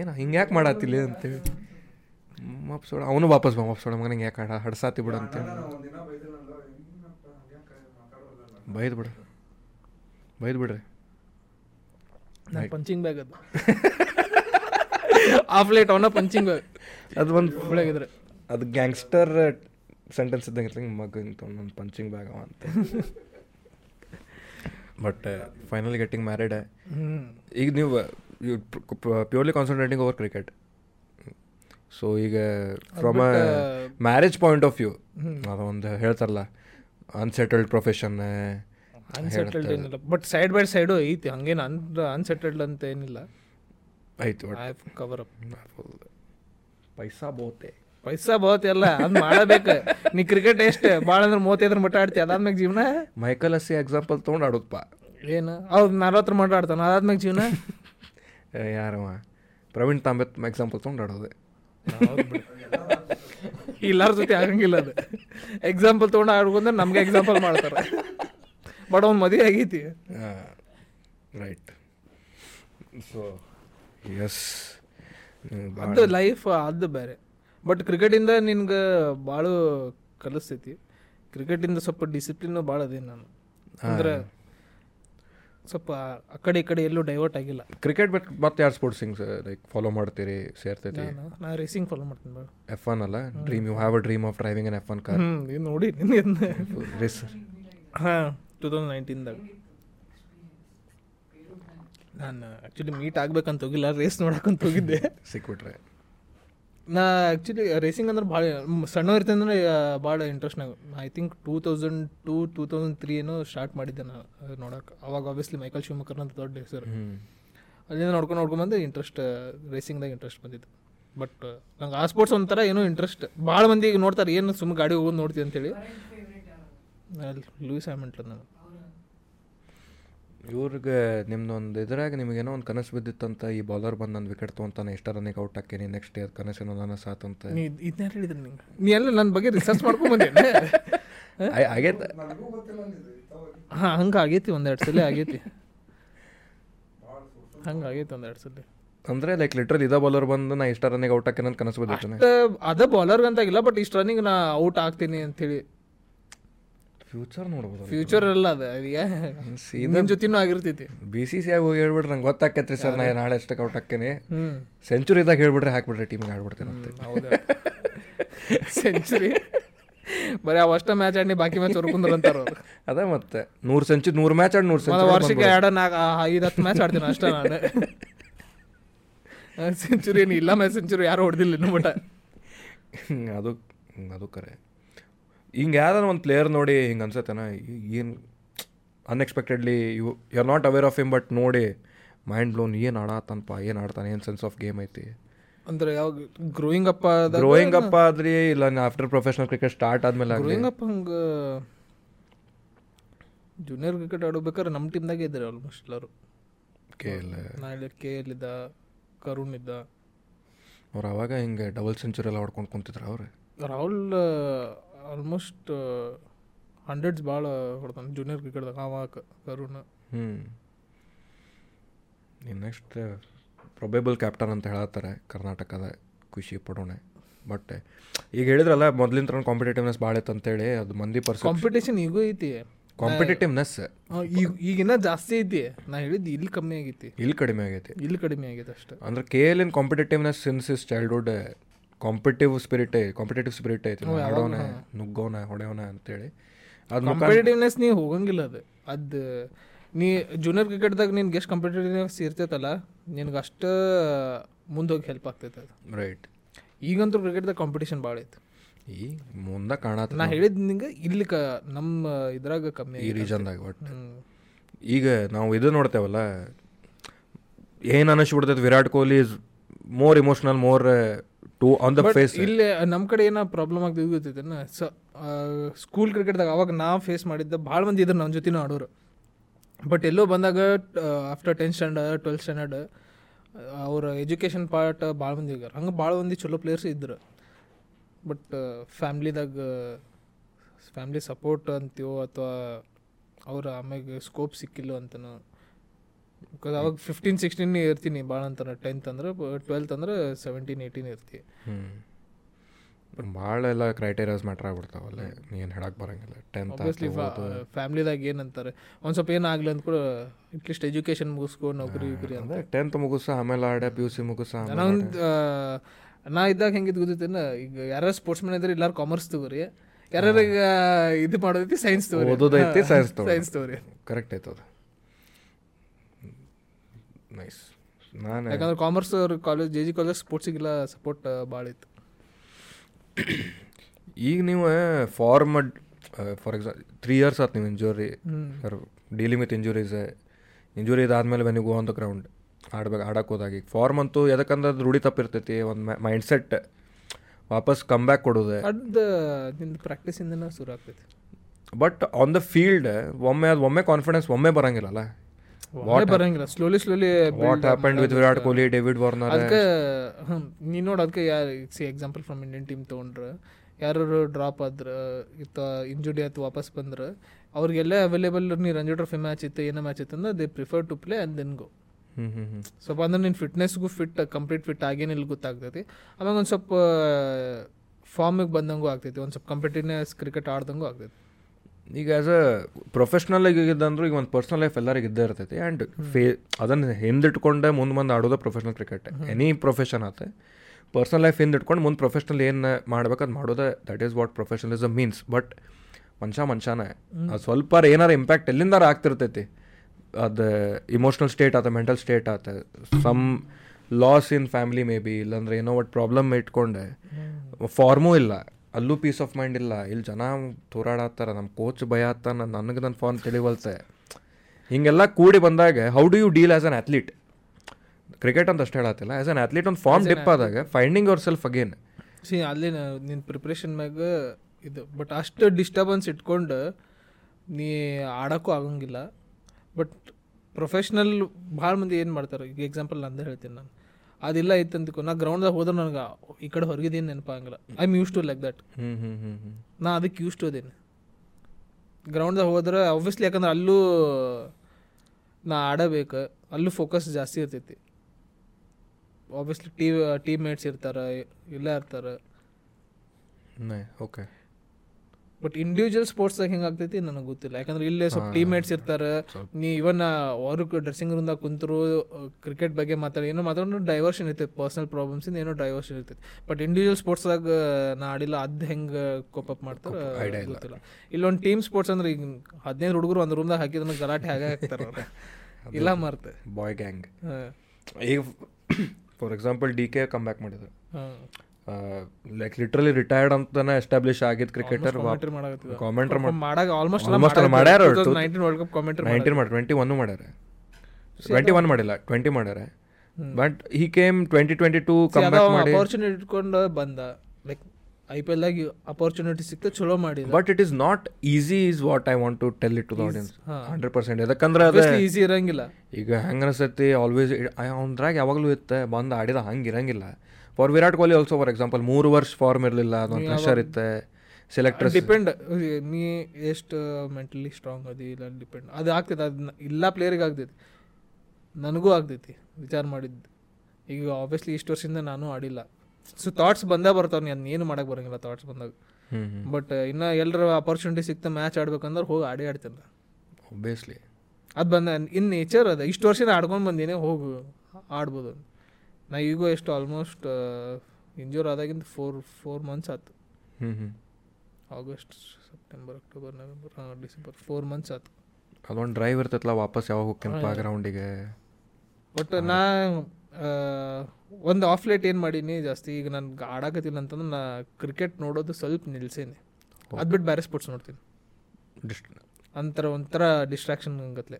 S1: ಏನು ಹಿಂಗೆ ಯಾಕೆ ಮಾಡಾತಿಲ್ಲ ಅಂತೇಳಿ ಮಾಪ್ಸೋಡ ಅವನು ವಾಪಸ್ ಬಾ ಮಾಪ್ಸೋಡ ಮಗನಿಗೆ ಯಾಕೆ ಹಡ ಹಡ್ಸಾತಿ ಬಿಡು ಅಂತೇಳಿ
S4: ನಾನು ಒಂದಿನ ಬೈದಿಲ್ಲ ಅಂದ ಏನಪ್ಪ ಹಂಗ್ಯಾಕೆ ಮಾತಾಡೋದಲ್ಲ
S1: ಬೈದು ಬಿಡ ಬೈದು ಬಿಡ್ರಿ
S3: ನನ್ನ ಪಂಚಿಂಗ್ ಬ್ಯಾಗ್ ಅದು ಆಫ್ ಲೇಟ್ ಅವನ ಪಂಚಿಂಗ್ ಬ್ಯಾಗ್
S1: ಅದು ಒಂದು
S3: ಬೆಳಗಿದ್ರೆ
S1: ಅದು ಗ್ಯಾಂಗ್ಸ್ಟರ್ ಸೆಂಟೆನ್ಸ್ ಇದ್ದಂಗೆ ಇರ್ತಂಗೆ ಮಗ ತೊಗೊಂಡು ನನ್ನ ಪಂಚಿಂಗ್ ಬ್ಯಾಗ್ ಅವ ಅಂತ uh, but final getting married uh, ಈಗ ನೀವು purely concentrating over cricket so ಈಗ from a marriage point of view ಅದೊಂದು ಹೇಳ್ತಾರಲ್ಲ ಅನ್ಸೆಟಲ್ಡ್ ಪ್ರೊಫೆಷನ್
S3: ಅನ್ಸೆಟಲ್ಡ್ ಏನಿಲ್ಲ ಬಟ್ ಸೈಡ್ ಬೈ ಸೈಡು ಐತಿ ಹಂಗೇನು ಅನ್ ಅನ್ಸೆಟಲ್ಡ್ ಅಂತ ಏನಿಲ್ಲ
S1: ಆಯ್ತು
S3: ಐ ಕವರ್ ಅಪ್
S1: ಬಟ್ ಪೈಸಾ ಬೋತೆ
S3: ಪೈಸಾ ಬಹುತ್ ಎಲ್ಲ ಅದ್ ಮಾಡಬೇಕು ನೀ ಕ್ರಿಕೆಟ್ ಎಷ್ಟೇ ಭಾಳ ಅಂದ್ರೆ ಮೂವತ್ತೈದ್ರ ಮಟ್ಟ ಆಡ್ತಿ ಅದಾದ್ಮ್ಯಾಗ ಜೀವನ
S1: ಮೈಕಲ್ ಅಸ್ಸಿ ಎಕ್ಸಾಂಪಲ್ ತೊಗೊಂಡು ಆಡೋದಪ್ಪ
S3: ಏನು ಅವ್ರು ನಲ್ವತ್ತರ ಮಟ್ಟ ಆಡ್ತಾನ ಅದಾದ್ಮ್ಯಾಗ ಜೀವನ
S1: ಯಾರವ ಪ್ರವೀಣ್ ತಾಂಬೆತ್ ಎಕ್ಸಾಂಪಲ್ ತೊಗೊಂಡು ಆಡೋದೆ
S3: ಎಲ್ಲಾರ ಜೊತೆ ಆಗಂಗಿಲ್ಲ ಅದು ಎಕ್ಸಾಂಪಲ್ ತೊಗೊಂಡು ಆಡ್ಕೊಂಡ್ರೆ ನಮ್ಗೆ ಎಕ್ಸಾಂಪಲ್ ಮಾಡ್ತಾರೆ ಬಟ್ ಅವ್ನು ಮದುವೆ ಆಗೈತಿ
S1: ರೈಟ್ ಸೊ ಎಸ್
S3: ಅದು ಲೈಫ್ ಅದು ಬೇರೆ ಬಟ್ ಕ್ರಿಕೆಟಿಂದ ನಿನ್ಗೆ ಭಾಳ ಕಲಿಸ್ತೈತಿ ಕ್ರಿಕೆಟಿಂದ ಸ್ವಲ್ಪ ಡಿಸಿಪ್ಲಿನ್ ಭಾಳ ಅದೇ ನಾನು ಅಂದ್ರೆ ಸ್ವಲ್ಪ ಆ ಕಡೆ ಈ ಕಡೆ ಎಲ್ಲೂ ಡೈವರ್ಟ್ ಆಗಿಲ್ಲ
S1: ಕ್ರಿಕೆಟ್ ಬಿಟ್ಟು ಮತ್ತೆ ಯಾರು ಸ್ಪೋರ್ಟ್ಸ್ ಹಿಂಗ್ ಲೈಕ್ ಫಾಲೋ ಮಾಡ್ತೀರಿ ಸೇರ್ತೈತಿ
S3: ನಾನು ನಾ ರೇಸಿಂಗ್ ಫಾಲೋ ಮಾಡ್ತೀನಿ ಭಾಳ
S1: ಎಫ್ ಒನ್ ಅಲ್ಲ dream you have a dream of driving an F one car
S3: ಹ್ಞೂ ಇದು ನೋಡಿ ನಿನ್ನೆ
S1: ರೇಸ್
S3: ಹಾಂ ಟೂ ತೌಸಂಡ್ ನೈನ್ಟೀನ್ದಾಗ ನಾನು ಆ್ಯಕ್ಚುಲಿ ಮೀಟ್ ಆಗ್ಬೇಕಂತ ಹೋಗಿಲ್ಲ ರೇಸ್ ನೋಡಕ್ಕಂತ ಹೋಗಿದ್ದೆ
S1: ಸಿಕ್ಬಿಟ್ರೆ
S3: ನಾ ಆ್ಯಕ್ಚುಲಿ ರೇಸಿಂಗ್ ಅಂದ್ರೆ ಭಾಳ ಸಣ್ಣ ಇರ್ತಂದ್ರೆ ಭಾಳ ಇಂಟ್ರೆಸ್ಟ್ ನಾಗ I think two thousand two two thousand three ಏನೋ ಸ್ಟಾರ್ಟ್ ಮಾಡಿದ್ದೆ ನಾನು ನೋಡೋಕೆ ಅವಾಗ ಆಬ್ವಿಯಸ್ಲಿ ಮೈಕಲ್ ಶಿವಮೊಗ್ಗರ್ ಅಂತ ದೊಡ್ಡ ಹೆಸರು ಅಲ್ಲಿಂದ ನೋಡ್ಕೊಂಡು ನೋಡ್ಕೊಂಡು ಬಂದು ಇಂಟ್ರೆಸ್ಟ್ ರೇಸಿಂಗ್ದಾಗ ಇಂಟ್ರೆಸ್ಟ್ ಬಂದಿತ್ತು ಬಟ್ ನಂಗೆ ಆ ಸ್ಪೋರ್ಟ್ಸ್ ಒಂಥರ ಏನೋ ಇಂಟ್ರೆಸ್ಟ್ ಭಾಳ ಮಂದಿ ಈಗ ನೋಡ್ತಾರೆ ಏನು ಸುಮ್ಮ ಗಾಡಿ ಹೋಗೋದು ನೋಡ್ತೀವಿ ಅಂತೇಳಿ ಲೂಯಿಸ್ ಹ್ಯಾಮಿಲ್ಟನ್ ನಾನು
S1: ಇವ್ರಿಗೆ ನಿಮ್ದೊಂದು ಇದ್ರಾಗ ನಿಮಗೇನೋ ಒಂದು ಕನಸು ಬಿದ್ದಿತ್ತಂತ ಈ ಬಾಲರ್ ಬಂದು ನನ್ನ ವಿಕೆಟ್ ತೊಗೊಂತಾನೆ ಇಷ್ಟ ರನ್ನಿಗೆ ಔಟ್ ಹಾಕೀನಿ ನೆಕ್ಸ್ಟ್ ಇಯರ್ ಕನಸೇನೋ ನನ್ನ ಸಾತಂತ
S3: ನೀ ಇದನ್ನ ಹೇಳಿದ್ರಿ ನಿಂಗೆ ನೀ ಎಲ್ಲ ನನ್ನ ಬಗ್ಗೆ ರಿಸರ್ಚ್ ಮಾಡ್ಕೊಂಡು ಬಂದೆ
S1: ಆಯ್- ಆಗೈತೆ
S4: ನನಗೂ ಗೊತ್ತಿಲ್ಲ ಅಂದಿದ್ದು ಇತ್ತವಾಗಿ
S3: ಹಾಂ ಹಂಗೆ ಆಗೈತಿ ಒಂದೆರಡು ಸಲ ಆಗೈತಿ ಹಂಗೆ ಆಗೈತಿ ಒಂದೆರಡು ಸಲ
S1: ಅಂದ್ರೆ ಲೈಕ್ ಲಿಟ್ರಲ್ ಇದ ಬಾಲರ್ ಬಂದು ನಾ ಇಷ್ಟ ರನ್ನಿಗೆ ಔಟ್ ಹಾಕಿ ನನ್ನ ಕನಸು ಬಿದ್ದಿತ್ತಾನೆ
S3: ಅಷ್ಟ ಅದ ಬಾಲರ್ಗೆ ಅಂತಾಗಿಲ್ಲ ಬಟ್ ಇಷ್ಟು ರನ್ನಿಂಗ್ ನಾ ಔಟ್ ಆಗ್ತೀನಿ ಅಂತೇಳಿ
S1: ಫ್ಯೂಚರ್ ನೋಡ್ಬೋದು
S3: ಫ್ಯೂಚರ್ ಎಲ್ಲ ಅದ ಅದೀಗ ನಿಮ್ ಜೊತೆನೂ ಆಗಿರ್ತೈತಿ
S1: ಬಿ ಸಿ ಸಿ ಆಗಿ ಹೋಗಿ ಹೇಳ್ಬಿಟ್ರೆ ನಂಗೆ ಗೊತ್ತಾಕೈತ್ರಿ ಸರ್ ನಾ ನಾಳೆ ಎಷ್ಟಕ್ಕೆ ಔಟ್ ಹಾಕೇನಿ
S3: ಹ್ಮ್
S1: ಸೆಂಚುರಿದಾಗ ಹೇಳ್ಬಿಟ್ರೆ ಹಾಕ್ಬಿಟ್ರೆ ಟೀಮಿಗೆ ಆಡ್ಬಿಡ್ತೇನೆ ಅಂತ
S3: ಹೌದಾ ಸೆಂಚುರಿ ಬರೀ ಅವ ಅಷ್ಟ ಮ್ಯಾಚ್ ಆಡಿ ಬಾಕಿ ಮ್ಯಾಚ್ ಹೊರಕುಂದ್ರ ಅಂತಾರ ಅವ್ರು
S1: ಅದ ಮತ್ತೆ ನೂರು ಸೆಂಚು ನೂರು ಮ್ಯಾಚ್ ಆಡಿ ನೂರು
S3: ಮತ್ತೆ ವರ್ಷಕ್ಕೆ
S1: ಸೆಂಚುರಿ
S3: ಎರಡ ನಾಲ್ಕು ಐದು ಹತ್ತು ಮ್ಯಾಚ್ ಆಡ್ತೀನಿ ಅಷ್ಟೇ ನಾನು ಸೆಂಚುರಿ ಏನು ಇಲ್ಲ ಮ್ಯಾಚ್ ಸೆಂಚುರಿ ಯಾರು ಹೊಡೆದಿಲ್ಲ ಇನ್ನು ಬಟ
S1: ಅದು ಹ್ಮ್, ಅದು ಕರೆ ಹಿಂಗೆ ಯಾವ್ದಾರ ಒಂದು ಪ್ಲೇಯರ್ ನೋಡಿ ಹಿಂಗೆ ಅನ್ಸತ್ತೇನ ಏನು unexpectedly you you are not aware of him but ನೋಡಿ ಮೈಂಡ್ ಬ್ಲೋನ್ ಏನು ಆಡಾತನಪ್ಪ ಏನು ಆಡ್ತಾನೆ ಏನು ಸೆನ್ಸ್ ಆಫ್ ಗೇಮ್ ಐತಿ
S3: ಅಂದ್ರೆ ಯಾವ ಗ್ರೋಯಿಂಗ್ ಅಪ್
S1: ಗ್ರೋಯಿಂಗ್ ಅಪ್ ಆದ್ರಿ ಇಲ್ಲ ಆಫ್ಟರ್ ಪ್ರೊಫೆಷನಲ್ ಕ್ರಿಕೆಟ್ ಸ್ಟಾರ್ಟ್ ಆದ್ಮೇಲೆ ಆಗಲಿ
S3: ಗ್ರೋಯಿಂಗ್ ಅಪ್ ಹಂಗೆ ಜೂನಿಯರ್ ಕ್ರಿಕೆಟ್ ಆಡ್ಬೇಕಾದ್ರೆ ನಮ್ಮ ಟೀಮ್ದಾಗೆ ಇದ್ದಾರೆ ಆಲ್ಮೋಸ್ಟ್ ಎಲ್ಲರೂ
S1: ಓಕೆ ಇಲ್ಲ
S3: ನಾಳೆ ಕೆ ಎಲ್ ಇದ್ದ ಕರುಣ್ ಇದ್ದ
S1: ಅವ್ರು ಅವಾಗ ಹಿಂಗೆ ಡಬಲ್ ಸೆಂಚುರಿ ಎಲ್ಲ ಹೊಡ್ಕೊಂಡು ಕುಂತಿದ್ರು ಅವ್ರು
S3: ರಾಹುಲ್ ಆಲ್ಮೋಸ್ಟ್ ಹಂಡ್ರೆಡ್ಸ್ ಭಾಳ ಹೊಡ್ತಾನೆ ಜೂನಿಯರ್ ಕ್ರಿಕೆಟ್ದಾಗ ಅವ ಕ- ಕರುಣ್
S1: ಹ್ಞೂ ನೆಕ್ಸ್ಟ್ ಪ್ರೊಬೇಬಲ್ ಕ್ಯಾಪ್ಟನ್ ಅಂತ ಹೇಳತ್ತಾರೆ ಕರ್ನಾಟಕದ ಖುಷಿ ಪಡೋಣೆ ಬಟ್ ಈಗ ಹೇಳಿದ್ರಲ್ಲ ಮೊದ್ಲಿನ ಥರ ಕಾಂಪಿಟೇಟಿವ್ನೆಸ್ ಭಾಳ ಇತ್ತು ಅಂತೇಳಿ ಅದು ಮಂದಿ ಪರ್ಸನ್
S3: ಕಾಂಪಿಟೇಷನ್ ಈಗೂ ಐತಿ
S1: ಕಾಂಪಿಟೇಟಿವ್ನೆಸ್
S3: ಆ, ಈಗ ಈಗಿನ್ನ ಜಾಸ್ತಿ ಐತಿ ನಾ ಹೇಳಿದ್ದು ಇಲ್ಲಿ ಕಮ್ಮಿ ಆಗೈತಿ
S1: ಇಲ್ಲಿ ಕಡಿಮೆ ಆಗೈತಿ
S3: ಇಲ್ಲಿ ಕಡಿಮೆ ಆಗೈತೆ ಅಷ್ಟೇ
S1: ಅಂದ್ರೆ K L in competitiveness since is childhood competitive spirit competitive spirit ಐತಿ ನಾವು ಆಡೋಣ ನುಗ್ಗೋಣ ಹೊಡೆಯೋಣ ಅಂತೇಳಿ ಅದು
S3: ಕಾಂಪಿಟೇಟಿವ್ನೆಸ್ ನೀ ಹೋಗಂಗಿಲ್ಲ ಅದು ಅದು ನೀ ಜೂನಿಯರ್ ಕ್ರಿಕೆಟ್ದಾಗ ನಿನ್ಗೆ ಎಷ್ಟು ಕಾಂಪಿಟೇಟಿವ್ನೆಸ್ ಇರ್ತೈತಲ್ಲ ನಿನ್ಗೆ ಅಷ್ಟು ಮುಂದೋಗಿ ಹೆಲ್ಪ್ ಆಗ್ತೈತೆ ಅದು
S1: ರೈಟ್
S3: ಈಗಂತೂ ಕ್ರಿಕೆಟ್ದಾಗ ಕಾಂಪಿಟೇಷನ್ ಭಾಳ ಐತಿ
S1: ಈ ಮುಂದೆ ಕಾಣತ್ತ
S3: ನಾ ಹೇಳಿದ್ ನಿಂಗೆ ಇಲ್ಲಿ ಕ ನಮ್ಮ ಇದ್ರಾಗ ಕಮ್ಮಿ
S1: ಈ
S3: ಆಗೈತೆ.
S1: ರೀಜನ್ದಾಗ ಬಟ್
S3: ಹ್ಮ್.
S1: ಈಗ ನಾವು ಇದು ನೋಡ್ತೇವಲ್ಲ ಏನು ಅನ್ನಿಸ್ಬಿಡ್ತೈತೆ Virat Kohli is more emotional more to on the
S3: But
S1: face
S3: ಇಲ್ಲಿ ನಮ್ಮ ಕಡೆ ಏನೋ ಪ್ರಾಬ್ಲಮ್ ಆಗ್ತಿದ್ ಗೊತ್ತೈತೇನ ಸ ಸ್ಕೂಲ್ ಕ್ರಿಕೆಟ್ದಾಗ ಅವಾಗ ನಾ ಫೇಸ್ ಮಾಡಿದ್ದ ಭಾಳ ಮಂದಿ ಇದ್ರು ನನ್ನ ಜೊತೆನೂ ಆಡೋರು ಬಟ್ ಎಲ್ಲೋ ಬಂದಾಗ after tenth standard twelfth standard ಅವ್ರ ಎಜುಕೇಷನ್ ಪಾರ್ಟ್ ಭಾಳ ಮಂದಿ ಇದ್ದಾರೆ ಹಂಗೆ ಭಾಳ ಮಂದಿ ಚಲೋ ಪ್ಲೇಯರ್ಸ್ ಇದ್ರು ಬಟ್ ಫ್ಯಾಮ್ಲಿದಾಗ ಫ್ಯಾಮ್ಲಿ ಸಪೋರ್ಟ್ ಅಂತೀವೋ ಅಥವಾ ಅವ್ರ ಆಮ್ಯಾಗ ಸ್ಕೋಪ್ ಸಿಕ್ಕಿಲ್ಲ ಅಂತನೋ ಬಿಕಾಸ್ ಅವಾಗ ಫಿಫ್ಟೀನ್ ಸಿಕ್ಸ್ಟೀನ್ ಇರ್ತೀನಿ ಭಾಳ ಅಂತಾನೆ ಟೆಂತ್ ಅಂದ್ರೆ ಟ್ವೆಲ್ತ್ ಅಂದ್ರೆ ಸೆವೆಂಟೀನ್ ಏಯ್ಟೀನ್ ಇರ್ತಿ
S1: ಭಾಳ ಎಲ್ಲ ಕ್ರೈಟೇರಿಯಾಸ್ ಮ್ಯಾಟ್ರ್ ಆಗ್ಬಿಡ್ತಾವಲ್ಲ ಏನು ಹೇಳಕ್ ಬರಂಗಿಲ್ಲ ಟೆಂತ್
S3: ಆಬ್ವಿಯಸ್ಲಿ ಫ್ಯಾಮ್ಲಿದಾಗ uh, ಏನಂತಾರೆ ಒಂದು ಸ್ವಲ್ಪ ಏನಾಗಲಿ ಅಂತ ಕೂಡ ಅಟ್ಲೀಸ್ಟ್ ಎಜುಕೇಶನ್ ಮುಗಿಸ್ಕೊ ನೌಕರಿ ಗಿಕರಿ ಅಂತ
S1: ಅಂದ್ರೆ ಟೆಂತ್ ಮುಗಿಸ ಆಮೇಲೆ ಆಡ ಪಿ ಯು ಸಿ ಮುಗಿಸ
S3: ನಂದು ನಾ ಇದ್ದಾಗ ಹೆಂಗಿದ್ ಗೊತ್ತಿತ್ತೇನ ಈಗ ಯಾರು ಸ್ಪೋರ್ಟ್ಸ್ ಮ್ಯಾನ್ ಇದ್ರೆ ಎಲ್ಲಾರು ಕಾಮರ್ಸ್ ತಗೋರಿ ಯಾರ್ಯಾರ ಈಗ ಇದು ಮಾಡೋದೈತಿ ಸೈನ್ಸ್ ತಗೋರಿ
S1: ಓದೋದೈತಿ ಸೈನ್ಸ್
S3: ಸೈನ್ಸ್ ತಗೋರಿ
S1: ಕರೆಕ್ಟ್ ಆಯ್ತು ಅದು ನೈಸ್ ನಾನು
S3: ಯಾಕಂದ್ರೆ ಕಾಮರ್ಸ್ ಅವ್ರ ಕಾಲೇಜ್ ಜೆ ಜಿ ಕಾಲೇಜ್ ಸ್ಪೋರ್ಟ್ಸಿಗೆಲ್ಲ ಸಪೋರ್ಟ್ ಭಾಳ ಇತ್ತು
S1: ಈಗ ನೀವು form for example three years ಆಯ್ತು ನೀವು injury dealing with injuries injury ಇದಾದ್ಮೇಲೆ when go on the ground ಆಡ್ಬೇಕು ಆಡಕ್ಕೆ ಹೋದಾಗ ಈಗ ಫಾರ್ಮ್ ಅಂತೂ ಯಾಕಂದ್ರೆ ಅದು ರೂಢಿ ತಪ್ಪಿರ್ತೈತಿ ಒಂದು ಮೈಂಡ್ ಸೆಟ್ ವಾಪಸ್ ಕಮ್ ಬ್ಯಾಕ್ ಕೊಡೋದೆ
S3: ಅದ್ ನಿಮ್ದು ಪ್ರಾಕ್ಟೀಸಿಂದನ ಶುರು ಆಗ್ತೈತಿ
S1: ಬಟ್ ಆನ್ ದ ಫೀಲ್ಡ್ ಒಮ್ಮೆ ಅದು ಒಮ್ಮೆ ಕಾನ್ಫಿಡೆನ್ಸ್ ಒಮ್ಮೆ ಬರಂಗಿಲ್ಲಲ್ಲ
S3: ಒಳ್ಳೆ ಬರಂಗಿಲ್ಲ slowly slowly
S1: what happened with Virat Kohli David Warner
S3: ಅದಕ್ಕೆ ಹ್ಞೂ ನೀನು ನೋಡಿ ಅದಕ್ಕೆ ಯಾರು see example from Indian team ತೊಗೊಂಡ್ರೆ ಯಾರು ಡ್ರಾಪ್ ಆದ್ರೆ ಇತ್ತ ಇಂಜುರಿ ಆಯ್ತು ವಾಪಸ್ ಬಂದ್ರೆ ಅವ್ರಿಗೆಲ್ಲ ಅವೈಲೇಬಲ್ ನೀ ರಂಜಿ ಟ್ರೋಫಿ ಮ್ಯಾಚ್ ಇತ್ತು ಏನೋ ಮ್ಯಾಚ್ ಇತ್ತು ಅಂದ್ರೆ they prefer to play and then go
S1: ಹ್ಞೂ ಹ್ಞೂ ಹ್ಞೂ
S3: ಸ್ವಲ್ಪ ಅಂದ್ರೆ ನಿನ್ನ ಫಿಟ್ನೆಸ್ಗೂ ಫಿಟ್ ಕಂಪ್ಲೀಟ್ ಫಿಟ್ ಆಗೇನಿಲ್ಲ ಗೊತ್ತಾಗ್ತೈತಿ ಆಮೇಲೆ ಒಂದು ಸ್ವಲ್ಪ ಫಾರ್ಮಿಗೆ ಬಂದಂಗೂ ಆಗ್ತೈತಿ ಒಂದು ಸ್ವಲ್ಪ ಕಂಪಿಟಿವ್ನೆಸ್ ಕ್ರಿಕೆಟ್ ಆಡ್ದಂಗೂ ಆಗ್ತೈತಿ
S1: ಈಗ ಆ್ಯಸ್ ಅ ಪ್ರೊಫೆಷ್ನಲ್ ಆಗಿದ್ದಂದ್ರೂ ಈಗ ಒಂದು ಪರ್ಸನಲ್ ಲೈಫ್ ಎಲ್ಲರಿಗೆ ಇದ್ದೇ ಇರ್ತೈತಿ ಆ್ಯಂಡ್ ಫೇ ಅದನ್ನು ಹಿಂದಿಟ್ಕೊಂಡೆ ಮುಂದೆ ಬಂದು ಆಡೋದು ಪ್ರೊಫೆಷ್ನಲ್ ಕ್ರಿಕೆಟ್ ಎನಿ ಪ್ರೊಫೆಷನ್ ಆತ ಪರ್ಸನಲ್ ಲೈಫ್ ಹಿಂದಿಟ್ಕೊಂಡು ಮುಂದೆ ಪ್ರೊಫೆಷ್ನಲ್ ಏನು ಮಾಡ್ಬೇಕು ಅದು ಮಾಡೋದೇ that is what professionalism means but ಮನುಷ್ಯ ಮನುಷ್ಯನೇ ಅದು ಸ್ವಲ್ಪ ಏನಾರ ಇಂಪ್ಯಾಕ್ಟ್ ಎಲ್ಲಿಂದಾರ ಆಗ್ತಿರ್ತೈತಿ ಅದು ಇಮೋಷ್ನಲ್ ಸ್ಟೇಟ್ ಆತ ಮೆಂಟಲ್ ಸ್ಟೇಟ್ ಆತ some loss in family may be ಇಲ್ಲಾಂದ್ರೆ ಏನೋ ಒಟ್ಟು ಪ್ರಾಬ್ಲಮ್ ಇಟ್ಕೊಂಡೆ ಫಾರ್ಮೂ ಇಲ್ಲ ಅಲ್ಲೂ ಪೀಸ್ ಆಫ್ ಮೈಂಡ್ ಇಲ್ಲ ಇಲ್ಲಿ ಜನ ತೋರಾಡತ್ತಾರ ನಮ್ಮ ಕೋಚ್ ಭಯ ಆತಾನ ನನಗೆ ನನ್ನ ಫಾರ್ಮ್ ತಿಳಿವಲ್ತೆ ಹಿಂಗೆಲ್ಲ ಕೂಡಿ ಬಂದಾಗ how do you deal as an athlete cricket ಅಂತ ಅಷ್ಟು ಹೇಳತ್ತಿಲ್ಲ ಆ್ಯಸ್ ಆನ್ ಅಥ್ಲೀಟ್ ಒಂದು ಫಾರ್ಮ್ ಡಿಪ್ ಆದಾಗ finding yourself again
S3: see ಅಲ್ಲಿ ನಿನ್ನ ಪ್ರಿಪ್ರೇಷನ್ ಮ್ಯಾಗ ಇದು ಬಟ್ ಅಷ್ಟು ಡಿಸ್ಟರ್ಬೆನ್ಸ್ ಇಟ್ಕೊಂಡು ನೀ ಆಡೋಕ್ಕೂ ಆಗಂಗಿಲ್ಲ ಬಟ್ ಪ್ರೊಫೆಷ್ನಲ್ ಭಾಳ ಮಂದಿ ಏನು ಮಾಡ್ತಾರೆ ಈಗ ಎಕ್ಸಾಂಪಲ್ ನಂದು ಹೇಳ್ತೀನಿ ನಾನು ಅದಿಲ್ಲ ಇತ್ತು ಅಂದ್ಕೊ ನಾ ಗ್ರೌಂಡ್ದಾಗ ಹೋದ್ರೆ ನನಗೆ ಈ ಕಡೆ ಹೊರಗಿದೇನು ನೆನಪಾಗಂಗಿಲ್ಲ I am use to like that
S1: ಹ್ಞೂ ಹ್ಞೂ ಹ್ಞೂ ಹ್ಞೂ
S3: ನಾ ಅದಕ್ಕೆ ಯೂಸ್ ಟು ಅದೇನೆ ಗ್ರೌಂಡ್ದಾಗ ಹೋದ್ರೆ ಆಬ್ವಿಯಸ್ಲಿ ಯಾಕಂದ್ರೆ ಅಲ್ಲೂ ನಾ ಆಡಬೇಕು ಅಲ್ಲೂ ಫೋಕಸ್ ಜಾಸ್ತಿ ಇರ್ತೈತಿ ಆಬ್ವಿಯಸ್ಲಿ ಟೀ ಟೀಮ್ ಮೇಟ್ಸ್ ಇರ್ತಾರೆ ಇಲ್ಲ ಇರ್ತಾರೆ
S1: ಓಕೆ
S3: ಬಟ್ ಇಂಡಿವಿಜುವಲ್ ಸ್ಪೋರ್ಟ್ಸ್ದಾಗ ಹೆಂಗಾಗ್ತೈತಿ ನನಗೆ ಗೊತ್ತಿಲ್ಲ ಯಾಕಂದ್ರೆ ಇಲ್ಲೇ ಸ್ವಲ್ಪ ಟೀಮ್ ಮೇಟ್ಸ್ ಇರ್ತಾರೆ ನೀ ಇವನ್ ಅವರು ಡ್ರೆಸ್ಸಿಂಗ್ ರೂಮ್ದಾಗ ಕುಂತರು ಕ್ರಿಕೆಟ್ ಬಗ್ಗೆ ಮಾತಾಡಿ ಏನೋ ಮಾತಾಡೋ ಡೈವರ್ಷನ್ ಇರ್ತೈತಿ ಪರ್ಸನಲ್ ಪ್ರಾಬ್ಲಮ್ಸಿಂದ ಏನೋ ಡೈವರ್ಷನ್ ಇರ್ತೈತಿ ಬಟ್ ಇಂಡಿವಿಜುವಲ್ ಸ್ಪೋರ್ಟ್ಸ್ದಾಗ ನಾ ಆಡಿಲ್ಲ ಅದು ಹೆಂಗೆ ಕೋಪ್ ಅಪ್ ಮಾಡ್ತಾರೆ ಗೊತ್ತಿಲ್ಲ ಇಲ್ಲೊಂದು ಟೀಮ್ ಸ್ಪೋರ್ಟ್ಸ್ ಅಂದ್ರೆ ಈಗ ಹದಿನೈದು ಹುಡುಗರು ಒಂದು ರೂಮ್ದಾಗ ಹಾಕಿದ್ರೆ ಗಲಾಟೆ ಹಾಗೆ ಹಾಕ್ತಾರೆ ಅವ್ರು. ಇಲ್ಲ ಮಾರ್ತೆ
S1: ಬಾಯ್ ಗ್ಯಾಂಗ್
S3: ಹಾಂ
S1: ಈಗ for example D K come back ಮಾಡಿದ್ರು
S3: ಹಾಂ
S1: ಲೈಕ್ ಲಿಟ್ರಲಿ ರಿಟೈರ್ಡ್ ಅಂತಾನೆ ಎಸ್ಟಾಬ್ಲಿಷ್ ಆಗಿದ್ ಕ್ರಿಕೆಟರ್ ಕಾಮೆಂಟ್ರ್
S3: ಮಾಡಾಗ ಆಲ್ಮೋಸ್ಟ್
S1: Almost ಎಲ್ಲ ಮಾಡ್ಯಾರ ಅವ್ರು.
S3: Nineteen world cup comment
S1: nineteen ಮಾಡಿ ಟ್ವೆಂಟಿ ಒನ್ ಮಾಡ್ಯಾರ ಟ್ವೆಂಟಿ ಒನ್ ಮಾಡಿಲ್ಲ ಟ್ವೆಂಟಿ ಮಾಡ್ಯಾರ but he came twenty twenty two come back ಮಾಡಿ
S3: ಅಪರ್ಚುನಿಟಿ ಇಟ್ಕೊಂಡು ಬಂದ ಲೈಕ್ ಐ ಪಿ ಎಲ್ದಾಗ ಅಪರ್ಚುನಿಟಿ ಸಿಕ್ತ ಚಲೋ ಮಾಡಿದ
S1: but it is not easy is what I want to tell it to the audience
S3: ಹಾ.
S1: ಹಂಡ್ರೆಡ್ ಪರ್ಸೆಂಟ್ ಯಾಕಂದ್ರೆ ಅದೇ
S3: ಈಸಿ ಇರಂಗಿಲ್ಲ
S1: ಈಗ ಹೆಂಗ ಅನಿಸ್ತೈತಿ ಆಲ್ವೇಸ್ ಅವ್ನ್ದ್ರಾಗ ಯಾವಾಗಲೂ ಇತ್ತೆ ಬಂದು ಆಡಿದ ಹಂಗೆ ಇರಂಗಿಲ್ಲ for Virat Kohli also for example ಮೂರು ವರ್ಷ ಫಾರ್ಮ್ ಇರಲಿಲ್ಲ ಅದೊಂದು ಪ್ರೆಷರ್ ಇತ್ತೆ ಸೆಲೆಕ್ಟರ್ಸ್
S3: ಡಿಪೆಂಡ್ ನೀ ಎಷ್ಟು ಮೆಂಟಲಿ ಸ್ಟ್ರಾಂಗ್ ಅದಿ ಇಲ್ಲ ಡಿಪೆಂಡ್ ಅದು ಆಗ್ತೈತೆ ಅದು ಎಲ್ಲ ಪ್ಲೇಯರಿಗೆ ಆಗ್ತೈತಿ ನನಗೂ ಆಗ್ತೈತಿ ವಿಚಾರ ಮಾಡಿದ್ದು ಈಗ ಆಬ್ವಿಯಸ್ಲಿ ಇಷ್ಟು ವರ್ಷದಿಂದ ನಾನು ಆಡಿಲ್ಲ ಸೊ ಥಾಟ್ಸ್ ಬಂದೇ ಬರ್ತಾವೆ ನಾನು ಏನು ಮಾಡಕ್ಕೆ ಬರೋಂಗಿಲ್ಲ ಥಾಟ್ಸ್ ಬಂದಾಗ uh,
S1: ಹ್ಮ್ ಹ್ಞೂ
S3: ಬಟ್ ಇನ್ನು ಎಲ್ಲರ ಆಪರ್ಚುನಿಟಿ ಸಿಕ್ತ ಮ್ಯಾಚ್ ಆಡ್ಬೇಕಂದ್ರೆ ಹೋಗಿ ಆಡಿ ಆಡ್ತೀನಿ ನಾ.
S1: ಒಬ್ಬಿಯಸ್ಲಿ
S3: ಅದು ಬಂದ ಇನ್ ನೇಚರ್ ಅದ ಇಷ್ಟು ವರ್ಷ ಆಡ್ಕೊಂಡು ಬಂದೀನಿ ಹೋಗು ಆಡ್ಬೋದು ಅಂತ. ನಾ ಈಗೂ ಎಷ್ಟು ಆಲ್ಮೋಸ್ಟ್ ಇಂಜೂರ್ ಆದಾಗಿಂದ ಫೋರ್ ಫೋರ್ ಮಂತ್ಸ್ ಆಯ್ತು
S1: ಹ್ಞೂ ಹ್ಞೂ
S3: ಆಗಸ್ಟ್ ಸೆಪ್ಟೆಂಬರ್ ಅಕ್ಟೋಬರ್ ನವೆಂಬರ್ ಹಾಂ ಡಿಸೆಂಬರ್ ಫೋರ್ ಮಂತ್ಸ್ ಆಯ್ತು
S1: ಅದೊಂದು ಡ್ರೈವ್ ಇರ್ತೈತಲ್ಲ ವಾಪಸ್ ಯಾವಾಗ ಹೋಗ್ತೀನಪ್ಪ ಗ್ರೌಂಡಿಗೆ
S3: ಬಟ್ ನಾ ಒಂದು ಆಫ್ ಲೇಟ್ ಏನು ಮಾಡೀನಿ ಜಾಸ್ತಿ ಈಗ ನಾನು ಆಡಾಕತ್ತಿಲ್ಲ ಅಂತಂದ್ರೆ ನಾ ಕ್ರಿಕೆಟ್ ನೋಡೋದು ಸ್ವಲ್ಪ ನಿಲ್ಸೇನೆ ಅದು ಬಿಟ್ಟು ಬೇರೆ ಸ್ಪೋರ್ಟ್ಸ್ ನೋಡ್ತೀನಿ
S1: ಡಿಸ್ಟ್
S3: ಅಂತರ ಒಂಥರ ಡಿಸ್ಟ್ರಾಕ್ಷನ್ ಗತ್ಲೆ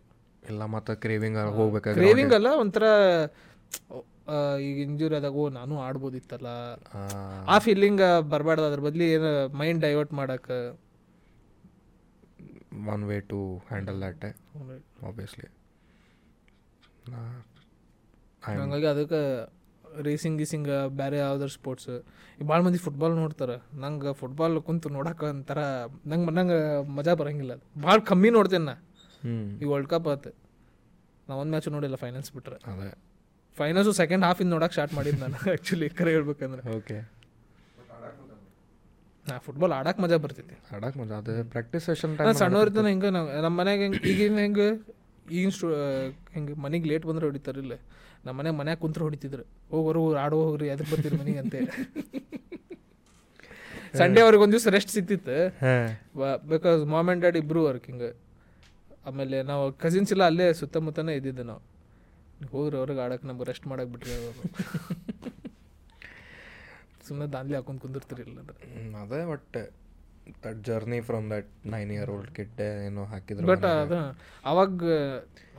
S1: ಇಲ್ಲ ಮತ್ತೆ ಕ್ರೇವಿಂಗ್ ಹೋಗ್ಬೇಕಾದ್ರೆ
S3: ಕ್ರೇವಿಂಗ್ ಅಲ್ಲ ಒಂಥರ ಆ, ಈಗ ಇಂಜೂರಿ ಆದಾಗ ಓ ನಾನು ಆಡ್ಬೋದಿತ್ತಲ್ಲ ಆ ಫೀಲಿಂಗ್ ಬರಬಾರ್ದು ಅದ್ರ ಬದ್ಲಿ ಏನು ಮೈಂಡ್ ಡೈವರ್ಟ್ ಮಾಡಕ್ಕೆ
S1: one way to handle that obviously
S3: ಹಂಗಾಗಿ ಅದಕ್ಕೆ ರೇಸಿಂಗ್ ಗೀಸಿಂಗ್ ಬೇರೆ ಯಾವ್ದಾರು ಸ್ಪೋರ್ಟ್ಸ್ ಭಾಳ ಮಂದಿ ಫುಟ್ಬಾಲ್ ನೋಡ್ತಾರೆ ನಂಗೆ ಫುಟ್ಬಾಲ್ ಕುಂತು ನೋಡಕ್ಕೆ ಒಂಥರ ನಂಗೆ ನಂಗೆ ಮಜಾ ಬರಂಗಿಲ್ಲ ಅದು ಭಾಳ ಕಮ್ಮಿ ನೋಡ್ತೇನೆ ನಾ
S1: ಹ್ಞೂ
S3: ಈ ವರ್ಲ್ಡ್ ಕಪ್ ಆತು ನಾ ಒಂದು ಮ್ಯಾಚ್ ನೋಡಿಲ್ಲ ಫೈನಲ್ಸ್ ಬಿಟ್ರೆ
S1: ಅದೇ
S3: ಫೈನಲ್ಸು ಸೆಕೆಂಡ್ ಹಾಫ್ ಇಂದ ನೋಡಕ್ಕೆ ಸ್ಟಾರ್ಟ್ ಮಾಡಿದ್ದು ನಾನು ಆ್ಯಕ್ಚುಲಿ ಕರೆ ಹೇಳ್ಬೇಕಂದ್ರೆ
S1: ಓಕೆ
S3: ನಾ ಫುಟ್ಬಾಲ್ ಆಡಕ್ಕೆ ಮಜಾ ಬರ್ತೈತಿ
S1: ಆಡಕ್ಕೆ ಮಜಾ ಅದೇ ಪ್ರಾಕ್ಟೀಸ್ ಸೆಷನ್
S3: ನಾನು ಸಣ್ಣವ್ರಿದ್ದಾನೆ ಹಿಂಗೆ ನಾವು ನಮ್ಮ ಮನ್ಯಾಗ ಹೆಂಗೆ ಈಗಿನ ಹೆಂಗೆ ಈಗಿನ ಸ್ಟೂ ಹಿಂಗೆ ಮನೆಗೆ ಲೇಟ್ ಬಂದ್ರೆ ಹೊಡಿತಾರಿಲ್ಲ ನಮ್ಮ ಮನೆ ಮನ್ಯಾಗ ಕುಂತ್ರೆ ಹೊಡಿತಿದ್ರು ಹೋಗೋರು ಆಡೋ ಹೋಗ್ರಿ ಅದಕ್ಕೆ ಬರ್ತೀರಿ ಮನೆಗೆ ಅಂತ ಸಂಡೇ ಅವ್ರಿಗೆ ಒಂದು ದಿವ್ಸ ರೆಸ್ಟ್ ಸಿಕ್ತಿತ್ತು
S1: ಹಾಂ
S3: ಬಿಕಾಸ್ ಮಾಮ್ ಆ್ಯಂಡ್ ಡ್ಯಾಡ್ ಇಬ್ಬರು ವರ್ಕಿಂಗ್ ಆಮೇಲೆ ನಾವು ಕಸಿನ್ಸ್ ಎಲ್ಲ ಅಲ್ಲೇ ಸುತ್ತಮುತ್ತನೇ ಇದ್ದಿದ್ದು ನಾವು ಹೋಗ್ರಿ ಅವ್ರಿಗೆ ಆಡಕ್ಕೆ ನಮ್ಗೆ ರೆಸ್ಟ್ ಮಾಡಕ್ಕೆ ಬಿಟ್ರಿ ಅವರು ಸುಮ್ಮನೆ ದಾನ್ಲಿ ಹಾಕೊಂಡು ಕುಂದಿರ್ತಿರಿಲ್ಲ
S1: ಅದೇ but that journey from that nine year old kit ಏನೋ ಹಾಕಿದ್ರು
S3: ಬಟ್ ಅದು ಅವಾಗ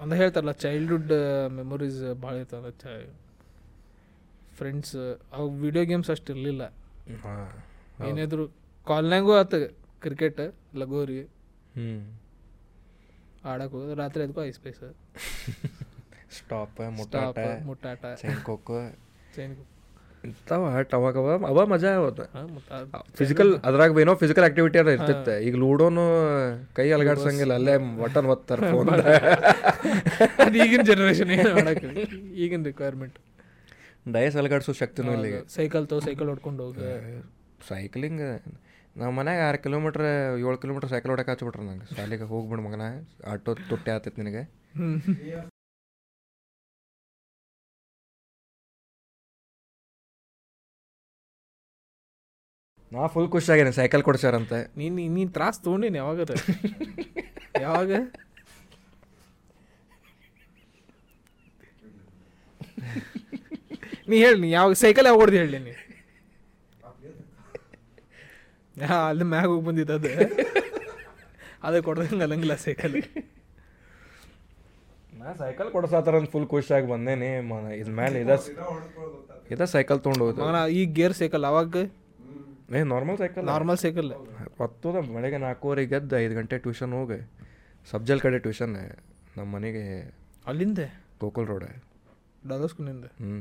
S3: ಒಂದು ಹೇಳ್ತಾರಲ್ಲ ಚೈಲ್ಡ್ಹುಡ್ ಮೆಮೊರೀಸ್ ಭಾಳ ಇರ್ತದೆ ಚ ಫ್ರೆಂಡ್ಸ್ ಅವಾಗ ವಿಡಿಯೋ ಗೇಮ್ಸ್ ಅಷ್ಟು ಇರಲಿಲ್ಲ
S1: ಹಾಂ
S3: ಏನಿದ್ರು ಕಾಲ್ನಾಗೂ ಆತ ಕ್ರಿಕೆಟ್ ಲಗೋರಿ
S1: ಹ್ಞೂ
S3: ಆಡಕ್ಕೆ ಹೋಗೋದು ರಾತ್ರಿ ಅದಕ್ಕೂ ice pies
S1: stop
S3: top
S1: eh, ಮುಟ್ಟಾಟ
S3: ಮುಟ್ಟಾಟ
S1: ಚೈನ್ ಕೊಕ್ಕೋ
S3: ಚೈನ್
S1: ಇಂಥವ ಆಟ ಅವಾಗ ಅವ ಅವ ಮಜಾ ಅವತ್ತು
S3: ಹಾಂ ಮುಟ್ಟ
S1: ಫಿಸಿಕಲ್ ಅದ್ರಾಗ ಏನೋ ಫಿಸಿಕಲ್ ಆಕ್ಟಿವಿಟಿ ಅದ ಇರ್ತಿತ್ತು ಈಗ ಲೂಡೋನು ಕೈ ಅಲಗಾಡ್ಸಂಗಿಲ್ಲ ಅಲ್ಲೇ ಬಟನ್ ಒತ್ತಾರ ಫೋನ್
S3: ಅದು ಈಗಿನ ಜನ್ರೇಷನ್ ಏನು ಮಾಡಕ್ಕೆ ಈಗಿನ ರಿಕ್ವೈರ್ಮೆಂಟ್
S1: ಡಯಸ್ ಅಲಗಾಡ್ಸೋ ಶಕ್ತಿನೂ ಇಲ್ಲ ಈಗ
S3: ಸೈಕಲ್ ತೋ ಸೈಕಲ್ ಹೊಡ್ಕೊಂಡು ಹೋಗಿ
S1: ಸೈಕ್ಲಿಂಗ್ ನಮ್ಮ ಮನ್ಯಾಗ ಆರು ಕಿಲೋಮೀಟ್ರ್ ಏಳು ಕಿಲೋಮೀಟ್ರ್ ಸೈಕಲ್ ಹೊಡಕ್ಕೆ ಹಚ್ಬಿಟ್ರು ನಂಗೆ ಶಾಲೆಗೆ ಹೋಗ್ಬಿಡು ಮಗನ ಆಟೋ ತುಟ್ಟಿ ಆತೈತೆ ನಿನಗೆ ನಾ ಫುಲ್ ಖುಷಿಯಾಗೇನೆ ಸೈಕಲ್ ಕೊಡ್ಸ್ಯಾರಂತೆ
S3: ನೀನು ನೀನು ತ್ರಾಸ್ ತೊಗೊಂಡೀನಿ ಯಾವಾಗ ಯಾವಾಗ ನೀ ಹೇಳಿ ನೀ ಯಾವಾಗ ಸೈಕಲ್ ಯಾವಾಗ ಹೊಡ್ದು ಹೇಳಿ ನೀ ಯಾ ಅಲ್ಲಿ ಮ್ಯಾಗ ಹೋಗಿ ಬಂದಿದ್ದ ಅದು ಅದಕ್ಕೆ ಹೊಡ್ದಂಗೆ ಅಲ್ಲಂಗಿಲ್ಲ ಸೈಕಲ್
S1: ನಾ ಸೈಕಲ್ ಕೊಡ್ಸಾತಾರಂತ ಫುಲ್ ಖುಷಿಯಾಗಿ ಬಂದೇನಿ ಮನ ಇದ ಮೇಲೆ ಇದ ಇದ ಸೈಕಲ್ ತೊಗೊಂಡು
S3: ಮಗನ ಈ ಗೇರ್ ಸೈಕಲ್ ಅವಾಗ
S1: ಏ ನಾರ್ಮಲ್ ಸೈಕಲ್
S3: ನಾರ್ಮಲ್ ಸೈಕಲ್
S1: ಹತ್ತದ ಬೆಳಗ್ಗೆ ನಾಲ್ಕೂವರೆಗೆ ಎದ್ದು ಐದು ಗಂಟೆ ಟ್ಯೂಷನ್ ಹೋಗಿ ಸಬ್ಜಲ್ ಕಡೆ ಟ್ಯೂಷನ್ ನಮ್ಮ ಮನೆಗೆ
S3: ಅಲ್ಲಿಂದ
S1: ಗೋಕುಲ್ ರೋಡ್
S3: ಡಾಲೋಸ್ಕೂಲಿಂದ
S1: ಹ್ಞೂ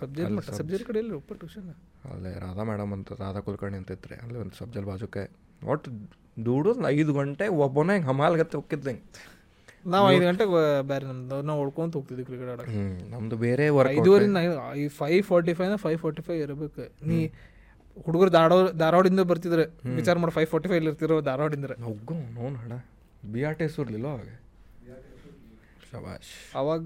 S3: ಸಬ್ಜೆಕ್ಟ್ ಮಟ್ಟ ಸಬ್ಜೆಕ್ಟ್ ಕಡೆ ಇಲ್ಲ ಒಪ್ಪ ಟ್ಯೂಷನ್
S1: ಅಲ್ಲೇ ರಾಧಾ ಮೇಡಮ್ ಅಂತ ರಾಧಾ ಕುಲಕರ್ಣಿ ಅಂತ ಇತ್ತು ಅಲ್ಲೇ ಒಂದು ಸಬ್ಜಲ್ ಬಾಜುಕೆ ಒಟ್ಟು ದುಡಿದು ಐದು ಗಂಟೆ ಒಬ್ಬನೇ ಹಿಂಗೆ ಹಮಾಲ್ಗತ್ತೆ ಹೋಗಿದ್ದೆ
S3: ನಾವು ಐದು ಗಂಟೆಗೆ ಬ- ಬೇರೆ ನಮ್ದು ನಾವು ಹೊಡ್ಕೊಂತ ಹೋಗ್ತಿದ್ವಿ ಕ್ರಿಕೆಟ್ ಆಡಕ್ಕೆ
S1: ಹ್ಞೂ ನಮ್ಮದು ಬೇರೆ ವರ್ಕ್
S3: ಐದುವರಿಂದ ಐ ಫೈವ್ ಫಾರ್ಟಿ ಫೈವ್ನ ಫೈವ್ ಫಾರ್ಟಿ ಫೈವ್ ಇರಬೇಕು ನೀ ಹುಡುಗರು ಧಾರವಾಡ ಧಾರವಾಡಿಂದ ಬರ್ತಿದ್ರೆ ವಿಚಾರ ಮಾಡಿ ಫೈವ್ ಫಾರ್ಟಿ ಫೈವ್ ಇರ್ತಿರೋ ಧಾರವಾಡಿಂದ್ರೆ
S1: ಒಗ್ಗು ನೋನ್ ಹಣ ಬಿ ಆರ್ ಟಿ ಎಸ್ ಇರ್ಲಿಲ್ಲ ಅವಾಗ ಶಬಾಷ್
S3: ಅವಾಗ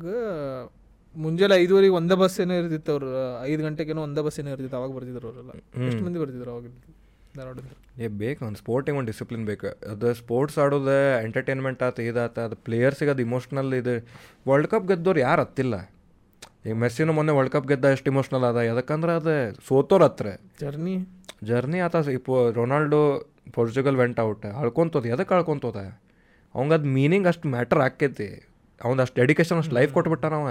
S3: ಮುಂಜಾನೆ ಐದುವರೆಗೆ ಒಂದೇ ಬಸ್ ಏನೋ ಇರ್ತಿತ್ತು ಅವ್ರು ಐದು ಗಂಟೆಗೇನೋ ಒಂದೇ ಬಸ್ ಏನೋ ಇರ್ತಿತ್ತು ಅವಾಗ ಬರ್ತಿದ್ರು ಅವರೆಲ್ಲ ಎಷ್ಟು ಮಂದಿ ಬರ್ತಿದ್ರು ಅವಾಗ ಧಾರವಾಡದಿಂದ
S1: ಏ ಬೇಕು ಒಂದು ಸ್ಪೋರ್ಟಿಗೆ ಒಂದು ಡಿಸಿಪ್ಲಿನ್ ಬೇಕು ಅದು ಸ್ಪೋರ್ಟ್ಸ್ ಆಡೋದು ಎಂಟರ್ಟೈನ್ಮೆಂಟ್ ಆತ ಇದಾತ ಅದು ಪ್ಲೇಯರ್ಸಿಗೆ ಅದು ಇಮೋಷ್ನಲ್ ಇದು ವರ್ಲ್ಡ್ ಕಪ್ ಗೆದ್ದವ್ರು ಯಾರು ಹತ್ತಿಲ್ಲ ಈಗ ಮೆಸ್ಸಿನೂ ಮೊನ್ನೆ ವರ್ಲ್ಡ್ ಕಪ್ ಗೆದ್ದ ಎಷ್ಟು ಇಮೋಷ್ನಲ್ ಅದ ಯಾಕಂದ್ರೆ ಅದು ಸೋತೋರ್ ಹತ್ರ
S3: ಜರ್ನಿ
S1: ಜರ್ನಿ ಆತ ಇಪ್ಪೋ ರೊನಾಲ್ಡೋ ಪೋರ್ಚುಗಲ್ ವೆಂಟ್ ಔಟ್ ಅಳ್ಕೊಂತೋದ ಎದಕ್ಕೆ ಅಳ್ಕೊಂತೋದ ಅವಂಗೆ ಅದು ಮೀನಿಂಗ್ ಅಷ್ಟು ಮ್ಯಾಟರ್ ಆಕೈತಿ ಅವ್ನು ಅಷ್ಟು ಡೆಡಿಕೇಶನ್ ಅಷ್ಟು ಲೈಫ್ ಕೊಟ್ಬಿಟ್ಟಾನ ಅವ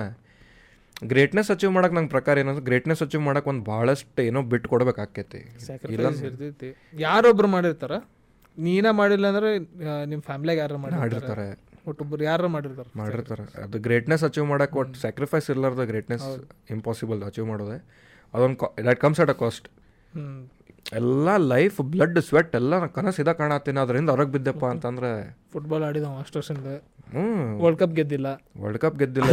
S1: ಗ್ರೇಟ್ನೆಸ್ ಅಚೀವ್ ಮಾಡಕ್ಕೆ ನಂಗೆ ಪ್ರಕಾರ ಏನಂದ್ರೆ ಗ್ರೇಟ್ನೆಸ್ ಅಚೀವ್ ಮಾಡಕ್ಕೆ ಒಂದು ಭಾಳಷ್ಟು ಏನೋ ಬಿಟ್ಟು ಕೊಡ್ಬೇಕಾಕೈತಿ
S3: ಸ್ಯಾಕ್ರಿಫೈಸ್ ಇರ್ತೈತಿ ಯಾರೊಬ್ರು ಮಾಡಿರ್ತಾರ ನೀನ ಮಾಡಿಲ್ಲ ಅಂದ್ರೆ ನಿಮ್ಮ ಫ್ಯಾಮಿಲಿಯಾಗ ಯಾರು ಮಾಡಿರ್ತಾರೆ
S1: ಮಾಡಿರ್ತಾರೆ
S3: ಒಟ್ಟೊಬ್ರು ಯಾರು ಮಾಡಿರ್ತಾರೆ
S1: ಮಾಡಿರ್ತಾರೆ ಅದು ಗ್ರೇಟ್ನೆಸ್ ಅಚೀವ್ ಮಾಡಕ್ಕೆ ಒಟ್ಟು ಸ್ಯಾಕ್ರಿಫೈಸ್ ಇರ್ಲಾರ್ದ ಗ್ರೇಟ್ನೆಸ್ ಇಂಪಾಸಿಬಲ್ ಅಚೀವ್ ಮಾಡೋದೆ ಅದೊಂದು that comes at a cost
S3: hmm
S1: ಎಲ್ಲ ಲೈಫ್ ಬ್ಲಡ್ ಸ್ವೆಟ್ ಎಲ್ಲ ಕನಸು ಇದ ಕಾಣತ್ತೀನಿ ಅದರಿಂದ ಹೊರಗೆ ಬಿದ್ದೆಪ್ಪ ಅಂತಂದ್ರೆ
S3: ಫುಟ್ಬಾಲ್ ಆಡಿದ ಅಷ್ಟೊಂದ
S1: ಹ್ಞೂ
S3: ವರ್ಲ್ಡ್ ಕಪ್ ಗೆದ್ದಿಲ್ಲ
S1: ವರ್ಲ್ಡ್ ಕಪ್ ಗೆದ್ದಿಲ್ಲ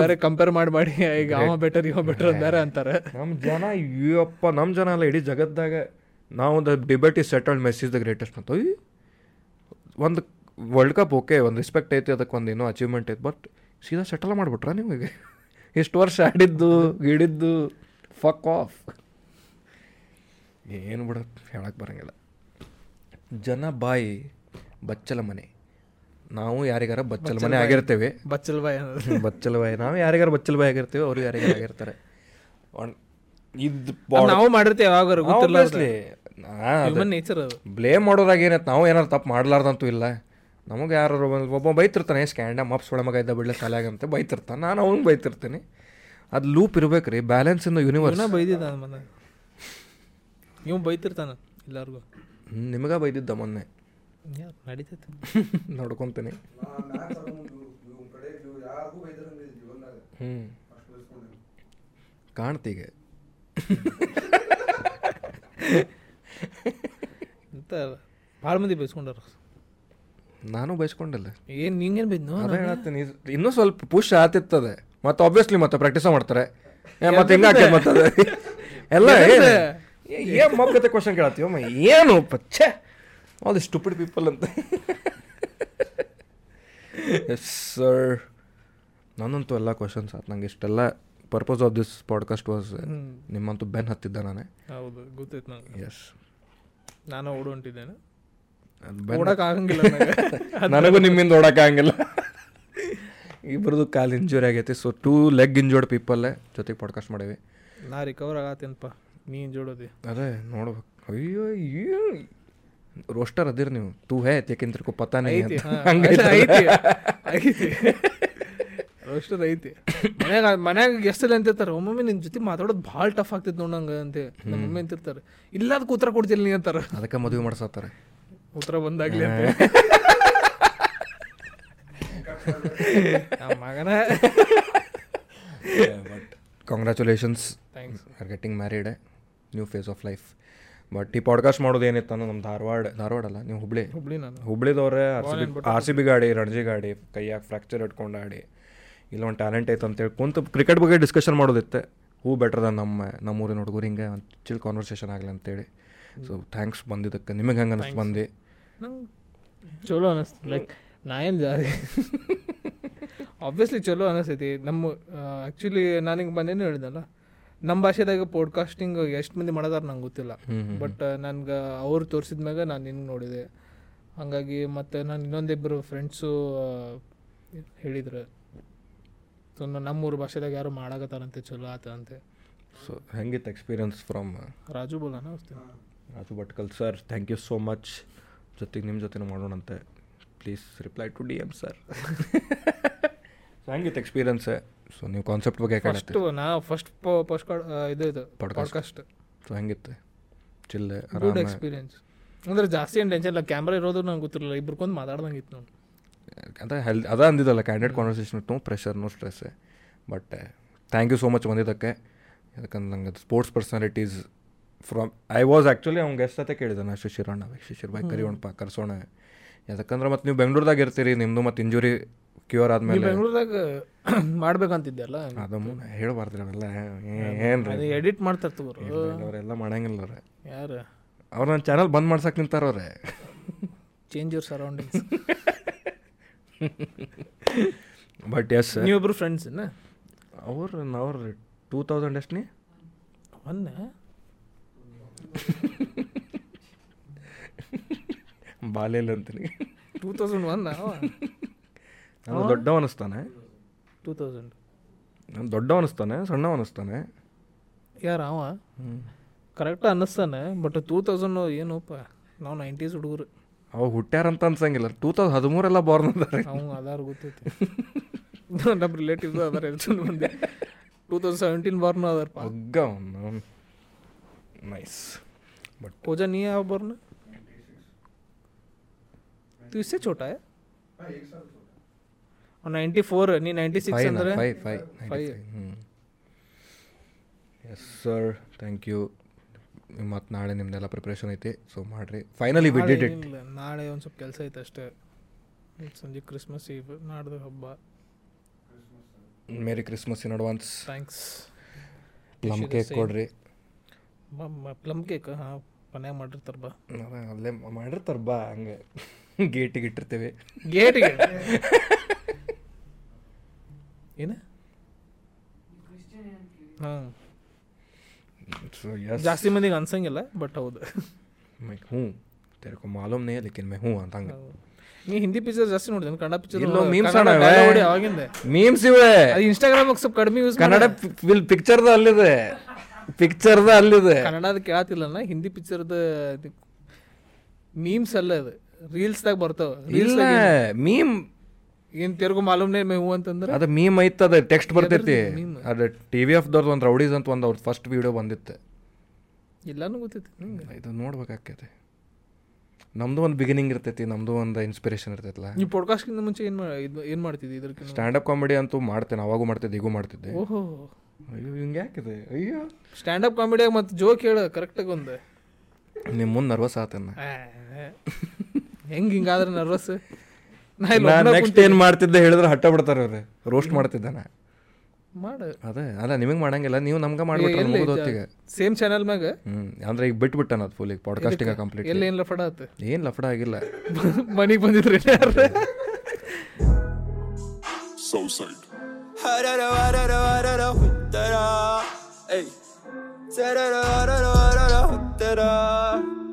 S3: ಬೇರೆ ಕಂಪೇರ್ ಮಾಡಿ ಮಾಡಿ ಈಗ ಅವ ಬೆಟರ್ ಇವ ಬೆಟರ್ ಅಂತಾರೆ ಅಂತಾರೆ
S1: ನಮ್ಮ ಜನ ಅಯ್ಯಪ್ಪ ನಮ್ಮ ಜನ ಅಲ್ಲ ಇಡೀ ಜಗತ್ತಾಗ ನಾವು the debate is settled Messi's the greatest ಅಂತ ಅಯ್ಯ್, ಒಂದು ವರ್ಲ್ಡ್ ಕಪ್ ಓಕೆ ಒಂದು ರಿಸ್ಪೆಕ್ಟ್ ಐತಿ ಅದಕ್ಕೆ ಒಂದು ಏನೋ ಅಚೀವ್ಮೆಂಟ್ ಐತೆ ಬಟ್ ಸೀದಾ ಸೆಟಲ್ ಮಾಡಿಬಿಟ್ರ ನಿಮಗೆ ಇಷ್ಟು ವರ್ಷ ಆಡಿದ್ದು ಗಿಡಿದ್ದು ಫಕ್ ಆಫ್ ಏನು ಬಿಡ ಹೇಳಕ್ಕೆ ಬರಂಗಿಲ್ಲ ಜನ ಬಾಯಿ ಬಚ್ಚಲ ಮನೆ ನಾವು ಯಾರಿಗಾರ ಬಚ್ಚಲ ಮನೆ ಆಗಿರ್ತೇವೆ
S3: ಬಚ್ಚಲ್ ಬಾಯ್ ಅನ್ನೋದು
S1: ಬಚ್ಚಲ ಬಾಯಿ ನಾವು ಯಾರಿಗಾರು ಬಚ್ಚಲ ಬಾಯಿ ಆಗಿರ್ತೀವಿ ಅವರು ಯಾರಿಗಾರ ಆಗಿರ್ತಾರೆ ಇದು
S3: ನಾವು ಮಾಡಿರ್ತೀವಿ ಯಾವಾಗ ಗೊತ್ತಿಲ್ಲ ಹ್ಯೂಮನ್ ನೇಚರ್ ಅದು
S1: ಬ್ಲೇಮ್ ಮಾಡೋದಾಗ ಏನೈತೆ ನಾವು ಏನಾರು ತಪ್ಪು ಮಾಡ್ಲಾರ್ದಂತೂ ಇಲ್ಲ ನಮಗೆ ಯಾರು ಒಬ್ಬ ಬೈತಿರ್ತಾನೆ ಸ್ಕ್ಯಾಂಡ ಮಪ್ಸ್ ಒಳ ಮಗ ಇದ್ದ ಬಿಡ್ಲೆ ಅಂತ ಬೈತಿರ್ತಾನೆ ನಾನು ಅವ್ನಿಗೆ ಬೈತಿರ್ತೀನಿ ಅದು ಲೂಪ್ ಇರ್ಬೇಕು ರೀ ಬ್ಯಾಲೆನ್ಸ್ ಇನ್ ಯೂನಿವರ್ಸ್
S3: ಇವ್ನ ಬೈದಿದ್ದ ಮನ ಇವ್ ಬೈತಿರ್ತಾನ ಎಲ್ಲಾರ್ಗು
S1: ನಿಮಗೆ ಬೈದಿದ್ದ ಮೊನ್ನೆ
S3: ಯಾರು ನಡೀತೈತಿ
S1: ನೋಡ್ಕೊತೀನಿ
S4: ಇವ್ ಕಡೆ ಇವ್ ಯಾರಿಗೂ ಬೈದಿರಂಗಿಲ್ಲ ಈ ಜೀವನ್ದಾಗ
S1: ಹ್ಞೂ
S4: ಅಷ್ಟು ಬೆಳೆಸ್ಕೊಂಡೇನಿ
S1: ಕಾಣ್ತೀಗ
S3: ಅಂತ ಭಾಳ ಮಂದಿ ಬೈಸ್ಕೊಂಡಾರ
S1: ನಾನು ಬೈಸ್ಕೊಂಡಿಲ್ಲ
S3: ಏನ್ ನಿಂಗೇನ್ ಬೈದ್ನು
S1: ಅದೇ ಹೇಳತ್ತೀನಿ ಇನ್ನೂ ಸ್ವಲ್ಪ ಪುಷ್ ಆತಿರ್ತದೆ ಮತ್ತೆ ಆಬ್ವಿಯಸ್ಲಿ ಮತ್ತೆ ಪ್ರಾಕ್ಟೀಸ್ ಮಾಡ್ತಾರೆ ಏ, ಮತ್ತೆ ಹೆಂಗ ಹಾಕಿ ಮತ್ತೆ ಅದು? ಎಲ್ಲ ಏನು ಏನು ಮಬ್ಬತೆ ಕ್ವಶನ್ ಕೇಳತ್ತೀವಮ್ಮ ಏನು ಪಚ್ಚೆ ಆಲ್ ದಿ ಸ್ಟುಪಿಡ್ ಪೀಪಲ್ ಅಂತ ಎಸ್ ಸರ್ ನಾನಂತೂ ಎಲ್ಲ ಕ್ವಶನ್ಸ್ ಆತು ನಂಗೆ ಇಷ್ಟೆಲ್ಲ purpose of this podcast was ನಿಮ್ಮಂತೂ ಬೆನ್ ಹತ್ತಿದ್ದ ನಾನೇ
S3: ಹೌದು ಗೊತ್ತೈತ್ ನಂಗೆ
S1: ಎಸ್
S3: ನಾನು ಓಡ ಹೊಂಟಿದ್ದೇನೆ
S1: ಬೆನ್
S3: ಓಡಕ್ ಆಗಂಗಿಲ್ಲ
S1: ನನಗೂ ನಿಮ್ಮಿಂದ ಓಡೋಕ್ಕಾಗಂಗಿಲ್ಲ ಇಬ್ಬರದು ಕಾಲು ಇಂಜುರಿ ಆಗೈತಿ ಸೊ ಟೂ ಲೆಗ್ ಇಂಜೋರ್ಡ್ ಪೀಪಲ್ಲೇ ಜೊತೆಗೆ ಪಾಡ್ಕಾಸ್ಟ್ ಮಾಡೀವಿ
S3: ನಾ ರಿಕವರ್ ಆಗತ್ತೇನಪ್ಪ ನೀನ್ ಜೋಡೋದಿ
S1: ಅದೇ ನೋಡ್ಬೇಕು ಅಯ್ಯೋ ಅಯ್ಯೋ ರೋಸ್ಟರ್ ಅದಿರಿ ನೀವು ತೂ ಹೇ ಏಕೆಂದ್ರೆ ಕೋ ಪತಾನೆ
S3: ಐತಿ
S1: ಅಂತ
S3: ಹಾ,
S1: ಹಂಗೈತೆ.
S3: ಐತಿ ಐತಿ ರೋಸ್ಟರ್ ಐತಿ ಮನ್ಯಾಗ ಮನ್ಯಾಗ ಗೆಸ್ಟಲ್ಲಿ ಅಂತಿರ್ತಾರೆ ಒಮ್ಮೊಮ್ಮೆ ನಿನ್ ಜೊತೆ ಮಾತಾಡೋದು ಭಾಳ ಟಫ್ ಆಗ್ತೈತೆ ನೋಡಂಗ ಅಂತ ನಮ್ಮ ಮಮ್ಮಿ ಅಂತಿರ್ತಾರೆ ಇಲ್ಲ ಅದಕ್ಕೆ ಉತ್ತರ ಕೊಡ್ತಿಲ್ಲ ನೀ ಅಂತಾರ
S1: ಅದಕ್ಕೆ ಮದುವೆ ಮಾಡ್ಸತ್ತಾರೆ
S3: ಉತ್ತರ ಬಂದಾಗ್ಲಿ ಅಂತ ನಮ್ಮ ಮಗನ
S1: congratulations
S3: thanks
S1: are getting married new phase of life but ಈ ಪಾಡ್ಕಾಸ್ಟ್ ಮಾಡೋದು ಏನಿತ್ತು ಅಂದ್ರೆ ನಮ್ಮ ಧಾರವಾಡ ಧಾರವಾಡ ಅಲ್ಲ ನೀವು ಹುಬ್ಳಿ
S3: ಹುಬ್ಳಿ ನಾನು
S1: ಹುಬ್ಳಿದವ್ರೆ R C B R C B ಗಾಡಿ ರಣಜಿ ಗಾಡಿ ಕೈಯಾಗ ಫ್ರ್ಯಾಕ್ಚರ್ ಇಟ್ಕೊಂಡು ಆಡಿ ಇಲ್ಲೊಂದು ಟ್ಯಾಲೆಂಟ್ ಐತೆ ಅಂತೇಳಿ ಕುಂತು ಕ್ರಿಕೆಟ್ ಬಗ್ಗೆ ಡಿಸ್ಕಷನ್ ಮಾಡೋದಿತ್ತೆ ಹೂ ಬೆಟರ್ ದನ್ ನಮ್ಮ ನಮ್ಮೂರಿನ ಹುಡುಗರು ಹಿಂಗೆ ಒಂದು ಚಿಲ್ ಕಾನ್ವರ್ಸೇಷನ್ ಆಗಲಿ ಅಂತೇಳಿ ಸೊ ಥ್ಯಾಂಕ್ಸ್ ಬಂದಿದ್ದಕ್ಕೆ ನಿಮಗೆ ಹೆಂಗೆ ಅನಿಸ್ತು ಬಂದು
S3: ನಂಗೆ ಚಲೋ ಅನಿಸ್ತು ಲೈಕ್ ನಾ ಏನು ಜಾರಿ ಆಬ್ವಿಯಸ್ಲಿ ಚಲೋ ಅನಿಸ್ತೈತಿ ನಮ್ಮ ಆ್ಯಕ್ಚುಲಿ ನಾನೀಗ ಬಂದೇನು ಹೇಳಿದಲ್ಲ ನಮ್ಮ ಭಾಷೆದಾಗ ಪಾಡ್ಕಾಸ್ಟಿಂಗ್ ಎಷ್ಟು ಮಂದಿ ಮಾಡೋದಾರ ನಂಗೆ ಗೊತ್ತಿಲ್ಲ ಬಟ್ ನನ್ಗೆ ಅವ್ರು ತೋರಿಸಿದ ಮ್ಯಾಗ ನಾನು ನಿನ್ಗೆ ನೋಡಿದೆ ಹಾಗಾಗಿ ಮತ್ತು ನಾನು ಇನ್ನೊಂದಿಬ್ಬರು ಫ್ರೆಂಡ್ಸು ಹೇಳಿದ್ರು ಸೊ ನಮ್ಮೂರು ಭಾಷೆದಾಗ ಯಾರು ಮಾಡಾಕತ್ತಾರಂತೆ ಚಲೋ ಆತ ಅಂತೆ
S1: ಸೊ ಹೆಂಗಿತ್ತು ಎಕ್ಸ್ಪೀರಿಯನ್ಸ್ ಫ್ರಮ್
S3: ರಾಜು ಬೋಲನ ಅಷ್ಟೇ
S1: Raju Bhatkal sir thank you so much ಜೊತೆಗೆ ನಿಮ್ಮ ಜೊತೆ ಮಾಡೋಣಂತೆ please reply to D M sir ಹೆಂಗಿತ್ತು ಎಕ್ಸ್ಪೀರಿಯನ್ಸ್ ಸೊ ನೀವು ಕಾನ್ಸೆಪ್ಟ್ ಬಗ್ಗೆ
S3: ಫಸ್ಟ್
S1: ಕಾಣುತ್ತೆ
S3: ನಾ ಫಸ್ಟ್ ಪಸ್ಟ್ ಇದು ಇದು
S1: Podcast.
S3: ಪಾಡ್ಕಾಸ್ಟ್
S1: ಸೊ ಹೆಂಗಿತ್ತು ಚಿಲ್
S3: ಗುಡ್
S1: ಆರಾಮ
S3: ಎಕ್ಸ್ಪೀರಿಯನ್ಸ್ ಅಂದ್ರೆ ಜಾಸ್ತಿ ಏನು ಟೆನ್ಷನ್ ಇಲ್ಲ ಕ್ಯಾಮ್ರಾ ಇರೋದು ನಂಗೆ ಗೊತ್ತಿರಲಿಲ್ಲ ಇಬ್ರಕ್ಕೊಂದು ಮಾತಾಡ್ದಂಗೆ ಇತ್ತು ನೋಡಿ
S1: ಅಂತ ಹೆಲ್ ಅದ ಅಂದಿದ್ದಲ್ಲ ಕ್ಯಾಂಡಿಡೇಟ್ ಕಾನ್ವರ್ಸೇಷನ್ ಇಟ್ಟು pressure no stress but thank you so much ಬಂದಿದ್ದಕ್ಕೆ ಯಾಕಂದ್ರೆ ನಂಗೆ sports personalities from I was actually ಅವ್ನ ಗೆಸ್ಟ್ ಅಂತ ಕೇಳಿದೆ ನಾ ಶಿಶಿರಣ್ಣ ಶಿಶಿರ್ ಬಾಯ್ ಕರಿಯೋಣಪ್ಪ ಕರ್ಸೋಣ ಯಾಕಂದ್ರೆ ಮತ್ತು ನೀವು ಬೆಂಗ್ಳೂರ್ದಾಗ ಇರ್ತೀರಿ ನಿಮ್ಮದು ಮತ್ತು ಇಂಜುರಿ ಕ್ಯೂರ್
S3: ನೀವು
S1: ಆದಮೇಲೆ
S3: ಬೆಂಗಳೂರದಾಗ ಮಾಡ್ಬೇಕಂತಿದ್ದೆ ಅಲ್ಲ
S1: ಅದು ಹೇಳ್ಬಾರ್ದ್ರಿ ಅವೆಲ್ಲ ಏನು
S3: ಅದು
S1: ರೀ
S3: ಎಡಿಟ್ ಮಾಡ್ತಾರೆ ತಗೋರು
S1: ಅವರೆಲ್ಲ ಮಾಡಂಗಿಲ್ಲ ಅವ್ರೆ
S3: ಯಾರು
S1: ಅವ್ರು ನನ್ನ ಚಾನಲ್ ಬಂದ್ ಮಾಡ್ಸಕ್ಕೆ ನಿಂತಾರವ್ರೆ
S3: change your surroundings
S1: but yes
S3: ನೀವಿಬ್ರು ಫ್ರೆಂಡ್ಸ್ ಇನ್ನ
S1: ಅವ್ರು ಅವ್ರು ಟೂ ತೌಸಂಡ್ ಎಷ್ಟನೇ
S3: ಮೊನ್ನೆ
S1: ಬಾಲೆಲ್ಲ ಅಂತೀನಿ
S3: ಟೂ ತೌಸಂಡ್ ಒನ್
S1: ನಾನು ದೊಡ್ಡವ ಅನಿಸ್ತಾನೆ
S3: ಟೂ ತೌಸಂಡ್
S1: ನಾನು ದೊಡ್ಡವ ಅನಿಸ್ತಾನೆ ಸಣ್ಣವ ಅನಿಸ್ತಾನೆ
S3: ಯಾರು ಅವ ಕರೆಕ್ಟ್ ಅನ್ನಿಸ್ತಾನೆ ಬಟ್ ಟೂ ತೌಸಂಡ್ ಏನೋಪ್ಪ ನಾವು ನೈಂಟೀಸ್ ಹುಡುಗರು
S1: ಅವ ಹುಟ್ಟ್ಯಾರಂತ ಅನ್ಸಂಗಿಲ್ಲ ಟೂ ತೌಸ್ ಹದಿಮೂರೆಲ್ಲ ಬಾರ್ನ್ ಅದಾರೆ
S3: ಅವ್ನು ಅದಾರು ಗೊತ್ತೈತಿ ನಮ್ಮ ರಿಲೇಟಿವ್ಸ್ ಅದಾರ ಎಷ್ಟೊಂದು ಮಂದಿ ಟೂ ತೌಸಂಡ್ ಸೆವೆಂಟೀನ್ ಬಾರ್ನು ಅದಾರಪ್ಪ
S1: ಹಗ್ಗ ಅವನು ನೈಸ್ ಬಟ್
S3: ಪೂಜಾ ನೀ ಯಾವ ಬರ್ನ तू इससे छोटा है और 94 नहीं 96
S1: ಫೈವ್
S3: अंदर है
S1: five five
S3: Five.
S1: Yes sir thank you ಮತ್ತು ನಾಳೆ ನಿಮ್ದೆಲ್ಲ ಪ್ರಿಪ್ರೇಷನ್ ಐತಿ ಸೊ ಮಾಡಿರಿ ಫೈನಲಿ ವಿ ಡಿಡ್ ಇಟ್
S3: ಇಲ್ಲ ನಾಳೆ ಒಂದು ಸ್ವಲ್ಪ ಕೆಲಸ ಐತೆ ಅಷ್ಟೇ ಇವತ್ತು ಸಂಜೆ ಕ್ರಿಸ್ಮಸ್ ಈವ್ ನಾಡ್ದು ಹಬ್ಬ
S1: merry Christmas in advance
S3: thanks
S1: plum
S3: Wish you the
S1: cake
S3: same.
S1: ಕೊಡ್ರಿ
S3: ಪ್ಲಮ್ ಕೇಕ್ ಹಾಂ ಮನ್ಯಾಗ ಮಾಡಿರ್ತಾರ ಬಾ
S1: ಅದ ಅಲ್ಲೇ ಮಾಡಿರ್ತಾರೆ ಬಾ ಹಂಗೆ ಗೇಟಿಗೆ ಇಟ್ಟಿರ್ತೀವಿ
S3: ಗೇಟ್ಗೆ ಏನು ಹಾಂ
S1: ಸೊ ಯಸ್
S3: ಜಾಸ್ತಿ ಮಂದಿಗೆ ಅನ್ಸಂಗಿಲ್ಲ ಬಟ್ ಹೌದು
S1: मैं हूँ तेरे को मालूम नहीं है लेकिन मैं हूँ ಅಂತಂಗ
S3: ನೀ ಹಿಂದಿ ಪಿಕ್ಚರ್ ಜಾಸ್ತಿ ನೋಡ್ತೀನಿ ಕನ್ನಡ
S1: ಇಲ್ಲೋ memes
S3: ಪಿಕ್ಚರ್
S1: ಅದಾವೆ.
S3: ನೋಡಿ ಅವಾಗಿಂದ
S1: ಮೀಮ್ಸ್ ಇವೆ
S3: ಅದು ಇನ್ಸ್ಟಾಗ್ರಾಮ್ ಸ್ವಲ್ಪ ಕಡಿಮೆ ಯೂಸ್
S1: ಕನ್ನಡ ಫಿಲ್ ಪಿಕ್ಚರ್ದ ಅಲ್ಲಿದೆ ಪಿಕ್ಚರ್ದ ಅಲ್ಲಿದೆ
S3: ಕನ್ನಡದ ಕೇಳತ್ತಿಲ್ಲನ ಹಿಂದಿ ಪಿಕ್ಚರ್ದ ಮೀಮ್ಸ್ ಅಲ್ಲ ಅದು ರೀಲ್ಸ್ದಾಗ ಬರ್ತಾವ
S1: ಇಲ್ಲ ಮೀಮ್
S3: ಏನ್ ತಿರ್ಗು ಮಾಲೂಮ್ನೇ ಮೇ ಹೂ ಅಂತಂದ್ರೆ
S1: ಅದ ಮೀಮ್ ಐತ್ ಅದ ಟೆಕ್ಸ್ಟ್ ಬರ್ತೈತಿ ಅದ ಟಿ ವಿ ಎಫ್ದವ್ರದ್ದು ಒಂದು ರೌಡೀಸ್ ಅಂತ ಒಂದು ಅವ್ರದ್ದು ಫಸ್ಟ್ ವಿಡಿಯೋ ಬಂದಿತ್ತು
S3: ಎಲ್ಲಾನು ಗೊತ್ತೈತಿ ನಿಂಗೆ
S1: ಇದು ನೋಡ್ಬೇಕಾಕೈತಿ ನಮ್ದು ಒಂದು ಬಿಗಿನಿಂಗ್ ಇರ್ತೈತಿ ನಮ್ದು ಒಂದು ಇನ್ಸ್ಪಿರೇಷನ್ ಇರ್ತೈತಲ್ಲ
S3: ನೀವು ಪಾಡ್ಕಾಸ್ಟ್ಗಿಂತ ಮುಂಚೆ ಏನು ಮಾಡಿ ಇದು ಏನು ಮಾಡ್ತಿದ್ದಿ ಇದಕ್ಕಿಂತ
S1: ಸ್ಟ್ಯಾಂಡ್ ಅಪ್ ಕಾಮಿಡಿ ಅಂತೂ ಮಾಡ್ತೇನೆ ಅವಾಗೂ ಮಾಡ್ತಿದ್ದೆ ಈಗೂ ಮಾಡ್ತಿದ್ದೆ
S3: ಓಹೋ
S1: ಅಯ್ಯೋ ಹಿಂಗೆ ಯಾಕಿದೆ ಅಯ್ಯೋ
S3: ಸ್ಟ್ಯಾಂಡ್ ಅಪ್ ಕಾಮಿಡಿಯಾಗ ಮತ್ತೆ ಜೋಕ್ ಹೇಳ ಕರೆಕ್ಟಾಗಿ ಒಂದು
S1: ನಿಮ್ಮ ಮುಂದೆ ನರ್ವಸ್ ಆತನ
S3: ಹೆಂಗೆ ಹಿಂಗಾದ್ರೆ ನರ್ವಸ್ ನಾ ಇಲ್ಲಿ
S1: ನಾ
S3: ಒಬ್ನೇ
S1: ನೆಕ್ಸ್ಟ್ ಏನು ಮಾಡ್ತಿದ್ದೆ ಹೇಳಿದ್ರೆ ಹಟ್ಟ ಬಿಡ್ತಾರೆ ಅವ್ರೆ ರೋಸ್ಟ್ ಮಾಡ್ತಿದ್ದೆ ನಾ
S3: ಕುಂತ್- ಮಾಡು
S1: ಅದೇ ಅಲ್ಲ ನಿಮಗೆ ಮಾಡಂಗಿಲ್ಲ ನೀವು ನಮ್ಗೆ ಮಾಡ್ಬಿಟ್ರೆ ಮುಗಿದು ಹೊತ್ತಿಗೆ
S3: ಸೇಮ್ ಚಾನಲ್ ಮ್ಯಾಗ
S1: ಹ್ಞೂ ಅಂದ್ರೆ ಈಗ ಬಿಟ್ಬಿಟ್ಟನ ಅದು ಫುಲ್ ಈಗ ಪಾಡ್ಕಾಸ್ಟಿಂಗ ಕಂಪ್ಲೀಟ್
S3: ಎಲ್ಲ ಏನಿಲ್ಲ ಫಡ ಆತು
S1: ಏನು ಲಫಡ ಆಗಿಲ್ಲ
S3: ಮನೆಗೆ ಬಂದಿದ್ರಿ ಯಾರು
S5: Southside.
S2: ಹರರ ವರರ ವರರ ಹುತ್ತರ ಏಯ್ ಸರರ ವರರ ವರರ ಹುತ್ತರ